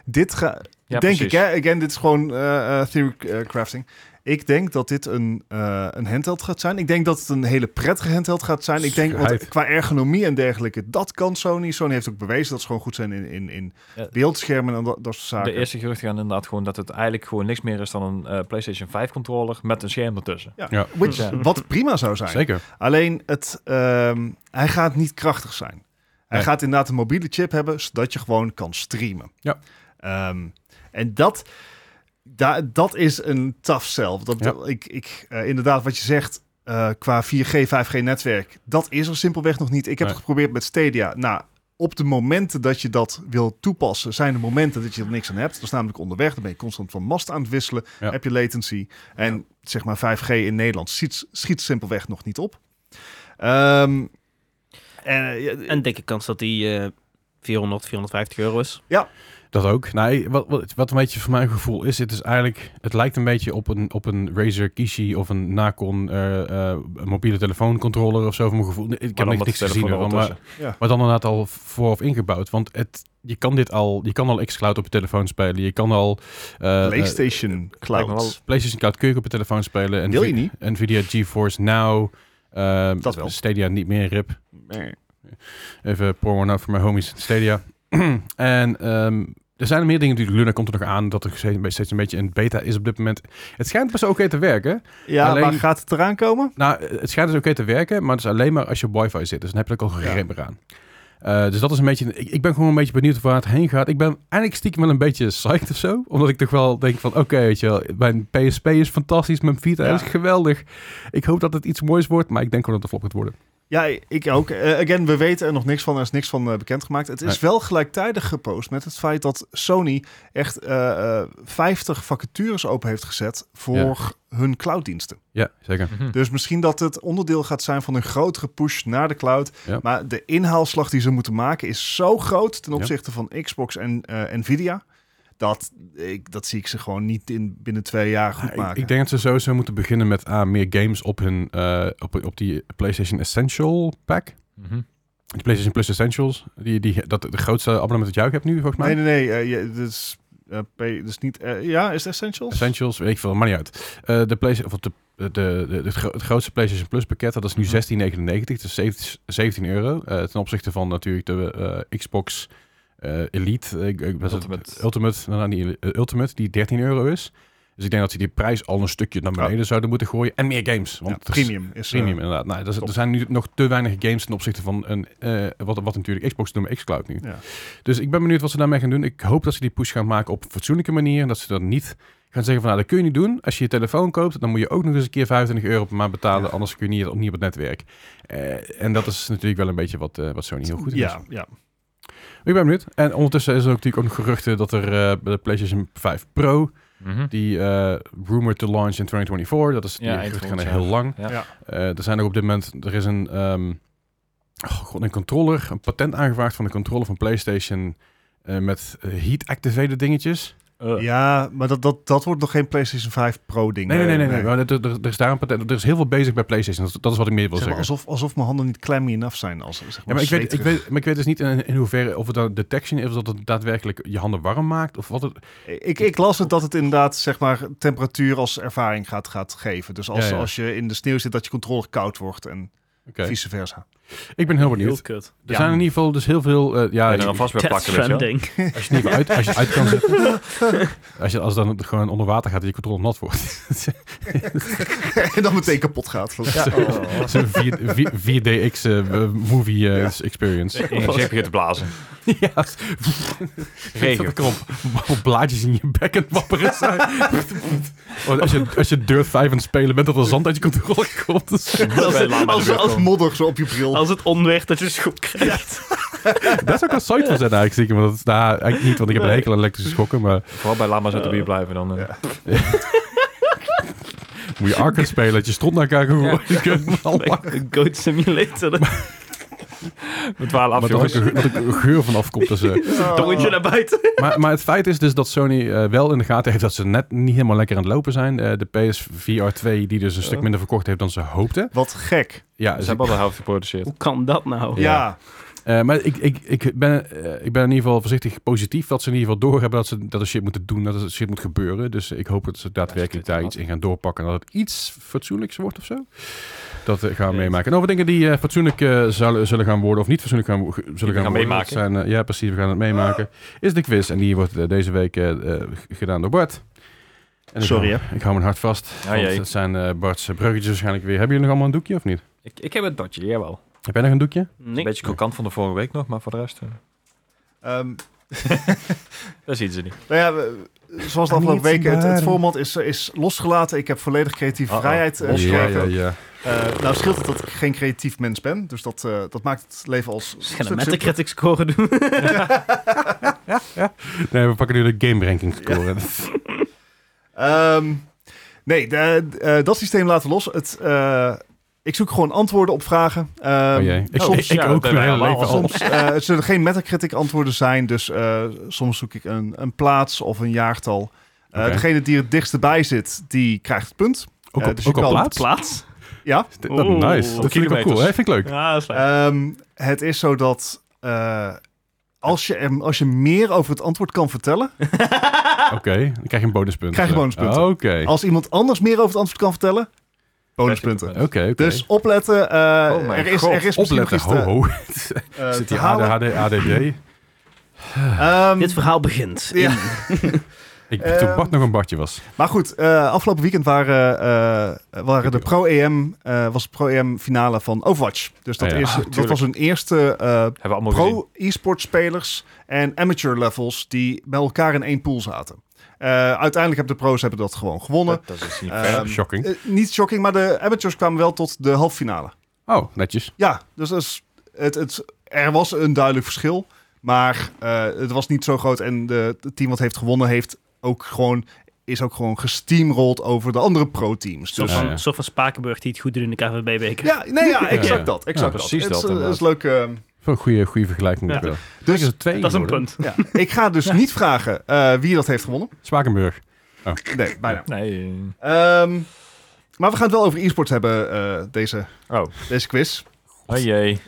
[SPEAKER 4] Dit ga,
[SPEAKER 3] Ja,
[SPEAKER 4] denk
[SPEAKER 3] precies.
[SPEAKER 4] ik, hè? Again, dit is gewoon eh, eh, theory eh, crafting. Ik denk dat dit een, eh, een handheld gaat zijn. Ik denk dat het een hele prettige handheld gaat zijn. Ik denk, want
[SPEAKER 1] Schijt.
[SPEAKER 4] qua ergonomie en dergelijke, dat kan Sony. Sony heeft ook bewezen dat ze gewoon goed zijn in, in, in
[SPEAKER 3] Ja.
[SPEAKER 4] beeldschermen en dat, dat soort zaken.
[SPEAKER 3] De eerste geruchten gaan inderdaad gewoon dat het eigenlijk gewoon niks meer is dan een eh, PlayStation 5 controller met een scherm ertussen.
[SPEAKER 4] ja.
[SPEAKER 1] Ja.
[SPEAKER 4] Which,
[SPEAKER 3] Ja.
[SPEAKER 4] Wat prima zou zijn.
[SPEAKER 1] Zeker.
[SPEAKER 4] Alleen, het, ehm, hij gaat niet krachtig zijn. Hij
[SPEAKER 1] Nee.
[SPEAKER 4] gaat inderdaad een mobiele chip hebben, zodat je gewoon kan streamen.
[SPEAKER 1] Ja.
[SPEAKER 4] Ehm, en dat, da, dat is een tough sell. Dat,
[SPEAKER 1] Ja.
[SPEAKER 4] ik, ik, eh, inderdaad, wat je zegt eh, qua 4G, 5G netwerk, dat is er simpelweg nog niet. Ik heb
[SPEAKER 1] Nee.
[SPEAKER 4] het geprobeerd met Stadia. Nou, op de momenten dat je dat wil toepassen, zijn de momenten dat je er niks aan hebt. Dat is namelijk onderweg, dan ben je constant van mast aan het wisselen,
[SPEAKER 1] Ja.
[SPEAKER 4] heb je latency. En zeg maar 5G in Nederland schiet, schiet simpelweg nog niet op. Ehm, en, eh, ja,
[SPEAKER 2] En dikke kans dat die eh, 400, 450 euro is.
[SPEAKER 1] Dat ook. Nee, wat, wat, wat een beetje voor mijn gevoel is, het is eigenlijk, het lijkt een beetje op een, op een Razer Kishi of een Nacon eh, eh, mobiele telefooncontroller of zo voor mijn gevoel. Nee, Ik heb
[SPEAKER 3] dan
[SPEAKER 1] niks,
[SPEAKER 3] met
[SPEAKER 1] niks
[SPEAKER 3] de
[SPEAKER 1] gezien
[SPEAKER 3] telefoon
[SPEAKER 1] ervan, maar,
[SPEAKER 3] ertussen.
[SPEAKER 1] maar dan inderdaad al voor of ingebouwd. Want het, je kan dit al, je kan al xCloud op je telefoon spelen, je kan al eh, eh,
[SPEAKER 4] PlayStation
[SPEAKER 3] lijkt me wel-
[SPEAKER 4] Cloud.
[SPEAKER 1] PlayStation Cloud kun je ook op je telefoon spelen. En
[SPEAKER 4] Wil je
[SPEAKER 1] vi-
[SPEAKER 4] niet?
[SPEAKER 1] Nvidia GeForce Now. ehm,
[SPEAKER 4] Dat wel.
[SPEAKER 1] Stadia niet meer, rip. Even pour one out voor mijn homies in Stadia. (clears throat) en ehm, er zijn meer dingen natuurlijk. Luna komt er nog aan dat er steeds steeds een beetje een beta is op dit moment. Het schijnt best oké te werken.
[SPEAKER 4] Ja,
[SPEAKER 1] alleen-
[SPEAKER 4] maar gaat het eraan komen?
[SPEAKER 1] Nou, het schijnt dus oké te werken, maar het is alleen maar als je op wifi zit. Dus dan heb je er ook al
[SPEAKER 4] Ja.
[SPEAKER 1] geen aan. Eh, dus dat is een beetje... Ik, ik ben gewoon een beetje benieuwd waar het heen gaat. Ik ben eigenlijk stiekem wel een beetje psyched of zo. Omdat ik toch wel denk van... Oké, weet je wel, mijn PSP is fantastisch. Mijn Vita
[SPEAKER 4] Ja.
[SPEAKER 1] is geweldig. Ik hoop dat het iets moois wordt. Maar ik denk gewoon dat het flop gaat worden.
[SPEAKER 4] Ja, ik ook. Eh, again, we weten er nog niks van. Er is niks van eh, bekendgemaakt. Het is
[SPEAKER 1] Nee.
[SPEAKER 4] wel gelijktijdig gepost met het feit dat Sony echt eh, eh, 50 vacatures open heeft gezet voor hun clouddiensten.
[SPEAKER 1] Ja, zeker.
[SPEAKER 4] Dus misschien dat het onderdeel gaat zijn van een grotere push naar de cloud.
[SPEAKER 1] Ja.
[SPEAKER 4] Maar de inhaalslag die ze moeten maken is zo groot ten
[SPEAKER 1] Ja.
[SPEAKER 4] opzichte van Xbox en eh, Nvidia. Dat, ik, dat zie ik ze gewoon niet in, binnen twee jaar goed
[SPEAKER 1] Ah, Ik,
[SPEAKER 4] maken.
[SPEAKER 1] ik denk dat ze sowieso moeten beginnen met ah, meer games op, hun, eh, op, op die PlayStation Essential pack.
[SPEAKER 3] Mhm.
[SPEAKER 1] Die PlayStation Plus Essentials. Die, die, dat de grootste abonnement dat jij ook hebt nu, volgens mij.
[SPEAKER 4] nee, nee, nee. eh, je, dus, eh, P- dus niet, eh, ja, is het Essentials?
[SPEAKER 1] Essentials, weet ik veel, maar niet uit. Eh, de Play, of de, de, de, de- het gro- het grootste PlayStation Plus pakket, dat is nu
[SPEAKER 3] Mhm.
[SPEAKER 1] 16,99, dus 17, 17 euro. eh, ten opzichte van natuurlijk de eh, Xbox eh, Elite, eh, ik- ik- was het-
[SPEAKER 3] Ultimate.
[SPEAKER 1] Ultimate, nou, nou, niet Elite, eh, Ultimate, die 13 euro is. Dus ik denk dat ze die prijs al een stukje naar beneden zouden moeten gooien. En meer games,
[SPEAKER 4] Ja,
[SPEAKER 1] want het is-
[SPEAKER 4] premium is eh,
[SPEAKER 1] Premium, inderdaad. Nou, dat is-
[SPEAKER 4] top.
[SPEAKER 1] er zijn nu nog te weinig games ten opzichte van een, eh, wat, wat natuurlijk Xbox noemen, Xcloud nu.
[SPEAKER 4] Ja.
[SPEAKER 1] Dus ik ben benieuwd wat ze daarmee gaan doen. Ik hoop dat ze die push gaan maken op een fatsoenlijke manier. En dat ze dan niet gaan zeggen van, nou, dat kun je niet doen. Als je je telefoon koopt, dan moet je ook nog eens een keer 25 euro per maand betalen.
[SPEAKER 4] Ja.
[SPEAKER 1] Anders kun je niet, niet op het netwerk. Eh, en dat is natuurlijk wel een beetje wat, eh, wat Sony heel goed in is.
[SPEAKER 4] Ja, ja.
[SPEAKER 1] Ik ben benieuwd. En ondertussen is er ook natuurlijk ook nog geruchten dat er eh, bij de PlayStation 5 Pro,
[SPEAKER 3] Mhm.
[SPEAKER 1] die eh rumored to launch in 2024, dat is
[SPEAKER 3] Ja,
[SPEAKER 1] die
[SPEAKER 3] eind
[SPEAKER 1] geruchten gaan
[SPEAKER 3] volgend
[SPEAKER 1] heel
[SPEAKER 3] jaar.
[SPEAKER 1] lang.
[SPEAKER 3] Ja.
[SPEAKER 4] Ja.
[SPEAKER 1] Eh, er zijn ook op dit moment, er is een, ehm, oh god, een controller, een patent aangevraagd van de controller van PlayStation eh, met eh, heat-activated dingetjes.
[SPEAKER 3] Eh,
[SPEAKER 4] Ja, maar dat, dat, dat wordt nog geen PlayStation 5 Pro ding.
[SPEAKER 1] Nee, nee, nee, nee. nee. maar Er, er- er is daar een patent, er is heel veel bezig bij PlayStation, dat, dat is wat ik meer wil
[SPEAKER 4] Zeg maar,
[SPEAKER 1] zeggen.
[SPEAKER 4] alsof, alsof mijn handen niet clammy enough zijn. Als, zeg maar,
[SPEAKER 1] Ja, maar, ik weet, ik
[SPEAKER 4] zweterig.
[SPEAKER 1] weet, maar ik weet dus niet in, in hoeverre of het dan detection is of dat het daadwerkelijk je handen warm maakt of wat het...
[SPEAKER 4] Ik, ik las het dat het inderdaad zeg maar, temperatuur als ervaring gaat, gaat geven. Dus als,
[SPEAKER 1] Ja, ja.
[SPEAKER 4] als je in de sneeuw zit, dat je controle koud wordt en
[SPEAKER 1] Oké.
[SPEAKER 4] vice versa. (laughs)
[SPEAKER 1] Ik ben heel benieuwd.
[SPEAKER 2] Heel kut.
[SPEAKER 1] Er
[SPEAKER 3] Ja.
[SPEAKER 1] zijn in ieder geval dus heel veel... eh, ja,
[SPEAKER 3] en dan vast weer
[SPEAKER 2] Death
[SPEAKER 3] plakken, weet je wel.
[SPEAKER 2] Stranding.
[SPEAKER 1] als je het niet meer uit, als je het uit kan zetten. Als, je, als het dan gewoon onder water gaat en je controle nat wordt.
[SPEAKER 4] en dan meteen kapot
[SPEAKER 1] (laughs)
[SPEAKER 4] gaat.
[SPEAKER 1] Ja. Dat is een 4, 4DX eh, eh, movie eh,
[SPEAKER 4] Ja.
[SPEAKER 1] experience.
[SPEAKER 3] In je gezicht begint te blazen.
[SPEAKER 1] Ja, (laughs) als-
[SPEAKER 3] Regen.
[SPEAKER 1] dat er op, op blaadjes in je bek en wapperen zijn. Want (laughs) als, je, als je Dirt 5 aan het spelen bent, dat er zand uit je controle komt. Dat is-
[SPEAKER 2] (laughs) Als, het-
[SPEAKER 3] Bij Lama
[SPEAKER 2] als,
[SPEAKER 3] de
[SPEAKER 4] Als modder zo op je bril.
[SPEAKER 2] als het onweer dat je schok krijgt.
[SPEAKER 1] Daar zou ik wel psyched van zijn eigenlijk, zeker. Want dat is nou, eigenlijk niet, want ik heb een hekel aan elektrische schokken. Maar
[SPEAKER 3] Vooral bij lama's uit de buurt blijven dan. eh. (laughs)
[SPEAKER 4] Ja.
[SPEAKER 1] moet je Arkham spelen, dat je stront naar elkaar kan gooien. (laughs) Je kunt wel lang-
[SPEAKER 2] Goat Simulator. Dan
[SPEAKER 3] We dwalen af,
[SPEAKER 1] Maar dat
[SPEAKER 3] jongens.
[SPEAKER 1] er ook een- dat er een geur van afkomt. Dus, eh,
[SPEAKER 4] Oh.
[SPEAKER 2] moet je naar buiten.
[SPEAKER 1] maar, maar het feit is dus dat Sony eh, wel in de gaten heeft dat ze net niet helemaal lekker aan het lopen zijn. Eh, de PSVR 2, die dus een stuk minder verkocht heeft dan ze hoopten.
[SPEAKER 4] Wat gek.
[SPEAKER 1] Ja,
[SPEAKER 3] Ze
[SPEAKER 1] dus ik-
[SPEAKER 3] hebben al de helft geproduceerd.
[SPEAKER 2] Hoe kan dat
[SPEAKER 1] Ja.
[SPEAKER 2] nou?
[SPEAKER 4] Ja.
[SPEAKER 1] Eh, maar ik, ik, ik, ben, eh, ik ben in ieder geval voorzichtig positief dat ze in ieder geval doorhebben dat ze dat er shit moeten doen, dat er shit moet gebeuren. Dus ik hoop dat ze daadwerkelijk
[SPEAKER 3] Ja,
[SPEAKER 1] daar
[SPEAKER 3] shit,
[SPEAKER 1] iets in gaan doorpakken en dat het iets fatsoenlijks wordt of zo. Dat eh, gaan we meemaken. En over dingen die eh, fatsoenlijk eh, zullen, zullen gaan worden of niet fatsoenlijk gaan, wo- zullen gaan,
[SPEAKER 3] gaan
[SPEAKER 1] worden.
[SPEAKER 3] meemaken.
[SPEAKER 1] dat Zijn, eh, ja, precies, we gaan het meemaken. Is de quiz en die wordt eh, deze week eh, eh, g- gedaan door Bart. En ik
[SPEAKER 2] Sorry,
[SPEAKER 1] hou- Ik hou mijn hart vast,
[SPEAKER 3] Ah,
[SPEAKER 1] want
[SPEAKER 3] jee.
[SPEAKER 1] het zijn eh, Bart's bruggetjes waarschijnlijk weer. Hebben jullie nog allemaal een doekje of niet?
[SPEAKER 3] Ik, ik heb het dotje, jawel.
[SPEAKER 1] Heb jij nog een doekje?
[SPEAKER 3] Een
[SPEAKER 2] Niks.
[SPEAKER 3] beetje krokant van de vorige week nog, maar voor de rest... eh,
[SPEAKER 4] Ehm,
[SPEAKER 3] dat zien ze niet.
[SPEAKER 4] nou ja, we- zoals de afgelopen weken, het, het format is, is losgelaten. Ik heb volledig creatieve
[SPEAKER 3] Uh-oh.
[SPEAKER 4] vrijheid eh,
[SPEAKER 1] ja,
[SPEAKER 4] gegeven.
[SPEAKER 1] ja, ja.
[SPEAKER 4] Eh, nou scheelt het dat ik geen creatief mens ben. Dus dat, eh, dat maakt het leven als... een
[SPEAKER 2] Misschien een
[SPEAKER 4] stuk simpeler.
[SPEAKER 2] metacritic score doen.
[SPEAKER 1] Nee, we pakken nu de game ranking score.
[SPEAKER 4] Ehm, nee, de- eh, dat systeem laten we los. Het, eh, ik zoek gewoon antwoorden op vragen. Ehm,
[SPEAKER 1] Oh jee. Ik,
[SPEAKER 4] soms,
[SPEAKER 1] ik, ik
[SPEAKER 3] ja,
[SPEAKER 1] ook
[SPEAKER 3] dat
[SPEAKER 1] mijn
[SPEAKER 3] hebben
[SPEAKER 1] hele
[SPEAKER 3] wij
[SPEAKER 1] leven
[SPEAKER 3] allemaal
[SPEAKER 1] al.
[SPEAKER 4] soms, eh, het zullen geen metacritic antwoorden zijn. Dus eh, soms zoek ik een, een plaats of een jaartal. Eh,
[SPEAKER 1] Oké.
[SPEAKER 4] Degene die het dichtst bij zit, die krijgt het punt.
[SPEAKER 1] Ook
[SPEAKER 4] eh,
[SPEAKER 1] op,
[SPEAKER 4] dus
[SPEAKER 1] ook
[SPEAKER 4] je
[SPEAKER 1] op
[SPEAKER 4] kan
[SPEAKER 1] plaats?
[SPEAKER 2] Plaats.
[SPEAKER 4] Ja.
[SPEAKER 1] Dat- nice.
[SPEAKER 2] Oeh,
[SPEAKER 1] Dat vind ik wel cool.
[SPEAKER 3] kilometers.
[SPEAKER 1] hè? vind ik leuk.
[SPEAKER 2] Ja, dat is
[SPEAKER 4] Ehm, het is zo dat eh, als, je er- als je meer over het antwoord kan vertellen...
[SPEAKER 1] Oké, dan krijg je een bonuspunt.
[SPEAKER 4] Ah. Krijg je bonuspunten.
[SPEAKER 1] Ah, Oké. Oké.
[SPEAKER 4] Als iemand anders meer over het antwoord kan vertellen... Bonuspunten.
[SPEAKER 3] Eh,
[SPEAKER 1] Oké.
[SPEAKER 4] Dus opletten. eh,
[SPEAKER 3] Oh mijn
[SPEAKER 4] er is,
[SPEAKER 3] god.
[SPEAKER 4] er is misschien nog
[SPEAKER 1] Opletten,
[SPEAKER 4] iets
[SPEAKER 1] ho
[SPEAKER 4] te,
[SPEAKER 1] ho.
[SPEAKER 4] eh,
[SPEAKER 1] Zit
[SPEAKER 4] te
[SPEAKER 1] die
[SPEAKER 4] halen.
[SPEAKER 1] ADHD, ADD?
[SPEAKER 4] Ehm,
[SPEAKER 2] Dit verhaal begint.
[SPEAKER 4] ja.
[SPEAKER 1] Ik,
[SPEAKER 4] Ehm,
[SPEAKER 1] toen Bart nog een Bartje was.
[SPEAKER 4] Maar goed, eh, afgelopen weekend waren, eh, waren de Pro EM, eh, was de Pro EM finale van Overwatch. Dus dat,
[SPEAKER 1] Ah ja.
[SPEAKER 4] is,
[SPEAKER 1] Ah,
[SPEAKER 4] dat
[SPEAKER 3] tuurlijk.
[SPEAKER 4] was hun eerste eh,
[SPEAKER 3] Hebben we allemaal gezien.
[SPEAKER 4] pro e-sport spelers en amateur levels die bij elkaar in één pool zaten. Eh, uiteindelijk hebben de pro's hebben dat gewoon gewonnen.
[SPEAKER 3] Dat, dat is niet
[SPEAKER 4] Ehm,
[SPEAKER 3] fair.
[SPEAKER 1] Shocking.
[SPEAKER 4] eh, niet shocking, maar de amateurs kwamen wel tot de halve finale.
[SPEAKER 1] Oh, netjes.
[SPEAKER 4] Ja, dus dat is- het, het, er was een duidelijk verschil. Maar eh, het was niet zo groot. En de, het team wat heeft gewonnen heeft ook gewoon, is ook gewoon gesteamrolled over de andere pro-teams.
[SPEAKER 2] Zo
[SPEAKER 4] Dus,
[SPEAKER 1] Ja,
[SPEAKER 2] van,
[SPEAKER 1] ja.
[SPEAKER 2] zo van Spakenburg die het goed doet in de KVB-beker.
[SPEAKER 4] ja, nee, ja, exact
[SPEAKER 1] Ja.
[SPEAKER 4] dat. Exact
[SPEAKER 3] Ja,
[SPEAKER 4] dat.
[SPEAKER 3] precies
[SPEAKER 4] Het is-
[SPEAKER 3] dat,
[SPEAKER 4] het is leuk. ehm,
[SPEAKER 1] Wel een goede, goede vergelijking.
[SPEAKER 2] Ja.
[SPEAKER 1] moet ik wel. Kijk, is
[SPEAKER 4] dus
[SPEAKER 1] het twee
[SPEAKER 2] Dat is een
[SPEAKER 1] geworden.
[SPEAKER 2] punt.
[SPEAKER 4] ja, ik ga
[SPEAKER 3] (laughs)
[SPEAKER 4] dus niet vragen eh, wie dat heeft gewonnen. (laughs)
[SPEAKER 1] Spakenburg.
[SPEAKER 4] Nee, bijna.
[SPEAKER 3] Nee. eh,
[SPEAKER 4] Ehm, maar we gaan het wel over e-sports hebben, eh, deze,
[SPEAKER 3] Oh,
[SPEAKER 4] deze quiz.
[SPEAKER 3] oh jee.
[SPEAKER 2] Ik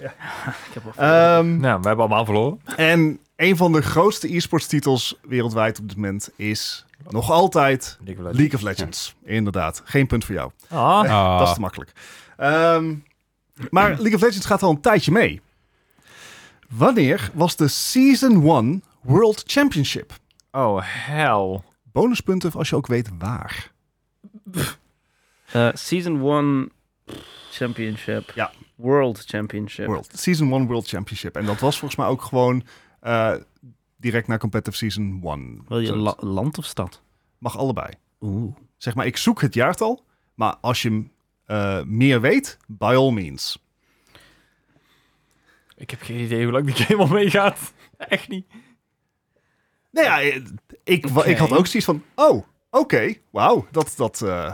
[SPEAKER 2] heb wel-
[SPEAKER 4] Ehm,
[SPEAKER 3] Nou, we hebben allemaal verloren.
[SPEAKER 4] en een van de grootste e-sports titels wereldwijd op dit moment is nog altijd
[SPEAKER 3] League
[SPEAKER 4] League of Legends, inderdaad. Geen punt voor jou.
[SPEAKER 3] Ah,
[SPEAKER 1] Ah,
[SPEAKER 4] Dat is te makkelijk. Ehm, maar League of Legends gaat al een tijdje mee. Wanneer was de Season 1 World Championship?
[SPEAKER 3] oh, hell.
[SPEAKER 4] Bonuspunten als je ook weet waar.
[SPEAKER 2] Eh, season 1 Championship.
[SPEAKER 4] Ja.
[SPEAKER 2] World Championship.
[SPEAKER 4] World. Season 1 World Championship. En dat was volgens mij ook gewoon eh, direct na Competitive Season 1.
[SPEAKER 2] Wil je
[SPEAKER 4] Zo,
[SPEAKER 2] la- land of stad?
[SPEAKER 4] Mag allebei.
[SPEAKER 2] Oeh.
[SPEAKER 4] Zeg maar, ik zoek het jaartal. Maar als je eh, meer weet, by all means.
[SPEAKER 3] Ik heb geen idee hoe lang die game al meegaat. (laughs) Echt niet.
[SPEAKER 4] Nou ja, eh, ik, wa-
[SPEAKER 2] Oké.
[SPEAKER 4] ik had ook zoiets van... Oh, oké. Wauw, dat... dat eh, (laughs)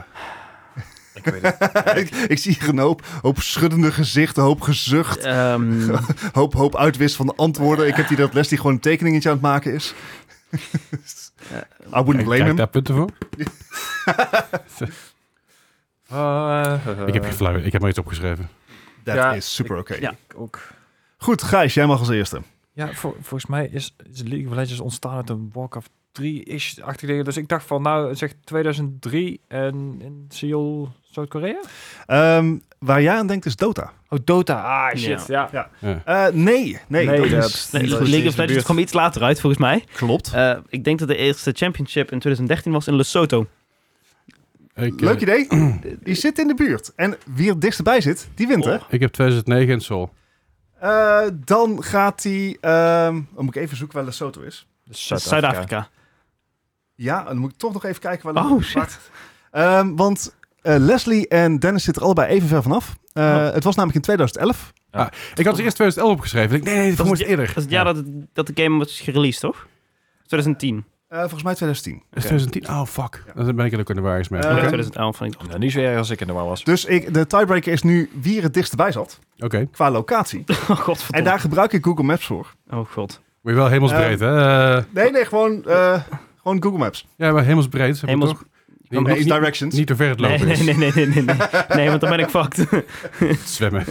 [SPEAKER 3] Ik weet het.
[SPEAKER 4] ik, ik zie hier een hoop, hoop schuddende gezichten, hoop gezucht,
[SPEAKER 2] Ehm,
[SPEAKER 4] hoop, hoop uitwis van de antwoorden. Ik heb die dat Leslie gewoon een tekeningetje aan het maken is. (laughs) I wouldn't blame
[SPEAKER 1] Krijg
[SPEAKER 4] him.
[SPEAKER 1] daar punten voor?
[SPEAKER 3] Eh,
[SPEAKER 1] Ik
[SPEAKER 4] Eh.
[SPEAKER 1] heb geen flauw idee. Ik heb maar iets opgeschreven.
[SPEAKER 4] Dat
[SPEAKER 3] Ja,
[SPEAKER 4] is super
[SPEAKER 3] ik-
[SPEAKER 4] oké.
[SPEAKER 2] ja.
[SPEAKER 3] Ik Eh, ook.
[SPEAKER 4] Goed, Gijs, jij mag als eerste.
[SPEAKER 3] Ja, vol- volgens mij is, is League of Legends ontstaan uit een Warcraft 3-ish-achtige dingen. Dus ik dacht van, nou, zeg 2003 en, en Seoul Zuid-Korea?
[SPEAKER 4] Ehm, waar jij aan denkt is Dota.
[SPEAKER 3] Oh, Dota. Ah, shit. Ja.
[SPEAKER 4] Eh, nee, nee.
[SPEAKER 3] Nee,
[SPEAKER 4] dat
[SPEAKER 3] dat-
[SPEAKER 4] is,
[SPEAKER 2] Nee,
[SPEAKER 4] dat is
[SPEAKER 2] League
[SPEAKER 4] in
[SPEAKER 2] of
[SPEAKER 4] de
[SPEAKER 2] Legends
[SPEAKER 4] buurt.
[SPEAKER 2] kwam iets later uit, volgens mij.
[SPEAKER 4] Klopt.
[SPEAKER 2] Eh, ik denk dat de eerste championship in 2013 was in Lesotho.
[SPEAKER 1] Ik, eh,
[SPEAKER 4] Leuk idee. (clears throat) Die zit in de buurt. En wie het dichtst bij zit, die wint, hè?
[SPEAKER 1] ik heb 2009 in Seoul.
[SPEAKER 4] Eh, dan gaat hij... ehm dan moet ik even zoeken waar Lesotho is.
[SPEAKER 2] Zuid-Afrika.
[SPEAKER 4] Ja, dan moet ik toch nog even kijken waar...
[SPEAKER 2] Oh,
[SPEAKER 4] Lesotho-
[SPEAKER 2] shit.
[SPEAKER 4] Wacht. Ehm, want eh, Leslie en Dennis zitten er allebei even ver vanaf. Eh,
[SPEAKER 2] Oh.
[SPEAKER 4] Het was namelijk in 2011.
[SPEAKER 1] Ik had ze eerst 2011 opgeschreven. Ik dacht, nee, nee, dat
[SPEAKER 2] Dat
[SPEAKER 1] moest
[SPEAKER 2] is-
[SPEAKER 1] eerder.
[SPEAKER 2] Dat is het jaar dat, het- dat de game was gereleased, toch? 2010.
[SPEAKER 4] Eh, volgens mij 2010.
[SPEAKER 1] Is 2010? Oh, fuck. Dan ben ik er ook in de waarheid mee.
[SPEAKER 4] Eh,
[SPEAKER 1] Oké.
[SPEAKER 2] Of
[SPEAKER 4] Oké.
[SPEAKER 2] 2011, van ik dacht.
[SPEAKER 3] Nou, niet zo erg als ik in de war was.
[SPEAKER 4] Dus ik, de tiebreaker is nu wie er het dichtst bij zat
[SPEAKER 1] Oké.
[SPEAKER 4] qua (laughs) locatie.
[SPEAKER 2] (laughs) Oh god,
[SPEAKER 4] En daar gebruik ik Google Maps voor.
[SPEAKER 2] Oh god.
[SPEAKER 1] Moet je wel hemelsbreed, hè? Eh,
[SPEAKER 4] Nee, nee, gewoon, eh, gewoon Google Maps.
[SPEAKER 1] ja, maar hemelsbreed. Zeg maar
[SPEAKER 2] Hemels-
[SPEAKER 1] toch?
[SPEAKER 2] Nee,
[SPEAKER 1] Niet-
[SPEAKER 4] Nee,
[SPEAKER 1] niet,
[SPEAKER 4] directions.
[SPEAKER 1] niet te ver het
[SPEAKER 2] Nee,
[SPEAKER 1] lopen
[SPEAKER 2] nee,
[SPEAKER 1] is.
[SPEAKER 2] nee, nee, nee, nee, nee. Nee, want dan ben ik fucked.
[SPEAKER 1] Zwemmen.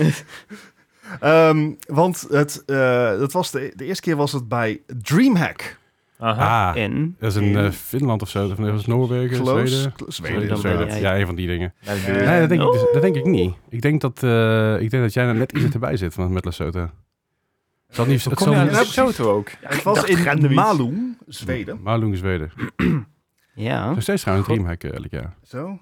[SPEAKER 4] Ehm, want het, eh, dat was de, de eerste keer was het bij Dreamhack.
[SPEAKER 3] Aha.
[SPEAKER 1] Ah,
[SPEAKER 2] En...
[SPEAKER 1] dat is in eh, Finland of zo. Of nee, dat is Noorwegen,
[SPEAKER 4] Close.
[SPEAKER 1] Zweden.
[SPEAKER 4] Cl-
[SPEAKER 2] Zweden,
[SPEAKER 4] Zweden.
[SPEAKER 2] dan
[SPEAKER 1] Zweden.
[SPEAKER 2] ja,
[SPEAKER 1] Ja,
[SPEAKER 2] ja.
[SPEAKER 1] een van die dingen.
[SPEAKER 3] Ja, dat-
[SPEAKER 4] Eh,
[SPEAKER 1] Nee, dat denk, ik, dus-
[SPEAKER 2] oh.
[SPEAKER 1] dat denk ik niet. Ik denk dat, eh, ik denk dat jij er net iets erbij zit van, met Lesotho. Het zal niet... Het
[SPEAKER 3] Kom
[SPEAKER 1] zal
[SPEAKER 3] je aan
[SPEAKER 1] niet-
[SPEAKER 4] Ja,
[SPEAKER 3] Lesotho ook?
[SPEAKER 4] Het was in Malung, Zweden.
[SPEAKER 1] Malung, Zweden.
[SPEAKER 2] Ja.
[SPEAKER 1] Nog steeds trouwens
[SPEAKER 2] God.
[SPEAKER 1] Dreamhack, eerlijk, ja.
[SPEAKER 4] Zo.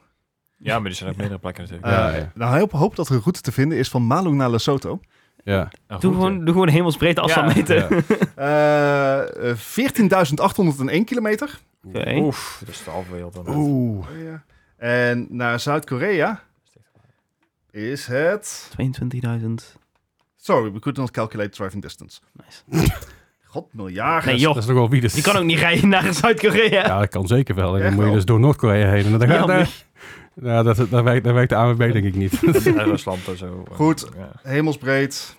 [SPEAKER 3] Ja, maar die zijn op meerdere plekken natuurlijk.
[SPEAKER 1] Ja,
[SPEAKER 4] Eh,
[SPEAKER 1] ja.
[SPEAKER 4] Nou, hoop, hoop dat er een route te vinden is van Malung naar Lesotho. (laughs)
[SPEAKER 1] Ja,
[SPEAKER 3] Een
[SPEAKER 2] Doe
[SPEAKER 3] route.
[SPEAKER 2] gewoon, doe gewoon hemelsbreed afstand
[SPEAKER 3] Ja.
[SPEAKER 2] meten.
[SPEAKER 1] ja.
[SPEAKER 4] Eh, eh, 14.801 kilometer.
[SPEAKER 2] Oké.
[SPEAKER 3] Oef, dat is de halve wereld dan.
[SPEAKER 4] Oeh. En naar Zuid-Korea is het...
[SPEAKER 2] 22.000.
[SPEAKER 4] Sorry, we could not calculate driving distance.
[SPEAKER 2] Nice.
[SPEAKER 4] (laughs) God, miljard.
[SPEAKER 2] Nee,
[SPEAKER 1] Dat
[SPEAKER 2] joh.
[SPEAKER 1] is nogal wie dus.
[SPEAKER 2] Je kan ook niet rijden naar Zuid-Korea.
[SPEAKER 1] Ja, dat kan zeker wel. En dan
[SPEAKER 4] Echt
[SPEAKER 1] moet je
[SPEAKER 4] wel.
[SPEAKER 1] dus door Noord-Korea heen. En dan
[SPEAKER 2] Ja,
[SPEAKER 1] gaat daar... Ja, dat, daar, werkt, daar werkt de ANWB denk ik niet.
[SPEAKER 3] Eh, Rusland en zo.
[SPEAKER 4] Goed.
[SPEAKER 3] Ja.
[SPEAKER 4] hemelsbreed.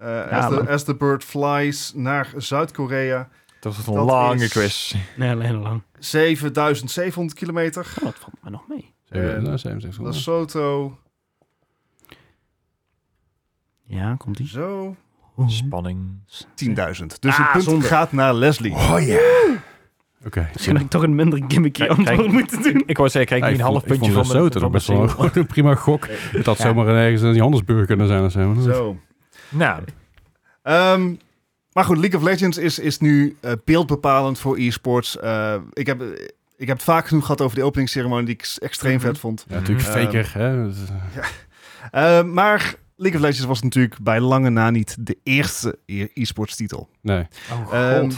[SPEAKER 4] Eh,
[SPEAKER 2] Ja,
[SPEAKER 4] as,
[SPEAKER 2] man.
[SPEAKER 4] the, as the bird flies naar Zuid-Korea.
[SPEAKER 3] Dat was een
[SPEAKER 4] Dat
[SPEAKER 3] lange
[SPEAKER 4] is-
[SPEAKER 3] quiz.
[SPEAKER 2] Nee, alleen lang.
[SPEAKER 4] 7700 kilometer.
[SPEAKER 2] Oh, dat valt me nog mee.
[SPEAKER 1] Zeven-
[SPEAKER 4] Eh,
[SPEAKER 1] nou, 77.
[SPEAKER 4] Lesotho.
[SPEAKER 2] Ja, komt die.
[SPEAKER 4] Zo. 10.000.
[SPEAKER 3] Spanning.
[SPEAKER 4] Dus
[SPEAKER 2] Ah,
[SPEAKER 4] het punt
[SPEAKER 2] zonde.
[SPEAKER 4] gaat naar Leslie.
[SPEAKER 1] Oh ja! Oké.
[SPEAKER 2] Misschien had ik toch een minder gimmicky
[SPEAKER 3] Kijk,
[SPEAKER 2] antwoord
[SPEAKER 3] kijk.
[SPEAKER 2] moeten doen.
[SPEAKER 3] Ik wou zeggen,
[SPEAKER 1] Ja, ik
[SPEAKER 3] ik krijg niet een
[SPEAKER 1] vond-
[SPEAKER 3] half
[SPEAKER 1] ik vond
[SPEAKER 3] puntje van
[SPEAKER 1] Lesotho
[SPEAKER 3] mijn-
[SPEAKER 1] toch
[SPEAKER 3] van
[SPEAKER 1] best
[SPEAKER 3] mijn
[SPEAKER 1] wel
[SPEAKER 3] single.
[SPEAKER 1] een (laughs) prima gok. Het had
[SPEAKER 3] Ja.
[SPEAKER 1] zomaar ergens een Johannesburg kunnen zijn of zo.
[SPEAKER 4] (laughs) Zo.
[SPEAKER 3] Nou,
[SPEAKER 4] Ehm, maar goed, League of Legends is, is nu eh, beeldbepalend voor e-sports. Eh, ik, heb, ik heb het vaak genoeg gehad over de openingsceremonie die ik s- extreem
[SPEAKER 2] Mhm.
[SPEAKER 4] vet vond.
[SPEAKER 1] Ja, natuurlijk
[SPEAKER 4] Mhm.
[SPEAKER 1] faker, hè. Dat is-
[SPEAKER 4] Eh, maar League of Legends was natuurlijk bij lange na niet de eerste e- e-sports titel.
[SPEAKER 1] Nee.
[SPEAKER 3] (laughs) oh
[SPEAKER 4] Ehm,
[SPEAKER 3] god.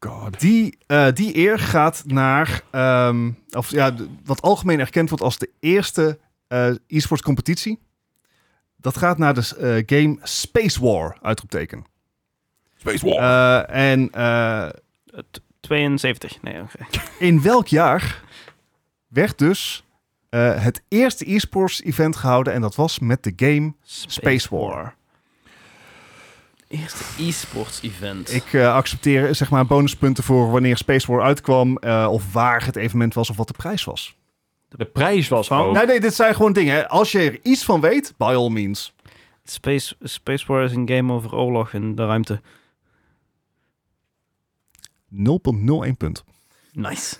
[SPEAKER 1] God.
[SPEAKER 4] Die, eh, die eer gaat naar, ehm, of ja, d- wat algemeen erkend wordt als de eerste eh e-sports competitie. Dat gaat naar de s- eh, game Space War, uitroepteken.
[SPEAKER 1] Space War.
[SPEAKER 4] Eh, en eh,
[SPEAKER 2] Eh, t- 72. Nee, oké.
[SPEAKER 4] in welk jaar werd dus eh, het eerste e-sports event gehouden? En dat was met de game Space War.
[SPEAKER 2] Eerste e-sports event.
[SPEAKER 4] Ik eh, accepteer zeg maar bonuspunten voor wanneer Space War uitkwam, eh, of waar het evenement was, of wat de prijs was.
[SPEAKER 3] De prijs was
[SPEAKER 2] Van-
[SPEAKER 3] ook.
[SPEAKER 4] Oh. Nee, nee, dit zijn gewoon dingen. hè. Als je er iets van weet, by all means.
[SPEAKER 2] Space, Space War is een game over oorlog in de ruimte.
[SPEAKER 4] 0,01 punt.
[SPEAKER 2] Nice.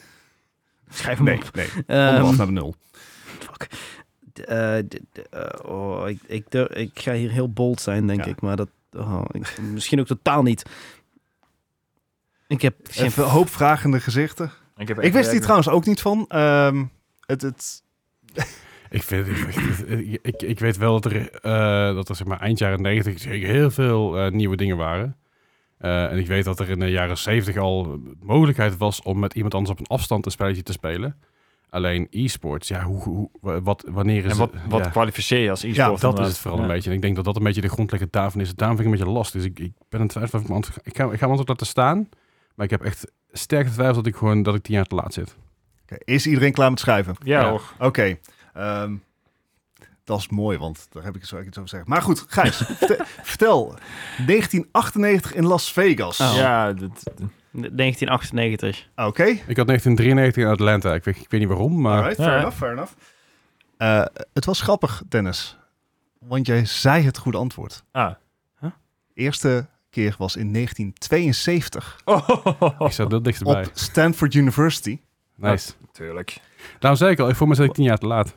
[SPEAKER 2] Schrijf hem
[SPEAKER 4] Nee,
[SPEAKER 2] op.
[SPEAKER 4] nee.
[SPEAKER 2] Ehm,
[SPEAKER 4] Onderaf naar de nul.
[SPEAKER 2] fuck. D- eh, d- d- eh, oh, ik, ik, durf- ik ga hier heel bold zijn, denk
[SPEAKER 4] Ja.
[SPEAKER 2] ik. Maar dat... oh, ik- misschien ook totaal niet. Ik heb geen...
[SPEAKER 4] Even een hoop vragende gezichten.
[SPEAKER 3] Ik, heb
[SPEAKER 4] Ik wist hier
[SPEAKER 3] echt-
[SPEAKER 4] trouwens ook niet van. Ehm, het, het,
[SPEAKER 1] Ik, vind, ik, ik- ik, ik weet wel dat er, eh, dat er zeg maar, eind jaren 90 zeker heel veel eh, nieuwe dingen waren. Eh, en ik weet dat er in de jaren 70 al mogelijkheid was om met iemand anders op een afstand een spelletje te spelen. Alleen e-sports, ja, hoe, hoe, wat, wanneer is
[SPEAKER 3] En wat,
[SPEAKER 1] het-
[SPEAKER 3] wat
[SPEAKER 1] ja,
[SPEAKER 3] kwalificeer je als e-sport?
[SPEAKER 4] Ja,
[SPEAKER 1] dat is
[SPEAKER 3] inderdaad.
[SPEAKER 1] het vooral
[SPEAKER 3] Ja.
[SPEAKER 1] een beetje. En ik denk dat dat een beetje de grondlegger daarvan is. Daarom vind ik het een beetje lastig. Dus ik, ik ben aan het twijfelen of ik mijn antwoord... Ik ga, ik ga mijn antwoord laten staan. Maar ik heb echt sterk twijfel dat ik gewoon dat ik tien jaar te laat zit.
[SPEAKER 4] Oké, is iedereen klaar met schrijven?
[SPEAKER 3] Ja,
[SPEAKER 1] Ja.
[SPEAKER 3] hoor.
[SPEAKER 4] Oké. ehm, dat is mooi, want daar heb ik zo iets over zeggen. Maar goed,
[SPEAKER 2] (laughs)
[SPEAKER 4] Gijs, verte- vertel. 1998 in Las Vegas.
[SPEAKER 2] Oh.
[SPEAKER 3] Ja, dat,
[SPEAKER 2] 1998.
[SPEAKER 4] Oké,
[SPEAKER 1] Ik had 1993 in Atlanta. Ik weet, ik weet niet waarom, maar...
[SPEAKER 4] alright, fair
[SPEAKER 3] Ja.
[SPEAKER 4] enough, fair enough. Eh, het was grappig, Dennis. Want jij zei het goede antwoord.
[SPEAKER 3] ah.
[SPEAKER 4] eerste keer was in 1972
[SPEAKER 3] Oh,
[SPEAKER 1] Ik zat dat dichterbij.
[SPEAKER 4] op Stanford University.
[SPEAKER 1] Nice.
[SPEAKER 3] Tuurlijk.
[SPEAKER 1] Daarom zei ik al, ik voel me zelf tien jaar te laat.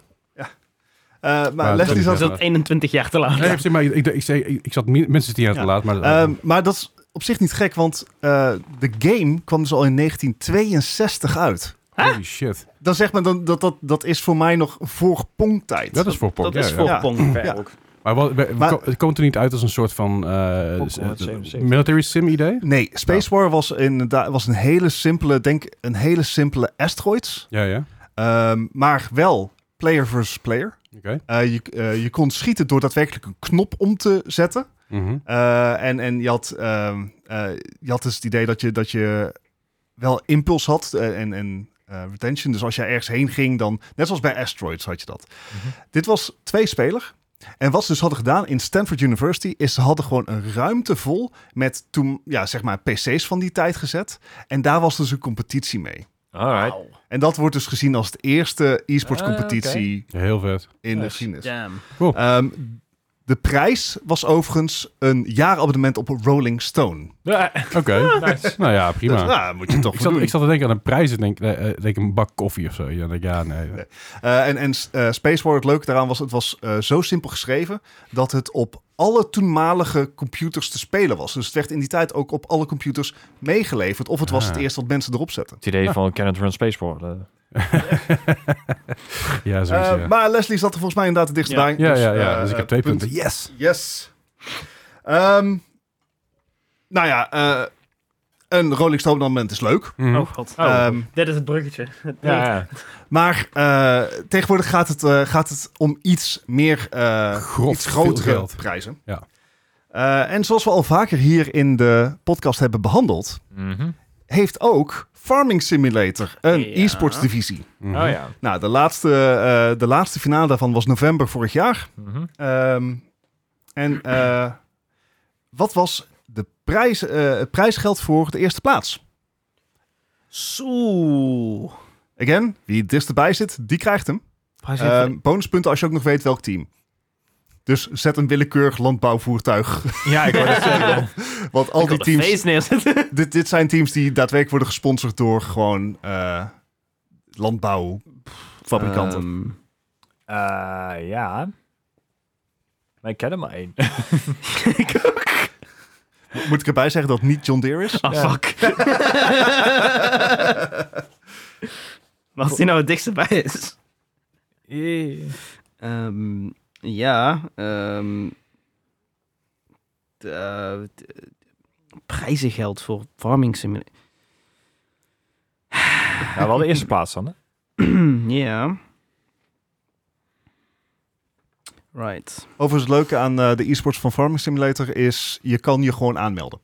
[SPEAKER 4] Eh, maar
[SPEAKER 1] Maar
[SPEAKER 4] Leslie
[SPEAKER 1] dat-
[SPEAKER 4] zat
[SPEAKER 2] is dat 21 jaar te laat.
[SPEAKER 1] Nee, precies, maar ik, ik, ik, zei- ik, ik zat mi- minstens tien jaar
[SPEAKER 4] Ja.
[SPEAKER 1] te laat. Maar,
[SPEAKER 4] Ehm, maar dat is op zich niet gek, want eh, de game kwam dus al in 1962 uit.
[SPEAKER 1] holy shit.
[SPEAKER 4] Dan zegt men dan, dat, dat dat is voor mij nog voor Pong-tijd.
[SPEAKER 1] Dat is voor Pong.
[SPEAKER 2] dat is
[SPEAKER 1] ja,
[SPEAKER 2] voor
[SPEAKER 1] ja.
[SPEAKER 4] Ja.
[SPEAKER 2] Pong.
[SPEAKER 4] Ja.
[SPEAKER 1] Maar, wat, we- we
[SPEAKER 4] Maar-
[SPEAKER 1] ko- het komt er niet uit als een soort van eh,
[SPEAKER 3] Pong,
[SPEAKER 1] s-
[SPEAKER 3] eh,
[SPEAKER 1] eh,
[SPEAKER 3] sim- sim.
[SPEAKER 1] military sim idee?
[SPEAKER 4] Nee, Space War was, inderdaad, was een hele simpele, denk een hele simpele asteroids.
[SPEAKER 1] Ja, ja.
[SPEAKER 4] Ehm, maar wel player versus player.
[SPEAKER 1] Oké.
[SPEAKER 4] Eh, je, eh, je kon schieten door daadwerkelijk een knop om te zetten.
[SPEAKER 1] Mhm.
[SPEAKER 4] Eh, en, en je had, ehm, eh, je had dus het idee dat je, dat je wel impuls had eh, en, en eh, retention. Dus als jij ergens heen ging, dan, net zoals bij Asteroids had je dat.
[SPEAKER 3] Mhm.
[SPEAKER 4] Dit was twee speler. En wat ze dus hadden gedaan in Stanford University, is ze hadden gewoon een ruimte vol met toen, ja, zeg maar, PC's van die tijd gezet. En daar was dus een competitie mee.
[SPEAKER 3] Alright.
[SPEAKER 4] En dat wordt dus gezien als de eerste e-sports
[SPEAKER 3] Ah,
[SPEAKER 4] competitie
[SPEAKER 1] Heel vet.
[SPEAKER 4] in de
[SPEAKER 3] Nice.
[SPEAKER 4] geschiedenis.
[SPEAKER 2] Damn.
[SPEAKER 4] Ehm, de prijs was overigens een jaarabonnement op Rolling Stone.
[SPEAKER 3] Ja,
[SPEAKER 1] Oké.
[SPEAKER 4] (laughs)
[SPEAKER 1] Nou ja, prima.
[SPEAKER 4] Dus, nou, moet je toch
[SPEAKER 1] ik,
[SPEAKER 4] voor
[SPEAKER 1] zat,
[SPEAKER 4] doen.
[SPEAKER 1] ik zat te denken aan een prijs. Ik denk, eh, eh, denk een bak koffie of zo. Ja, denk, ik, ja nee.
[SPEAKER 4] Nee. Eh, en en eh, Space War, het leuke daaraan was, het was eh, zo simpel geschreven dat het op alle toenmalige computers te spelen was. Dus het werd in die tijd ook op alle computers meegeleverd. Of het was
[SPEAKER 1] Ah.
[SPEAKER 4] het eerste wat mensen erop zetten.
[SPEAKER 3] het idee van Can it run space war. eh.
[SPEAKER 1] Ja, zoiets,
[SPEAKER 4] Eh,
[SPEAKER 1] ja.
[SPEAKER 4] Maar Leslie zat er volgens mij inderdaad het dichtst
[SPEAKER 2] Ja.
[SPEAKER 4] bij.
[SPEAKER 1] ja, ja, ja.
[SPEAKER 4] eh,
[SPEAKER 1] dus ik heb twee
[SPEAKER 4] punt.
[SPEAKER 1] punten. Yes!
[SPEAKER 4] Yes. Ehm, nou ja, eh, een Rolling Stone moment is leuk.
[SPEAKER 1] Mhm.
[SPEAKER 2] Oh god.
[SPEAKER 4] Ehm,
[SPEAKER 2] Dit is het bruggetje. Het
[SPEAKER 3] ja, ja.
[SPEAKER 4] maar eh, tegenwoordig gaat het, eh, gaat het om iets meer eh,
[SPEAKER 1] Grof,
[SPEAKER 4] iets grotere
[SPEAKER 1] veel geld.
[SPEAKER 4] prijzen.
[SPEAKER 1] Ja.
[SPEAKER 4] Eh, en zoals we al vaker hier in de podcast hebben behandeld,
[SPEAKER 3] Mhm.
[SPEAKER 4] heeft ook Farming Simulator een
[SPEAKER 2] Ja.
[SPEAKER 4] e-sports divisie.
[SPEAKER 1] Mhm.
[SPEAKER 3] Oh ja.
[SPEAKER 4] Nou, de laatste, eh, de laatste finale daarvan was november vorig jaar.
[SPEAKER 3] Mhm.
[SPEAKER 4] Ehm, en eh, wat was de prijs, eh, het prijsgeld voor de eerste plaats?
[SPEAKER 2] Zo.
[SPEAKER 4] Again, wie het dichtst erbij zit, die krijgt hem. Ehm, bonuspunten als je ook nog weet welk team. Dus zet een willekeurig landbouwvoertuig. (laughs)
[SPEAKER 3] Ja, ik wou (laughs) dat zeggen.
[SPEAKER 4] Want al die teams
[SPEAKER 2] Feest neerzetten.
[SPEAKER 4] (laughs) Dit, dit zijn teams die daadwerkelijk worden gesponsord door gewoon eh, landbouwfabrikanten.
[SPEAKER 2] Ehm,
[SPEAKER 3] Eh, ja. Maar ik ken er maar één.
[SPEAKER 4] Moet ik erbij zeggen dat het niet John Deere is?
[SPEAKER 2] Ah,
[SPEAKER 3] Ja.
[SPEAKER 2] fuck. Wat als die nou het dichtst bij is? Ehm, ja, ehm, d- eh, d- eh, prijzen geld voor farming simulator.
[SPEAKER 3] Nou, wel de eerste plaats dan, hè?
[SPEAKER 2] Ja. Right.
[SPEAKER 4] Overigens, het leuke aan eh, de e-sports van Farming Simulator is, je kan je gewoon aanmelden.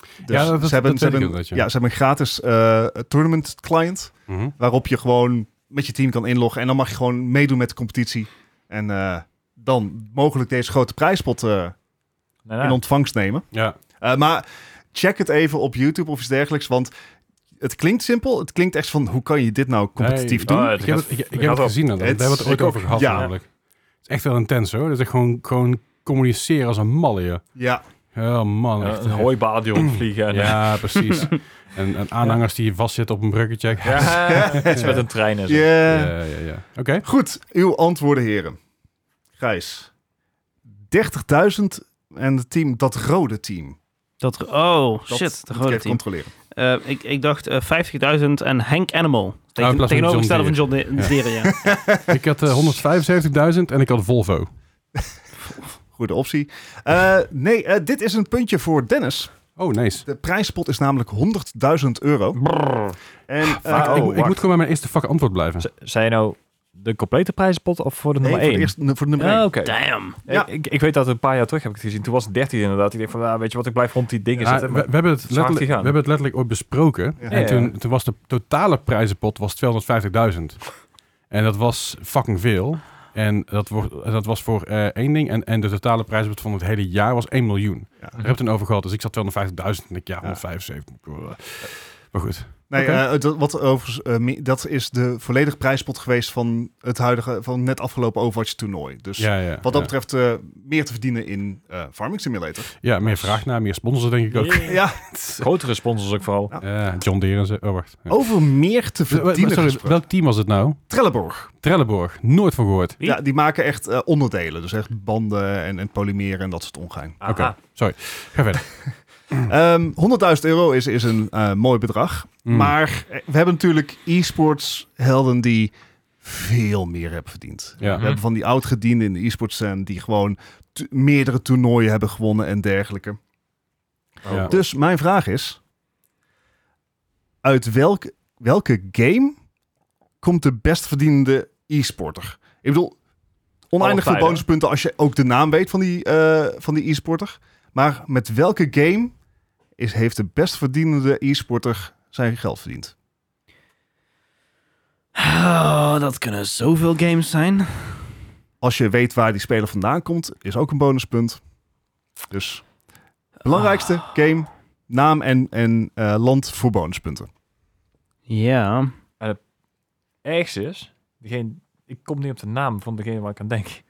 [SPEAKER 4] Dus
[SPEAKER 1] Ja, dat- dat-
[SPEAKER 4] ze
[SPEAKER 1] dat
[SPEAKER 4] hebben, ze
[SPEAKER 1] weet ik
[SPEAKER 4] hebben,
[SPEAKER 1] inderdaad,
[SPEAKER 4] ja.
[SPEAKER 1] ja.
[SPEAKER 4] ze hebben een gratis eh, tournament client,
[SPEAKER 1] Mhm.
[SPEAKER 4] waarop je gewoon met je team kan inloggen. En dan mag je gewoon meedoen met de competitie. En eh, dan mogelijk deze grote prijspot eh,
[SPEAKER 3] Nee,
[SPEAKER 4] in
[SPEAKER 3] nee.
[SPEAKER 4] ontvangst nemen.
[SPEAKER 1] Ja.
[SPEAKER 4] Uh, maar check het even op YouTube of iets dergelijks, want het klinkt simpel. Het klinkt echt van, hoe kan je dit nou competitief
[SPEAKER 1] Nee,
[SPEAKER 4] doen?
[SPEAKER 3] Ah, het
[SPEAKER 1] Ik heb
[SPEAKER 3] gaat-
[SPEAKER 1] het, ik, ik
[SPEAKER 3] het
[SPEAKER 1] heb
[SPEAKER 3] gaat
[SPEAKER 1] het
[SPEAKER 3] op.
[SPEAKER 1] gezien. inderdaad.
[SPEAKER 4] Het-
[SPEAKER 1] Daar hebben we het
[SPEAKER 4] ik
[SPEAKER 1] ooit over
[SPEAKER 4] ook.
[SPEAKER 1] gehad
[SPEAKER 4] Ja.
[SPEAKER 1] namelijk. Het is echt wel intens hoor. Dat is echt gewoon, gewoon communiceren als een malle. joh.
[SPEAKER 4] Ja,
[SPEAKER 1] Oh man,
[SPEAKER 3] Ja,
[SPEAKER 1] echt.
[SPEAKER 3] een hooibaardier omvliegen. En,
[SPEAKER 1] Ja,
[SPEAKER 3] (laughs)
[SPEAKER 1] precies. en, en aanhangers die vastzitten op een bruggetje. (laughs) Ja,
[SPEAKER 3] Ja, (laughs) iets met een trein en zo.
[SPEAKER 4] Yeah.
[SPEAKER 1] ja, ja. ja. Oké.
[SPEAKER 4] Goed, uw antwoorden, heren. Gijs, 30.000 en het team, dat rode team.
[SPEAKER 2] Dat, oh,
[SPEAKER 4] Dat
[SPEAKER 2] shit. De
[SPEAKER 4] moet ik
[SPEAKER 2] grote
[SPEAKER 4] even
[SPEAKER 2] team.
[SPEAKER 4] controleren.
[SPEAKER 2] Eh, ik, ik dacht eh, 50.000 en Henk Animal.
[SPEAKER 1] Oh, plaats
[SPEAKER 2] Tegen,
[SPEAKER 1] van
[SPEAKER 2] tegenovergestelde van
[SPEAKER 1] John
[SPEAKER 2] John De- Deere, ja.
[SPEAKER 1] (laughs) Ik had
[SPEAKER 3] (laughs)
[SPEAKER 1] eh, 175.000 en ik had Volvo.
[SPEAKER 4] Goede optie. Eh, nee, eh, dit is een puntje voor Dennis.
[SPEAKER 1] Oh, nice.
[SPEAKER 4] De prijspot is namelijk 100.000 euro. En, eh,
[SPEAKER 1] Fuck, ik,
[SPEAKER 4] oh,
[SPEAKER 1] moet- ik moet gewoon bij mijn eerste fuck antwoord blijven.
[SPEAKER 3] Z- Zijn je nou de complete prijzenpot of voor de
[SPEAKER 4] nee,
[SPEAKER 3] nummer
[SPEAKER 4] voor, de
[SPEAKER 3] 1?
[SPEAKER 4] eerste, voor de nummer
[SPEAKER 1] Oh,
[SPEAKER 3] Ah,
[SPEAKER 4] één.
[SPEAKER 3] oké.
[SPEAKER 2] Damn.
[SPEAKER 4] Ja.
[SPEAKER 3] Ik, ik weet dat een paar jaar terug heb ik het gezien. Toen was het 13 inderdaad. Ik denk van, nou, weet je wat, ik blijf rond die dingen
[SPEAKER 1] Ja, we,
[SPEAKER 3] zitten. Maar
[SPEAKER 1] we hebben het
[SPEAKER 3] hard
[SPEAKER 1] letterlijk, we
[SPEAKER 3] gegaan.
[SPEAKER 1] hebben het letterlijk ooit besproken.
[SPEAKER 4] Ja.
[SPEAKER 1] En
[SPEAKER 3] Ja,
[SPEAKER 1] toen,
[SPEAKER 3] ja.
[SPEAKER 1] toen was de totale prijzenpot was 250.000. En dat was fucking veel. En dat, wordt- en dat was voor eh, één ding. En, en de totale prijzenpot van het hele jaar was 1 miljoen. Daar hebben we het toen over gehad. Dus ik zat 250.000 en ik ja, 175. Maar goed.
[SPEAKER 4] Nee,
[SPEAKER 1] Oké.
[SPEAKER 4] eh, dat, wat overigens, eh, mi- dat is de volledige prijspot geweest van het huidige, van net afgelopen Overwatch toernooi. Dus
[SPEAKER 1] Ja, ja,
[SPEAKER 4] wat dat
[SPEAKER 1] ja.
[SPEAKER 4] betreft eh, meer te verdienen in eh, Farming Simulator.
[SPEAKER 1] Ja, meer vraag naar, meer sponsors denk ik ook.
[SPEAKER 3] Yeah.
[SPEAKER 4] Ja,
[SPEAKER 3] Grotere sponsors ook vooral.
[SPEAKER 1] Eh, John Deere en zo. Oh, wacht. Ja.
[SPEAKER 4] over meer te
[SPEAKER 1] Wa- wa-
[SPEAKER 4] verdienen
[SPEAKER 1] sorry,
[SPEAKER 4] gesproken.
[SPEAKER 1] welk team was het nou?
[SPEAKER 4] Trelleborg.
[SPEAKER 1] Trelleborg. Nooit van gehoord.
[SPEAKER 2] Wie?
[SPEAKER 4] Ja, die maken echt eh, onderdelen. Dus echt banden en, en polymeren en dat soort ongein.
[SPEAKER 3] Aha.
[SPEAKER 1] Oké. Sorry. Ga verder.
[SPEAKER 4] Ehm 100.000 euro is, is een eh, mooi bedrag.
[SPEAKER 1] Mm.
[SPEAKER 4] Maar eh, we hebben natuurlijk e-sports helden die veel meer hebben verdiend.
[SPEAKER 1] Ja.
[SPEAKER 4] We hebben van die oud-gedienden in de e-sports scène die gewoon t- meerdere toernooien hebben gewonnen en dergelijke.
[SPEAKER 1] Oh. Ja.
[SPEAKER 4] Dus mijn vraag is, uit welk, welke game komt de best verdienende e-sporter? Ik bedoel, oneindig veel
[SPEAKER 3] Alle tijden.
[SPEAKER 4] bonuspunten als je ook de naam weet van die, eh, van die e-sporter. Maar met welke game is, heeft de best verdienende e-sporter zijn geld verdiend?
[SPEAKER 2] Oh, dat kunnen zoveel games zijn.
[SPEAKER 4] Als je weet waar die speler vandaan komt, is ook een bonuspunt. Dus belangrijkste game, naam en, en eh, land voor bonuspunten.
[SPEAKER 2] Ja.
[SPEAKER 3] Ergens is, degene, ik kom niet op de naam van degene waar ik aan denk. (laughs)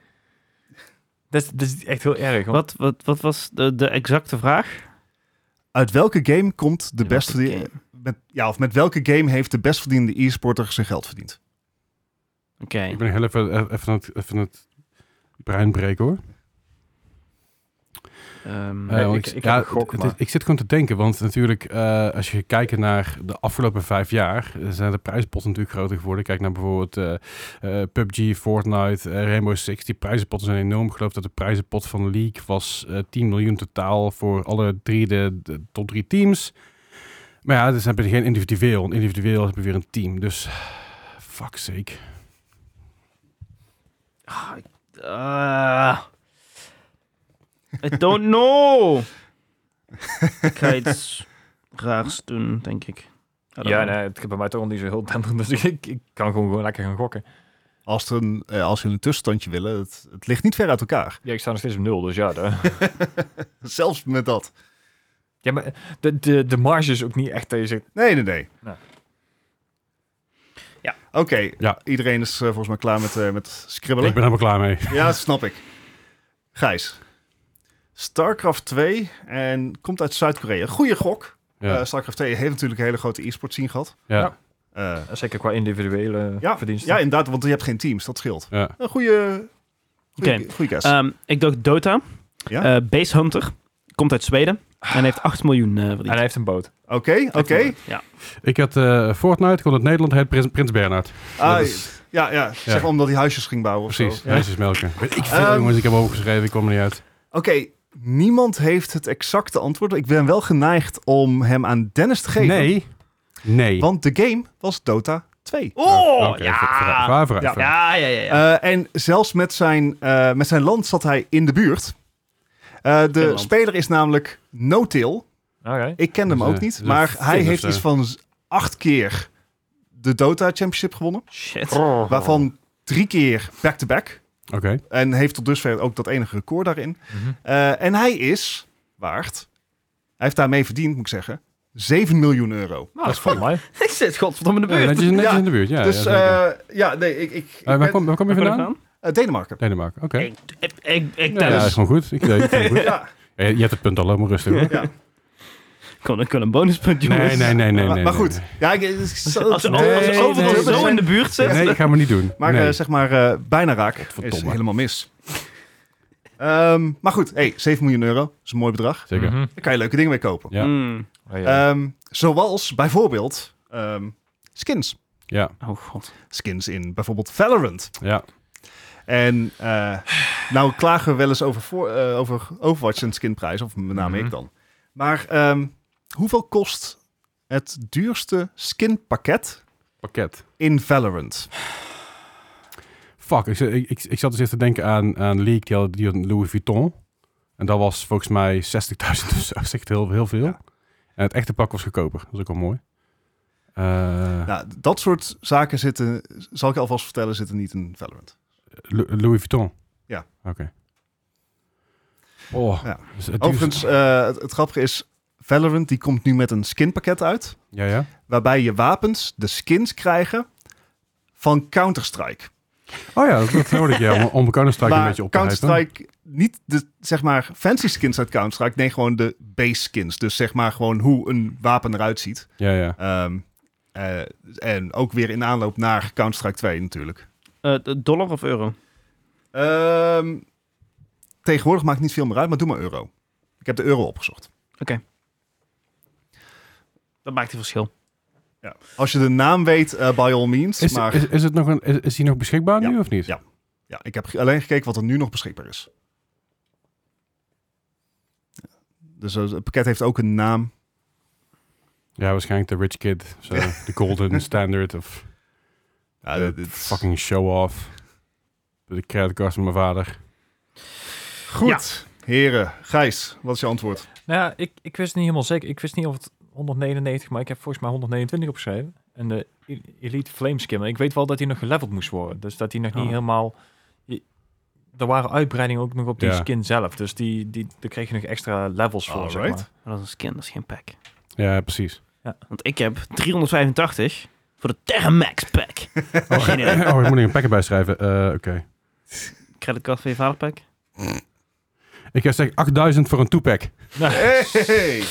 [SPEAKER 3] Dat is, dat is echt heel erg. want-
[SPEAKER 2] Wat, wat, wat was de, de exacte vraag?
[SPEAKER 4] Uit welke game komt de
[SPEAKER 2] Ja,
[SPEAKER 4] best
[SPEAKER 2] welke
[SPEAKER 4] verdiende... Met, ja, of met welke game heeft de best verdiende e-sporter zijn geld verdiend?
[SPEAKER 2] Oké.
[SPEAKER 1] Ik ben heel even, even, aan het, even aan het brein breken hoor.
[SPEAKER 2] ehm,
[SPEAKER 1] Eh,
[SPEAKER 3] Nee,
[SPEAKER 1] want
[SPEAKER 3] ik- ik heb een gok,
[SPEAKER 1] het-
[SPEAKER 3] maar-
[SPEAKER 1] ik zit gewoon te denken, want natuurlijk, eh, als je kijkt naar de afgelopen vijf jaar, eh, zijn de prijzenpotten natuurlijk groter geworden. Kijk naar bijvoorbeeld eh, eh, PUBG, Fortnite, eh, Rainbow Six. Die prijzenpotten zijn enorm. Ik geloof dat de prijzenpot van League was eh 10 miljoen totaal voor alle drie de, de top drie teams. Maar ja, dus heb je geen individueel. En individueel heb je weer een team. Dus, fuck sake.
[SPEAKER 2] ah, ik- ah. I don't
[SPEAKER 4] (laughs)
[SPEAKER 2] know. ik ga iets raars doen, denk ik. I don't
[SPEAKER 3] ja,
[SPEAKER 2] know.
[SPEAKER 3] nee, het gaat bij mij toch nog niet zo heel (laughs) denderend, dus ik, ik kan gewoon, gewoon lekker gaan gokken.
[SPEAKER 4] Als, er een, eh, als jullie een tussenstandje willen, het, het ligt niet ver uit elkaar. (laughs)
[SPEAKER 3] Ja, ik sta nog steeds op nul, dus ja. daar-
[SPEAKER 4] Zelfs met dat.
[SPEAKER 3] ja, maar de, de, de marge is ook niet echt dat je zegt...
[SPEAKER 4] Nee, nee, nee.
[SPEAKER 3] Nee.
[SPEAKER 2] Ja.
[SPEAKER 4] Oké,
[SPEAKER 1] Ja.
[SPEAKER 4] iedereen is eh, volgens mij klaar met, eh, met scribbelen.
[SPEAKER 1] Ik ben helemaal klaar mee.
[SPEAKER 4] Ja, dat snap ik. Gijs. StarCraft 2 en komt uit Zuid-Korea. Goeie gok.
[SPEAKER 1] Ja,
[SPEAKER 4] Eh, StarCraft 2 heeft natuurlijk een hele grote e-sport scene gehad.
[SPEAKER 1] ja,
[SPEAKER 4] Eh,
[SPEAKER 3] Zeker qua individuele
[SPEAKER 4] ja,
[SPEAKER 3] verdiensten.
[SPEAKER 4] ja, inderdaad, want je hebt geen teams. Dat scheelt.
[SPEAKER 1] ja.
[SPEAKER 4] Een goede... Goeie, goeie
[SPEAKER 2] Oké.
[SPEAKER 1] Eh,
[SPEAKER 4] guess.
[SPEAKER 2] Ehm, ik dacht Dota.
[SPEAKER 4] Ja?
[SPEAKER 2] Eh, Base Hunter. Komt uit Zweden. En heeft 8 miljoen eh,
[SPEAKER 3] En
[SPEAKER 1] Ah,
[SPEAKER 2] verdiend.
[SPEAKER 3] hij heeft een boot.
[SPEAKER 4] Oké, oké.
[SPEAKER 2] Ja.
[SPEAKER 1] Ik had eh, Fortnite, kon het Nederland, heet Prins, Prins Bernhard.
[SPEAKER 4] Ah,
[SPEAKER 1] Dat is-
[SPEAKER 4] ja, ja. Zeg
[SPEAKER 1] Ja.
[SPEAKER 4] omdat hij huisjes ging bouwen of
[SPEAKER 1] Precies,
[SPEAKER 4] zo.
[SPEAKER 1] ja. is melken. Weet ik veel,
[SPEAKER 4] Ehm.
[SPEAKER 1] jongens. Ik heb overgeschreven, ik kom er niet uit.
[SPEAKER 4] Oké, niemand heeft het exacte antwoord. Ik ben wel geneigd om hem aan Dennis te geven.
[SPEAKER 1] Nee. Nee.
[SPEAKER 4] Want de game was Dota 2.
[SPEAKER 2] Oh,
[SPEAKER 1] Oké,
[SPEAKER 2] ja.
[SPEAKER 1] ver- ver- Waar vooruit,
[SPEAKER 4] Ja.
[SPEAKER 1] vooruit.
[SPEAKER 2] Ja, ja, ja. ja.
[SPEAKER 4] Eh, en zelfs met zijn, eh, met zijn land zat hij in de buurt. Eh, de
[SPEAKER 2] Finland.
[SPEAKER 4] speler is namelijk No-Till.
[SPEAKER 3] Oké.
[SPEAKER 4] Ik ken hem
[SPEAKER 1] Dus,
[SPEAKER 4] ook
[SPEAKER 1] eh,
[SPEAKER 4] niet.
[SPEAKER 1] dus
[SPEAKER 4] Maar
[SPEAKER 1] een
[SPEAKER 4] hij
[SPEAKER 1] Fin of
[SPEAKER 4] heeft
[SPEAKER 1] zo.
[SPEAKER 4] iets
[SPEAKER 2] eh,
[SPEAKER 4] van z- acht keer de Dota Championship gewonnen.
[SPEAKER 2] Shit.
[SPEAKER 4] Waarvan drie keer back-to-back.
[SPEAKER 1] Oké.
[SPEAKER 4] En heeft tot dusver ook dat enige record daarin.
[SPEAKER 3] Mhm.
[SPEAKER 4] Eh, en hij is waard. Hij heeft daarmee verdiend, moet ik zeggen. 7 miljoen euro.
[SPEAKER 3] Nou, dat is volgens mij.
[SPEAKER 2] (laughs) Ik zit godverdomme in de
[SPEAKER 1] Ja,
[SPEAKER 2] buurt.
[SPEAKER 1] netjes netjes
[SPEAKER 4] Ja.
[SPEAKER 1] in de buurt, ja.
[SPEAKER 4] dus
[SPEAKER 1] ja, zeker.
[SPEAKER 4] ja, ja, nee, ik. ik, ik
[SPEAKER 1] Eh, waar,
[SPEAKER 4] ben-
[SPEAKER 1] kom, waar kom je
[SPEAKER 2] Waar ben ik
[SPEAKER 1] vandaan?
[SPEAKER 2] vandaan?
[SPEAKER 4] eh, Denemarken.
[SPEAKER 1] Denemarken, oké.
[SPEAKER 2] Ik, ik, ik,
[SPEAKER 1] Ja,
[SPEAKER 2] ik
[SPEAKER 1] dat is
[SPEAKER 2] Dennis.
[SPEAKER 1] gewoon goed. Ik, ik, ik, goed.
[SPEAKER 4] dus- Ja,
[SPEAKER 1] Eh, Je hebt het punt al, laat maar rustig
[SPEAKER 4] (laughs)
[SPEAKER 1] hoor.
[SPEAKER 4] ja.
[SPEAKER 2] Kon, ik kon een bonuspunt,
[SPEAKER 1] Nee,
[SPEAKER 2] jongens.
[SPEAKER 1] nee, nee, nee. nee,
[SPEAKER 4] maar, maar
[SPEAKER 1] nee,
[SPEAKER 4] goed. Ja, ik,
[SPEAKER 2] (laughs) Als ze
[SPEAKER 1] Nee,
[SPEAKER 2] over- als ze
[SPEAKER 1] nee,
[SPEAKER 2] overal
[SPEAKER 1] nee,
[SPEAKER 2] zo
[SPEAKER 1] nee.
[SPEAKER 2] in de buurt
[SPEAKER 1] Nee,
[SPEAKER 2] zitten.
[SPEAKER 1] nee, gaan we niet doen.
[SPEAKER 4] Maar
[SPEAKER 1] nee.
[SPEAKER 4] eh, zeg maar, eh, bijna raak is
[SPEAKER 1] Godverdomme.
[SPEAKER 4] helemaal mis. Ehm, maar goed, hey, 7 miljoen euro is een mooi bedrag.
[SPEAKER 1] Zeker.
[SPEAKER 3] Mhm.
[SPEAKER 4] Daar kan je leuke dingen mee kopen.
[SPEAKER 1] Ja.
[SPEAKER 2] Mm.
[SPEAKER 3] Oh, ja.
[SPEAKER 4] Ehm, zoals bijvoorbeeld ehm, skins.
[SPEAKER 1] Ja,
[SPEAKER 2] Oh god.
[SPEAKER 4] Skins in bijvoorbeeld Valorant.
[SPEAKER 1] ja.
[SPEAKER 4] En eh, nou klagen we wel eens over, voor, eh, over Overwatch en skinprijs, of met name
[SPEAKER 3] Mhm.
[SPEAKER 4] ik dan. Maar ehm, hoeveel kost het duurste skinpakket
[SPEAKER 1] Pakket.
[SPEAKER 4] in Valorant?
[SPEAKER 3] (laughs)
[SPEAKER 1] Fuck, ik, zit- ik, ik, ik zat dus eerst te denken aan, aan League, die had, die had een Louis Vuitton. En dat was volgens mij 60.000 (laughs) of zo. Dat is echt heel, heel veel.
[SPEAKER 4] Ja.
[SPEAKER 1] En het echte pak was goedkoper. Dat is ook wel mooi. Eh,
[SPEAKER 4] Nou, dat soort zaken zitten, zal ik alvast vertellen, zitten niet in Valorant.
[SPEAKER 1] Lu- Louis Vuitton?
[SPEAKER 4] Ja.
[SPEAKER 1] Oké. Oh.
[SPEAKER 4] Ja.
[SPEAKER 1] dus het duurste-
[SPEAKER 4] Overigens, eh, het, het grappige is, Valorant die komt nu met een skinpakket uit.
[SPEAKER 1] Ja, ja.
[SPEAKER 4] Waarbij je wapens, de skins krijgen van Counter-Strike.
[SPEAKER 1] Oh ja, dat, dat hoorde ik,
[SPEAKER 4] (laughs)
[SPEAKER 1] ja. Om, om Counter-Strike een
[SPEAKER 4] Maar
[SPEAKER 1] beetje op te hypen.
[SPEAKER 4] Counter-Strike, niet de zeg maar fancy skins uit Counter-Strike, nee, gewoon de base skins. Dus zeg maar gewoon hoe een wapen eruit ziet.
[SPEAKER 1] Ja, ja.
[SPEAKER 4] Ehm, eh, en ook weer in aanloop naar Counter-Strike 2 natuurlijk.
[SPEAKER 2] Eh, dollar of euro?
[SPEAKER 4] Ehm, tegenwoordig maakt niet veel meer uit, maar doe maar euro. Ik heb de euro opgezocht.
[SPEAKER 2] Dat maakt een verschil.
[SPEAKER 4] Als je de naam weet, eh, by all means.
[SPEAKER 1] Is,
[SPEAKER 4] maar
[SPEAKER 1] is, is, het nog een, is, is die nog beschikbaar
[SPEAKER 4] Ja.
[SPEAKER 1] nu of niet?
[SPEAKER 4] Ja. ja, ik heb ge- alleen gekeken wat er nu nog beschikbaar is. Dus eh, het pakket heeft ook een naam.
[SPEAKER 1] Ja, waarschijnlijk de Rich Kid.
[SPEAKER 4] (laughs)
[SPEAKER 1] of Zo, de Golden Standard of
[SPEAKER 4] Ja,
[SPEAKER 1] de
[SPEAKER 4] dit- dit is-
[SPEAKER 1] fucking show off. De creditcard van mijn vader.
[SPEAKER 4] Goed, heren. Gijs, wat is je antwoord?
[SPEAKER 3] Nou ja, ik, ik wist het niet helemaal zeker. Ik wist niet of het 199, maar ik heb volgens mij 129 opgeschreven. En de E- Elite Flameskimmer. Ik weet wel dat hij nog geleveld moest worden. Dus dat hij nog niet
[SPEAKER 2] Oh.
[SPEAKER 3] helemaal... je- Er waren uitbreidingen ook nog op die
[SPEAKER 1] Ja.
[SPEAKER 3] skin zelf. Dus die, die, daar kreeg je nog extra levels voor, zeg
[SPEAKER 4] Alright.
[SPEAKER 3] maar.
[SPEAKER 2] Maar dat is een skin, dat is geen pack.
[SPEAKER 1] Ja,
[SPEAKER 2] (laughs)
[SPEAKER 1] precies.
[SPEAKER 2] Want ik heb 385 voor de Terramax pack. (laughs) Geen idee.
[SPEAKER 1] Oh, ik moet nog een pack erbij schrijven. Eh, Oké.
[SPEAKER 2] Creditcard van je vader pack.
[SPEAKER 1] Ik heb zeg 8000 voor een toepack.
[SPEAKER 4] Eh.
[SPEAKER 3] (laughs)
[SPEAKER 4] Hey!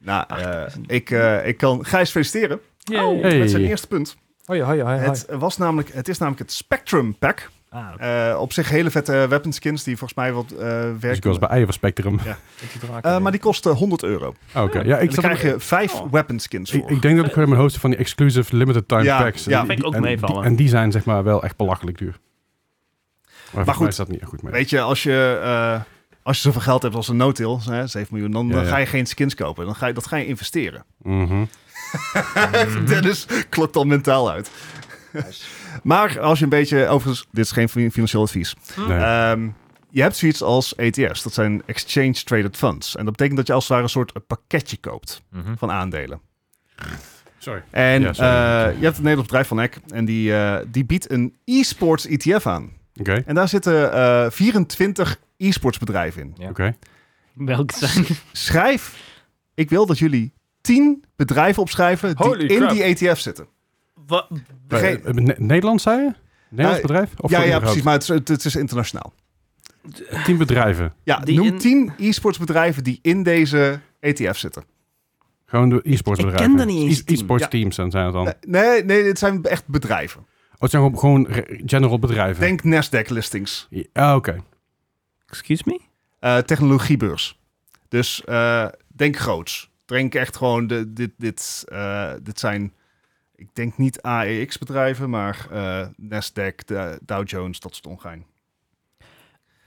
[SPEAKER 4] Nou, eh, ik, eh, ik kan Gijs feliciteren
[SPEAKER 3] Oh.
[SPEAKER 1] Hey.
[SPEAKER 4] met zijn eerste punt.
[SPEAKER 3] Hoi, hoi, hoi, hoi.
[SPEAKER 4] Het, was namelijk, het is namelijk het Spectrum Pack.
[SPEAKER 3] Ah, oké.
[SPEAKER 4] Eh, op zich hele vette weaponskins die volgens mij wat eh,
[SPEAKER 1] Dus ik
[SPEAKER 4] werken.
[SPEAKER 1] was bij Eieren
[SPEAKER 4] (laughs)
[SPEAKER 1] Spectrum.
[SPEAKER 3] Met die draak
[SPEAKER 4] Eh,
[SPEAKER 3] erin.
[SPEAKER 4] maar die kosten 100 euro. En
[SPEAKER 1] Oh, Oké. Ja, ik,
[SPEAKER 4] dan
[SPEAKER 1] zat hem-
[SPEAKER 4] krijg je vijf
[SPEAKER 2] Oh.
[SPEAKER 4] weaponskins voor.
[SPEAKER 1] ik, ik denk dat ik gewoon mijn host van die exclusive limited time
[SPEAKER 4] Ja,
[SPEAKER 1] packs.
[SPEAKER 4] ja.
[SPEAKER 1] Die-
[SPEAKER 4] Vind
[SPEAKER 2] ik
[SPEAKER 1] die-
[SPEAKER 2] ook
[SPEAKER 1] en,
[SPEAKER 2] meevallen.
[SPEAKER 1] Die, en die zijn zeg maar wel echt belachelijk duur. Maar, maar
[SPEAKER 4] goed.
[SPEAKER 1] goed. is dat niet goed mee.
[SPEAKER 4] Weet je, als je, eh als je zoveel geld hebt als een no-till, hè, 7 miljoen, dan
[SPEAKER 1] Ja,
[SPEAKER 4] eh,
[SPEAKER 1] ja.
[SPEAKER 4] ga je geen skins kopen. Dan ga je, dat ga je investeren.
[SPEAKER 1] Mhm. Mm.
[SPEAKER 4] (laughs) Dennis klopt al mentaal uit. (laughs) maar als je een beetje, overigens, dit is geen fi- financieel advies.
[SPEAKER 2] Hm?
[SPEAKER 1] Nee.
[SPEAKER 4] Ehm, je hebt zoiets als ETF's, dat zijn Exchange Traded Funds. En dat betekent dat je als het ware een soort een pakketje koopt
[SPEAKER 3] Mhm.
[SPEAKER 4] van aandelen.
[SPEAKER 1] Sorry.
[SPEAKER 4] En
[SPEAKER 1] Ja, sorry.
[SPEAKER 4] eh, je hebt het Nederlands bedrijf van Eck en die, eh, die biedt een e-sports ETF aan.
[SPEAKER 1] Oké.
[SPEAKER 4] En daar zitten eh 24 e-sports bedrijven in.
[SPEAKER 3] Ja.
[SPEAKER 1] Oké.
[SPEAKER 2] Welke zijn? (laughs)
[SPEAKER 4] Schrijf, ik wil dat jullie 10 bedrijven opschrijven die
[SPEAKER 3] Holy
[SPEAKER 4] in
[SPEAKER 3] crap.
[SPEAKER 4] die ETF zitten.
[SPEAKER 2] Wa-
[SPEAKER 4] Degene-
[SPEAKER 1] Eh, eh, Ne- Nederland zei je? Nederlands
[SPEAKER 4] Ja,
[SPEAKER 1] bedrijf? Of
[SPEAKER 4] ja,
[SPEAKER 1] gewoon
[SPEAKER 4] ja,
[SPEAKER 1] überhaupt?
[SPEAKER 4] precies, maar het is, het, het is internationaal.
[SPEAKER 1] Tien bedrijven.
[SPEAKER 4] Ja,
[SPEAKER 2] Die
[SPEAKER 4] noem
[SPEAKER 2] in-
[SPEAKER 4] 10 e-sports bedrijven die in deze ETF zitten.
[SPEAKER 1] Gewoon de e-sports
[SPEAKER 2] Ik
[SPEAKER 1] bedrijven.
[SPEAKER 2] ken er niet eens
[SPEAKER 1] E-
[SPEAKER 2] tien.
[SPEAKER 1] E-sports
[SPEAKER 4] Ja.
[SPEAKER 1] teams dan zijn het dan.
[SPEAKER 4] Eh, Nee, nee, dit zijn echt bedrijven.
[SPEAKER 1] Oh, het zijn gewoon, gewoon re- general bedrijven.
[SPEAKER 4] Denk Nasdaq-listings,
[SPEAKER 1] Ah, oké.
[SPEAKER 2] Excuse me?
[SPEAKER 4] eh, technologiebeurs. Dus eh, denk groots. Denk echt gewoon, de, dit, dit, eh, dit zijn, ik denk niet AEX-bedrijven, maar eh, Nasdaq, de- Dow Jones, dat soort ongein.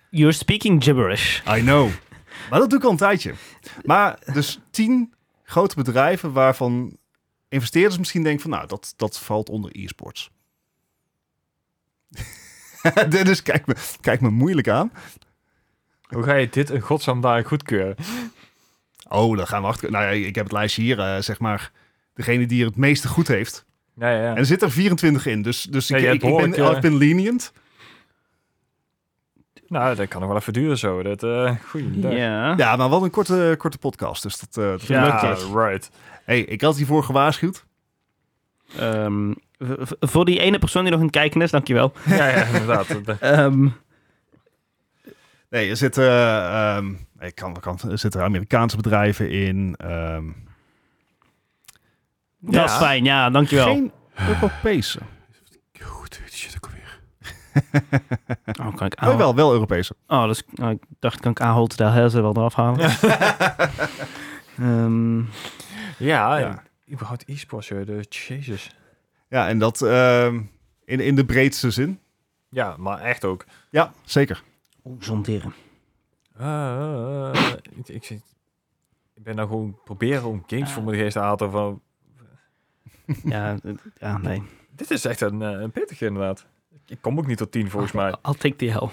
[SPEAKER 2] You're speaking gibberish.
[SPEAKER 4] I know. maar dat doe ik al een tijdje. Maar dus tien grote bedrijven waarvan investeerders misschien denken van, nou, dat, dat valt onder e-sports. (laughs) Dennis, kijk me, kijk me moeilijk aan.
[SPEAKER 3] Hoe ga je dit in godsnaam daar goedkeuren?
[SPEAKER 4] Oh, dan gaan we achter. Nou ja, ik heb het lijstje hier, eh, zeg maar. Degene die er het meeste goed heeft.
[SPEAKER 3] Ja, ja, ja.
[SPEAKER 4] En er zitten er 24 in, dus, dus
[SPEAKER 3] Ja,
[SPEAKER 4] ik,
[SPEAKER 3] je
[SPEAKER 4] ik,
[SPEAKER 3] hebt
[SPEAKER 4] ik ben,
[SPEAKER 3] behoorlijk, eh,
[SPEAKER 4] ik ben lenient.
[SPEAKER 3] Nou, dat kan nog wel even duren zo. Dat, eh goeiedag.
[SPEAKER 2] Ja.
[SPEAKER 4] Ja, maar wel een korte, korte podcast, dus dat... eh, dat-
[SPEAKER 2] Ja.
[SPEAKER 3] Lukt dat? right.
[SPEAKER 4] hey, ik had hiervoor gewaarschuwd.
[SPEAKER 2] Ehm, v- v- voor die ene persoon die nog aan het kijken is, dankjewel.
[SPEAKER 3] Ja, ja,
[SPEAKER 4] (laughs)
[SPEAKER 3] inderdaad. Dat- dat-
[SPEAKER 2] Ehm
[SPEAKER 4] Nee, er zitten, eh, ehm, ik kan, ik kan, er zitten Amerikaanse bedrijven in. ehm,
[SPEAKER 2] Dat is fijn, ja, dankjewel.
[SPEAKER 4] geen Europese.
[SPEAKER 1] Goed, shit ook weer.
[SPEAKER 2] Oh, kan ik
[SPEAKER 4] Oh,
[SPEAKER 2] aanhouden?
[SPEAKER 4] wel, wel Europese.
[SPEAKER 2] Oh, dus, oh, ik dacht, kan ik aanhouden de hersen wel eraf halen? (laughs) Ehm,
[SPEAKER 3] ja,
[SPEAKER 4] Ja.
[SPEAKER 3] ja. Überhaupt e-sports, joh, de jezus.
[SPEAKER 4] Ja, en dat ehm, in, in de breedste zin.
[SPEAKER 3] Ja, maar echt ook.
[SPEAKER 4] Ja, zeker.
[SPEAKER 3] Oh,
[SPEAKER 2] Oeh, zonderen.
[SPEAKER 3] Eh, eh, ik, ik, zit- ik ben nou gewoon proberen om games voor mijn geest te halen van...
[SPEAKER 2] Ja, eh, ja, nee.
[SPEAKER 3] Dit is echt een, eh, een pittige inderdaad. Ik- Ik kom ook niet tot tien volgens mij.
[SPEAKER 2] I'll take the hell.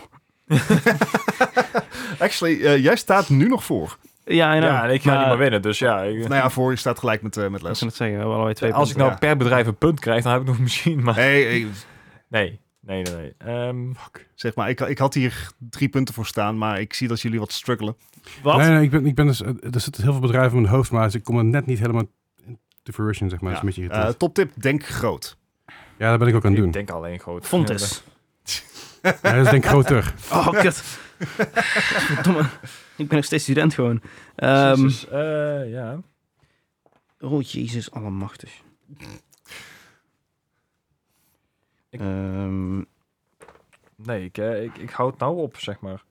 [SPEAKER 4] Actually, eh, jij staat nu nog voor.
[SPEAKER 2] Ja, I know.
[SPEAKER 3] Ja, en ik ga niet meer winnen, dus ja. ik-
[SPEAKER 4] Nou ja, voor je staat gelijk met, eh, met
[SPEAKER 2] Ik
[SPEAKER 4] les.
[SPEAKER 2] kan het zeggen, we hebben allebei twee
[SPEAKER 3] als ik nou
[SPEAKER 4] ja.
[SPEAKER 3] per bedrijf een punt krijg, dan heb ik nog misschien maar...
[SPEAKER 4] Hey, hey,
[SPEAKER 3] Nee, Nee, nee, nee. Ehm,
[SPEAKER 4] Zeg maar, ik, ik had hier drie punten voor staan, maar ik zie dat jullie wat struggelen.
[SPEAKER 2] Wat?
[SPEAKER 1] Nee, nee, ik ben, ik ben dus, er zitten heel veel bedrijven in mijn hoofd, maar ik kom er net niet helemaal te fruition, zeg maar. Dat is een beetje
[SPEAKER 4] Eh,
[SPEAKER 1] irritant.
[SPEAKER 4] toptip, denk groot.
[SPEAKER 1] ja, dat ben ik ook aan
[SPEAKER 3] ik
[SPEAKER 1] het doen.
[SPEAKER 3] denk alleen groot.
[SPEAKER 2] Font is.
[SPEAKER 1] Ja, dat is denk ik groter.
[SPEAKER 2] Oh, kut. Verdomme. Ik ben nog steeds student gewoon. Ehm,
[SPEAKER 3] Jezus, eh, ja.
[SPEAKER 2] oh, jezus, allemachtig.
[SPEAKER 3] Ik-
[SPEAKER 2] Ehm,
[SPEAKER 3] Nee, ik, eh, ik, ik houd nou op, zeg maar.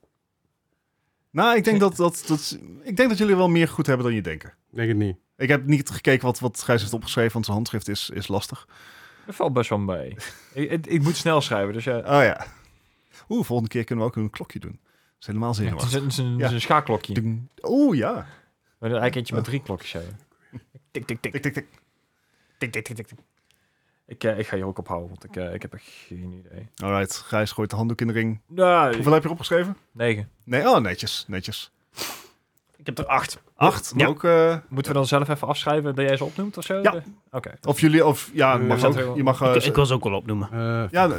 [SPEAKER 4] Nou, ik denk dat, dat, dat, ik denk dat jullie wel meer goed hebben dan je denken.
[SPEAKER 1] Ik Denk het niet.
[SPEAKER 4] Ik heb niet gekeken wat, wat Gijs heeft opgeschreven, want zijn handschrift is, is lastig.
[SPEAKER 3] Dat valt best wel mee. ik, ik, ik moet snel schrijven, dus ja.
[SPEAKER 4] Oh ja. Oeh, volgende keer kunnen we ook een klokje doen. Dat is helemaal
[SPEAKER 3] Het is
[SPEAKER 4] zenuwachtig.
[SPEAKER 3] een, het is een, het
[SPEAKER 4] Ja.
[SPEAKER 3] is een schaakklokje.
[SPEAKER 4] Ding. Oeh, ja.
[SPEAKER 3] Maar dan eigenlijk eentje met drie klokjes hebben. Tik, tik, tik.
[SPEAKER 4] Tik, tik, tik.
[SPEAKER 3] tik, tik, tik, tik, tik. Ik, eh, ik ga hier ook ophouden, want ik, eh, ik heb echt geen idee.
[SPEAKER 4] Alright, Gijs gooit de handdoek in de ring.
[SPEAKER 3] Nee.
[SPEAKER 4] Hoeveel heb je opgeschreven?
[SPEAKER 3] Negen.
[SPEAKER 4] Nee, oh, netjes, netjes.
[SPEAKER 2] ik heb er acht.
[SPEAKER 4] Acht,
[SPEAKER 2] Ja.
[SPEAKER 4] ook... eh,
[SPEAKER 3] Moeten we dan zelf even afschrijven dat jij ze opnoemt of zo?
[SPEAKER 4] Ja.
[SPEAKER 3] De- Oké.
[SPEAKER 4] of jullie, of... Ja,
[SPEAKER 1] Eh,
[SPEAKER 4] mag
[SPEAKER 3] zetten
[SPEAKER 4] ook.
[SPEAKER 3] we-
[SPEAKER 4] Je mag... eh,
[SPEAKER 2] ik, ik wil ze ook wel opnoemen.
[SPEAKER 1] Eh
[SPEAKER 4] ja, nou,
[SPEAKER 1] kan
[SPEAKER 4] nee.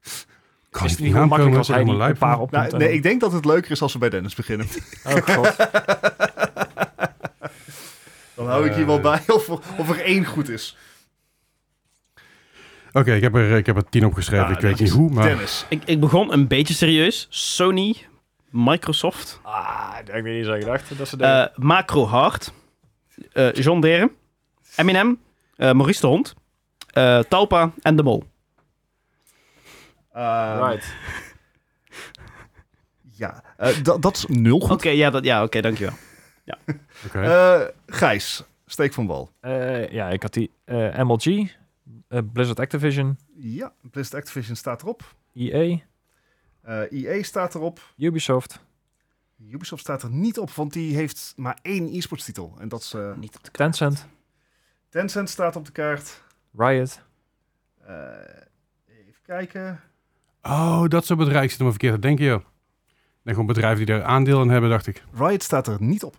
[SPEAKER 3] Is
[SPEAKER 1] ik
[SPEAKER 3] het
[SPEAKER 1] die
[SPEAKER 3] niet
[SPEAKER 1] naam
[SPEAKER 3] heel makkelijk
[SPEAKER 1] komen?
[SPEAKER 3] als hij
[SPEAKER 1] Helemaal
[SPEAKER 3] niet een
[SPEAKER 1] lijp.
[SPEAKER 3] paar opnoemt?
[SPEAKER 4] Nou, nee, ik denk dat het leuker is als we bij Dennis beginnen.
[SPEAKER 3] (laughs) Oh, (laughs) god.
[SPEAKER 4] Dan hou ik hier
[SPEAKER 3] Eh.
[SPEAKER 4] wel bij of, of er één goed is.
[SPEAKER 1] Oké, ik heb er- ik heb er tien opgeschreven.
[SPEAKER 4] Ja,
[SPEAKER 1] ik weet
[SPEAKER 4] Ah, dat
[SPEAKER 1] niet
[SPEAKER 4] is
[SPEAKER 1] hoe, maar...
[SPEAKER 4] Dennis.
[SPEAKER 2] Ik, ik begon een beetje serieus. Sony, Microsoft,
[SPEAKER 3] Ah, ik weet niet zo gedacht dat ze dat...
[SPEAKER 2] eh, Macro Hard, eh John Deere, Eminem, eh, Maurice de Hond, eh Talpa en De Mol.
[SPEAKER 4] Eh,
[SPEAKER 3] right.
[SPEAKER 4] Ja, eh, da- dat is nul
[SPEAKER 2] Oké,
[SPEAKER 4] goed.
[SPEAKER 2] ja, dat, ja, oké, dankjewel.
[SPEAKER 1] Oké.
[SPEAKER 4] Eh, Gijs, steek van wal.
[SPEAKER 3] Eh, ja, ik had die eh, MLG, eh, Blizzard Activision,
[SPEAKER 4] Ja, Blizzard Activision staat erop.
[SPEAKER 3] EA,
[SPEAKER 4] Eh EA staat erop.
[SPEAKER 3] Ubisoft,
[SPEAKER 4] Ubisoft staat er niet op, want die heeft maar één e-sports titel. En dat is... eh,
[SPEAKER 2] Niet op de kaart.
[SPEAKER 3] Tencent,
[SPEAKER 4] Tencent staat op de kaart.
[SPEAKER 3] Riot.
[SPEAKER 4] Eh, even kijken.
[SPEAKER 1] Oh, dat soort bedrijven. Ik zit helemaal verkeerd te denken, joh. Nee, gewoon bedrijven die daar aandeel in hebben, dacht ik.
[SPEAKER 4] Riot staat er niet op.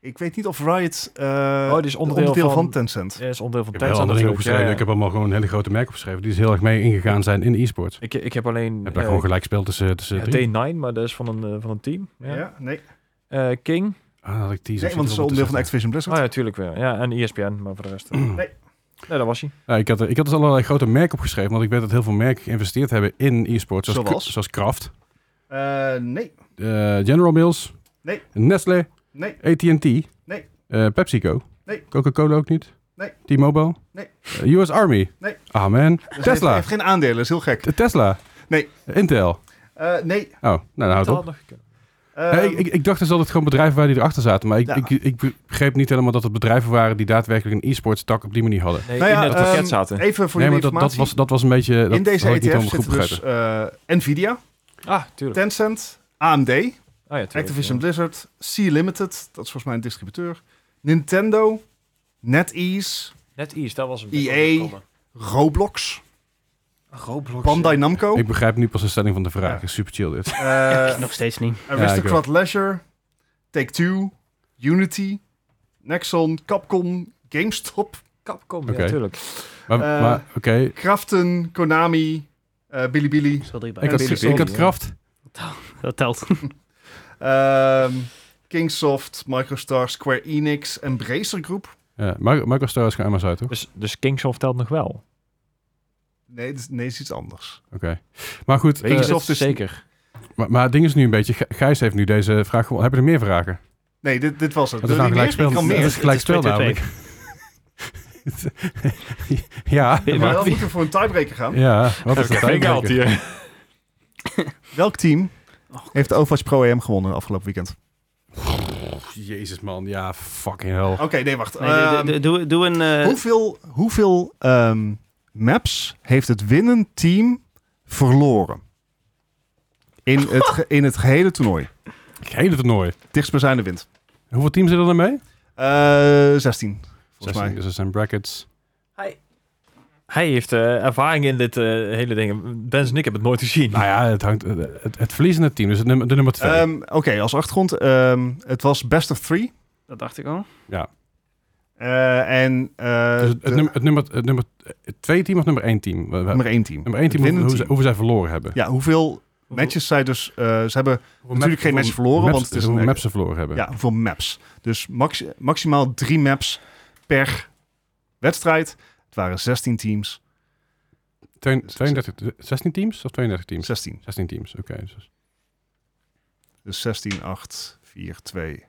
[SPEAKER 4] Ik weet niet of Riot eh,
[SPEAKER 1] Oh,
[SPEAKER 3] dit is onderdeel
[SPEAKER 4] van...
[SPEAKER 3] van-
[SPEAKER 4] Tencent.
[SPEAKER 3] is onderdeel van
[SPEAKER 1] Ik heb wel
[SPEAKER 3] Tencent.
[SPEAKER 1] andere dingen
[SPEAKER 3] natuurlijk,
[SPEAKER 1] opgeschreven.
[SPEAKER 3] ja, ja.
[SPEAKER 1] Ik heb allemaal gewoon een hele grote merk opgeschreven. Die is heel erg mee ingegaan zijn in de e-sports.
[SPEAKER 3] ik, ik heb alleen
[SPEAKER 1] Ik heb daar
[SPEAKER 3] eh,
[SPEAKER 1] gewoon gelijk gespeeld tussen, tussen
[SPEAKER 3] ja,
[SPEAKER 1] drie.
[SPEAKER 3] D9, maar dat is van een, eh, van een team. Ja.
[SPEAKER 4] Ja, nee.
[SPEAKER 3] Eh, King.
[SPEAKER 1] Ah, dan had ik die.
[SPEAKER 4] nee, want het is onderdeel van Activision Blizzard.
[SPEAKER 1] Ah,
[SPEAKER 3] Oh ja, tuurlijk weer. Ja, en ESPN, maar voor de rest... eh,
[SPEAKER 4] Nee.
[SPEAKER 3] Nee, dat was hij.
[SPEAKER 1] Ja, ik, had, er- ik had dus allerlei grote merken opgeschreven, want ik weet dat heel veel merken geïnvesteerd hebben in e-sports. Zoals,
[SPEAKER 4] Zoals?
[SPEAKER 1] zoals Kraft,
[SPEAKER 4] Eh, nee,
[SPEAKER 1] eh, General Mills,
[SPEAKER 4] Nee.
[SPEAKER 1] Nestle,
[SPEAKER 4] nee.
[SPEAKER 1] AT&T,
[SPEAKER 4] Nee.
[SPEAKER 1] eh, PepsiCo,
[SPEAKER 4] Nee.
[SPEAKER 1] Coca-Cola ook niet,
[SPEAKER 4] Nee.
[SPEAKER 1] T-Mobile,
[SPEAKER 4] Nee.
[SPEAKER 1] eh, US Army,
[SPEAKER 4] Nee.
[SPEAKER 1] ah man,
[SPEAKER 4] Hij heeft- Hij
[SPEAKER 1] Tesla,
[SPEAKER 4] Dus heeft geen aandelen, dat is heel gek.
[SPEAKER 1] T- Tesla,
[SPEAKER 4] Nee.
[SPEAKER 1] Intel.
[SPEAKER 4] Eh, nee.
[SPEAKER 1] Oh, nou dan houdt
[SPEAKER 3] Dat
[SPEAKER 1] op.
[SPEAKER 3] had nog gekund.
[SPEAKER 4] eh,
[SPEAKER 1] Ja, ik, ik, ik dacht dus dat het gewoon bedrijven waren die erachter zaten, maar ik,
[SPEAKER 4] Ja.
[SPEAKER 1] ik, ik begreep niet helemaal dat het bedrijven waren die daadwerkelijk een e-sports tak op die manier hadden.
[SPEAKER 3] Nee,
[SPEAKER 4] Nou ja,
[SPEAKER 3] in het pakket
[SPEAKER 4] ehm,
[SPEAKER 3] zaten.
[SPEAKER 4] Even voor
[SPEAKER 1] nee, maar
[SPEAKER 4] jullie
[SPEAKER 1] dat, dat,
[SPEAKER 4] informatie.
[SPEAKER 1] was, dat was een beetje... Dat
[SPEAKER 4] In deze
[SPEAKER 1] had ik niet
[SPEAKER 4] ETF
[SPEAKER 1] helemaal goed
[SPEAKER 4] zitten dus
[SPEAKER 1] begrepen.
[SPEAKER 4] eh, Nvidia,
[SPEAKER 3] Ah, tuurlijk.
[SPEAKER 4] Tencent, AMD,
[SPEAKER 3] Ah, ja, tuurlijk,
[SPEAKER 4] Activision
[SPEAKER 3] ja.
[SPEAKER 4] Blizzard, Sea Limited, dat is volgens mij een distributeur, Nintendo, NetEase,
[SPEAKER 3] NetEase, E dat
[SPEAKER 4] E
[SPEAKER 3] was een
[SPEAKER 4] EA. Roblox,
[SPEAKER 3] Roblox.
[SPEAKER 4] Bandai Namco,
[SPEAKER 1] Ik begrijp nu pas de stelling van de vraag.
[SPEAKER 4] Oh. Ja.
[SPEAKER 1] Is Super chill dit. (laughs)
[SPEAKER 4] eh,
[SPEAKER 2] Ik nog steeds niet.
[SPEAKER 4] Aristocrat Leisure, Take-Two, Unity, Nexon, Capcom, GameStop,
[SPEAKER 3] Capcom,
[SPEAKER 1] Oké.
[SPEAKER 3] ja, tuurlijk.
[SPEAKER 1] Maar,
[SPEAKER 4] Eh,
[SPEAKER 1] maar oké,
[SPEAKER 4] Kraften, Konami, eh Bilibili.
[SPEAKER 2] Ik zal drie bij.
[SPEAKER 1] ik, had,
[SPEAKER 4] Billy
[SPEAKER 1] ik had
[SPEAKER 3] Sony,
[SPEAKER 1] kracht.
[SPEAKER 2] Dat telt.
[SPEAKER 4] Ehm, Kingsoft, Microstar, Square Enix, Embracer Group.
[SPEAKER 1] Ja, Mar- Marco Star is gewoon Amazon uit, toch?
[SPEAKER 3] Dus, dus Kingsoft telt nog wel.
[SPEAKER 4] Eh, Nee, dat is- nee, dat is iets anders.
[SPEAKER 1] Oké. Maar goed,
[SPEAKER 4] Weet je
[SPEAKER 1] eh,
[SPEAKER 4] zo- Kingsoft is-
[SPEAKER 3] zeker.
[SPEAKER 1] maar, maar het ding is nu een beetje... Gij- Gijs heeft nu deze vraag gewonnen. Heb je er meer vragen?
[SPEAKER 4] Nee, dit, dit was het.
[SPEAKER 1] Dat is nou
[SPEAKER 4] Wil je
[SPEAKER 1] gelijk
[SPEAKER 4] meer?
[SPEAKER 1] speel.
[SPEAKER 4] Ik kan
[SPEAKER 1] Dat is
[SPEAKER 4] meer.
[SPEAKER 1] gelijk speel
[SPEAKER 2] Het is
[SPEAKER 1] namelijk. (laughs) ja,
[SPEAKER 2] Ja,
[SPEAKER 4] Maar
[SPEAKER 2] maar
[SPEAKER 4] wel
[SPEAKER 2] wie-
[SPEAKER 4] moeten we voor een tiebreaker gaan.
[SPEAKER 1] ja. Wat is dat? tijdperk?
[SPEAKER 3] hier.
[SPEAKER 4] Welk team heeft de Overwatch Pro AM gewonnen afgelopen weekend?
[SPEAKER 1] Jezus man, ja, fucking hell.
[SPEAKER 4] Oké, nee, wacht.
[SPEAKER 2] Nee, doe-
[SPEAKER 4] Ehm,
[SPEAKER 2] doe- doe, doe een... eh,
[SPEAKER 4] hoeveel hoeveel ehm, maps heeft het winnend team verloren? In het, ge- in het gehele toernooi.
[SPEAKER 1] Het hele toernooi.
[SPEAKER 4] Dichtstbijzijnde wint.
[SPEAKER 1] Hoeveel teams zitten er dan mee?
[SPEAKER 4] Eh 16, volgens
[SPEAKER 1] 16,
[SPEAKER 4] mij.
[SPEAKER 1] dus dat zijn brackets.
[SPEAKER 3] Hij heeft eh, ervaring in dit eh, hele ding. Dennis en ik hebben het nooit gezien.
[SPEAKER 1] Nou ja, het hangt... Het, het, het verliezende team, dus het nummer, de nummer 2.
[SPEAKER 4] Eh, Ehm, Oké, als achtergrond. ehm, het was best of three.
[SPEAKER 2] dat dacht ik al.
[SPEAKER 1] ja.
[SPEAKER 4] Eh, en eh,
[SPEAKER 1] Dus het,
[SPEAKER 4] de-
[SPEAKER 1] het, nummer, het, nummer, het nummer het tweede team of nummer één team? We- we-
[SPEAKER 4] nummer één team.
[SPEAKER 1] nummer één team, hoe,
[SPEAKER 4] winnende
[SPEAKER 1] hoe, ze-
[SPEAKER 4] team.
[SPEAKER 1] hoeveel zij verloren hebben.
[SPEAKER 4] Ja, hoeveel matches zij dus... eh, ze hebben natuurlijk geen matches verloren,
[SPEAKER 1] Maps,
[SPEAKER 4] want het is
[SPEAKER 1] hoeveel
[SPEAKER 4] een-
[SPEAKER 1] maps ze verloren hebben.
[SPEAKER 4] ja, hoeveel maps. Dus maxi- maximaal drie maps per wedstrijd. Het waren 16 teams.
[SPEAKER 1] Twee- 32, 16 teams of 32 teams?
[SPEAKER 4] 16.
[SPEAKER 1] 16 teams, oké. dus-
[SPEAKER 4] Dus 16, 8, 4, 2.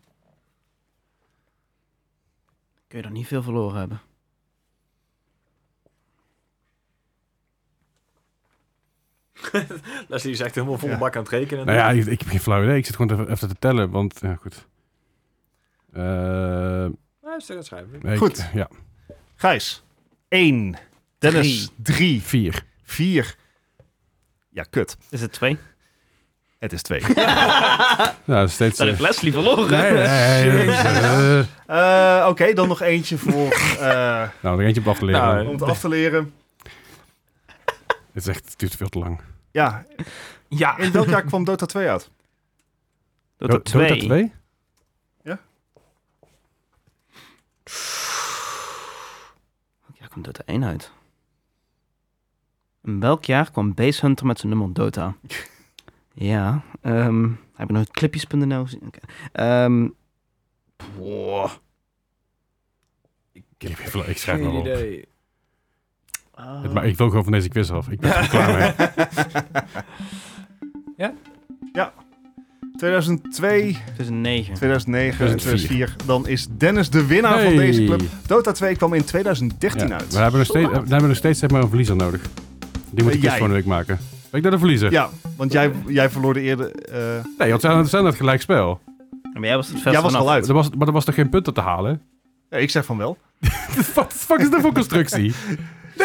[SPEAKER 2] Kun je er niet veel verloren hebben.
[SPEAKER 3] (laughs) Leslie is echt helemaal volle
[SPEAKER 4] Ja.
[SPEAKER 3] bak aan het rekenen.
[SPEAKER 1] Nou ja, ik, ik heb geen flauw idee. Ik zit gewoon even, even te tellen, want... Ja, goed. Eh,
[SPEAKER 3] Nou, is het schrijven.
[SPEAKER 1] nee, ik-
[SPEAKER 4] Goed.
[SPEAKER 1] ja,
[SPEAKER 4] Gijs, 1. Dennis, 3.
[SPEAKER 1] vier.
[SPEAKER 4] 4. Ja, kut.
[SPEAKER 2] Is het (laughs) twee?
[SPEAKER 4] Het is 2.
[SPEAKER 1] Nou, dat is steeds...
[SPEAKER 2] Dan
[SPEAKER 1] eh,
[SPEAKER 2] heeft Leslie verloren.
[SPEAKER 1] nee, nee, nee,
[SPEAKER 2] (laughs)
[SPEAKER 1] eh,
[SPEAKER 4] Oké, dan nog eentje
[SPEAKER 1] (laughs)
[SPEAKER 4] voor, eh,
[SPEAKER 1] nou, nog eentje op af te leren.
[SPEAKER 3] Nou,
[SPEAKER 4] om het af te leren.
[SPEAKER 1] Het, is echt, het duurt veel te lang.
[SPEAKER 4] Ja,
[SPEAKER 3] Ja.
[SPEAKER 4] in welk jaar kwam Dota 2 uit?
[SPEAKER 2] Dat er twee.
[SPEAKER 1] Dota 2?
[SPEAKER 2] Ja, komt Dota 1 uit. In welk jaar kwam Base Hunter met zijn nummer Dota? ja, ehm, heb ik nog clipjes.nl gezien? Oké. Ehm, boah.
[SPEAKER 1] Ik, heb geen flauw- ik schrijf maar op. Het- Maar
[SPEAKER 2] Ah.
[SPEAKER 1] ik wil gewoon van deze quiz af. Ik ben er klaar
[SPEAKER 2] (laughs)
[SPEAKER 1] mee.
[SPEAKER 3] Ja?
[SPEAKER 4] Ja. 2002,
[SPEAKER 2] 2009.
[SPEAKER 4] 2009 en
[SPEAKER 1] 2004.
[SPEAKER 4] 2004. Dan is Dennis de winnaar van
[SPEAKER 1] Hey.
[SPEAKER 4] deze club. Dota 2 kwam in 2013
[SPEAKER 1] Ja,
[SPEAKER 4] uit.
[SPEAKER 1] We hebben nog steeds, we hebben nog steeds zeg maar, een verliezer nodig. Die moet ik
[SPEAKER 4] Eh,
[SPEAKER 1] dus
[SPEAKER 4] jij.
[SPEAKER 1] volgende week maken. Ben ik daar de verliezer?
[SPEAKER 4] Ja, want jij, jij verloor de eerder... eh,
[SPEAKER 1] Nee, want zijn, zijn dat gelijk spel.
[SPEAKER 2] Maar jij was het verst
[SPEAKER 4] jij was er
[SPEAKER 2] vanaf.
[SPEAKER 4] al uit.
[SPEAKER 1] Er was, maar er was toch geen punten te halen?
[SPEAKER 4] Ja, ik zeg van wel.
[SPEAKER 1] (laughs) Wat de fuck is dat voor (laughs) constructie?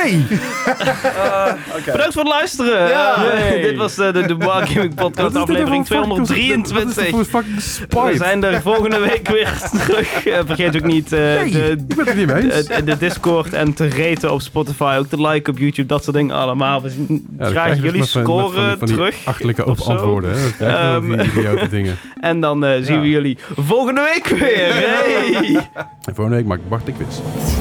[SPEAKER 4] Nee!
[SPEAKER 2] Bedankt voor het luisteren.
[SPEAKER 4] Ja.
[SPEAKER 2] Eh,
[SPEAKER 3] Hey.
[SPEAKER 2] Dit was eh, de, de Wargaming Podcast
[SPEAKER 1] nou
[SPEAKER 2] aflevering 223.
[SPEAKER 1] Voor fucking
[SPEAKER 2] We
[SPEAKER 1] spite.
[SPEAKER 2] zijn er volgende week weer
[SPEAKER 1] (laughs)
[SPEAKER 2] terug. Eh, vergeet ook niet eh, de, eh,
[SPEAKER 1] Ik ben het niet mee eens.
[SPEAKER 2] de, de Discord en te reten op Spotify. Ook te liken op YouTube, dat soort dingen allemaal. We zien
[SPEAKER 1] Ja, dan
[SPEAKER 2] graag
[SPEAKER 1] krijg je dus
[SPEAKER 2] jullie
[SPEAKER 1] met van- met van die-
[SPEAKER 2] scoren
[SPEAKER 1] van die
[SPEAKER 2] terug.
[SPEAKER 1] Achterlijke
[SPEAKER 2] of zo.
[SPEAKER 1] antwoorden. Hè? Dan krijg je wel
[SPEAKER 2] Ehm.
[SPEAKER 1] die idiote dingen.
[SPEAKER 2] En
[SPEAKER 1] (laughs)
[SPEAKER 2] dan eh, zien we jullie volgende week weer. Hey.
[SPEAKER 1] En volgende week maak ik Bart de quiz.